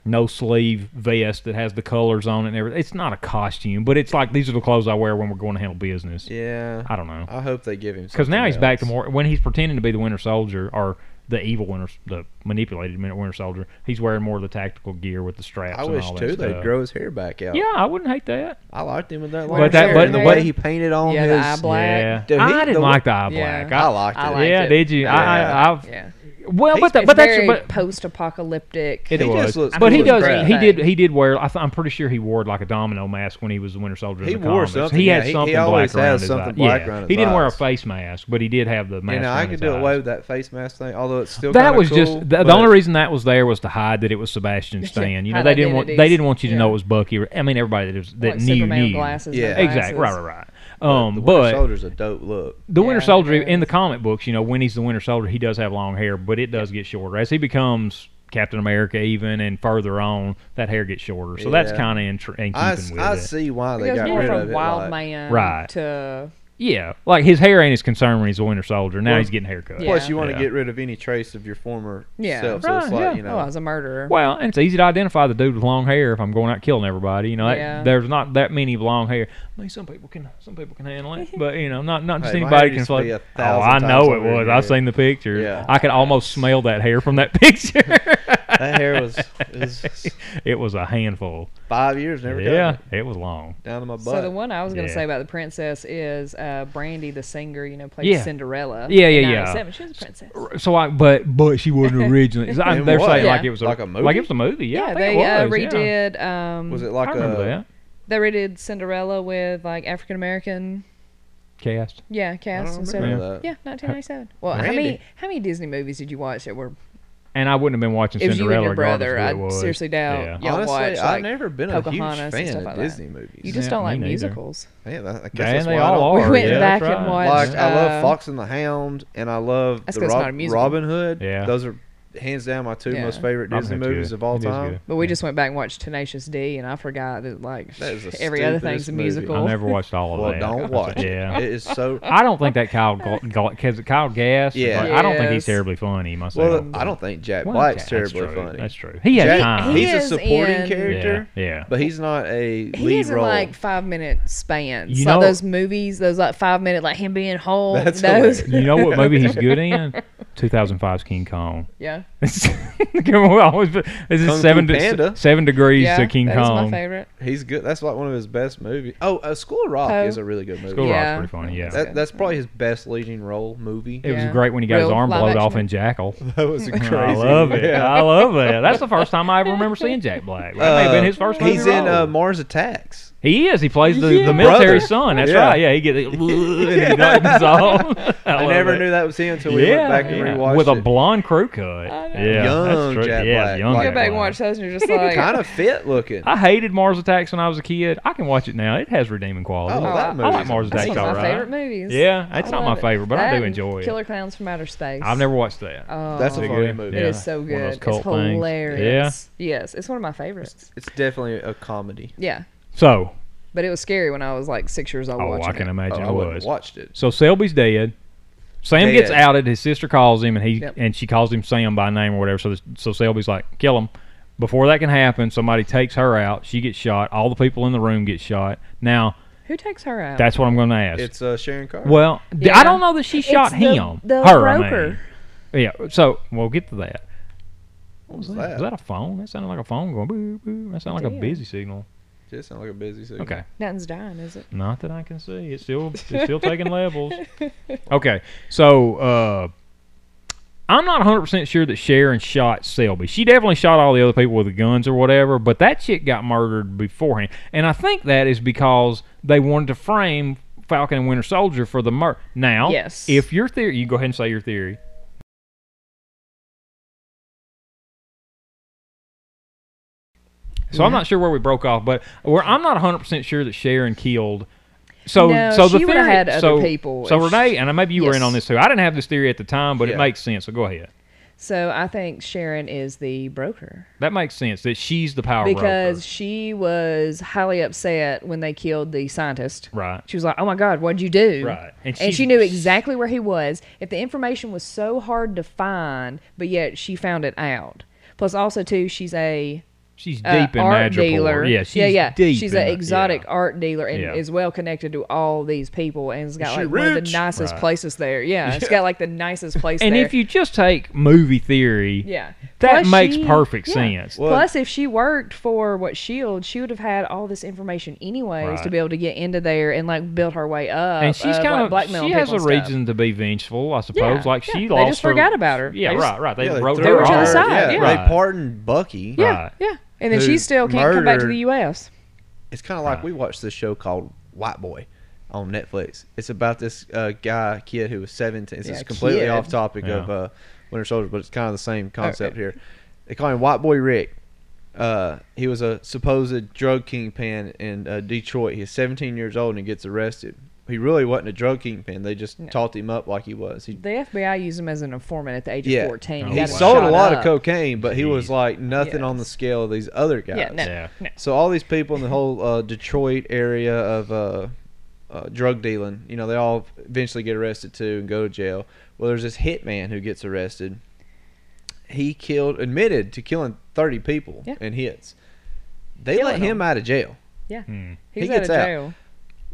Speaker 2: no sleeve vest that has the colors on it and everything. It's not a costume, but it's like these are the clothes I wear when we're going to handle business.
Speaker 4: Yeah.
Speaker 2: I don't know.
Speaker 4: I hope they give him
Speaker 2: Because now
Speaker 4: something
Speaker 2: he's back to
Speaker 4: else.
Speaker 2: more when he's pretending to be the Winter Soldier or the evil Winter, the manipulated Winter Soldier. He's wearing more of the tactical gear with the straps.
Speaker 4: I
Speaker 2: and
Speaker 4: wish
Speaker 2: all that
Speaker 4: too they'd
Speaker 2: stuff.
Speaker 4: grow his hair back out.
Speaker 2: Yeah, I wouldn't hate that.
Speaker 4: I liked him with that.
Speaker 3: But
Speaker 4: long
Speaker 2: that-
Speaker 4: hair
Speaker 2: but-
Speaker 4: and the
Speaker 2: but-
Speaker 4: way he painted on
Speaker 3: Yeah, the
Speaker 4: his.
Speaker 3: eye black.
Speaker 2: Yeah,
Speaker 4: Dude, he-
Speaker 2: I didn't
Speaker 4: the-
Speaker 2: like the eye
Speaker 3: Yeah.
Speaker 2: black.
Speaker 4: I liked it.
Speaker 3: I liked
Speaker 2: yeah,
Speaker 3: it.
Speaker 2: did you? I, I, I've,
Speaker 3: Yeah.
Speaker 2: Well,
Speaker 4: He's-
Speaker 2: but the,
Speaker 3: It's
Speaker 2: but that's
Speaker 3: very
Speaker 2: but
Speaker 3: post-apocalyptic.
Speaker 2: it
Speaker 4: He just
Speaker 2: was.
Speaker 4: looks
Speaker 2: but
Speaker 4: cool
Speaker 2: he
Speaker 4: as
Speaker 2: does.
Speaker 4: crap.
Speaker 2: He did. He did wear. I th- I'm pretty sure he wore like a domino mask when he was the Winter Soldier. in
Speaker 4: He
Speaker 2: the
Speaker 4: wore
Speaker 2: comics.
Speaker 4: something,
Speaker 2: He
Speaker 4: yeah,
Speaker 2: had
Speaker 4: he- he
Speaker 2: something
Speaker 4: always
Speaker 2: black around
Speaker 4: has
Speaker 2: his
Speaker 4: something
Speaker 2: eye.
Speaker 4: black
Speaker 2: yeah.
Speaker 4: around his
Speaker 2: he didn't wear a
Speaker 4: eyes.
Speaker 2: face mask, but he did have the mask.
Speaker 4: You know, I
Speaker 2: around
Speaker 4: could
Speaker 2: his
Speaker 4: do
Speaker 2: eyes.
Speaker 4: away with that face mask thing, although it's still
Speaker 2: That
Speaker 4: kinda
Speaker 2: was
Speaker 4: cool,
Speaker 2: just the, the
Speaker 4: but-
Speaker 2: only reason that was there was to hide that it was Sebastian Stan. You know,
Speaker 3: Hide
Speaker 2: they didn't want they
Speaker 3: identities.
Speaker 2: didn't want you to know
Speaker 3: Yeah.
Speaker 2: it was Bucky. or- I mean, everybody that was, that
Speaker 3: like
Speaker 2: knew
Speaker 3: Superman
Speaker 2: knew.
Speaker 3: glasses.
Speaker 4: Yeah.
Speaker 3: Yeah,
Speaker 2: Exactly. Right. Right. Right. Um,
Speaker 4: the Winter
Speaker 2: but
Speaker 4: Soldier's a dope look.
Speaker 2: the Winter
Speaker 3: Yeah,
Speaker 2: Soldier
Speaker 3: it
Speaker 2: in the
Speaker 3: is.
Speaker 2: comic books, you know, when he's the Winter Soldier, he does have long hair, but it does get shorter as he becomes Captain America, even and further on, that hair gets shorter. So that's
Speaker 4: Yeah.
Speaker 2: kind of in, tr- in keeping
Speaker 4: I, s-
Speaker 2: with
Speaker 4: I
Speaker 2: it.
Speaker 4: see why
Speaker 3: It
Speaker 4: they
Speaker 3: goes
Speaker 4: got
Speaker 3: more
Speaker 4: rid
Speaker 3: from
Speaker 4: of it.
Speaker 3: Wild
Speaker 4: like-
Speaker 3: Man
Speaker 2: Right.
Speaker 3: to
Speaker 2: Yeah, like his hair ain't his concern when he's the Winter Soldier. Now
Speaker 4: Well,
Speaker 2: he's getting haircuts.
Speaker 3: Yeah.
Speaker 4: Plus, you want to
Speaker 2: Yeah.
Speaker 4: get rid of any trace of your former
Speaker 3: Yeah.
Speaker 4: self. So it's
Speaker 2: Right,
Speaker 4: like
Speaker 2: yeah.
Speaker 4: you know,
Speaker 3: oh, I was a murderer.
Speaker 2: Well, and it's easy to identify the dude with long hair if I'm going out killing everybody. You know, that,
Speaker 3: Yeah.
Speaker 2: there's not that many with long hair. I mean, some people can some people can handle it, but you know, not not just
Speaker 4: Hey, my hair
Speaker 2: anybody can.
Speaker 4: used to be
Speaker 2: flip-
Speaker 4: a
Speaker 2: Oh,
Speaker 4: thousand
Speaker 2: I know
Speaker 4: times
Speaker 2: it
Speaker 4: over
Speaker 2: was.
Speaker 4: your
Speaker 2: I
Speaker 4: hair.
Speaker 2: seen the picture.
Speaker 4: Yeah.
Speaker 2: I could almost smell that hair from that picture.
Speaker 4: that hair was, it was
Speaker 2: it was a handful.
Speaker 4: five years, never cut
Speaker 2: yeah,
Speaker 4: it
Speaker 2: it was long.
Speaker 4: down to my butt.
Speaker 3: So the one I was going to
Speaker 2: Yeah.
Speaker 3: say about the princess is uh, Brandy, the singer, you know, played
Speaker 2: Yeah.
Speaker 3: Cinderella.
Speaker 2: Yeah, yeah,
Speaker 3: in
Speaker 2: yeah.
Speaker 3: 97. She was a princess.
Speaker 2: So I, but but she wasn't originally. so I-
Speaker 4: It
Speaker 2: they're saying
Speaker 4: was.
Speaker 2: like
Speaker 3: Yeah.
Speaker 2: it was a,
Speaker 4: Like a movie?
Speaker 2: Like it was a movie. Yeah, I
Speaker 3: Yeah,
Speaker 2: think
Speaker 3: they
Speaker 2: it was,
Speaker 3: uh,
Speaker 2: Yeah.
Speaker 3: redid. Um,
Speaker 4: was it like
Speaker 2: I remember
Speaker 4: a
Speaker 2: that
Speaker 3: They redid Cinderella with like African American,
Speaker 2: cast.
Speaker 3: yeah, cast and stuff.
Speaker 4: remember that.
Speaker 3: Yeah, 1997. Well, how
Speaker 4: Brandy.
Speaker 3: many how many Disney movies did you watch that were?
Speaker 2: And I wouldn't have been watching
Speaker 3: It was you and
Speaker 2: Cinderella.
Speaker 3: your
Speaker 2: regardless
Speaker 3: brother.
Speaker 2: who it
Speaker 3: I
Speaker 2: was.
Speaker 3: seriously doubt.
Speaker 2: Yeah.
Speaker 3: y'all
Speaker 4: Honestly,
Speaker 3: watch,
Speaker 4: I've
Speaker 3: like,
Speaker 4: never been a
Speaker 3: Pocahontas and
Speaker 4: huge
Speaker 3: stuff
Speaker 4: fan
Speaker 3: like
Speaker 4: of
Speaker 3: that.
Speaker 4: Disney movies.
Speaker 3: You just
Speaker 2: Yeah,
Speaker 3: don't
Speaker 2: me
Speaker 3: like
Speaker 2: neither.
Speaker 3: musicals.
Speaker 4: Man, that- I guess
Speaker 2: And
Speaker 4: that's
Speaker 2: they
Speaker 4: why I
Speaker 2: all
Speaker 4: don't-
Speaker 2: are.
Speaker 3: We went
Speaker 2: yeah,
Speaker 3: back
Speaker 2: that's
Speaker 3: and
Speaker 2: right.
Speaker 3: watched.
Speaker 4: Like I love
Speaker 3: uh,
Speaker 4: Fox and the Hound, and I love
Speaker 3: That's
Speaker 4: the
Speaker 3: 'cause it's
Speaker 4: Rob-
Speaker 3: not a musical.
Speaker 4: Robin Hood.
Speaker 2: Yeah.
Speaker 4: those are hands down my two
Speaker 3: Yeah.
Speaker 4: most favorite
Speaker 2: Robin
Speaker 4: Disney
Speaker 2: Hood's good.
Speaker 4: movies of all
Speaker 2: It is
Speaker 4: time.
Speaker 2: good.
Speaker 3: But we just went back and watched Tenacious D, and I forgot that like
Speaker 4: That is the
Speaker 3: every other
Speaker 4: stupidest
Speaker 3: thing's a
Speaker 4: movie.
Speaker 3: musical.
Speaker 2: I never watched all of
Speaker 4: Well,
Speaker 2: that.
Speaker 4: don't watch. it.
Speaker 2: Yeah.
Speaker 4: it is so.
Speaker 2: I don't think that Kyle Ga- Ga- 'cause Kyle Gass. is
Speaker 4: Yeah.
Speaker 2: like- I don't think he's
Speaker 3: Yes.
Speaker 2: terribly funny myself.
Speaker 4: Well, I don't think Jack
Speaker 2: Well,
Speaker 4: Black's
Speaker 2: okay, that's
Speaker 4: terribly
Speaker 2: true,
Speaker 4: funny.
Speaker 2: That's true. He had
Speaker 4: Jack-
Speaker 2: time.
Speaker 3: He
Speaker 4: He's a
Speaker 3: is
Speaker 4: supporting
Speaker 3: in-
Speaker 4: character,
Speaker 2: yeah.
Speaker 4: but he's not a lead
Speaker 3: He's in
Speaker 4: role.
Speaker 3: like five minute spans.
Speaker 2: You
Speaker 3: like
Speaker 2: know-
Speaker 3: those movies, those like five minute, like him being whole.
Speaker 4: That's
Speaker 3: those.
Speaker 4: hilarious.
Speaker 2: You know what movie he's good in? 2005's King Kong.
Speaker 3: Yeah.
Speaker 2: We'll always be- this is
Speaker 4: Kung Fu
Speaker 2: seven de-
Speaker 4: Panda.
Speaker 2: seven degrees
Speaker 3: yeah.
Speaker 2: to King
Speaker 3: that is
Speaker 2: Kong.
Speaker 3: my favorite.
Speaker 4: He's good. That's like one of his best movies. Oh, uh, School of Rock
Speaker 3: Poe.
Speaker 4: is a really good movie.
Speaker 2: School
Speaker 3: Yeah.
Speaker 2: Rock's pretty funny. Yeah,
Speaker 3: That's
Speaker 4: That, that's probably his best leading role movie.
Speaker 2: it was
Speaker 3: Yeah.
Speaker 2: great when he got his
Speaker 3: Real
Speaker 2: arm
Speaker 3: live
Speaker 2: blowed off
Speaker 3: action.
Speaker 2: in Jackal.
Speaker 4: That was a crazy.
Speaker 2: I love it.
Speaker 4: Yeah.
Speaker 2: I love it. That's the first time I ever remember seeing Jack Black. That may have been his first.
Speaker 4: Uh, He's
Speaker 2: movie
Speaker 4: in
Speaker 2: role.
Speaker 4: uh, Mars Attacks.
Speaker 2: He is. He plays the,
Speaker 3: Yeah.
Speaker 2: the military
Speaker 4: Brother.
Speaker 2: son. That's
Speaker 4: Yeah.
Speaker 2: right. Yeah, he gets and he does his own. I,
Speaker 4: I,
Speaker 2: love
Speaker 4: never
Speaker 2: it.
Speaker 4: knew that was him until we went back and
Speaker 2: yeah.
Speaker 4: rewatched
Speaker 2: with
Speaker 4: it.
Speaker 2: a blonde crew cut.
Speaker 3: I know.
Speaker 2: Yeah,
Speaker 4: Young
Speaker 2: that's true.
Speaker 4: Jack
Speaker 2: yeah,
Speaker 4: Black.
Speaker 2: young
Speaker 4: Like-
Speaker 3: Go
Speaker 2: Jack
Speaker 3: back
Speaker 2: Black.
Speaker 3: and watch those, and you're just like,
Speaker 4: kind of fit looking.
Speaker 2: I hated Mars Attacks when I was a kid. I can watch it now. It has redeeming qualities.
Speaker 4: Oh, that
Speaker 2: I like
Speaker 4: movie's
Speaker 2: Mars
Speaker 3: that's
Speaker 2: Attacks.
Speaker 3: one of
Speaker 2: all
Speaker 3: my
Speaker 2: right.
Speaker 3: favorite movies.
Speaker 2: Yeah, it's
Speaker 3: I
Speaker 2: not my
Speaker 3: love it.
Speaker 2: favorite, but I
Speaker 3: That
Speaker 2: do
Speaker 3: and
Speaker 2: enjoy it.
Speaker 3: Killer Clowns from Outer Space.
Speaker 2: I've never watched that.
Speaker 3: Oh,
Speaker 4: That's a
Speaker 2: Is it
Speaker 4: funny
Speaker 2: good?
Speaker 4: movie.
Speaker 3: It
Speaker 2: Yeah.
Speaker 3: is so
Speaker 2: One of those
Speaker 3: good.
Speaker 2: cult
Speaker 3: It's
Speaker 2: things.
Speaker 3: hilarious. Yes, it's one of my favorites.
Speaker 4: It's definitely a comedy.
Speaker 3: Yeah,
Speaker 2: Yeah. So,
Speaker 3: but it was scary when I was like six years old.
Speaker 2: oh,
Speaker 3: watching
Speaker 2: I can
Speaker 3: it.
Speaker 4: Oh,
Speaker 2: imagine
Speaker 4: I
Speaker 2: it
Speaker 4: wouldn't
Speaker 2: was.
Speaker 4: have watched it.
Speaker 2: So Selby's dead. Sam gets
Speaker 4: Dead.
Speaker 2: outed. His sister calls him, and he
Speaker 3: Yep.
Speaker 2: and she calls him Sam by name or whatever. So this, so Selby's like, kill him. Before that can happen, somebody takes her out. She gets shot. All the people in the room get shot. Now
Speaker 3: Who takes her out?
Speaker 2: that's what I'm going to ask.
Speaker 4: It's uh, Sharon Carter.
Speaker 2: well, d I
Speaker 3: Yeah.
Speaker 2: don't know that she shot
Speaker 3: the-
Speaker 2: him.
Speaker 3: the
Speaker 2: her,
Speaker 3: broker.
Speaker 2: I mean. Yeah. So we'll get to that.
Speaker 4: what
Speaker 2: Was
Speaker 4: was
Speaker 2: that,
Speaker 4: that?
Speaker 2: was that a phone? That sounded like a phone going boo boo. That sounded like a
Speaker 3: Damn.
Speaker 2: busy signal.
Speaker 4: Just sound like a busy suit.
Speaker 2: Okay.
Speaker 3: Nothing's dying, is it?
Speaker 2: Not that I can see. It's still it's still taking levels. Okay, so uh, I'm not 100 percent sure that Sharon shot Selby. She definitely shot all the other people with the guns or whatever, but that shit got murdered beforehand, and I think that is because they wanted to frame Falcon and Winter Soldier for the murder. Now,
Speaker 3: Yes.
Speaker 2: if your theory, you go ahead and say your theory. So I'm not sure where we broke off, but where I'm not 100 percent sure that Sharon killed. So,
Speaker 3: No,
Speaker 2: so the
Speaker 3: she
Speaker 2: theory,
Speaker 3: would've had other
Speaker 2: so,
Speaker 3: people
Speaker 2: So
Speaker 3: if she-
Speaker 2: Renee, and maybe you were in
Speaker 3: Yes.
Speaker 2: on this too. I didn't have this theory at the time, but it
Speaker 4: Yeah.
Speaker 2: makes sense. So go ahead.
Speaker 3: So I think Sharon is the broker
Speaker 2: That makes sense that she's the power
Speaker 3: because
Speaker 2: broker.
Speaker 3: she was highly upset when they killed the scientist.
Speaker 2: Right.
Speaker 3: She was like, "Oh my God, what'd you do?"
Speaker 2: Right. And
Speaker 3: And,
Speaker 2: she-
Speaker 3: she knew exactly where he was. If the information was so hard to find, but yet she found it out. Plus, also too, she's a
Speaker 2: She's
Speaker 3: uh,
Speaker 2: deep in
Speaker 3: art
Speaker 2: Madripoor.
Speaker 3: dealer.
Speaker 2: Yeah, she's
Speaker 3: yeah, yeah.
Speaker 2: deep.
Speaker 3: she's
Speaker 2: in
Speaker 3: an
Speaker 2: it.
Speaker 3: exotic
Speaker 2: Yeah.
Speaker 3: art dealer and
Speaker 2: Yeah.
Speaker 3: is well connected to all these people and has got
Speaker 4: she
Speaker 3: like one of the
Speaker 4: rich?
Speaker 3: nicest
Speaker 2: Right.
Speaker 3: places there. Yeah, it's got like the nicest place
Speaker 2: And
Speaker 3: there.
Speaker 2: if you just take movie theory,
Speaker 3: yeah,
Speaker 2: that
Speaker 3: Plus
Speaker 2: makes
Speaker 3: she- uh,
Speaker 2: perfect
Speaker 3: yeah.
Speaker 2: sense.
Speaker 4: Well-
Speaker 3: Plus, if she worked for what Shield, E she would have had all this information anyways
Speaker 2: Right.
Speaker 3: to be able to get into there and like build her way up.
Speaker 2: and she's
Speaker 3: of,
Speaker 2: kind
Speaker 3: Uh, like,
Speaker 2: of
Speaker 3: blackmailing
Speaker 2: she has a
Speaker 3: people and stuff.
Speaker 2: reason to be vengeful, I suppose.
Speaker 3: Yeah,
Speaker 2: like
Speaker 3: yeah.
Speaker 2: she
Speaker 3: They
Speaker 2: lost.
Speaker 3: just
Speaker 2: her-
Speaker 3: forgot about her.
Speaker 2: Yeah,
Speaker 3: They just-
Speaker 2: right, right. They
Speaker 4: Yeah,
Speaker 2: wrote
Speaker 4: threw
Speaker 3: her
Speaker 2: her
Speaker 3: to the
Speaker 2: off.
Speaker 3: side,
Speaker 4: Yeah,
Speaker 3: yeah.
Speaker 2: Right.
Speaker 4: they pardoned Bucky.
Speaker 3: Yeah,
Speaker 2: Right.
Speaker 3: yeah. And then
Speaker 4: Who
Speaker 3: she still can't come back to the U.S.
Speaker 4: It's kind of like
Speaker 2: Right.
Speaker 4: we watched this show called White Boy on Netflix. It's about this uh, guy kid who was 17. It's
Speaker 3: Yeah,
Speaker 4: just completely
Speaker 3: kid. Uh,
Speaker 4: off topic of
Speaker 2: Yeah.
Speaker 4: uh, Winter Soldier, but it's kind of the same concept here. They call him White Boy Rick. Uh, he was a supposed drug kingpin in uh, Detroit. He's 17 years old and he gets arrested. He really wasn't a drug kingpin. They just
Speaker 3: No.
Speaker 4: talked him up like he was. He
Speaker 3: The FBI used him as an informant at the age of
Speaker 4: Yeah.
Speaker 3: 14.
Speaker 2: Oh,
Speaker 4: he
Speaker 3: Got him
Speaker 2: wow.
Speaker 4: sold a
Speaker 3: shot
Speaker 4: lot
Speaker 3: up.
Speaker 4: of cocaine, but he was
Speaker 2: Jeez.
Speaker 4: like nothing on the scale of these other guys.
Speaker 3: Yeah, no,
Speaker 2: Yeah.
Speaker 3: no.
Speaker 4: So all these people in the whole uh, Detroit area of uh, uh, drug dealing, you know, they all eventually get arrested too and go to jail. Well, there's this hitman who gets arrested. He killed, admitted to killing 30 people
Speaker 3: Yeah.
Speaker 4: in hits. They
Speaker 3: Killing
Speaker 4: let him out of jail.
Speaker 2: Hmm.
Speaker 3: He's
Speaker 4: He
Speaker 3: out
Speaker 4: gets
Speaker 3: of
Speaker 4: out.
Speaker 3: jail.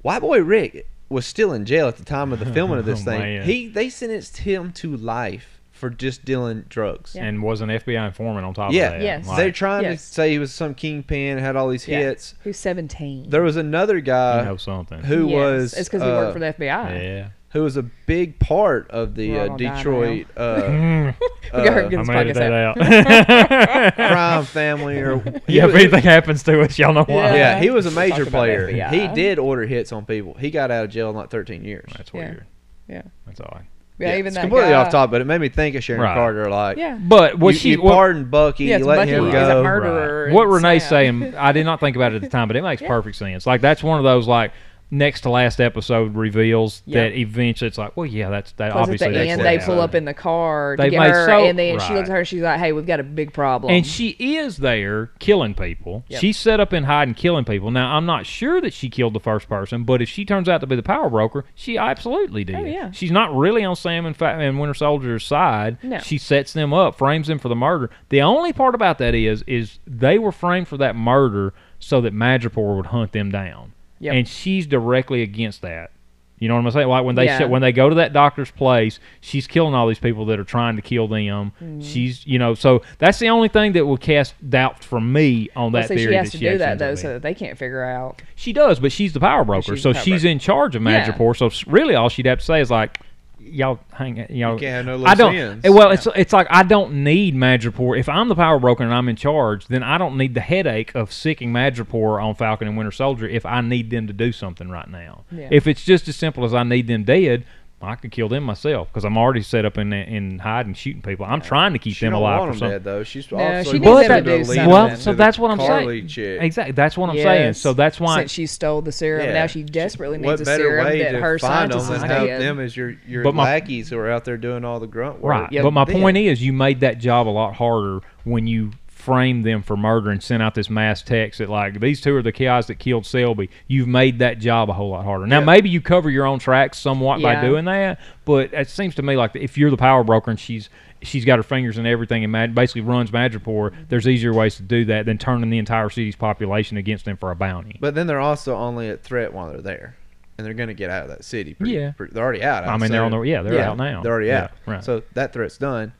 Speaker 4: White boy Rick was still in jail at the time of the filming of this
Speaker 2: Oh,
Speaker 4: thing.
Speaker 2: man.
Speaker 4: He they sentenced him to life for just dealing drugs.
Speaker 3: Yeah.
Speaker 2: and was an FBI informant on top
Speaker 4: Yeah.
Speaker 2: of that.
Speaker 3: Yes.
Speaker 2: Like,
Speaker 4: They're trying
Speaker 3: Yes.
Speaker 4: to say he was some kingpin, had all these
Speaker 3: Yeah.
Speaker 4: hits.
Speaker 3: He was 17.
Speaker 4: There was another guy
Speaker 2: you know something.
Speaker 4: uh, who
Speaker 3: Yes.
Speaker 4: was
Speaker 3: It's because he
Speaker 4: uh,
Speaker 3: worked for the FBI.
Speaker 2: yeah.
Speaker 4: who was a big part of the
Speaker 3: We're all
Speaker 4: uh,
Speaker 3: gonna die now.
Speaker 4: Detroit uh,
Speaker 2: Mm,
Speaker 3: We got her
Speaker 4: uh,
Speaker 2: I
Speaker 3: good- This
Speaker 2: made
Speaker 3: podcast
Speaker 2: that out.
Speaker 4: crime family. Or he
Speaker 2: yeah, if
Speaker 4: was-
Speaker 2: anything happens to us, y'all know why.
Speaker 4: yeah, he was a major
Speaker 3: Talk about
Speaker 4: player.
Speaker 3: FBI.
Speaker 4: He did order hits on people. He got out of jail in like 13 years.
Speaker 2: That's
Speaker 3: Yeah.
Speaker 2: weird.
Speaker 3: Yeah.
Speaker 2: That's all. I,
Speaker 3: Yeah, even
Speaker 4: it's
Speaker 3: that
Speaker 4: completely
Speaker 3: guy,
Speaker 4: off topic, but it made me think of Sharon
Speaker 2: Right.
Speaker 4: Carter. Like,
Speaker 3: Yeah.
Speaker 2: but what
Speaker 4: you,
Speaker 2: she
Speaker 4: you
Speaker 2: what,
Speaker 4: pardoned Bucky,
Speaker 3: Yeah,
Speaker 4: you
Speaker 3: it's
Speaker 4: let
Speaker 3: Bucky.
Speaker 4: him
Speaker 3: He's a
Speaker 4: go.
Speaker 3: murderer. and
Speaker 2: What Renee's
Speaker 3: sad.
Speaker 2: saying, I did not think about it at the time, but it makes
Speaker 3: Yeah.
Speaker 2: perfect sense. Like that's one of those like next to last episode reveals
Speaker 3: Yeah.
Speaker 2: that eventually it's like, well, yeah, that's that
Speaker 3: Plus
Speaker 2: obviously
Speaker 3: at the
Speaker 2: that's
Speaker 3: end,
Speaker 2: what
Speaker 3: they
Speaker 2: happened.
Speaker 3: pull up in the car to
Speaker 2: They
Speaker 3: get
Speaker 2: made
Speaker 3: her,
Speaker 2: so-
Speaker 3: and then she
Speaker 2: Right.
Speaker 3: looks at her. She's like, "Hey, we've got a big problem."
Speaker 2: And she is there killing people.
Speaker 3: Yep.
Speaker 2: She's set up in hide and killing people. Now, I'm not sure that she killed the first person, but if she turns out to be the power broker, she absolutely did.
Speaker 3: Oh, yeah.
Speaker 2: She's not really on Sam and, Fa- and Winter Soldier's side.
Speaker 3: No.
Speaker 2: She sets them up, frames them for the murder. The only part about that is, is they were framed for that murder so that Madripoor would hunt them down.
Speaker 3: Yep.
Speaker 2: And she's directly against that. You know what I'm saying? Like when they
Speaker 3: Yeah.
Speaker 2: shut- when they go to that doctor's place, she's killing all these people that are trying to kill them.
Speaker 3: Mm.
Speaker 2: She's you know so that's the only thing that will cast doubt from me on
Speaker 3: Well,
Speaker 2: that
Speaker 3: see,
Speaker 2: theory.
Speaker 3: she has
Speaker 2: that
Speaker 3: to
Speaker 2: she
Speaker 3: do
Speaker 2: actually
Speaker 3: that
Speaker 2: ends up
Speaker 3: though,
Speaker 2: being.
Speaker 3: so that they can't figure out.
Speaker 2: she does, but she's the power broker,
Speaker 3: she's
Speaker 2: so
Speaker 3: the power
Speaker 2: she's
Speaker 3: broker.
Speaker 2: in charge of
Speaker 3: Yeah.
Speaker 2: Madripoor. So s- really, all she'd have to say is like, y'all hang, y'all.
Speaker 4: You can't have no
Speaker 2: I
Speaker 4: loose
Speaker 2: don't.
Speaker 4: ends.
Speaker 2: eh, Well, it's it's like I don't need Madripoor. If I'm the power broker and I'm in charge, then I don't need the headache of sicking Madripoor on Falcon and Winter Soldier. If I need them to do something right now,
Speaker 3: Yeah.
Speaker 2: if it's just as simple as I need them dead. I could kill them myself because I'm already set up in in hiding, shooting people. I'm trying to keep
Speaker 4: She
Speaker 2: them
Speaker 4: don't
Speaker 2: alive
Speaker 4: want
Speaker 2: for
Speaker 4: him
Speaker 2: something.
Speaker 4: dead, though. She's
Speaker 3: No,
Speaker 4: also
Speaker 3: she
Speaker 4: wants
Speaker 2: needs
Speaker 4: him
Speaker 2: him
Speaker 4: to
Speaker 2: to
Speaker 3: do
Speaker 4: lead
Speaker 3: something.
Speaker 4: him
Speaker 2: Well,
Speaker 4: into
Speaker 2: so
Speaker 4: the
Speaker 2: that's what I'm
Speaker 4: Carly
Speaker 2: saying.
Speaker 4: chick.
Speaker 2: Exactly. That's what I'm saying.
Speaker 3: Yes.
Speaker 2: So that's why
Speaker 3: Since she stole the serum,
Speaker 4: Yeah.
Speaker 3: now she desperately needs
Speaker 4: What
Speaker 3: a
Speaker 4: better
Speaker 3: serum
Speaker 4: way
Speaker 3: that
Speaker 4: to
Speaker 3: her
Speaker 4: find
Speaker 3: scientist
Speaker 4: them
Speaker 3: is
Speaker 4: and have
Speaker 3: dead.
Speaker 4: them as your your
Speaker 2: But my-
Speaker 4: lackeys who are out there doing all the grunt work?
Speaker 2: Right. But my point is, you made that job a lot harder when you framed them for murder and sent out this mass text that, like, these two are the guys that killed Selby. You've made that job a whole lot harder. Now,
Speaker 4: Yeah.
Speaker 2: maybe you cover your own tracks somewhat
Speaker 3: Yeah.
Speaker 2: by doing that, but it seems to me like if you're the power broker and she's she's got her fingers in everything and mad, basically runs Madripoor, there's easier ways to do that than turning the entire city's population against them for a bounty.
Speaker 4: But then they're also only a threat while they're there, and they're going to get out of that city. Pretty,
Speaker 2: Yeah.
Speaker 4: pretty- they're already out.
Speaker 2: I
Speaker 4: I'd
Speaker 2: mean, they're
Speaker 4: say.
Speaker 2: on the yeah, they're
Speaker 3: Yeah.
Speaker 2: out now.
Speaker 4: They're already
Speaker 2: Yeah,
Speaker 4: out.
Speaker 2: Right.
Speaker 4: So that threat's done.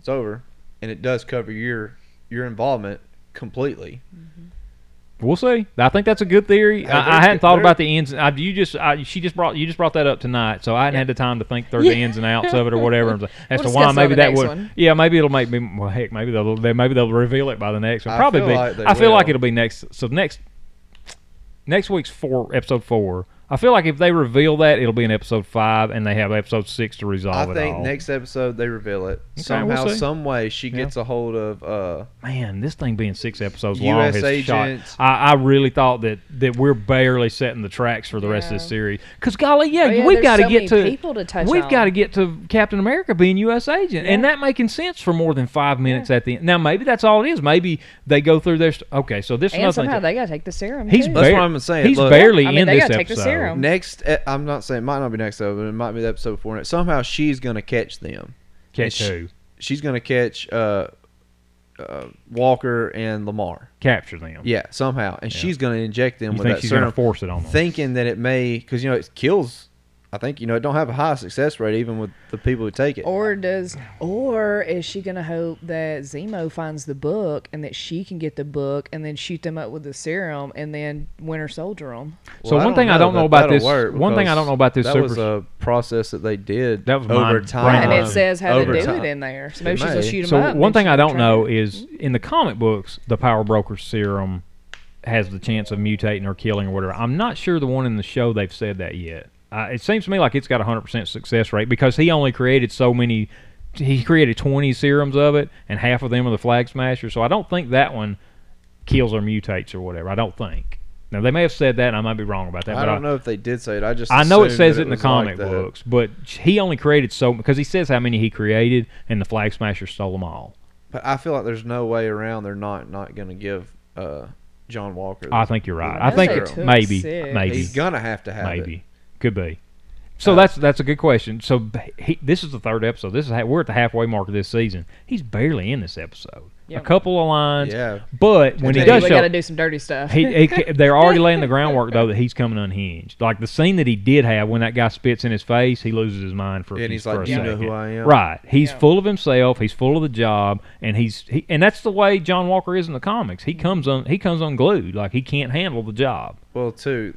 Speaker 4: It's over, and it does cover your your involvement completely.
Speaker 2: We'll see. I think that's a good theory.
Speaker 4: I
Speaker 2: I, I
Speaker 4: think
Speaker 2: hadn't
Speaker 4: it-
Speaker 2: thought
Speaker 4: there-
Speaker 2: about the ins. I, you just, I, she just brought, you just brought that up tonight, so I hadn't had the time to think through the
Speaker 3: Yeah.
Speaker 2: ins and outs of it or whatever. and As
Speaker 3: We'll
Speaker 2: to why
Speaker 3: discuss it on
Speaker 2: maybe
Speaker 3: the
Speaker 2: that
Speaker 3: next
Speaker 2: would,
Speaker 3: one.
Speaker 2: yeah, maybe it'll make me. Well, heck, maybe they'll, they, maybe they'll reveal it by the next one.
Speaker 4: I
Speaker 2: Probably.
Speaker 4: feel
Speaker 2: be-
Speaker 4: like they
Speaker 2: I feel like
Speaker 4: will.
Speaker 2: it'll be next. So next, next week's four episode four. I feel like if they reveal that, it'll be in episode five, and they have episode six to resolve
Speaker 4: I
Speaker 2: it
Speaker 4: think
Speaker 2: Oh, all.
Speaker 4: next episode they reveal it
Speaker 2: we'll
Speaker 4: somehow,
Speaker 2: see.
Speaker 4: some way. She
Speaker 2: Yeah.
Speaker 4: gets a hold of uh,
Speaker 2: Man, this thing being six episodes
Speaker 4: US
Speaker 2: long has shot.
Speaker 4: agents.
Speaker 2: I, I really thought that that we're barely setting the tracks for the rest of
Speaker 3: Yeah.
Speaker 2: this series. Because golly, yeah,
Speaker 3: Oh, yeah,
Speaker 2: we've
Speaker 3: there's
Speaker 2: got to
Speaker 3: so
Speaker 2: get
Speaker 3: many
Speaker 2: to
Speaker 3: people to touch
Speaker 2: we've
Speaker 3: on.
Speaker 2: got to get to Captain America being U.S. agent, and
Speaker 3: Yeah.
Speaker 2: that making sense for more than five minutes at the end. Now maybe that's all it is. Maybe they go through their st- okay. So this is
Speaker 3: and
Speaker 2: another
Speaker 3: somehow
Speaker 2: thing.
Speaker 3: they gotta take the serum.
Speaker 2: he's
Speaker 3: too.
Speaker 4: That's
Speaker 2: bar-
Speaker 4: what I'm saying.
Speaker 2: He's
Speaker 4: Look,
Speaker 2: barely
Speaker 3: I mean,
Speaker 2: in
Speaker 3: they
Speaker 2: this
Speaker 3: gotta
Speaker 2: episode.
Speaker 3: take the serum.
Speaker 4: next. e- I'm not saying it might not be next episode, but it might be the episode before next. Somehow she's going to catch them.
Speaker 2: Catch
Speaker 4: And sh-
Speaker 2: who?
Speaker 4: She's going to catch uh, uh, Walker and Lamar.
Speaker 2: capture them.
Speaker 4: Yeah, somehow, and
Speaker 2: Yeah.
Speaker 4: she's going to inject them
Speaker 2: you
Speaker 4: with
Speaker 2: think
Speaker 4: that
Speaker 2: she's going
Speaker 4: serum,
Speaker 2: to force it on them?
Speaker 4: thinking that it may because you know it kills. I think you know it don't have a high success rate even with the people who take it.
Speaker 3: Or does or is she gonna hope that Zemo finds the book and that she can get the book and then shoot them up with the serum and then Winter Soldier them?
Speaker 2: So
Speaker 4: Well,
Speaker 2: one thing I don't know
Speaker 4: that
Speaker 2: about
Speaker 4: that'll
Speaker 2: this- one thing I
Speaker 4: because
Speaker 2: don't know about this
Speaker 4: That
Speaker 2: super-
Speaker 4: was a process that they did.
Speaker 2: That was
Speaker 4: over
Speaker 2: mind-
Speaker 4: time,
Speaker 3: and it
Speaker 2: Um,
Speaker 3: says how
Speaker 4: over
Speaker 3: to do
Speaker 4: time.
Speaker 3: it in there. So maybe
Speaker 4: It
Speaker 3: she's gonna
Speaker 4: may.
Speaker 3: shoot them
Speaker 2: So
Speaker 3: up.
Speaker 2: one
Speaker 3: and
Speaker 2: thing
Speaker 3: she
Speaker 2: I
Speaker 3: can
Speaker 2: don't
Speaker 3: try
Speaker 2: know
Speaker 3: it.
Speaker 2: is in the comic books, the Power Broker serum has the chance of mutating or killing or whatever. I'm not sure the one in the show they've said that yet. Uh, it seems to me like it's got a 100% success rate because he only created so many. He created 20 serums of it, and half of them are the Flag Smasher. So I don't think that one kills or mutates or whatever. I don't think. Now they may have said that, and I might be wrong about that.
Speaker 4: I
Speaker 2: but
Speaker 4: don't know if they did say it. I just
Speaker 2: I know it
Speaker 4: assumed
Speaker 2: says it
Speaker 4: that
Speaker 2: in the
Speaker 4: was like
Speaker 2: comic
Speaker 4: that.
Speaker 2: books, but he only created so because he says how many he created, and the Flag Smasher stole them all.
Speaker 4: But I feel like there's no way around. They're not not going to give uh, John Walker.
Speaker 2: I
Speaker 4: the-
Speaker 2: think you're right.
Speaker 4: I
Speaker 2: I
Speaker 4: know
Speaker 2: think
Speaker 4: they
Speaker 2: it's
Speaker 3: took
Speaker 2: maybe,
Speaker 3: six.
Speaker 2: maybe,
Speaker 4: he's gonna have to have
Speaker 2: maybe,
Speaker 4: it.
Speaker 2: could be. So
Speaker 3: Uh,
Speaker 2: that's that's a good question. So b- he, this is the third episode. This is ha- we're at the halfway mark of this season. He's barely in this episode.
Speaker 3: Yep.
Speaker 2: A couple of lines.
Speaker 4: Yeah.
Speaker 2: But when
Speaker 4: And
Speaker 2: he
Speaker 4: then
Speaker 2: does
Speaker 3: we
Speaker 2: show,
Speaker 3: gotta do some dirty stuff.
Speaker 2: he, he ca- they're already laying the groundwork though that he's coming unhinged. Like the scene that he did have when that guy spits in his face, he loses his mind for. a
Speaker 4: And
Speaker 2: few-
Speaker 4: he's like,
Speaker 2: for a
Speaker 4: "Do you know
Speaker 2: second."
Speaker 4: who I am?"
Speaker 2: Right. He's
Speaker 3: Yeah.
Speaker 2: full of himself. He's full of the job, and he's he, and that's the way John Walker is in the comics.
Speaker 3: Mm-hmm.
Speaker 2: He comes on he comes unglued. Like he can't handle the job.
Speaker 4: Well, too.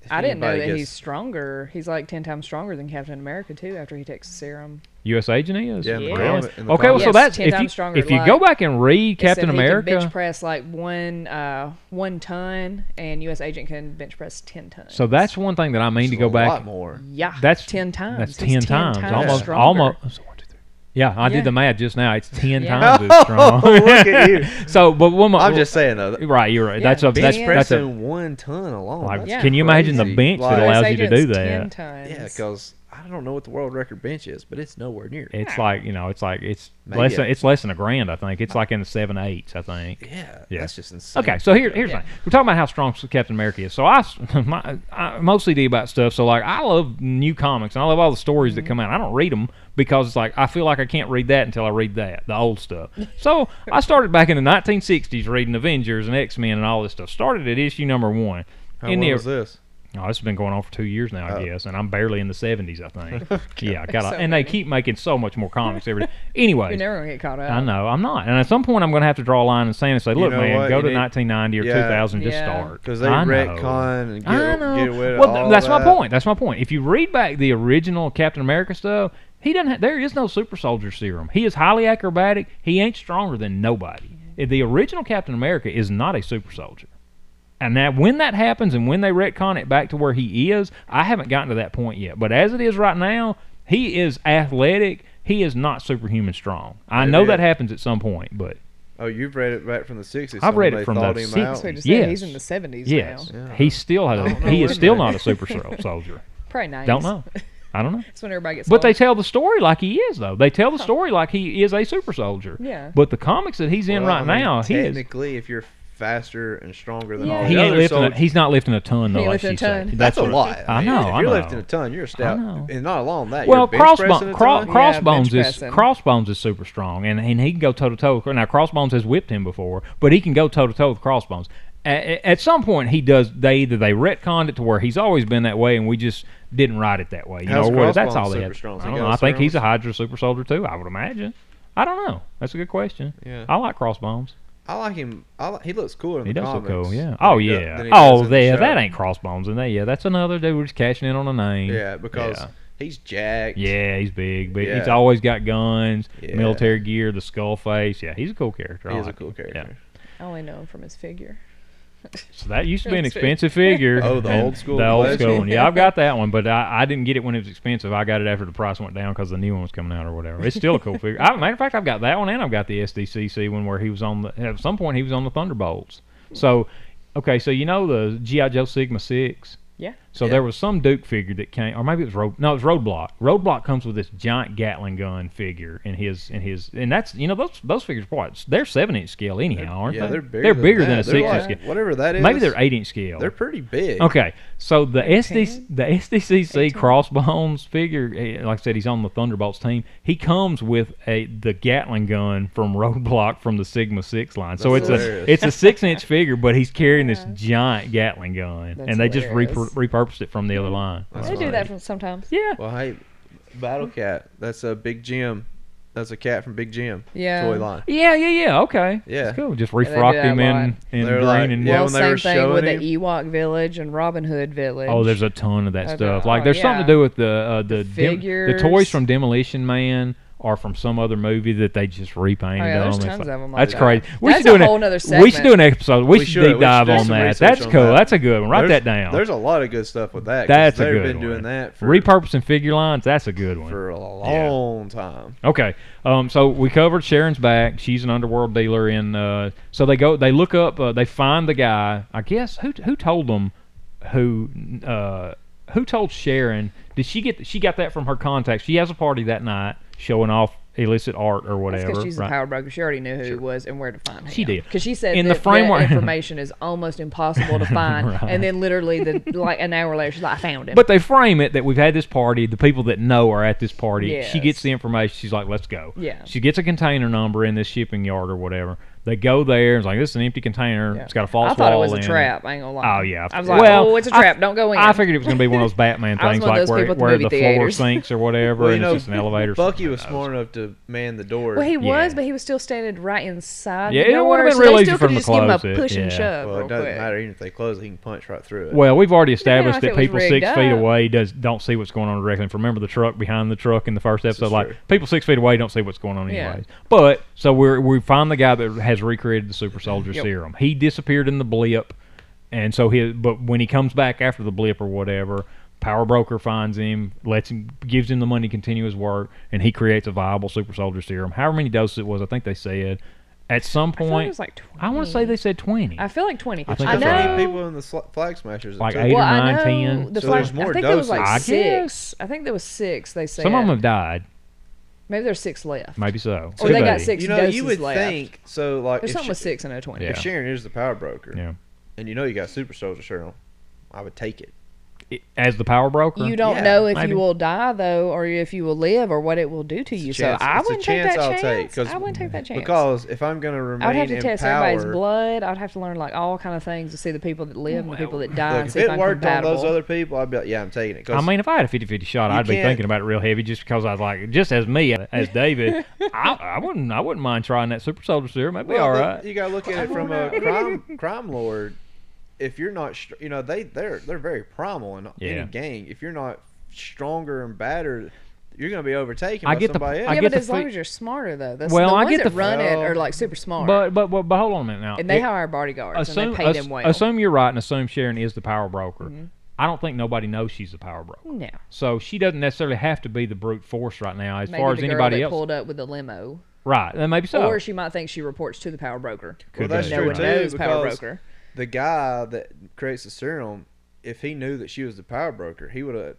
Speaker 4: if
Speaker 3: I didn't know that
Speaker 4: anybody
Speaker 3: he's
Speaker 4: gets-
Speaker 3: stronger. He's like ten times stronger than Captain America too. After he takes the serum,
Speaker 2: U.S. agent he is.
Speaker 4: Yeah, in
Speaker 3: the
Speaker 2: Really?
Speaker 4: comic- in the
Speaker 2: okay, well,
Speaker 4: comic.
Speaker 2: so
Speaker 3: Yes,
Speaker 2: that's
Speaker 3: 10
Speaker 2: if
Speaker 3: times
Speaker 2: you,
Speaker 3: stronger,
Speaker 2: if you
Speaker 3: like-
Speaker 2: go back and read
Speaker 3: It said
Speaker 2: Captain
Speaker 3: he could bench
Speaker 2: America,
Speaker 3: press like one uh, one ton, and U.S. Agent can bench press ten tons.
Speaker 2: so that's one thing that I mean
Speaker 4: It's
Speaker 2: to go
Speaker 4: a lot
Speaker 2: back.
Speaker 4: more.
Speaker 3: yeah,
Speaker 2: That's
Speaker 3: ten times.
Speaker 2: That's
Speaker 3: He's
Speaker 2: ten times, almost,
Speaker 3: stronger.
Speaker 2: almost. one, two, three. Yeah, I
Speaker 3: Yeah.
Speaker 2: did the math just now. It's ten
Speaker 3: Yeah.
Speaker 2: times as strong.
Speaker 4: Look at you.
Speaker 2: so, but one more. uh,
Speaker 4: I'm just saying though. that-
Speaker 2: right. You're right.
Speaker 3: Yeah.
Speaker 2: That's a
Speaker 4: Bench
Speaker 2: that's that's
Speaker 4: pressing
Speaker 2: a.
Speaker 4: one ton alone.
Speaker 2: Like,
Speaker 4: that's
Speaker 3: Yeah.
Speaker 2: Can you imagine the
Speaker 4: crazy.
Speaker 2: bench
Speaker 4: Like-
Speaker 2: that allows you to
Speaker 3: Agent's
Speaker 2: do that?
Speaker 3: Ten times.
Speaker 4: Yeah, because I don't know what the world record bench is, but it's nowhere near.
Speaker 2: It's like you know, it's like it's
Speaker 4: Maybe
Speaker 2: less than
Speaker 4: a-
Speaker 2: it's less than a grand. I think it's like in the seven eights. I think.
Speaker 4: yeah,
Speaker 2: Yeah.
Speaker 4: that's just insane.
Speaker 2: Okay, so here, here's
Speaker 3: Yeah.
Speaker 2: my, we're talking about how strong Captain America is. So I, s- my, I mostly do about stuff. So like I love new comics and I love all the stories
Speaker 3: Mm-hmm.
Speaker 2: that come out. I don't read them because it's like I feel like I can't read that until I read that the old stuff. So I started back in the 1960s reading Avengers and X Men and all this stuff. Started at issue number one.
Speaker 4: How
Speaker 2: in
Speaker 4: long
Speaker 2: the,
Speaker 4: was this?
Speaker 2: Oh, this has been going on for two years now, I guess, and I'm barely in the 70s, I think. yeah, God,
Speaker 3: So
Speaker 2: and
Speaker 3: many.
Speaker 2: they keep making so much more comics every day. Anyway,
Speaker 3: You're never gonna get caught up.
Speaker 2: I know I'm not, and at some point I'm going to have to draw a line in the sand and say, "Look,
Speaker 4: know
Speaker 2: man,
Speaker 4: what?
Speaker 2: go
Speaker 4: You
Speaker 2: to
Speaker 4: need-
Speaker 2: 1990 or
Speaker 4: Yeah.
Speaker 2: 2000, just
Speaker 3: Yeah.
Speaker 2: start."
Speaker 4: Because they
Speaker 2: I know.
Speaker 4: retcon and get,
Speaker 2: I know.
Speaker 4: get rid of
Speaker 2: well, th-
Speaker 4: all
Speaker 2: that's my
Speaker 4: that.
Speaker 2: point. That's my point. If you read back the original Captain America stuff, he doesn't. Ha- there is no super soldier serum. He is highly acrobatic. He ain't stronger than nobody. Eh, The original Captain America is not a super soldier. And that when that happens and when they retcon it back to where he is, I haven't gotten to that point yet. But as it is right now, he is athletic. He is not superhuman strong. I know
Speaker 4: Maybe.
Speaker 2: that happens at some point, but
Speaker 4: Oh, you've read it back from the 60s.
Speaker 2: I've
Speaker 4: so
Speaker 2: read
Speaker 4: they
Speaker 2: it from the
Speaker 4: thought him out.
Speaker 2: 60s.
Speaker 3: So we just
Speaker 2: Yes.
Speaker 3: said he's in the seventies
Speaker 2: yes,
Speaker 3: now.
Speaker 4: Yeah.
Speaker 2: he still has.
Speaker 4: don't know
Speaker 2: A, he is
Speaker 4: when
Speaker 2: still
Speaker 4: they-
Speaker 2: not a super sol- soldier.
Speaker 3: Probably nineties.
Speaker 2: Don't know. I don't know.
Speaker 3: That's when everybody gets.
Speaker 2: But they
Speaker 3: old.
Speaker 2: tell the story like he is, though. They tell the story like he is a super soldier.
Speaker 3: Yeah.
Speaker 2: But the comics that he's in
Speaker 4: Well,
Speaker 2: right
Speaker 4: I mean,
Speaker 2: now, he is.
Speaker 4: technically, if you're faster and stronger than
Speaker 3: Yeah.
Speaker 4: all
Speaker 2: He
Speaker 4: the
Speaker 2: ain't
Speaker 4: others,
Speaker 2: lifting.
Speaker 4: so
Speaker 2: a, he's not lifting a ton though.
Speaker 3: He ain't
Speaker 2: like
Speaker 3: lifting
Speaker 2: she
Speaker 3: a
Speaker 2: said.
Speaker 3: ton.
Speaker 4: that's a
Speaker 2: what-
Speaker 4: lot.
Speaker 2: I
Speaker 4: mean,
Speaker 2: know,
Speaker 4: If
Speaker 2: I
Speaker 4: you're
Speaker 2: know.
Speaker 4: lifting a ton, you're a stout,
Speaker 2: know.
Speaker 4: and not along that.
Speaker 2: Well,
Speaker 4: you're bench pressing
Speaker 2: crossbone,
Speaker 4: a
Speaker 2: cro-
Speaker 4: ton?
Speaker 3: Yeah,
Speaker 2: crossbones
Speaker 3: bench
Speaker 2: is
Speaker 3: pressing.
Speaker 2: crossbones is super strong, and and he can go toe to toe. Now crossbones has whipped him before, but he can go toe to toe with crossbones. At, at some point, he does. They either they retconned it to where he's always been that way, and we just didn't write it that way. You
Speaker 4: How's
Speaker 2: know, where that's
Speaker 4: Crossbones
Speaker 2: all they
Speaker 4: super
Speaker 2: had.
Speaker 4: strong? Has
Speaker 2: I
Speaker 4: he
Speaker 2: don't
Speaker 4: got
Speaker 2: know. I think
Speaker 4: serums?
Speaker 2: he's a Hydra super soldier too. I would imagine. I don't know. That's a good question.
Speaker 4: Yeah.
Speaker 2: I like crossbones.
Speaker 4: I like him. I like, he looks cooler in
Speaker 2: He
Speaker 4: the
Speaker 2: does look
Speaker 4: comics.
Speaker 2: cool, yeah.
Speaker 4: than
Speaker 2: Oh
Speaker 4: he do-
Speaker 2: yeah.
Speaker 4: than he does
Speaker 2: oh
Speaker 4: in the
Speaker 2: there,
Speaker 4: show.
Speaker 2: that ain't crossbones in there. Yeah, that's another dude. We're just cashing in on a name.
Speaker 4: Yeah, because
Speaker 2: Yeah.
Speaker 4: he's jacked.
Speaker 2: Yeah, he's big, but he's
Speaker 4: Yeah.
Speaker 2: always got guns,
Speaker 4: Yeah.
Speaker 2: military gear, the skull face. Yeah, he's a cool character. I
Speaker 4: he is a
Speaker 2: like
Speaker 4: cool
Speaker 2: him. Yeah.
Speaker 4: character.
Speaker 3: I only know him from his figure.
Speaker 2: So that used to be an
Speaker 3: That's it.
Speaker 2: expensive figure.
Speaker 4: Oh, the
Speaker 2: and
Speaker 4: old school
Speaker 2: The old
Speaker 4: legend.
Speaker 2: school one. Yeah, I've got that one, but I, I didn't get it when it was expensive. I got it after the price went down because the new one was coming out or whatever. It's still a cool figure. I, matter of fact, I've got that one and I've got the SDCC one where he was on the. At some point, he was on the Thunderbolts. So, okay, so you know the GI Joe Sigma Six.
Speaker 3: Yeah.
Speaker 2: So
Speaker 4: Yeah.
Speaker 2: there was some Duke figure that came, or maybe it was Road. No, it was Roadblock. Roadblock comes with this giant Gatling gun figure in his in his, and that's you know those those figures are what they're seven inch scale anyhow, aren't
Speaker 4: yeah,
Speaker 2: they?
Speaker 4: they're bigger. than
Speaker 2: bigger than,
Speaker 4: that.
Speaker 2: a six
Speaker 4: They're
Speaker 2: inch
Speaker 4: like-
Speaker 2: scale.
Speaker 4: Whatever that is.
Speaker 2: Maybe they're eight inch scale.
Speaker 4: They're pretty big.
Speaker 2: Oh. Okay, so the SD
Speaker 3: 18?
Speaker 2: the SDCC Crossbones figure, eh, like I said, he's on the Thunderbolts team. He comes with a the Gatling gun from Roadblock from the Sigma Six line. so
Speaker 4: That's
Speaker 2: it's
Speaker 4: hilarious.
Speaker 2: a it's a six inch figure, but he's carrying this giant Gatling gun,
Speaker 3: That's
Speaker 2: and they just
Speaker 3: hilarious.
Speaker 2: repur- repurposed it from the other line.
Speaker 4: That's
Speaker 3: they do
Speaker 4: funny.
Speaker 3: that from sometimes.
Speaker 2: Yeah,
Speaker 4: Well, hey, Battle Cat. That's a Big Jim. That's a cat from Big Jim.
Speaker 3: Yeah.
Speaker 4: Toy line.
Speaker 2: yeah, yeah, yeah. Okay,
Speaker 4: Yeah.
Speaker 2: That's cool. Just
Speaker 3: do
Speaker 2: refrocked
Speaker 3: that
Speaker 2: him
Speaker 3: a
Speaker 2: in
Speaker 3: lot.
Speaker 2: in
Speaker 4: They're
Speaker 2: green
Speaker 4: like-
Speaker 2: and
Speaker 4: Yeah,
Speaker 3: well,
Speaker 4: when they
Speaker 3: same
Speaker 4: were
Speaker 3: thing
Speaker 4: showing
Speaker 3: with
Speaker 4: him-
Speaker 3: the Ewok Village and Robin Hood Village.
Speaker 2: Oh, there's a ton of that
Speaker 3: Okay.
Speaker 2: stuff. Like
Speaker 3: Oh,
Speaker 2: there's something to
Speaker 3: yeah.
Speaker 2: do with the uh, the dem- the toys
Speaker 3: figures.
Speaker 2: from Demolition Man or from some other movie that they just repainted
Speaker 3: Oh, yeah, there's
Speaker 2: on. It's
Speaker 3: tons
Speaker 2: like-
Speaker 3: of 'em like
Speaker 2: That's
Speaker 3: that.
Speaker 2: crazy. We
Speaker 3: That's
Speaker 2: should do
Speaker 3: a
Speaker 2: an,
Speaker 3: whole nother
Speaker 2: We should do an
Speaker 3: segment.
Speaker 2: episode. We,
Speaker 4: We
Speaker 2: should
Speaker 4: should.
Speaker 2: deep
Speaker 4: We should
Speaker 2: dive
Speaker 4: do
Speaker 2: on
Speaker 4: some
Speaker 2: that.
Speaker 4: research
Speaker 2: That's
Speaker 4: on
Speaker 2: cool.
Speaker 4: that.
Speaker 2: That's a good one. Write
Speaker 4: There's-
Speaker 2: that down.
Speaker 4: There's a lot of good stuff with that. 'cause
Speaker 2: That's a
Speaker 4: they've
Speaker 2: good
Speaker 4: been
Speaker 2: one.
Speaker 4: doing that for,
Speaker 2: Repurposing figure lines. That's a good one.
Speaker 4: for a long time.
Speaker 2: Okay. Um, so we covered Sharon's back. She's an underworld dealer in. Uh, so they go. They look up. Uh, they find the guy. I guess who who told them who uh, who told Sharon? Did she get? She got that from her contact. She has a party that night, showing off illicit art or
Speaker 3: That's
Speaker 2: whatever.
Speaker 3: because she's
Speaker 2: right?
Speaker 3: a power broker. She already knew who he was and where to find him.
Speaker 2: She did.
Speaker 3: Because she said
Speaker 2: In
Speaker 3: in
Speaker 2: the
Speaker 3: that, the
Speaker 2: framework-
Speaker 3: framework information is almost impossible to find. And then literally, the like an hour later, she's like, "I found him."
Speaker 2: But they frame it that we've had this party. The people that know are at this party. She
Speaker 3: Yes.
Speaker 2: gets the information. She's like, "Let's go."
Speaker 3: Yeah.
Speaker 2: She gets a container number in this shipping yard or whatever. They go there. It's like this is an empty container.
Speaker 3: Yeah.
Speaker 2: It's got a false
Speaker 3: I thought it
Speaker 2: wall
Speaker 3: was
Speaker 2: in
Speaker 3: a
Speaker 2: it."
Speaker 3: trap. I ain't gonna lie.
Speaker 2: Oh yeah,
Speaker 3: I was like,
Speaker 2: Well,
Speaker 3: "Oh, it's a
Speaker 2: I-
Speaker 3: trap. Don't go in."
Speaker 2: I figured it was going to be one of those Batman
Speaker 3: I was
Speaker 2: things,
Speaker 3: one
Speaker 2: like
Speaker 3: of those
Speaker 2: where,
Speaker 3: people at the
Speaker 2: where
Speaker 3: movie
Speaker 2: the floor
Speaker 3: theaters.
Speaker 2: sinks or whatever,
Speaker 4: Well, you
Speaker 2: and
Speaker 4: know,
Speaker 2: it's just an elevator.
Speaker 4: Bucky
Speaker 2: something.
Speaker 4: was smart enough to man the door.
Speaker 3: Well, he was,
Speaker 2: Yeah.
Speaker 3: but he was still standing right inside.
Speaker 2: Yeah,
Speaker 3: the
Speaker 2: it
Speaker 3: door,
Speaker 2: would've been
Speaker 3: so
Speaker 2: real
Speaker 3: they
Speaker 2: easy
Speaker 3: still
Speaker 2: for
Speaker 3: could've
Speaker 2: him to
Speaker 3: just given
Speaker 2: close
Speaker 3: a
Speaker 2: it,
Speaker 3: push and
Speaker 2: yeah.
Speaker 3: shove.
Speaker 4: Well,
Speaker 3: real
Speaker 4: it doesn't
Speaker 3: quick.
Speaker 4: matter even if they close. it, He can punch right through it.
Speaker 2: Well, we've already established
Speaker 3: if it
Speaker 2: that
Speaker 3: was
Speaker 2: people six
Speaker 3: rigged
Speaker 2: feet
Speaker 3: up.
Speaker 2: away does don't see what's going on directly. And remember the truck behind the truck in the first episode.
Speaker 4: is
Speaker 2: Like
Speaker 4: true.
Speaker 2: people six feet away don't see what's going on
Speaker 3: Yeah.
Speaker 2: anyways. But so we are we find the guy that has recreated the super soldier
Speaker 3: Yep.
Speaker 2: serum. He disappeared in the blip, and so he. But when he comes back after the blip or whatever. Power broker finds him, lets him, gives him the money to continue his work, and he creates a viable super soldier serum. However many doses it was, I think they said. At some
Speaker 3: I thought it
Speaker 2: point,
Speaker 3: was like
Speaker 2: want to say
Speaker 3: 20.
Speaker 2: they said twenty.
Speaker 3: I feel like twenty.
Speaker 2: I
Speaker 3: I,
Speaker 2: think
Speaker 4: There's
Speaker 2: that's
Speaker 3: know.
Speaker 2: right.
Speaker 4: eight people in the sl- flag smashers. that
Speaker 2: Like
Speaker 4: took
Speaker 2: eight
Speaker 4: it.
Speaker 2: or
Speaker 3: well,
Speaker 2: nine,
Speaker 3: I know
Speaker 2: 10.
Speaker 3: The
Speaker 4: So
Speaker 3: flag-
Speaker 4: there's more
Speaker 3: I think there was
Speaker 2: I
Speaker 3: like
Speaker 2: guess.
Speaker 3: six. I think there was six. They said
Speaker 2: Some of them have died.
Speaker 3: Maybe there's six left.
Speaker 2: Maybe so.
Speaker 3: Or
Speaker 2: Could
Speaker 3: they got
Speaker 2: be.
Speaker 3: six
Speaker 4: You know,
Speaker 3: doses
Speaker 4: you would
Speaker 3: left.
Speaker 4: think so. Like
Speaker 3: There's
Speaker 4: if,
Speaker 3: something with
Speaker 4: Sha-
Speaker 3: six and a twenty.
Speaker 2: Yeah.
Speaker 4: if Sharon is the power broker,
Speaker 2: Yeah.
Speaker 4: and you know you got super soldier serum, I would take it.
Speaker 2: I- As the power broker,
Speaker 3: You don't
Speaker 4: Yeah,
Speaker 3: know if
Speaker 2: maybe.
Speaker 3: you will die though, or if you will live, or what it will do to you. So
Speaker 4: chance-
Speaker 3: I
Speaker 4: it's a
Speaker 3: wouldn't take
Speaker 4: chance
Speaker 3: that
Speaker 4: I'll take,
Speaker 3: chance.
Speaker 4: 'cause-
Speaker 3: I wouldn't take that chance.
Speaker 4: Because if I'm going to
Speaker 3: I
Speaker 4: remain
Speaker 3: would have to
Speaker 4: in
Speaker 3: test
Speaker 4: power,
Speaker 3: everybody's blood. I'd have to learn like all kind of things to see the people that live and the people that die
Speaker 4: look,
Speaker 3: and
Speaker 4: if
Speaker 3: see if,
Speaker 4: it
Speaker 3: I'm
Speaker 4: worked
Speaker 3: compatible.
Speaker 4: on those other people, I'd be like, yeah, I'm taking it. 'Cause
Speaker 2: I mean, if I had a 50-50 shot,
Speaker 4: You
Speaker 2: I'd be
Speaker 4: can't-
Speaker 2: thinking about it real heavy, just because I was like, just as me, as David, I, I wouldn't, I wouldn't mind trying that super soldier serum. That'd be
Speaker 4: well,
Speaker 2: all
Speaker 4: the-
Speaker 2: right.
Speaker 4: You got to look at it from a crime crime lord. If you're not, str- you know, they they're they're very primal in
Speaker 2: Yeah.
Speaker 4: any gang. If you're not stronger and badder, you're going to be overtaken
Speaker 2: I
Speaker 4: by
Speaker 2: get the-
Speaker 4: somebody
Speaker 2: I
Speaker 4: else.
Speaker 3: yeah,
Speaker 2: get
Speaker 3: but
Speaker 2: the
Speaker 3: as long
Speaker 2: fe-
Speaker 3: as you're smarter though. That's
Speaker 2: Well,
Speaker 3: the
Speaker 2: I
Speaker 3: ones
Speaker 2: get the
Speaker 3: that run it
Speaker 4: Well,
Speaker 3: are like super smart.
Speaker 2: But, but, but, but hold on a minute now.
Speaker 3: and they
Speaker 2: It-
Speaker 3: hire bodyguards and
Speaker 2: assume,
Speaker 3: they pay
Speaker 2: ass-
Speaker 3: them well. Mm-hmm.
Speaker 2: assume you're right, and assume Sharon is the power broker. I don't think nobody knows she's the power broker,
Speaker 3: no.
Speaker 2: so she doesn't necessarily have to be the brute force right now, as
Speaker 3: Maybe
Speaker 2: far as
Speaker 3: the girl
Speaker 2: anybody
Speaker 3: that
Speaker 2: else.
Speaker 3: pulled up with a limo.
Speaker 2: Right? Then maybe so.
Speaker 3: Or she might think she reports to the power broker.
Speaker 2: Could
Speaker 4: Well, that's
Speaker 2: be.
Speaker 3: no
Speaker 4: true
Speaker 3: one
Speaker 4: too.
Speaker 3: knows power
Speaker 4: because
Speaker 3: broker.
Speaker 4: The guy that creates the serum, if he knew that she was the power broker, he would have.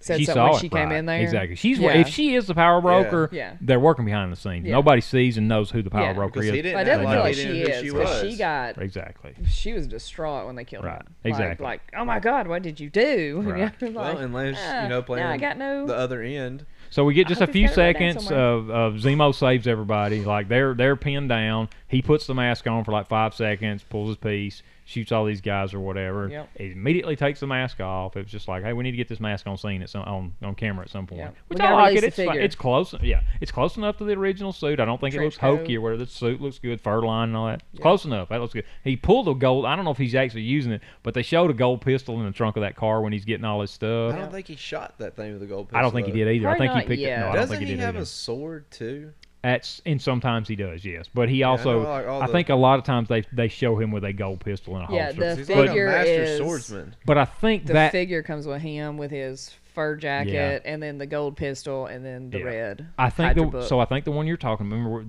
Speaker 3: Said
Speaker 2: she
Speaker 3: something
Speaker 2: saw
Speaker 3: when
Speaker 2: it.
Speaker 3: she came
Speaker 2: right.
Speaker 3: in there.
Speaker 2: Exactly. She's
Speaker 3: Yeah.
Speaker 2: if she is the power broker,
Speaker 3: Yeah.
Speaker 2: they're working behind the scenes.
Speaker 3: Yeah.
Speaker 2: Nobody sees and knows who the power
Speaker 3: Yeah.
Speaker 2: broker
Speaker 4: Because
Speaker 2: is.
Speaker 4: he didn't
Speaker 3: I
Speaker 4: They
Speaker 3: definitely
Speaker 4: know
Speaker 3: feel
Speaker 4: they
Speaker 3: like
Speaker 4: didn't
Speaker 3: she
Speaker 4: know who
Speaker 3: is
Speaker 4: she
Speaker 3: 'cause
Speaker 4: was.
Speaker 3: she got
Speaker 2: Exactly.
Speaker 3: she was distraught when they killed
Speaker 2: Right.
Speaker 3: her.
Speaker 2: Exactly.
Speaker 3: Like, like, oh my god, what did you do?
Speaker 2: Right.
Speaker 3: You know, like,
Speaker 4: Well, unless
Speaker 3: "Ah,
Speaker 4: you know, playing
Speaker 3: nah, I got no.
Speaker 4: the other end.
Speaker 2: So we get just a
Speaker 3: hope he's
Speaker 2: few
Speaker 3: got it written down
Speaker 2: seconds
Speaker 3: somewhere.
Speaker 2: of, of Zemo saves everybody. Like they're they're pinned down. He puts the mask on for like five seconds, pulls his piece, shoots all these guys or whatever.
Speaker 3: Yep.
Speaker 2: He immediately takes the mask off. It's just like, hey, we need to get this mask on scene at some on, on camera at some point.
Speaker 3: Yep.
Speaker 2: Which
Speaker 3: We
Speaker 2: I
Speaker 3: gotta
Speaker 2: like
Speaker 3: release
Speaker 2: it.
Speaker 3: the
Speaker 2: It's, fi-
Speaker 3: figure.
Speaker 2: it's close. Yeah, it's close enough to the original suit. I don't think it
Speaker 3: Trench
Speaker 2: looks hokey
Speaker 3: coat.
Speaker 2: or whatever. The suit looks good. Fur line and all that. It's Close enough. That looks good. He pulled a gold. I don't know if he's actually using it, but they showed a gold pistol in the trunk of that car when he's getting all his stuff.
Speaker 4: I don't think he shot that thing with a gold pistol.
Speaker 2: I don't think he
Speaker 4: though.
Speaker 2: did either. I
Speaker 3: Probably
Speaker 2: think he
Speaker 3: not
Speaker 2: picked it.
Speaker 3: yet.
Speaker 2: No, I don't
Speaker 4: Doesn't
Speaker 2: think he
Speaker 4: he
Speaker 2: did
Speaker 4: have
Speaker 2: either.
Speaker 4: a sword too?
Speaker 2: That's and sometimes he does, yes. But he
Speaker 4: I
Speaker 2: also,
Speaker 4: know, like, all
Speaker 2: I
Speaker 4: the-
Speaker 2: think a lot of times they they show him with a gold pistol and a
Speaker 3: Yeah,
Speaker 2: holster.
Speaker 3: the
Speaker 4: He's like a
Speaker 3: figure
Speaker 4: master
Speaker 3: is-
Speaker 4: swordsman.
Speaker 2: but I think
Speaker 3: the
Speaker 2: that
Speaker 3: figure comes with him with his fur jacket and then the gold pistol and then the
Speaker 2: Yeah.
Speaker 3: red.
Speaker 2: I think
Speaker 3: Hydra
Speaker 2: the,
Speaker 3: book.
Speaker 2: so. I think the one you're talking. Remember where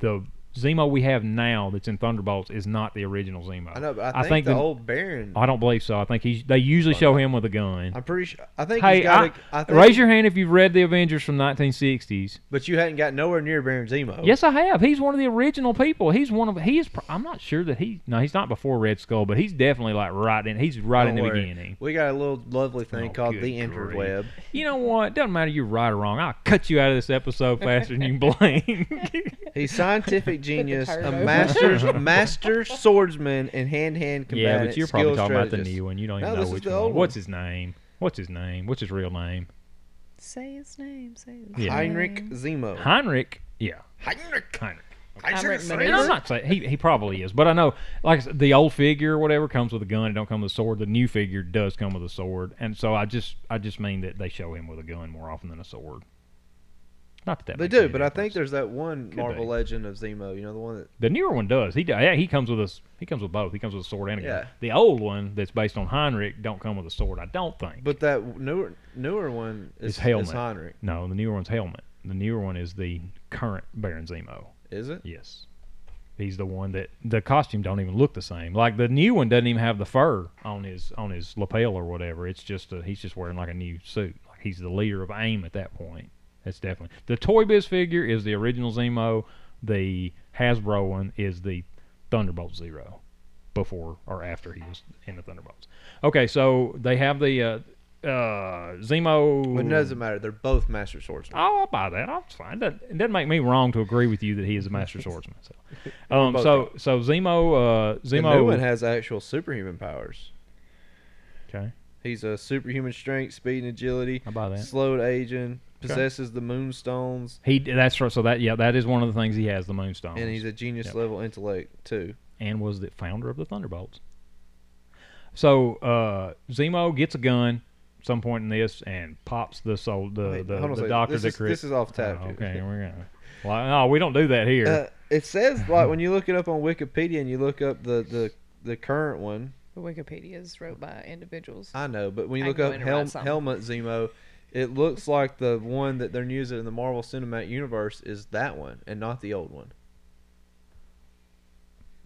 Speaker 2: the Zemo we have now that's in Thunderbolts is not the original Zemo.
Speaker 4: I know, but I
Speaker 2: I
Speaker 4: think,
Speaker 2: think
Speaker 4: the,
Speaker 2: the-
Speaker 4: old Baron.
Speaker 2: I don't believe so. I think he's. They usually show him with a gun.
Speaker 4: I'm pretty sure. I think he's
Speaker 2: Hey,
Speaker 4: got.
Speaker 2: I,
Speaker 4: a- I think,
Speaker 2: raise your hand if you've read the Avengers from 1960s.
Speaker 4: But you hadn't got nowhere near Baron Zemo.
Speaker 2: Yes, I have. He's one of the original people. He's one of. He is. pr- I'm not sure that he. No, he's not before Red Skull, but he's definitely like right in. He's right
Speaker 4: Don't
Speaker 2: in the
Speaker 4: worry.
Speaker 2: beginning.
Speaker 4: We got a little lovely
Speaker 2: eh?
Speaker 4: thing
Speaker 2: Oh,
Speaker 4: called
Speaker 2: good
Speaker 4: the
Speaker 2: grief.
Speaker 4: interweb.
Speaker 2: You know what? Doesn't matter. You're right or wrong. I'll cut you out of this episode faster than you blink.
Speaker 4: He's scientific genius,
Speaker 3: turd
Speaker 4: a
Speaker 3: over.
Speaker 4: master master swordsman, and hand-hand combatant.
Speaker 2: yeah, but you're probably
Speaker 4: skilled
Speaker 2: talking about the
Speaker 4: strategist.
Speaker 2: new one. You don't even
Speaker 4: No, this
Speaker 2: know
Speaker 4: is
Speaker 2: which
Speaker 4: the
Speaker 2: one.
Speaker 4: old one.
Speaker 2: What's his name? What's his name? What's his real name?
Speaker 3: Say his name. Say his
Speaker 2: Yeah.
Speaker 4: Heinrich Zemo.
Speaker 2: Heinrich. Yeah,
Speaker 4: Heinrich.
Speaker 2: Heinrich.
Speaker 3: Heinrich
Speaker 2: And I'm not saying he, he probably is, but I know like I said, the old figure or whatever comes with a gun. It don't come with a sword. The new figure does come with a sword, and so I just I just mean that they show him with a gun more often than a sword. Not that, that
Speaker 4: They
Speaker 2: makes
Speaker 4: do,
Speaker 2: any
Speaker 4: but I
Speaker 2: difference.
Speaker 4: think there's that one
Speaker 2: Could
Speaker 4: Marvel
Speaker 2: be.
Speaker 4: Legend of Zemo. You know the one that
Speaker 2: the newer one does. He do- yeah, he comes with us. He comes with both. He comes with a sword and a gun.
Speaker 4: Yeah.
Speaker 2: The old one that's based on Heinrich don't come with a sword. I don't think.
Speaker 4: But that newer newer one is,
Speaker 2: It's helmet.
Speaker 4: is Heinrich,
Speaker 2: no, the newer one's helmet. The newer one is the current Baron Zemo.
Speaker 4: is it?
Speaker 2: Yes. He's the one that the costume don't even look the same. Like the new one doesn't even have the fur on his on his lapel or whatever. It's just a, he's just wearing like a new suit. Like he's the leader of AIM at that point. That's definitely the Toy Biz figure is the original Zemo. The Hasbro one is the Thunderbolt Zero, before or after he was in the Thunderbolts. Okay, so they have the uh, uh, Zemo.
Speaker 4: But it doesn't matter. They're both master swordsmen.
Speaker 2: Oh, I'll buy that. That's fine. That, it doesn't make me wrong to agree with you that he is a master swordsman. So, um,
Speaker 4: Both
Speaker 2: so, so Zemo, uh,
Speaker 4: The new
Speaker 2: Zemo.
Speaker 4: one has actual superhuman powers.
Speaker 2: okay,
Speaker 4: He's a superhuman strength, speed, and agility.
Speaker 2: I buy that.
Speaker 4: Slowed aging, possesses the moonstones,
Speaker 2: He that's right. So that yeah, that is one of the things he has the moonstone.
Speaker 4: and he's a genius
Speaker 2: Yep.
Speaker 4: level intellect too.
Speaker 2: and was the founder of the Thunderbolts. So uh, Zemo gets a gun some point in this and pops the soul the
Speaker 4: Wait,
Speaker 2: the,
Speaker 4: hold on a
Speaker 2: the
Speaker 4: second.
Speaker 2: doctor
Speaker 4: This
Speaker 2: that
Speaker 4: is-
Speaker 2: creates.
Speaker 4: this is off tap,
Speaker 2: Oh,
Speaker 4: dude.
Speaker 2: okay, we're gonna. Well, no, we don't do that here. Mm-hmm.
Speaker 4: Uh, it says like when you look it up on Wikipedia and you look up the the the current one.
Speaker 3: But Wikipedia is wrote by individuals.
Speaker 4: I know, but when you
Speaker 3: I
Speaker 4: look
Speaker 3: can go
Speaker 4: up
Speaker 3: in and write
Speaker 4: Hel-
Speaker 3: something.
Speaker 4: helmet Zemo, it looks like the one that they're using in the Marvel Cinematic Universe is that one and not the old one.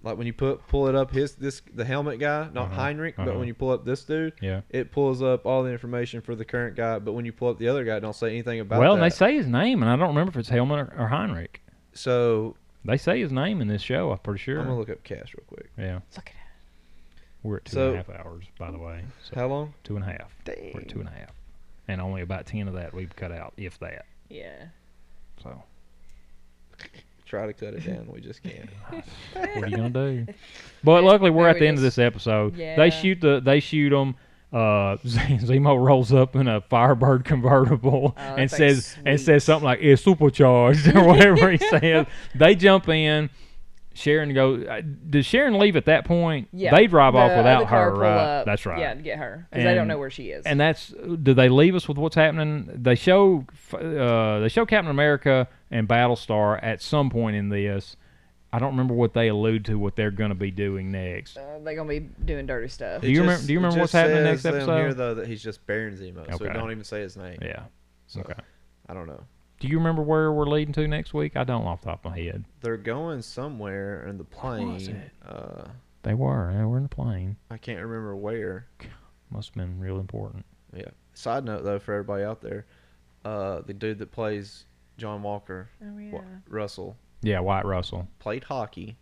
Speaker 4: Like when you put pull it up, his this the helmet guy, not
Speaker 2: Uh-huh,
Speaker 4: Heinrich, but
Speaker 2: uh-huh.
Speaker 4: when you pull up this dude,
Speaker 2: yeah.
Speaker 4: it pulls up all the information for the current guy. But when you pull up the other guy, it don't say anything about.
Speaker 2: Well,
Speaker 4: that.
Speaker 2: they say his name, and I don't remember if it's Helmut or, or Heinrich.
Speaker 4: so.
Speaker 2: They say his name in this show. I'm pretty sure.
Speaker 4: I'm gonna look up Cash real quick.
Speaker 2: yeah,
Speaker 3: Look at it.
Speaker 2: we're at two
Speaker 4: So-
Speaker 2: and a half hours, by the way. So
Speaker 4: How long?
Speaker 2: two and a half. We're at two and a half, and only about ten of that we've cut out, if that.
Speaker 3: Yeah.
Speaker 2: So
Speaker 4: Try to cut it down. We just can't.
Speaker 2: what are you gonna do? But luckily, we're
Speaker 3: There
Speaker 2: at
Speaker 3: it
Speaker 2: the end of
Speaker 3: is.
Speaker 2: this episode.
Speaker 3: Yeah.
Speaker 2: They shoot the they shoot them. Uh, Z- Zemo rolls up in a Firebird convertible and
Speaker 3: that's, like,
Speaker 2: says and
Speaker 3: Oh, sweet.
Speaker 2: says something like "it's supercharged" or whatever he says. They jump in. Sharon goes. uh, Does Sharon leave at that point?
Speaker 3: Yeah.
Speaker 2: They drive off
Speaker 3: The
Speaker 2: without
Speaker 3: other car
Speaker 2: her,
Speaker 3: pull
Speaker 2: right?
Speaker 3: up,
Speaker 2: That's right.
Speaker 3: Yeah, to get her because they don't
Speaker 2: And-
Speaker 3: know where she is.
Speaker 2: And that's do they leave us with what's happening? They show uh, they show Captain America and Battlestar at some point in this. I don't remember what they allude to what they're going to be doing next.
Speaker 3: uh, they're gonna be doing dirty stuff.
Speaker 2: Do you
Speaker 4: It
Speaker 2: remember-
Speaker 4: just-
Speaker 2: do you
Speaker 4: it
Speaker 2: remember
Speaker 4: just
Speaker 2: what's happening next
Speaker 4: says them
Speaker 2: episode?
Speaker 4: Here though, that he's just Baron Zemo, so it
Speaker 2: Okay.
Speaker 4: don't even say his name.
Speaker 2: Yeah.
Speaker 4: So,
Speaker 2: Okay.
Speaker 4: I don't know.
Speaker 2: Do you remember where we're leading to next week? I don't off the top of my head.
Speaker 4: They're going somewhere in the
Speaker 2: was
Speaker 4: plane.
Speaker 2: it?
Speaker 4: Uh,
Speaker 2: They were. They were in the plane.
Speaker 4: I can't remember where.
Speaker 2: Must have been real important.
Speaker 4: Yeah. Side note though, for everybody out there, uh, the dude that plays John Walker,
Speaker 3: Oh yeah.
Speaker 4: Wa- Russell,
Speaker 2: Yeah, White Russell.
Speaker 4: played hockey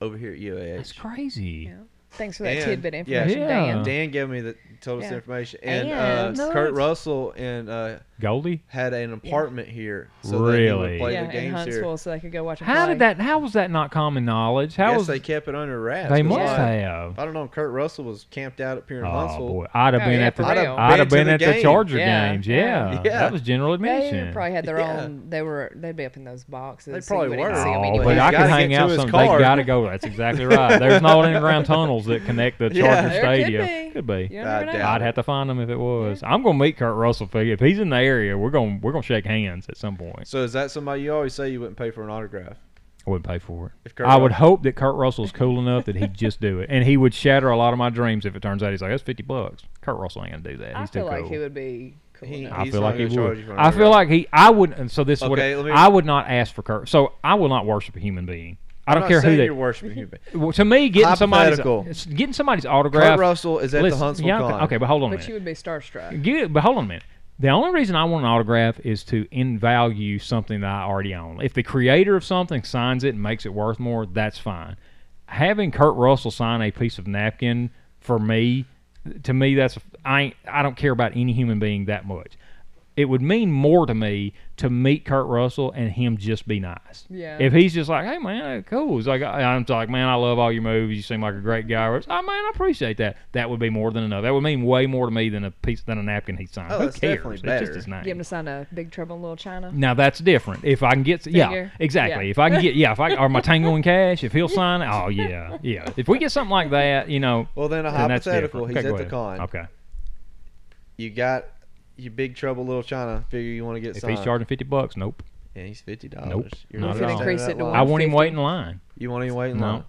Speaker 4: over here at UAH.
Speaker 2: That's crazy.
Speaker 3: Yeah. Thanks for that
Speaker 4: And-
Speaker 3: tidbit
Speaker 4: yeah,
Speaker 3: information,
Speaker 2: she-
Speaker 3: Dan.
Speaker 2: Yeah.
Speaker 4: Dan gave me the told us the
Speaker 3: Yeah.
Speaker 4: information, and,
Speaker 3: And-
Speaker 4: uh,
Speaker 3: No,
Speaker 4: Kurt
Speaker 3: it's-
Speaker 4: Russell and uh,
Speaker 2: Goldie.
Speaker 4: had an apartment here, so that he
Speaker 2: Really?
Speaker 4: would play
Speaker 3: yeah,
Speaker 4: the
Speaker 3: in
Speaker 4: games
Speaker 3: Huntsville,
Speaker 4: here.
Speaker 3: so they could go watch. him
Speaker 2: How did
Speaker 3: play.
Speaker 2: that? How was that not common knowledge? How
Speaker 4: Yes,
Speaker 2: was
Speaker 4: they kept it under wraps.
Speaker 2: they
Speaker 4: 'cause,
Speaker 2: must
Speaker 4: like,
Speaker 2: have.
Speaker 4: I don't know. Kurt Russell was camped out up here in
Speaker 2: Oh
Speaker 4: Huntsville.
Speaker 2: boy, I'd have
Speaker 3: Oh,
Speaker 2: been
Speaker 3: yeah,
Speaker 2: at the
Speaker 3: for
Speaker 2: I'd
Speaker 3: real.
Speaker 2: have, I'd have
Speaker 4: Been
Speaker 2: been
Speaker 4: to
Speaker 2: at
Speaker 4: the
Speaker 2: the
Speaker 4: game.
Speaker 2: Charger
Speaker 3: Yeah.
Speaker 2: games.
Speaker 3: Yeah.
Speaker 2: Yeah.
Speaker 4: Yeah.
Speaker 2: that was general admission.
Speaker 3: They probably had their
Speaker 4: Yeah.
Speaker 3: own. They were. They'd be up in those boxes.
Speaker 4: They
Speaker 3: so you
Speaker 4: probably
Speaker 3: wouldn't
Speaker 4: were.
Speaker 3: see 'em
Speaker 2: Oh,
Speaker 3: anyway.
Speaker 2: but I
Speaker 4: He's
Speaker 2: can
Speaker 4: gotta
Speaker 2: hang
Speaker 4: get
Speaker 2: out
Speaker 4: to his
Speaker 2: some.
Speaker 4: car.
Speaker 2: They gotta go. That's exactly right. There's no underground tunnels that connect the Charger
Speaker 4: Yeah.
Speaker 3: There could
Speaker 2: Stadium.
Speaker 3: be. You don't
Speaker 4: I
Speaker 3: never know.
Speaker 4: doubt
Speaker 2: I'd have to find him if it was. I'm gonna meet Kurt Russell. For you. If he's in the area, we're gonna we're gonna shake hands at some point.
Speaker 4: So is that somebody you always say you wouldn't pay for an autograph?
Speaker 2: I wouldn't pay for it.
Speaker 4: If Kurt
Speaker 2: I would
Speaker 4: Russell-
Speaker 2: hope that Kurt Russell's cool enough that he'd just do it, and he would shatter a lot of my dreams if it turns out he's like that's fifty bucks. Kurt Russell ain't gonna do that.
Speaker 3: I
Speaker 2: He's too
Speaker 3: feel like
Speaker 2: cool.
Speaker 3: he would be cool.
Speaker 4: He-
Speaker 3: enough.
Speaker 2: I
Speaker 4: He's
Speaker 2: feel
Speaker 4: not
Speaker 2: like he
Speaker 4: gonna charge
Speaker 2: would.
Speaker 4: you for an
Speaker 2: I feel
Speaker 4: autograph.
Speaker 2: like he. I would. And so this is what
Speaker 4: Okay,
Speaker 2: it-
Speaker 4: let me-
Speaker 2: I would not ask for Kurt. So I will not worship a human being. I I don't care who they.
Speaker 4: you're worshiping human.
Speaker 2: Well, to me, getting somebody's
Speaker 4: Hypothetical.
Speaker 2: it's- getting somebody's
Speaker 4: Kurt
Speaker 2: autograph.
Speaker 4: Russell is at
Speaker 2: listen,
Speaker 4: the Huntsville
Speaker 2: yeah,
Speaker 4: Con.
Speaker 2: okay, but hold on a
Speaker 3: But
Speaker 2: minute.
Speaker 3: you would be starstruck.
Speaker 2: Get, but hold on a minute. The only reason I want an autograph is to invalue something that I already own. If the creator of something signs it and makes it worth more, that's fine. Having Kurt Russell sign a piece of napkin for me, to me, that's I ain't- I don't care about any human being that much. It would mean more to me to meet Kurt Russell and him just be nice.
Speaker 3: Yeah.
Speaker 2: If he's just like, hey man, cool. It's like I- I'm like, man, I love all your movies. You seem like a great guy. Or, oh man, I appreciate that. That would be more than enough. That would mean way more to me than a piece than a napkin he signed.
Speaker 4: Oh,
Speaker 2: Who
Speaker 4: that's
Speaker 2: cares?
Speaker 4: definitely
Speaker 2: It's
Speaker 4: better.
Speaker 2: just his
Speaker 3: Get him
Speaker 2: name.
Speaker 3: to sign a Big Trouble in Little China.
Speaker 2: Now that's different. If I can get, yeah,
Speaker 3: Finger.
Speaker 2: exactly.
Speaker 3: Yeah.
Speaker 2: If I can get, yeah, if I or my Tango and Cash, if he'll sign, oh yeah, yeah. If we get something like that, you know,
Speaker 4: Well, then a
Speaker 2: then that's
Speaker 4: hypothetical. He's
Speaker 2: different.
Speaker 4: at
Speaker 2: Okay,
Speaker 4: the
Speaker 2: go ahead.
Speaker 4: con.
Speaker 2: Okay.
Speaker 4: You got your big trouble, little China. Figure you want to get
Speaker 2: If
Speaker 4: signed.
Speaker 2: he's charging fifty bucks, nope.
Speaker 4: and he's fifty dollars.
Speaker 2: Nope,
Speaker 4: You're
Speaker 2: not
Speaker 4: gonna
Speaker 2: at all.
Speaker 4: stand in
Speaker 3: Increase
Speaker 4: that
Speaker 3: it to
Speaker 4: line.
Speaker 2: I won't even
Speaker 3: 150.
Speaker 2: wait in line.
Speaker 4: You want to wait in
Speaker 2: No.
Speaker 4: line?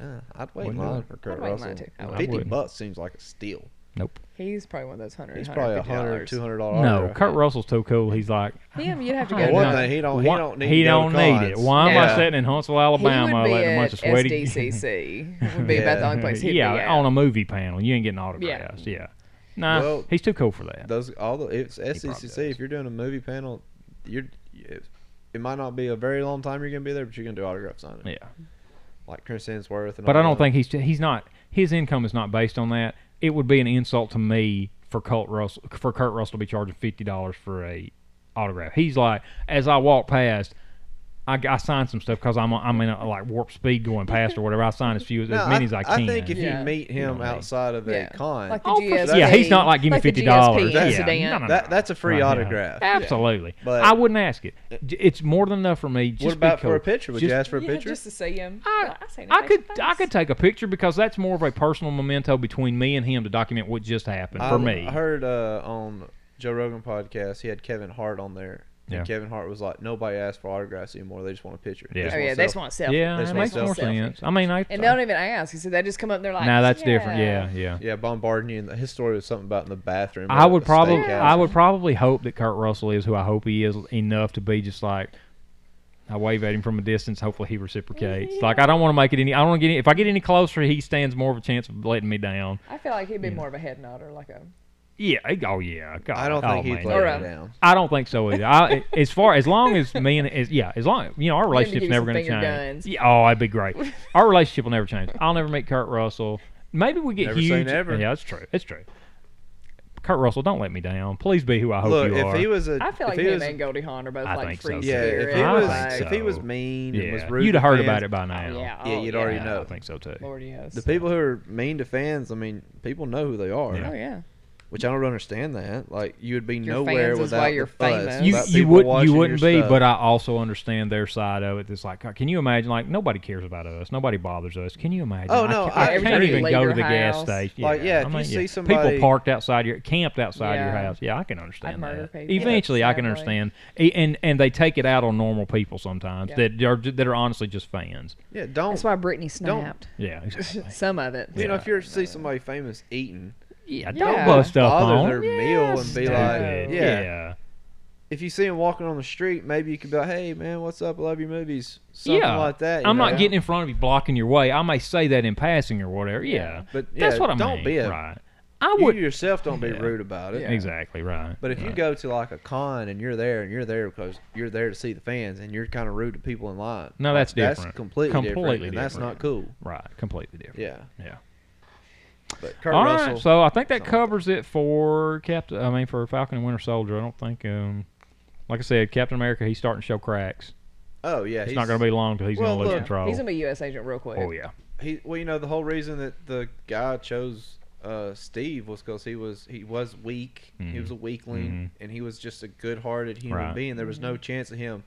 Speaker 4: Uh, I'd wait
Speaker 2: Wouldn't
Speaker 4: in
Speaker 2: do
Speaker 4: line
Speaker 2: it.
Speaker 4: for Kurt
Speaker 3: I'd wait in
Speaker 4: Russell.
Speaker 3: line too. I would.
Speaker 4: Fifty
Speaker 2: wouldn't.
Speaker 4: bucks seems like a steal.
Speaker 2: Nope.
Speaker 3: He's probably one of those hundred.
Speaker 4: He's probably a hundred, two hundred dollars.
Speaker 2: No, Kurt Russell's too cool. He's like,
Speaker 3: Him, you'd have to
Speaker 2: I
Speaker 3: go.
Speaker 2: don't
Speaker 3: to-
Speaker 4: One
Speaker 2: know.
Speaker 4: thing, he don't, he
Speaker 2: Why-
Speaker 4: don't need,
Speaker 2: he
Speaker 4: to go
Speaker 2: don't
Speaker 4: to
Speaker 2: need it.
Speaker 4: cons.
Speaker 2: Why am I
Speaker 3: Yeah.
Speaker 2: sitting in Huntsville,
Speaker 3: He would
Speaker 2: Alabama,
Speaker 3: be
Speaker 2: letting a bunch
Speaker 3: at
Speaker 2: of sweaty
Speaker 3: SDCC. would be about the
Speaker 4: Yeah.
Speaker 3: only place he'd
Speaker 2: yeah,
Speaker 3: be at.
Speaker 2: on a movie panel. You ain't getting autographs. Yeah, nah,
Speaker 4: Well,
Speaker 2: he's too cool for that.
Speaker 4: Those all the it's
Speaker 2: does.
Speaker 4: SCCC. If you're doing a movie panel, you're it, it might not be a very long time you're gonna be there, but you're gonna do autograph signing.
Speaker 2: yeah,
Speaker 4: Like Chris Hemsworth. And
Speaker 2: but
Speaker 4: all
Speaker 2: I don't
Speaker 4: them.
Speaker 2: think he's he's not. His income is not based on that. It would be an insult to me for Kurt Russell for Kurt Russell to be charging fifty dollars for a autograph. He's like, as I walk past. I, I signed some stuff because I'm I'm in a, like warp speed going past or whatever. I sign as few as,
Speaker 4: No,
Speaker 2: as many as I can.
Speaker 4: think if
Speaker 3: Yeah.
Speaker 4: you meet him
Speaker 2: what I mean?
Speaker 4: outside of
Speaker 3: yeah.
Speaker 4: a con,
Speaker 3: Like the
Speaker 2: Oh, for sure.
Speaker 3: GSP.
Speaker 2: yeah, he's not like give me
Speaker 3: like the
Speaker 2: fifty dollars.
Speaker 3: GSP
Speaker 4: Yeah.
Speaker 3: incident.
Speaker 2: no, no, no,
Speaker 4: That-
Speaker 2: no.
Speaker 4: that's a free
Speaker 2: Right, yeah.
Speaker 4: autograph.
Speaker 2: Absolutely,
Speaker 4: But-
Speaker 2: I wouldn't ask it. J- It's more than enough for me. Just
Speaker 4: what about
Speaker 2: because,
Speaker 4: for a picture? Would you
Speaker 2: just-
Speaker 4: ask for a
Speaker 3: Yeah,
Speaker 4: picture?
Speaker 3: just to see him.
Speaker 2: I,
Speaker 3: Well, seen him
Speaker 2: I
Speaker 3: face
Speaker 2: could
Speaker 3: to
Speaker 2: I
Speaker 3: face.
Speaker 2: could take a picture because that's more of a personal memento between me and him to document what just happened
Speaker 4: I,
Speaker 2: for me.
Speaker 4: I heard uh, on Joe Rogan podcast he had Kevin Hart on there,
Speaker 2: Yeah.
Speaker 4: and Kevin Hart was like, "Nobody asks for autographs anymore; they just want a picture."
Speaker 2: Yeah.
Speaker 4: Just
Speaker 3: Oh
Speaker 4: want
Speaker 3: yeah, they just
Speaker 4: selfie."
Speaker 3: want selfie.
Speaker 2: yeah,
Speaker 4: They
Speaker 2: it
Speaker 4: just
Speaker 2: makes
Speaker 4: want
Speaker 2: more
Speaker 4: selfie.
Speaker 2: sense. I mean, I
Speaker 3: And they don't even ask. He said they just come up. They're like,
Speaker 2: now that's different. Yeah, yeah.
Speaker 4: Yeah, bombarding you. In the, his story was something about in the bathroom.
Speaker 2: I
Speaker 4: at
Speaker 2: would
Speaker 4: a
Speaker 2: probably
Speaker 4: steakhouse.
Speaker 2: I would probably hope that Kurt Russell is who I hope he is enough to be just like I wave at him from a distance. Hopefully he reciprocates. Like I don't want to make it any. I don't want to get. Any, if I get any closer, he stands more of a chance of letting me down.
Speaker 3: I feel like he'd be more of a head nodder, like a.
Speaker 2: Yeah. I- Oh yeah. God.
Speaker 4: I don't
Speaker 2: oh,
Speaker 4: think he'd
Speaker 2: man.
Speaker 4: let
Speaker 3: Or
Speaker 4: her
Speaker 3: a-
Speaker 4: down.
Speaker 2: I don't think so either. I, as far as long as me and as, yeah, as long you know our
Speaker 3: Let me give
Speaker 2: relationship's
Speaker 3: you
Speaker 2: never
Speaker 3: some
Speaker 2: going to change.
Speaker 3: finger guns.
Speaker 2: Yeah, oh, that'd be great. Our relationship will never change. I'll never meet Kurt Russell. Maybe we get
Speaker 4: Never say
Speaker 2: huge.
Speaker 4: never.
Speaker 2: Yeah, that's true. It's true. Kurt Russell, don't let me down. Please be who I hope
Speaker 4: Look,
Speaker 2: you
Speaker 4: if
Speaker 2: are.
Speaker 4: he was a,
Speaker 3: I feel like
Speaker 4: if he
Speaker 3: him
Speaker 4: was,
Speaker 3: and Goldie Hawn are both
Speaker 2: I
Speaker 3: like
Speaker 2: think
Speaker 3: free
Speaker 2: so, too.
Speaker 4: yeah,
Speaker 3: spirit.
Speaker 4: if he
Speaker 2: I
Speaker 4: was
Speaker 2: think
Speaker 3: like,
Speaker 4: if he was
Speaker 2: so.
Speaker 4: mean and was
Speaker 2: yeah,
Speaker 4: rude,
Speaker 2: you'd
Speaker 4: to
Speaker 2: have heard
Speaker 4: fans,
Speaker 2: about it by now.
Speaker 3: oh, yeah,
Speaker 4: Yeah,
Speaker 3: oh,
Speaker 4: you'd already
Speaker 3: yeah.
Speaker 4: know.
Speaker 2: I think so too.
Speaker 3: Lord, yes.
Speaker 4: The people who are mean to fans, I mean, people know who they are,
Speaker 3: Oh yeah.
Speaker 4: which I don't understand that. Like, you would be
Speaker 3: Your
Speaker 4: nowhere
Speaker 3: fans is
Speaker 4: without
Speaker 3: why
Speaker 4: the
Speaker 3: you're
Speaker 4: fuss
Speaker 3: famous.
Speaker 4: about
Speaker 2: you, you
Speaker 4: people
Speaker 2: would
Speaker 4: watching
Speaker 2: you wouldn't
Speaker 4: your
Speaker 2: be,
Speaker 4: stuff.
Speaker 2: but uh, I also understand their side of it. It's like, God, can you imagine? Like nobody cares about us. Nobody bothers us. Can you imagine?
Speaker 4: Oh,
Speaker 2: I
Speaker 4: no,
Speaker 2: can't,
Speaker 4: I-
Speaker 2: I
Speaker 4: Every
Speaker 2: can't
Speaker 4: time you
Speaker 2: even
Speaker 3: leave
Speaker 2: go to
Speaker 3: your
Speaker 2: the gas
Speaker 3: house.
Speaker 2: station.
Speaker 4: Like, yeah,
Speaker 2: I
Speaker 4: if you
Speaker 2: mean,
Speaker 4: see
Speaker 2: yeah.
Speaker 4: somebody-
Speaker 2: people parked outside your camped outside your
Speaker 3: Yeah.
Speaker 2: house. Yeah, I can understand
Speaker 3: I'd murder
Speaker 2: that.
Speaker 3: people.
Speaker 2: Eventually, I can
Speaker 3: Sadly.
Speaker 2: understand, E- and and they take it out on normal people sometimes
Speaker 3: Yeah.
Speaker 2: that are that are honestly just fans.
Speaker 4: yeah, don't.
Speaker 3: That's why Britney snapped.
Speaker 2: Yeah, exactly.
Speaker 3: Some of it.
Speaker 4: you know, if you see somebody famous eating,
Speaker 2: yeah,
Speaker 3: Yeah.
Speaker 2: don't bust up
Speaker 4: bother
Speaker 2: on
Speaker 4: their
Speaker 2: them.
Speaker 4: meal and be like,
Speaker 2: Stupid.
Speaker 4: yeah.
Speaker 2: yeah.
Speaker 4: if you see him walking on the street, maybe you could be like, "Hey, man, what's up? I love your movies." Something like that. you
Speaker 2: I'm not
Speaker 4: know?
Speaker 2: getting in front of you, blocking your way. I may say that in passing or whatever. Yeah,
Speaker 4: But,
Speaker 2: that's
Speaker 4: yeah,
Speaker 2: what I
Speaker 4: don't
Speaker 2: mean.
Speaker 4: be a-
Speaker 2: right. I
Speaker 4: You
Speaker 2: would
Speaker 4: yourself don't be
Speaker 2: Yeah.
Speaker 4: rude about it.
Speaker 2: exactly right.
Speaker 4: But if you
Speaker 2: Right.
Speaker 4: go to like a con and you're there and you're there because you're there to see the fans and you're kind of rude to people in line.
Speaker 2: No,
Speaker 4: like,
Speaker 2: that's different.
Speaker 4: That's completely, different,
Speaker 2: Completely
Speaker 4: and that's
Speaker 2: different.
Speaker 4: not cool.
Speaker 2: right, completely different.
Speaker 4: Yeah.
Speaker 2: Yeah.
Speaker 4: But Kurt
Speaker 2: All right,
Speaker 4: Russell.
Speaker 2: so I think that
Speaker 4: something like
Speaker 2: covers it for Captain. I mean, for Falcon and Winter Soldier. I don't think. um like I said, Captain America, he's starting to show cracks.
Speaker 4: oh yeah,
Speaker 2: It's not going to be long till he's
Speaker 4: Well,
Speaker 2: going to lose
Speaker 4: look,
Speaker 2: control.
Speaker 3: He's gonna be a U.S. agent real quick.
Speaker 2: oh yeah,
Speaker 4: He well, you know, the whole reason that the guy chose uh, Steve was because he was he was weak. He was a weakling, and he was just a good-hearted human
Speaker 2: Mm-hmm. Right.
Speaker 4: being. There was no chance of him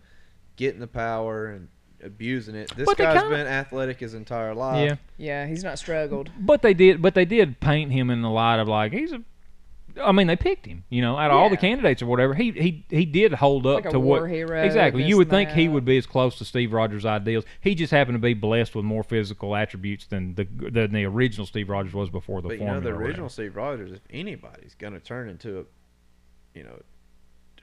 Speaker 4: getting the power and abusing it. This
Speaker 2: But they
Speaker 4: guy's
Speaker 2: kinda-
Speaker 4: been athletic his entire life.
Speaker 2: yeah.
Speaker 3: Yeah, he's not struggled.
Speaker 2: But they did, but they did paint him in the light of like he's a. I mean, they picked him. You know, out of all the
Speaker 3: Yeah.
Speaker 2: candidates or whatever, he he he did hold up
Speaker 3: Like a
Speaker 2: to
Speaker 3: war
Speaker 2: what
Speaker 3: hero,
Speaker 2: exactly.
Speaker 3: this
Speaker 2: You would
Speaker 3: and
Speaker 2: think he
Speaker 3: that.
Speaker 2: would be as close to Steve Rogers' ideals. He just happened to be blessed with more physical attributes than the than the original Steve Rogers was before the
Speaker 4: But you
Speaker 2: formula.
Speaker 4: know, the
Speaker 2: or whatever.
Speaker 4: original Steve Rogers, if anybody's going to turn into a, you know,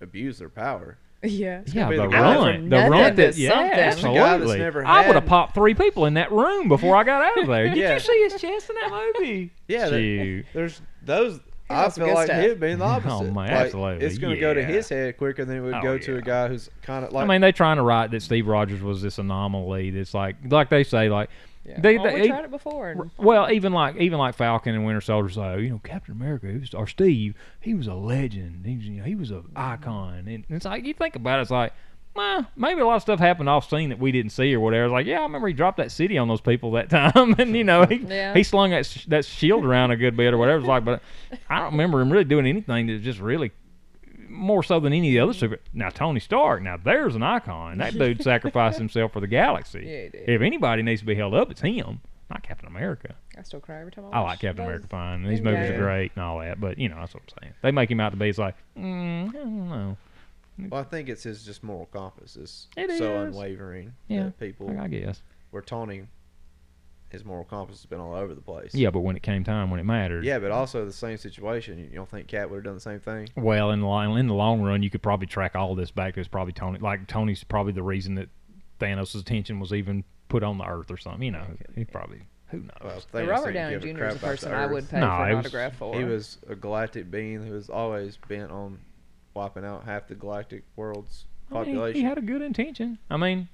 Speaker 4: abuse their power,
Speaker 3: Yeah.
Speaker 2: Yeah,
Speaker 4: be
Speaker 2: the,
Speaker 4: the guy
Speaker 2: run,
Speaker 3: from
Speaker 2: the
Speaker 3: nothing
Speaker 2: run
Speaker 3: to
Speaker 2: that, yeah,
Speaker 3: something. It's
Speaker 4: the guy that's
Speaker 2: absolutely.
Speaker 4: never
Speaker 2: I would have
Speaker 4: had-
Speaker 2: popped three people in that room before I got out of there. Did
Speaker 4: Yeah.
Speaker 2: you see his chest in that movie?
Speaker 4: Yeah, that-
Speaker 2: Shoot.
Speaker 4: There's those. I
Speaker 3: got some
Speaker 4: feel
Speaker 3: good
Speaker 4: like
Speaker 3: stuff.
Speaker 4: him being the
Speaker 2: Oh,
Speaker 4: opposite.
Speaker 2: man,
Speaker 4: Like,
Speaker 2: absolutely,
Speaker 4: It's going to go to
Speaker 2: yeah.
Speaker 4: his head quicker than it would
Speaker 2: Oh,
Speaker 4: go to
Speaker 2: yeah.
Speaker 4: a guy who's kind of like.
Speaker 2: I mean, they're trying to write that Steve Rogers was this anomaly. That's like, like they say, like they, they-
Speaker 3: They, Oh, we tried it before. and-
Speaker 2: Well, even like even like Falcon and Winter Soldier, so you know Captain America he was, or Steve, he was a legend. He was you know, he was an icon, and it's like you think about it, it's like, well, maybe a lot of stuff happened off scene that we didn't see or whatever. It's like, yeah, I remember he dropped that city on those people that time, and you know he
Speaker 3: Yeah.
Speaker 2: he slung that sh- that shield around a good bit or whatever. It's like, but I don't remember him really doing anything that just really. More so than any of the other super. Now Tony Stark. Now there's an icon. That dude sacrificed himself for the galaxy.
Speaker 3: Yeah, he did.
Speaker 2: If anybody needs to be held up, it's him, not Captain America.
Speaker 3: I still cry every time I watch
Speaker 2: I like Captain
Speaker 3: those.
Speaker 2: America fine. and These movies
Speaker 3: Yeah.
Speaker 2: are great and all that, but you know that's what I'm saying. They make him out to be it's like, mm, I don't know.
Speaker 4: well, I think it's his just moral compass is
Speaker 2: It
Speaker 4: so
Speaker 2: is.
Speaker 4: unwavering
Speaker 2: Yeah.
Speaker 4: that people
Speaker 2: Like, I guess.
Speaker 4: were taunting. His moral compass has been all over the place.
Speaker 2: Yeah, but when it came time, when it mattered,
Speaker 4: Yeah, but also the same situation. You don't think Cat would have done the same thing?
Speaker 2: Well, in the long, in the long run, you could probably track all this back to it's probably Tony. Like Tony's probably the reason that Thanos' attention was even put on the Earth or something. You know, he probably who knows.
Speaker 4: Well,
Speaker 3: But
Speaker 4: Thanos
Speaker 3: Robert
Speaker 4: didn't
Speaker 3: Downey
Speaker 4: give
Speaker 3: Jr.
Speaker 4: a crap
Speaker 3: is a
Speaker 4: about the
Speaker 3: person I
Speaker 4: Earth.
Speaker 3: would pay
Speaker 2: No,
Speaker 3: for
Speaker 2: he
Speaker 3: an
Speaker 2: was-
Speaker 3: autograph for.
Speaker 4: He was a galactic being who was always bent on wiping out half the galactic world's
Speaker 2: I mean,
Speaker 4: population.
Speaker 2: he had a good intention. I mean,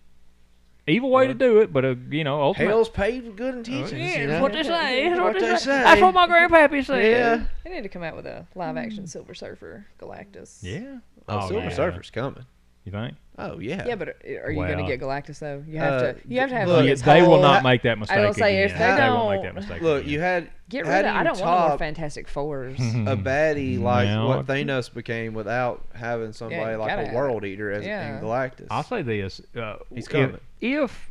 Speaker 2: evil way to do it, but a, you know, ultimately.
Speaker 4: Hell's paid with good intentions. you know?
Speaker 2: say.
Speaker 4: That's what what they they say. say. That's what
Speaker 2: my grandpappy
Speaker 4: yeah.
Speaker 3: They need to come out with a live action Silver Surfer Galactus.
Speaker 2: Yeah.
Speaker 4: Oh, Silver
Speaker 2: yeah.
Speaker 4: Surfer's coming.
Speaker 2: You think?
Speaker 4: Oh yeah.
Speaker 3: Yeah, but are- are you
Speaker 2: Well,
Speaker 3: going to get Galactus though? You have
Speaker 4: uh,
Speaker 3: to. You have to have.
Speaker 4: look,
Speaker 3: his
Speaker 2: Yeah, they will
Speaker 3: whole-
Speaker 2: not make that mistake.
Speaker 3: I will say if
Speaker 2: again.
Speaker 4: they
Speaker 2: won't make
Speaker 3: don't-
Speaker 2: that mistake.
Speaker 4: Look,
Speaker 2: again.
Speaker 4: you had
Speaker 3: Get
Speaker 4: how
Speaker 3: rid
Speaker 4: do
Speaker 3: of. I
Speaker 4: you
Speaker 3: don't want no more
Speaker 4: top
Speaker 3: Fantastic Fours.
Speaker 4: a baddie like
Speaker 2: No,
Speaker 4: what
Speaker 2: I-
Speaker 4: Thanos became without having somebody
Speaker 3: you gotta
Speaker 4: like a
Speaker 3: have
Speaker 4: world eater as
Speaker 3: Yeah.
Speaker 4: in Galactus.
Speaker 2: I'll say this: uh,
Speaker 4: He's
Speaker 2: if,
Speaker 4: coming.
Speaker 2: if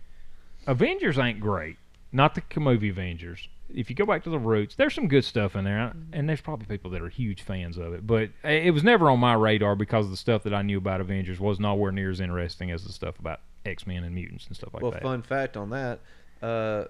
Speaker 2: Avengers ain't great, not the movie Avengers. If you go back to the roots, there's some good stuff in there, and there's probably people that are huge fans of it. But i- it was never on my radar because the stuff that I knew about Avengers was nowhere near as interesting as the stuff about X Men and mutants and stuff like
Speaker 4: well,
Speaker 2: that.
Speaker 4: fun fact on that, uh,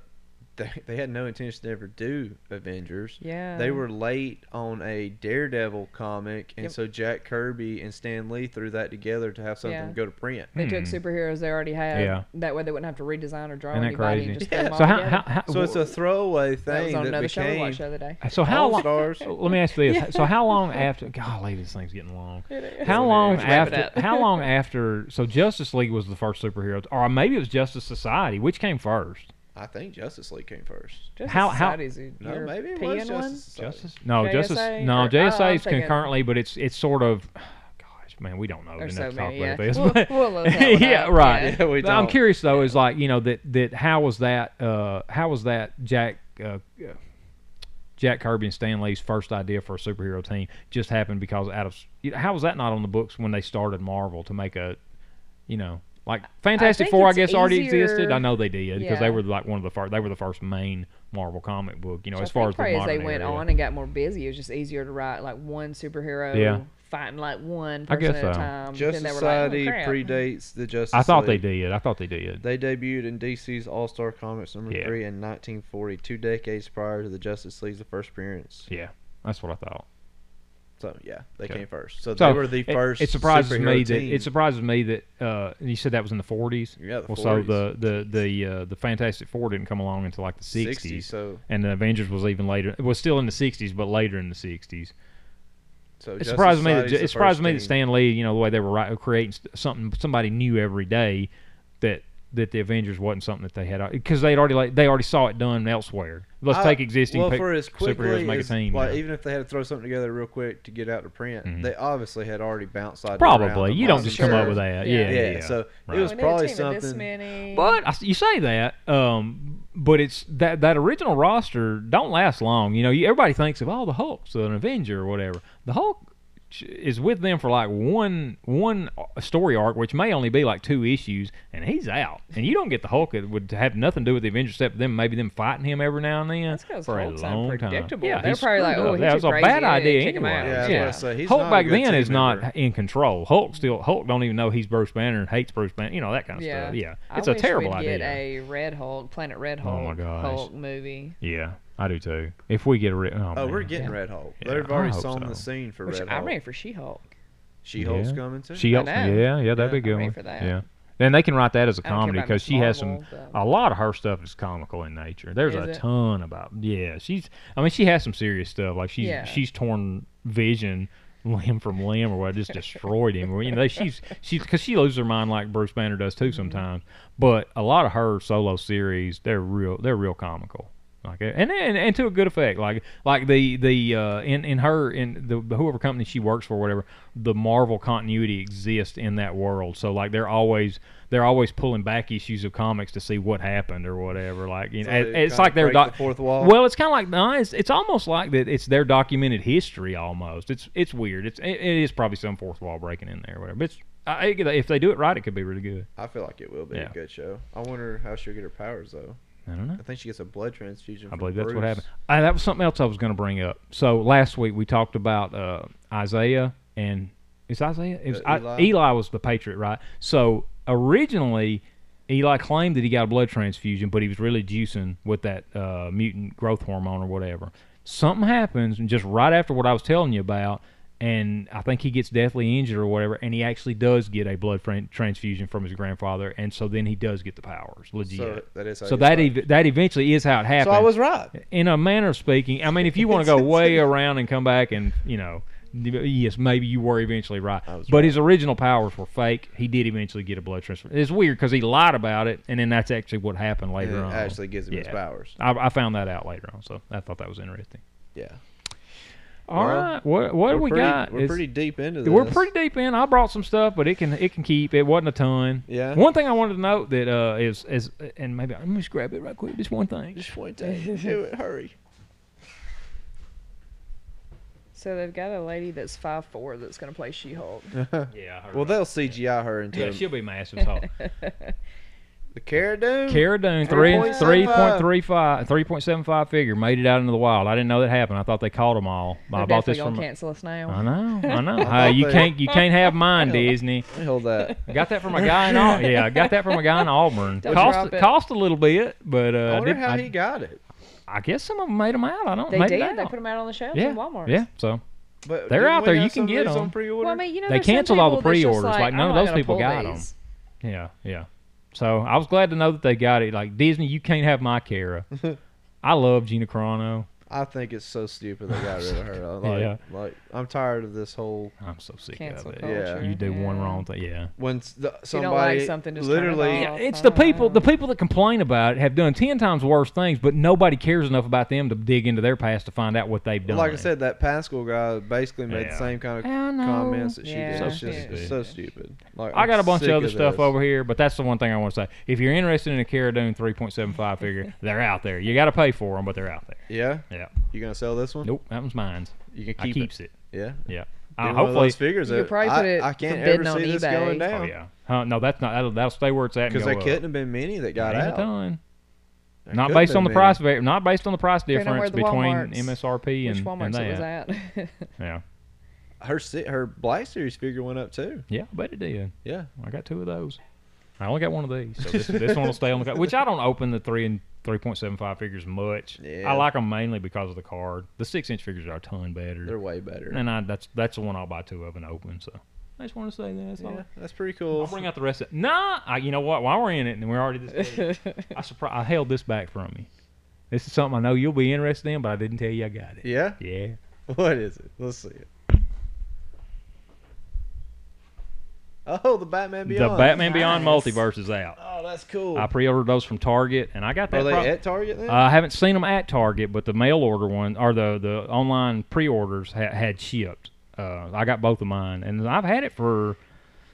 Speaker 4: they, they had no intention to ever do Avengers.
Speaker 3: Yeah.
Speaker 4: They were late on a Daredevil comic, and
Speaker 3: Yep.
Speaker 4: so Jack Kirby and Stan Lee threw that together to have something
Speaker 3: Yeah.
Speaker 4: go to print.
Speaker 3: They took superheroes they already had.
Speaker 2: Hmm. Yeah.
Speaker 3: That way they wouldn't have to redesign or draw
Speaker 2: Isn't that
Speaker 3: anybody.
Speaker 2: crazy?
Speaker 3: Just throw them all
Speaker 2: so how,
Speaker 3: together.
Speaker 2: how, how
Speaker 4: So it's a throwaway
Speaker 3: that
Speaker 4: thing
Speaker 3: was
Speaker 4: that,
Speaker 3: on another show we
Speaker 4: became.
Speaker 3: watched the other day.
Speaker 2: So how long? uh,
Speaker 4: All-Stars.
Speaker 2: Let me ask this. So how long after? Golly, this thing's getting long.
Speaker 3: is.
Speaker 2: How long
Speaker 3: Let's wrap it
Speaker 2: after?
Speaker 3: up.
Speaker 2: How long after? So Justice League was the first superhero, or maybe it was Justice Society. Which came first?
Speaker 4: I think Justice League came first.
Speaker 3: Justice
Speaker 2: how- how-
Speaker 3: Society's a
Speaker 4: No, maybe it
Speaker 3: European
Speaker 4: was
Speaker 3: one.
Speaker 4: Justice. Society.
Speaker 2: Justice? No, Justice.
Speaker 3: JSA
Speaker 2: No,
Speaker 3: or- oh,
Speaker 2: JSA
Speaker 3: I'm
Speaker 2: is
Speaker 3: thinking-
Speaker 2: concurrently, but it's it's sort of. Gosh, man, we don't know
Speaker 3: There's
Speaker 2: enough
Speaker 3: so
Speaker 2: to talk
Speaker 3: many,
Speaker 2: about
Speaker 3: yeah.
Speaker 2: this.
Speaker 3: We'll-
Speaker 2: but-
Speaker 3: we'll look that one
Speaker 2: yeah,
Speaker 3: up,
Speaker 2: right.
Speaker 3: yeah.
Speaker 4: Yeah, we
Speaker 2: But I'm
Speaker 4: don't.
Speaker 2: curious though, is like you know that that how was that uh how was that Jack. Uh, uh, Jack Kirby and Stan Lee's first idea for a superhero team just happened because out of you know, how was that not on the books when they started Marvel to make a, you know, like Fantastic
Speaker 3: think
Speaker 2: Four I
Speaker 3: it's
Speaker 2: guess already
Speaker 3: easier-
Speaker 2: existed. I know they did because they
Speaker 3: Yeah.
Speaker 2: were like one of the first. They were the first main Marvel comic book. You know,
Speaker 3: So
Speaker 2: as
Speaker 3: I
Speaker 2: far
Speaker 3: think
Speaker 2: as the
Speaker 3: probably
Speaker 2: modern
Speaker 3: as they went
Speaker 2: area.
Speaker 3: on and got more busy, it was just easier to write like one superhero
Speaker 2: Yeah.
Speaker 3: fighting like one
Speaker 2: I
Speaker 3: person
Speaker 2: guess
Speaker 3: at a
Speaker 2: so.
Speaker 3: time.
Speaker 4: Justice
Speaker 3: then they were
Speaker 4: Society
Speaker 3: like, oh, crap.
Speaker 4: predates the Justice.
Speaker 2: I thought they
Speaker 4: League.
Speaker 2: did. I thought they did.
Speaker 4: They debuted in DC's All Star Comics number
Speaker 2: Yeah.
Speaker 4: three in 1940, two decades prior to the Justice League's first appearance.
Speaker 2: Yeah, that's what I thought.
Speaker 4: So yeah, they
Speaker 2: Okay.
Speaker 4: came first. So,
Speaker 2: So
Speaker 4: they were the
Speaker 2: it-
Speaker 4: first.
Speaker 2: It, surprises
Speaker 4: superhero
Speaker 2: me
Speaker 4: team.
Speaker 2: that it surprises me that uh, and you said that was in the forties.
Speaker 4: Yeah, the
Speaker 2: well, so the the the uh, the Fantastic Four didn't come along until like the
Speaker 4: 60,
Speaker 2: sixties,
Speaker 4: so
Speaker 2: and the Avengers was even later. It was still in the sixties, but later in the sixties.
Speaker 4: so
Speaker 2: It
Speaker 4: Justice
Speaker 2: surprised me. That,
Speaker 4: Society's the
Speaker 2: it surprised
Speaker 4: first
Speaker 2: me
Speaker 4: team.
Speaker 2: that Stan Lee, you know, the way they were writing, creating st- something, somebody new every day, that that the Avengers wasn't something that they had because they would already like they already saw it done elsewhere. Let's
Speaker 4: I-
Speaker 2: take existing
Speaker 4: well
Speaker 2: pe-
Speaker 4: for as quickly
Speaker 2: superheroes, and make
Speaker 4: as-
Speaker 2: a team. you
Speaker 4: Like,
Speaker 2: know. Mm-hmm.
Speaker 4: Even if they had to throw something together real quick to get out to print, they obviously had already bounced ideas around
Speaker 2: Probably.
Speaker 4: them,
Speaker 2: You don't
Speaker 4: I'm
Speaker 2: just
Speaker 3: sure.
Speaker 2: come up with that. Yeah.
Speaker 3: Yeah.
Speaker 4: Yeah,
Speaker 2: Yeah.
Speaker 4: so
Speaker 2: Right.
Speaker 4: it
Speaker 3: We
Speaker 4: was
Speaker 3: need a
Speaker 4: probably
Speaker 3: team of this
Speaker 4: something.
Speaker 3: many.
Speaker 2: But I s- you say that, um, but it's that that original roster don't last long. You know, you, everybody thinks of oh the Hulk's an Avenger or whatever. The Hulk ch- is with them for like one one uh, story arc, which may only be like two issues, and he's out. And you don't get the Hulk. It would have nothing to do with the Avengers except them maybe them fighting him every now and then
Speaker 3: That's 'cause
Speaker 2: for
Speaker 3: Hulk's
Speaker 2: a long
Speaker 3: unpredictable.
Speaker 2: time. Yeah,
Speaker 3: They're
Speaker 2: he's
Speaker 3: probably like,
Speaker 2: screwed
Speaker 3: "Oh,
Speaker 2: up.
Speaker 3: he's
Speaker 2: that
Speaker 3: too
Speaker 2: was a
Speaker 3: crazy,
Speaker 2: bad
Speaker 3: yeah,
Speaker 2: idea
Speaker 3: kick him
Speaker 2: anyway.
Speaker 3: out.
Speaker 4: Yeah, I was
Speaker 2: yeah.
Speaker 4: gonna say, he's
Speaker 2: Hulk
Speaker 4: not a
Speaker 2: back
Speaker 4: good
Speaker 2: then
Speaker 4: team
Speaker 2: is not
Speaker 4: member.
Speaker 2: in control. Hulk still Hulk don't even know he's Bruce Banner and hates Bruce Banner. You know that kind of
Speaker 3: yeah,
Speaker 2: stuff. Yeah,
Speaker 3: I
Speaker 2: it's a
Speaker 3: wish
Speaker 2: terrible
Speaker 3: we'd
Speaker 2: idea.
Speaker 3: Get a Red Hulk, Planet Red
Speaker 2: Oh
Speaker 3: Hulk,
Speaker 2: my gosh.
Speaker 3: Hulk movie.
Speaker 2: Yeah, I do too. If we get a re- oh,
Speaker 4: Oh, we're
Speaker 2: man.
Speaker 4: getting Red Hulk.
Speaker 2: Yeah,
Speaker 4: They've
Speaker 2: I
Speaker 4: already
Speaker 2: hope
Speaker 4: saw
Speaker 2: so.
Speaker 4: the scene for
Speaker 3: Which
Speaker 4: Red
Speaker 3: I
Speaker 4: Hulk.
Speaker 3: ran for She Hulk.
Speaker 4: She Hulk's
Speaker 2: Yeah.
Speaker 4: coming too.
Speaker 2: She
Speaker 3: I
Speaker 2: helps me.
Speaker 3: know.
Speaker 2: Yeah, yeah, that'd be
Speaker 4: Yeah.
Speaker 2: a good
Speaker 3: I'm ready
Speaker 2: one.
Speaker 3: for that.
Speaker 2: Yeah. And they can write that as a
Speaker 3: I don't care
Speaker 2: comedy
Speaker 3: about
Speaker 2: because
Speaker 3: Miss
Speaker 2: she has some.
Speaker 3: Marvel, but-
Speaker 2: A lot of her stuff is comical in nature. There's
Speaker 3: Is
Speaker 2: a
Speaker 3: it?
Speaker 2: ton about. Yeah, she's. I mean, she has some serious stuff. Like she's
Speaker 3: Yeah.
Speaker 2: she's torn vision limb from limb or what just destroyed him. Or, you know, she's she's because she loses her mind like Bruce Banner does too sometimes. But a lot of her solo series, they're real. They're real comical. Like and, and and to a good effect, like like the the uh, in in her in the whoever company she works for, whatever the Marvel continuity exists in that world. So like they're always they're always pulling back issues of comics to see what happened or whatever. Like you know,
Speaker 4: So
Speaker 2: it-
Speaker 4: they
Speaker 2: it's
Speaker 4: kinda
Speaker 2: like they're
Speaker 4: break the
Speaker 2: doc-
Speaker 4: fourth wall.
Speaker 2: Well, it's kind of like no, it's, it's almost like that. It's their documented history almost. It's it's weird. It's it, it is probably some fourth wall breaking in there or whatever. But it's, I, if they do it right, it could be really good.
Speaker 4: I feel like it will be
Speaker 2: Yeah.
Speaker 4: a good show. I wonder how she'll get her powers though.
Speaker 2: I don't know.
Speaker 4: I think she gets a blood transfusion.
Speaker 2: I
Speaker 4: from
Speaker 2: believe that's what
Speaker 4: Bruce.
Speaker 2: happened. Uh, that was something else I was going to bring up. So last week we talked about uh, Isaiah and is Isaiah? It was,
Speaker 4: Uh,
Speaker 2: I-
Speaker 4: Eli.
Speaker 2: Eli. was the patriot, right? So originally Eli claimed that he got a blood transfusion, but he was really juicing with that uh, mutant growth hormone or whatever. Something happens, and just right after what I was telling you about, and I think he gets deathly injured or whatever, and he actually does get a blood tran- transfusion from his grandfather, and so then he does get the powers, legit.
Speaker 4: So that is. How
Speaker 2: So
Speaker 4: you
Speaker 2: that
Speaker 4: start.
Speaker 2: ev- that eventually is how it
Speaker 4: So
Speaker 2: happened.
Speaker 4: I was right.
Speaker 2: in a manner of speaking. I mean, if you want to go way around and come back and you know, yes, maybe you were eventually right.
Speaker 4: I was
Speaker 2: But his original powers were fake. He did eventually get a blood transfer. It's weird because he lied about it, and then that's actually what happened
Speaker 4: And
Speaker 2: later
Speaker 4: it
Speaker 2: on.
Speaker 4: actually gives him his
Speaker 2: Yeah.
Speaker 4: powers.
Speaker 2: I, I found that out later on, so I thought that was interesting.
Speaker 4: Yeah.
Speaker 2: All
Speaker 4: Well,
Speaker 2: right, what what do
Speaker 4: We're
Speaker 2: we
Speaker 4: pretty-
Speaker 2: got?
Speaker 4: We're
Speaker 2: It's-
Speaker 4: pretty deep into this.
Speaker 2: we're pretty deep in. I brought some stuff, but it can it can keep. It wasn't a ton.
Speaker 4: Yeah.
Speaker 2: One thing I wanted to note that uh is is and maybe let me just grab it right quick. Just one thing.
Speaker 4: Just one day. Do it. Hurry.
Speaker 3: So they've got a lady that's five four that's going to play She-Hulk.
Speaker 2: Yeah. I heard
Speaker 4: Well,
Speaker 2: about
Speaker 4: they'll CGI her into
Speaker 2: Yeah, she'll be massive. So.
Speaker 4: the Cara Dune.
Speaker 3: Hmm.
Speaker 2: Cara Dune, three,
Speaker 4: 3.75.
Speaker 2: 3.35 3.75 figure, made it out into the wild. I didn't know that happened. I thought they caught them all.
Speaker 3: They're
Speaker 2: I bought
Speaker 3: definitely
Speaker 2: this
Speaker 3: going
Speaker 2: from.
Speaker 3: to cancel us now.
Speaker 2: I know, I know.
Speaker 4: thought
Speaker 2: Hey, you
Speaker 4: they-
Speaker 2: can't, you can't have mine, Disney.
Speaker 4: Let me hold that.
Speaker 2: I got that from a guy in Auburn. Yeah, I got that from a guy in Auburn.
Speaker 3: Don't
Speaker 2: cost
Speaker 3: drop it.
Speaker 2: cost a little bit, but uh,
Speaker 4: I
Speaker 2: I,
Speaker 4: wonder
Speaker 2: did-
Speaker 4: how
Speaker 2: I-
Speaker 4: he got it.
Speaker 2: I guess some of them made them out. I don't.
Speaker 3: They
Speaker 2: made
Speaker 3: did.
Speaker 2: It out.
Speaker 3: They put them out on the shelves
Speaker 2: yeah,
Speaker 3: in Walmart.
Speaker 2: Yeah, so
Speaker 4: But
Speaker 2: They're
Speaker 4: didn't
Speaker 2: out
Speaker 4: we
Speaker 2: there,
Speaker 4: have
Speaker 2: you can
Speaker 4: some of
Speaker 2: get
Speaker 4: these on
Speaker 2: them.
Speaker 4: pre-order.
Speaker 3: Well, I mean, you know,
Speaker 2: They
Speaker 3: there's some
Speaker 2: canceled all the
Speaker 3: people that's just
Speaker 2: pre-orders, like,
Speaker 3: I'm
Speaker 2: none of
Speaker 3: not
Speaker 2: those
Speaker 3: gonna
Speaker 2: people
Speaker 3: pull
Speaker 2: got 'em.
Speaker 3: these.
Speaker 2: yeah, yeah. So I was glad to know that they got it. Like Disney, you can't have my Cara. I love Gina Carano.
Speaker 4: I think it's so stupid they got rid of her. I Like,
Speaker 2: Yeah.
Speaker 4: like I'm tired of this whole
Speaker 2: I'm so sick
Speaker 3: Cancel
Speaker 2: of it.
Speaker 4: culture,
Speaker 2: you do one
Speaker 3: yeah.
Speaker 2: wrong thing. Yeah.
Speaker 4: when s- the,
Speaker 3: you don't like
Speaker 4: somebody
Speaker 3: something, just turn it
Speaker 4: literally
Speaker 3: off.
Speaker 2: Yeah, it's the people
Speaker 3: fine.
Speaker 2: the people that complain about it have done ten times worse things, but nobody cares enough about them to dig into their past to find out what they've done.
Speaker 4: like I said, that Pascal guy basically made the
Speaker 2: Yeah.
Speaker 4: same kind of
Speaker 2: I know.
Speaker 4: comments that she
Speaker 3: Yeah.
Speaker 4: did.
Speaker 2: So
Speaker 4: it's just It's
Speaker 2: stupid.
Speaker 4: so stupid. Like,
Speaker 2: I got
Speaker 4: I'm
Speaker 2: a bunch of
Speaker 4: sick
Speaker 2: other stuff
Speaker 4: this.
Speaker 2: over here, but that's the one thing I want to say. If you're interested in a Cara Dune 3.75 figure, they're out there. You got to pay for them, but they're out there.
Speaker 4: Yeah,
Speaker 2: Yeah.
Speaker 4: you gonna sell this one?
Speaker 2: Nope, that one's mine.
Speaker 4: You can
Speaker 2: I
Speaker 4: keep,
Speaker 2: keeps it.
Speaker 4: it. Yeah.
Speaker 2: Yeah.
Speaker 4: Be
Speaker 2: I,
Speaker 4: one of those
Speaker 2: hopefully.
Speaker 4: figures
Speaker 3: You
Speaker 4: that
Speaker 3: could probably
Speaker 4: I,
Speaker 3: put it
Speaker 4: I can't ever
Speaker 3: forbidden
Speaker 4: see
Speaker 3: on
Speaker 4: this
Speaker 3: eBay.
Speaker 4: going
Speaker 2: Oh
Speaker 4: down
Speaker 2: yeah. Huh, no, that's not. That'll, that'll stay where it's at. and
Speaker 4: because
Speaker 2: go
Speaker 4: there
Speaker 2: up.
Speaker 4: couldn't have been many that got
Speaker 2: Ain't a
Speaker 4: out.
Speaker 2: ton.
Speaker 4: There
Speaker 2: Not
Speaker 4: couldn't
Speaker 2: based
Speaker 4: have
Speaker 2: on the
Speaker 4: been
Speaker 2: price. va- Not based on the price
Speaker 3: Depending on where
Speaker 2: difference
Speaker 3: the
Speaker 2: between
Speaker 3: Walmart's-
Speaker 2: MSRP and,
Speaker 3: Which
Speaker 2: and
Speaker 3: Walmart's
Speaker 2: that.
Speaker 3: it was at?
Speaker 2: Yeah.
Speaker 4: many. Her si- her Black Series figure went up too.
Speaker 2: Yeah, I bet it did.
Speaker 4: Yeah,
Speaker 2: I got two of those. I only got one of these, so this, this one will stay on the card. Which I don't open the three and three point seven five figures much.
Speaker 4: Yeah.
Speaker 2: I like them mainly because of the card. The six inch figures are a ton better,
Speaker 4: they're way better.
Speaker 2: and I that's that's the one I'll buy two of and open. So I just want to say that. That's all.
Speaker 4: yeah, that's pretty
Speaker 2: I'll
Speaker 4: cool.
Speaker 2: bring out the rest of it. Nah, I, you know what? While we're in it, and we're already this deep, I surpri- I held this back from you. This is something I know you'll be interested in, but I didn't tell you I got it.
Speaker 4: Yeah,
Speaker 2: Yeah.
Speaker 4: what is it? Let's see it. Oh, the Batman Beyond.
Speaker 2: The Batman Beyond
Speaker 3: Nice.
Speaker 2: Multiverse is out.
Speaker 4: Oh, that's cool.
Speaker 2: I pre-ordered those from Target, and I got that.
Speaker 4: Are they
Speaker 2: pro-
Speaker 4: at Target then?
Speaker 2: Uh, I haven't seen them at Target, but the mail order one or the the online pre-orders ha- had shipped. Uh, I got both of mine, and I've had it for.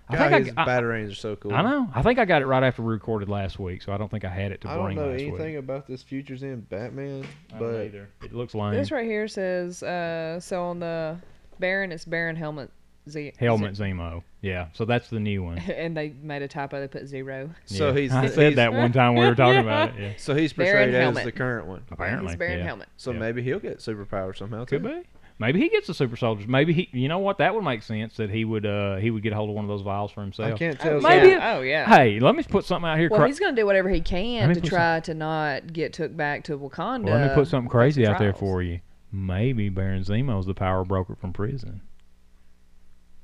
Speaker 2: I
Speaker 4: God, his
Speaker 2: think I, I,
Speaker 4: batarangs are so cool.
Speaker 2: I know. I think I got it right after we recorded last week, so I don't think I had it to
Speaker 4: I don't
Speaker 2: bring
Speaker 4: know
Speaker 2: last week.
Speaker 4: anything about this Futures End Batman,
Speaker 2: I don't
Speaker 4: but
Speaker 2: either. It looks lame.
Speaker 3: This right here says uh, so on the Baron it's Baron Helmet Z.
Speaker 2: Helmet Zemo. Yeah, so that's the new one.
Speaker 3: And they made a typo. They put zero.
Speaker 4: so
Speaker 2: Yeah.
Speaker 4: he's
Speaker 2: I
Speaker 4: he's,
Speaker 2: said that one time we were talking about it. Yeah.
Speaker 4: So he's
Speaker 3: Baron
Speaker 4: portrayed as
Speaker 3: Helmet.
Speaker 4: the current one.
Speaker 2: Apparently,
Speaker 3: He's Baron
Speaker 2: yeah.
Speaker 3: Helmet.
Speaker 4: So
Speaker 2: Yeah.
Speaker 4: maybe he'll get superpowers somehow too.
Speaker 2: Could be. Maybe he gets a super soldier. Maybe he. You know what? That would make sense that he would. Uh, he would get a hold of one of those vials for himself.
Speaker 4: I can't tell.
Speaker 2: yeah. Maybe
Speaker 4: Maybe.
Speaker 2: it-
Speaker 3: Oh yeah.
Speaker 2: Hey, let me put something out here.
Speaker 3: Well,
Speaker 2: cra-
Speaker 3: he's gonna do whatever he
Speaker 2: Let
Speaker 3: can
Speaker 2: me
Speaker 3: to
Speaker 2: put
Speaker 3: try to not get took back to Wakanda.
Speaker 2: Well, let me put something crazy out there
Speaker 3: trials.
Speaker 2: for you. Maybe Baron Zemo's the power broker from prison.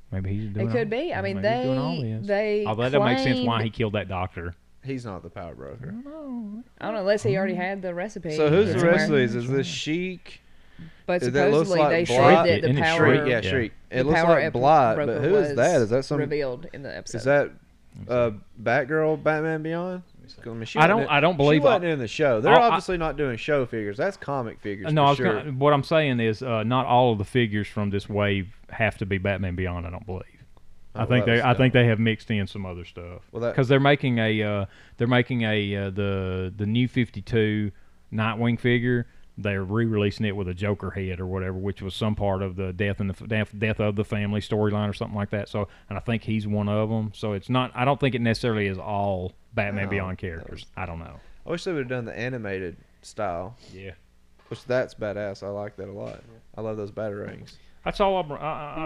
Speaker 2: Maybe he's doing
Speaker 3: It could
Speaker 2: all-
Speaker 3: be. I mean,
Speaker 2: maybe he's doing all
Speaker 3: they
Speaker 2: this.
Speaker 3: they.
Speaker 2: Although that makes sense why
Speaker 3: claimed-
Speaker 2: he killed that doctor.
Speaker 4: He's not the power broker.
Speaker 3: I don't know, unless he already had the recipe.
Speaker 4: So who's the
Speaker 3: somewhere.
Speaker 4: rest of these? Is this Sheik?
Speaker 3: But
Speaker 4: Is that looks
Speaker 3: supposedly
Speaker 4: like
Speaker 3: they said
Speaker 4: Block?
Speaker 3: that
Speaker 2: Isn't
Speaker 3: the
Speaker 2: it
Speaker 3: power.
Speaker 2: Shriek?
Speaker 4: Shriek, yeah,
Speaker 2: Yeah.
Speaker 4: Shriek. It
Speaker 3: the
Speaker 4: looks
Speaker 3: power
Speaker 4: like
Speaker 3: ep-
Speaker 4: Blight, but
Speaker 3: broker
Speaker 4: who is
Speaker 3: was
Speaker 4: that? Is that some?
Speaker 3: revealed in the episode?
Speaker 4: Is that uh, Batgirl, Batman Beyond? 'Cause, I, mean, she
Speaker 2: I don't-
Speaker 4: wasn't-
Speaker 2: I don't believe
Speaker 4: she wasn't
Speaker 2: I-
Speaker 4: in the show. They're
Speaker 2: I- I-
Speaker 4: obviously not doing show figures. That's comic figures.
Speaker 2: No, I
Speaker 4: for
Speaker 2: was
Speaker 4: sure.
Speaker 2: gonna, what I'm saying is uh, not all of the figures from this wave have to be Batman Beyond. I don't believe. I
Speaker 4: Oh,
Speaker 2: think
Speaker 4: that
Speaker 2: they
Speaker 4: was
Speaker 2: I think they have mixed in some other stuff.
Speaker 4: Well, that-
Speaker 2: because they're making a uh, they're making a uh, the the new 52 Nightwing figure. They're re-releasing it with a Joker head or whatever, which was some part of the death in the f- death, death of the family storyline or something like that. So, and I think he's one of them. So it's not. I don't think it necessarily is all Batman
Speaker 4: No,
Speaker 2: Beyond characters. I don't know.
Speaker 4: I wish they would have done the animated style,
Speaker 2: Yeah.
Speaker 4: which that's badass. I like that a lot. I love those batarangs.
Speaker 2: That's all. I'll br- I,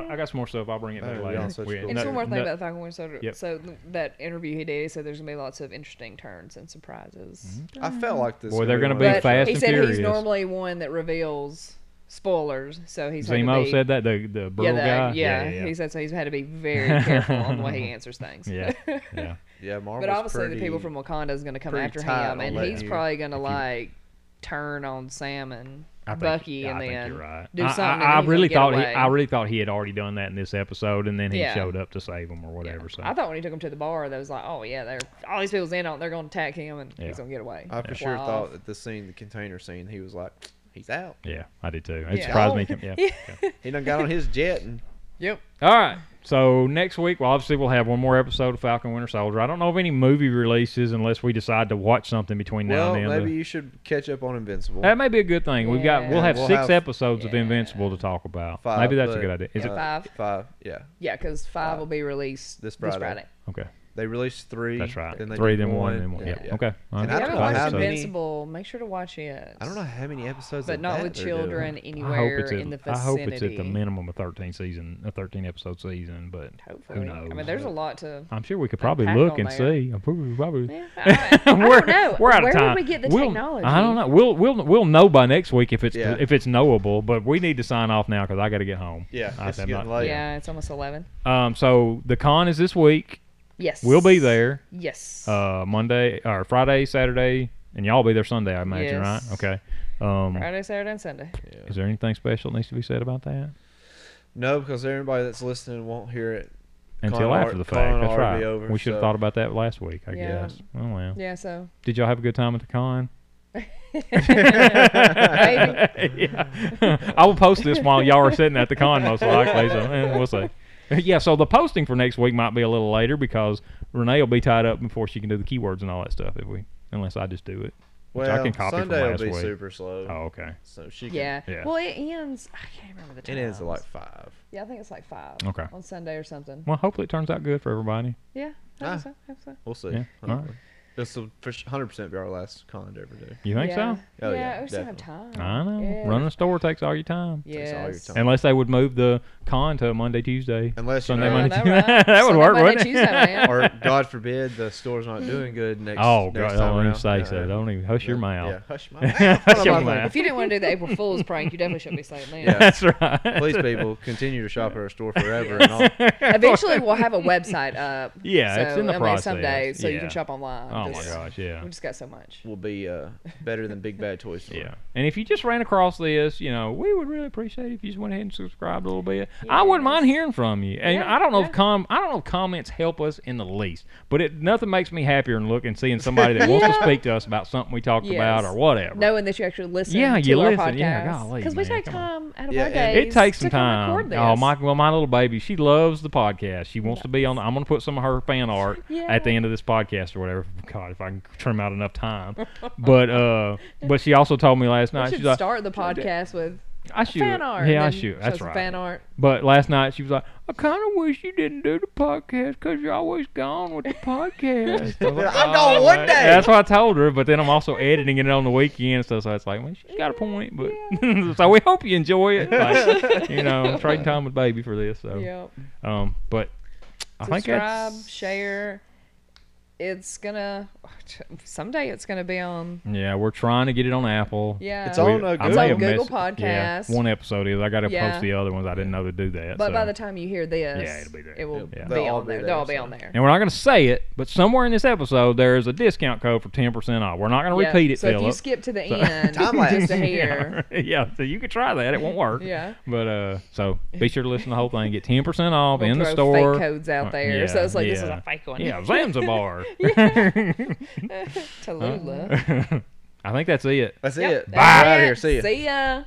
Speaker 3: Mm.
Speaker 2: I, I got some more stuff. I'll bring it back
Speaker 4: Batman
Speaker 2: later.
Speaker 4: Beyond's such
Speaker 2: We-
Speaker 4: cool.
Speaker 3: And
Speaker 2: no-
Speaker 3: just one more thing
Speaker 2: no-
Speaker 3: about the Falcon Winter Soldier.
Speaker 2: Yep.
Speaker 3: So th- that interview he did, he said there's gonna be lots of interesting turns and surprises.
Speaker 2: Mm-hmm.
Speaker 4: I felt like this.
Speaker 2: Boy,
Speaker 4: could
Speaker 2: they're
Speaker 4: be
Speaker 2: gonna
Speaker 4: one
Speaker 2: be
Speaker 4: of
Speaker 3: Mm-hmm. But
Speaker 4: those
Speaker 2: fast
Speaker 4: shows.
Speaker 3: he
Speaker 2: and
Speaker 3: said
Speaker 2: furious.
Speaker 3: he's normally one that reveals spoilers, so he's had to
Speaker 2: Zemo
Speaker 3: be-
Speaker 2: said that the the Burl
Speaker 3: yeah, the-
Speaker 2: guy.
Speaker 3: yeah,
Speaker 2: yeah,
Speaker 3: he said so. He's had to be very careful on the way he answers things.
Speaker 2: yeah. yeah, yeah.
Speaker 4: Yeah, Marvel's
Speaker 3: but obviously
Speaker 4: pretty,
Speaker 3: the people from Wakanda is going to come
Speaker 4: pretty
Speaker 3: after
Speaker 4: tight on
Speaker 3: him, and
Speaker 4: that
Speaker 3: he's
Speaker 4: view.
Speaker 3: probably going to like turn on Sam and
Speaker 2: I think-
Speaker 3: Bucky,
Speaker 2: yeah,
Speaker 3: and
Speaker 2: I
Speaker 3: then
Speaker 2: think you're right.
Speaker 3: do
Speaker 2: I-
Speaker 3: something.
Speaker 2: I,
Speaker 3: and
Speaker 2: I
Speaker 3: then he can
Speaker 2: really
Speaker 3: get
Speaker 2: thought he,
Speaker 3: away.
Speaker 2: I really thought he had already done that in this episode, and then he
Speaker 3: Yeah.
Speaker 2: showed up to save him or
Speaker 3: Yeah.
Speaker 2: whatever. So
Speaker 3: I thought when he took him to the bar, that was like, oh yeah, they're all these people's in on. it, They're going to attack him, and
Speaker 2: Yeah.
Speaker 3: he's going to get away.
Speaker 4: I for
Speaker 3: Fly
Speaker 4: sure
Speaker 3: off.
Speaker 4: thought that the scene, the container scene, he was like, he's out.
Speaker 2: yeah, I did too. It
Speaker 3: Yeah.
Speaker 2: surprised
Speaker 3: Oh.
Speaker 2: me. Yeah. yeah.
Speaker 4: He done got on his jet and
Speaker 3: Yep.
Speaker 2: All right. So next week, well, obviously we'll have one more episode of Falcon Winter Soldier. I don't know of any movie releases unless we decide to watch something between now
Speaker 4: well,
Speaker 2: and then.
Speaker 4: maybe
Speaker 2: but-
Speaker 4: you should catch up on Invincible.
Speaker 2: that may be a good thing. We've got we'll
Speaker 3: Yeah.
Speaker 2: have
Speaker 4: We'll
Speaker 2: six
Speaker 4: have-
Speaker 2: episodes of
Speaker 3: Yeah.
Speaker 2: Invincible to talk about.
Speaker 4: Five,
Speaker 2: maybe that's a
Speaker 4: but, uh,
Speaker 2: good idea. Is
Speaker 3: Yeah.
Speaker 2: it-
Speaker 3: Five?
Speaker 4: Five, yeah.
Speaker 3: Yeah, because five will be released
Speaker 4: this Friday.
Speaker 2: okay.
Speaker 4: They released three.
Speaker 2: That's right.
Speaker 4: Then they
Speaker 2: Three,
Speaker 4: did
Speaker 2: then one, then one. Yeah. Okay. All
Speaker 4: And
Speaker 2: right.
Speaker 3: If you
Speaker 4: I don't
Speaker 3: haven't
Speaker 4: know
Speaker 2: Five
Speaker 4: how
Speaker 3: watched
Speaker 2: episodes.
Speaker 4: many-
Speaker 3: Invincible, make sure to watch it.
Speaker 4: I don't know how many episodes.
Speaker 3: but
Speaker 4: of
Speaker 3: not
Speaker 4: that
Speaker 3: with
Speaker 4: they're doing.
Speaker 3: children anywhere
Speaker 2: I hope it's
Speaker 3: in the
Speaker 2: at,
Speaker 3: vicinity.
Speaker 2: I hope it's at the minimum a thirteen season, a thirteen episode season. But
Speaker 3: Hopefully,
Speaker 2: who
Speaker 3: I
Speaker 2: knows?
Speaker 3: mean, there's a lot to.
Speaker 2: I'm sure we could probably
Speaker 3: pack
Speaker 2: look
Speaker 3: on
Speaker 2: and
Speaker 3: there.
Speaker 2: see. I'm Probably, probably.
Speaker 3: Yeah, I, I
Speaker 2: We're-
Speaker 3: don't know.
Speaker 2: We're out
Speaker 3: Where
Speaker 2: of time.
Speaker 3: would we get the
Speaker 2: We'll-
Speaker 3: technology?
Speaker 2: I don't know. We'll we'll we'll know by next week if it's
Speaker 4: Yeah.
Speaker 2: if it's knowable. But we need to sign off now because I got to get home.
Speaker 4: Yeah,
Speaker 2: I
Speaker 4: it's
Speaker 2: said
Speaker 4: getting
Speaker 2: not-
Speaker 4: late.
Speaker 3: Yeah, it's almost eleven.
Speaker 2: Um. So the con is this week.
Speaker 3: Yes.
Speaker 2: We'll be there.
Speaker 3: Yes.
Speaker 2: Uh. Monday or Friday, Saturday, and y'all be there Sunday. I imagine,
Speaker 3: Yes.
Speaker 2: right? Okay. Um.
Speaker 3: Friday, Saturday, and Sunday.
Speaker 2: Is there anything special that needs to be said about that?
Speaker 4: No, because everybody that's listening won't hear it.
Speaker 2: Until
Speaker 4: Con
Speaker 2: after
Speaker 4: al-
Speaker 2: the
Speaker 4: con
Speaker 2: fact.
Speaker 4: will
Speaker 2: That's
Speaker 4: already
Speaker 2: right.
Speaker 4: be over,
Speaker 2: we should have
Speaker 4: so-
Speaker 2: thought about that last week, I
Speaker 3: Yeah.
Speaker 2: guess. Oh well.
Speaker 3: Yeah. So
Speaker 2: Did y'all have a good time at the con?
Speaker 3: maybe.
Speaker 2: yeah. I will post this while y'all are sitting at the con, most likely. So eh, we'll see. Yeah, so the posting for next week might be a little later because Renee will be tied up before she can do the keywords and all that stuff. If we, unless I just do it, which
Speaker 4: Well,
Speaker 2: I can copy
Speaker 4: Sunday
Speaker 2: from
Speaker 4: will
Speaker 2: last
Speaker 4: be
Speaker 2: week.
Speaker 4: super slow.
Speaker 2: Oh, okay,
Speaker 4: So she can,
Speaker 3: Yeah.
Speaker 2: Yeah.
Speaker 3: Well, it ends. I can't remember the
Speaker 4: It
Speaker 3: time.
Speaker 4: ends at like five.
Speaker 3: Yeah, I think it's like five.
Speaker 2: okay.
Speaker 3: On Sunday or something.
Speaker 2: Well, hopefully it turns out good for everybody.
Speaker 3: Yeah. I
Speaker 4: Ah.
Speaker 3: hope so. I hope so.
Speaker 4: We'll see.
Speaker 2: Yeah, all right.
Speaker 4: This will hundred percent be our last con to ever do.
Speaker 2: You think
Speaker 3: yeah.
Speaker 2: so?
Speaker 4: Oh,
Speaker 3: yeah,
Speaker 4: yeah,
Speaker 3: we still have time.
Speaker 2: I know.
Speaker 3: Yeah.
Speaker 2: Running a store takes all your time.
Speaker 4: Takes all your
Speaker 3: Yes.
Speaker 4: time.
Speaker 2: Unless they would move the con to Monday, Tuesday,
Speaker 4: Unless you
Speaker 2: Sunday,
Speaker 4: know-
Speaker 3: Yeah,
Speaker 2: Monday.
Speaker 3: I know, right?
Speaker 2: that would
Speaker 3: Sunday,
Speaker 2: work,
Speaker 3: Monday,
Speaker 2: wouldn't it?
Speaker 3: Tuesday, man.
Speaker 4: or God forbid the store's not doing good next.
Speaker 2: Oh
Speaker 4: next
Speaker 2: God!
Speaker 4: time
Speaker 2: Don't even
Speaker 4: around.
Speaker 2: say
Speaker 4: Yeah,
Speaker 2: so.
Speaker 4: yeah.
Speaker 2: Don't even hush your mouth.
Speaker 4: Yeah, hush my mouth.
Speaker 2: Hush
Speaker 4: What
Speaker 2: your
Speaker 4: am I doing?
Speaker 2: mouth.
Speaker 3: If you didn't want to do the April Fool's prank, you definitely shouldn't be saying that.
Speaker 4: Yeah.
Speaker 2: That's right.
Speaker 4: Please, people, continue to shop at our store forever and all.
Speaker 3: Eventually, we'll have a website up.
Speaker 2: Yeah, it's
Speaker 3: so,
Speaker 2: in the
Speaker 3: I mean,
Speaker 2: process.
Speaker 3: someday, so you
Speaker 2: Yeah.
Speaker 3: can shop online.
Speaker 2: Oh my
Speaker 3: Just-
Speaker 2: gosh! Yeah.
Speaker 3: We just got so much.
Speaker 4: Will be uh, better than Big Bad Toy Store.
Speaker 2: Yeah. And if you just ran across this, you know, we would really appreciate it if you just went ahead and subscribed a little bit. I wouldn't mind hearing from you. And
Speaker 3: Yeah,
Speaker 2: I don't know if
Speaker 3: yeah.
Speaker 2: com I don't know if comments help us in the least, but it nothing makes me happier than looking seeing somebody that wants to
Speaker 3: Yeah.
Speaker 2: speak to us about something we talked about
Speaker 3: Yes.
Speaker 2: or whatever.
Speaker 3: Knowing that you actually listen
Speaker 2: Yeah,
Speaker 3: to
Speaker 2: you
Speaker 3: our
Speaker 2: listen.
Speaker 3: podcast.
Speaker 2: Yeah, golly,
Speaker 3: we
Speaker 2: man,
Speaker 3: take
Speaker 2: come on.
Speaker 3: time out of
Speaker 4: Yeah,
Speaker 3: our
Speaker 4: and-
Speaker 3: days
Speaker 2: it takes some
Speaker 3: to come record
Speaker 2: time.
Speaker 3: this.
Speaker 2: Oh, my, well, my little baby, she loves the podcast. She wants to be on. I'm going to put some of her fan art at the
Speaker 3: Yeah.
Speaker 2: end of this podcast or whatever. God, if I can trim out enough time. but uh, but she also told me last
Speaker 3: We
Speaker 2: night.
Speaker 3: should
Speaker 2: she's like,
Speaker 3: start the podcast with
Speaker 2: I should.
Speaker 3: fan art.
Speaker 2: Yeah, I
Speaker 3: and
Speaker 2: should.
Speaker 3: show
Speaker 2: That's
Speaker 3: some
Speaker 2: right.
Speaker 3: Fan art.
Speaker 2: But last night she was like, I kind of wish you didn't do the podcast because you're always gone with the podcast. I was like,
Speaker 4: I'm gone
Speaker 2: "Oh,
Speaker 4: one
Speaker 2: man."
Speaker 4: day."
Speaker 2: That's what I told her, but then I'm also editing it on the weekend, so, so it's like, well, she's got a point. But so we hope you enjoy it. Like, you know, trading time with baby for this. So,
Speaker 3: Yep.
Speaker 2: um, but I think
Speaker 3: Subscribe,
Speaker 2: that's
Speaker 3: share. it's gonna someday it's gonna be on.
Speaker 2: Yeah, we're trying to get it on Apple.
Speaker 3: Yeah,
Speaker 4: It's on, uh,
Speaker 2: I
Speaker 3: It's
Speaker 2: may
Speaker 3: on
Speaker 2: have
Speaker 3: Google
Speaker 2: missed- yeah,
Speaker 3: Podcast.
Speaker 2: one episode is. I got to
Speaker 3: Yeah.
Speaker 2: post the other ones. I didn't know to do that.
Speaker 3: But
Speaker 2: so.
Speaker 3: by the time you hear this,
Speaker 2: Yeah, it'll be there.
Speaker 3: It will
Speaker 4: It'll-
Speaker 3: be
Speaker 4: yeah.
Speaker 3: on
Speaker 4: They'll all be
Speaker 3: there.
Speaker 4: there,
Speaker 3: They'll be
Speaker 4: so.
Speaker 3: on there.
Speaker 2: and we're not going to say it, but somewhere in this episode there is a discount code for ten percent off. We're not going to
Speaker 3: Yeah.
Speaker 2: repeat it,
Speaker 3: So if you
Speaker 2: Philip.
Speaker 3: skip to the end,
Speaker 4: Time lapse.
Speaker 3: just to hear.
Speaker 2: yeah, so you could try that. It won't work.
Speaker 3: Yeah.
Speaker 2: But uh, so be sure to listen to the whole thing. Get ten percent off
Speaker 3: We'll
Speaker 2: in the
Speaker 3: throw
Speaker 2: store. Uh,
Speaker 3: Fake codes out there,
Speaker 2: Yeah,
Speaker 3: so it's like this is
Speaker 2: yeah.
Speaker 3: a fake one.
Speaker 2: Yeah, Zanzibar. Uh,
Speaker 3: Tallulah.
Speaker 2: I think that's it.
Speaker 4: That's
Speaker 3: Yep,
Speaker 4: it.
Speaker 3: that's
Speaker 4: We're out of
Speaker 3: it.
Speaker 4: here. See ya.
Speaker 3: See ya.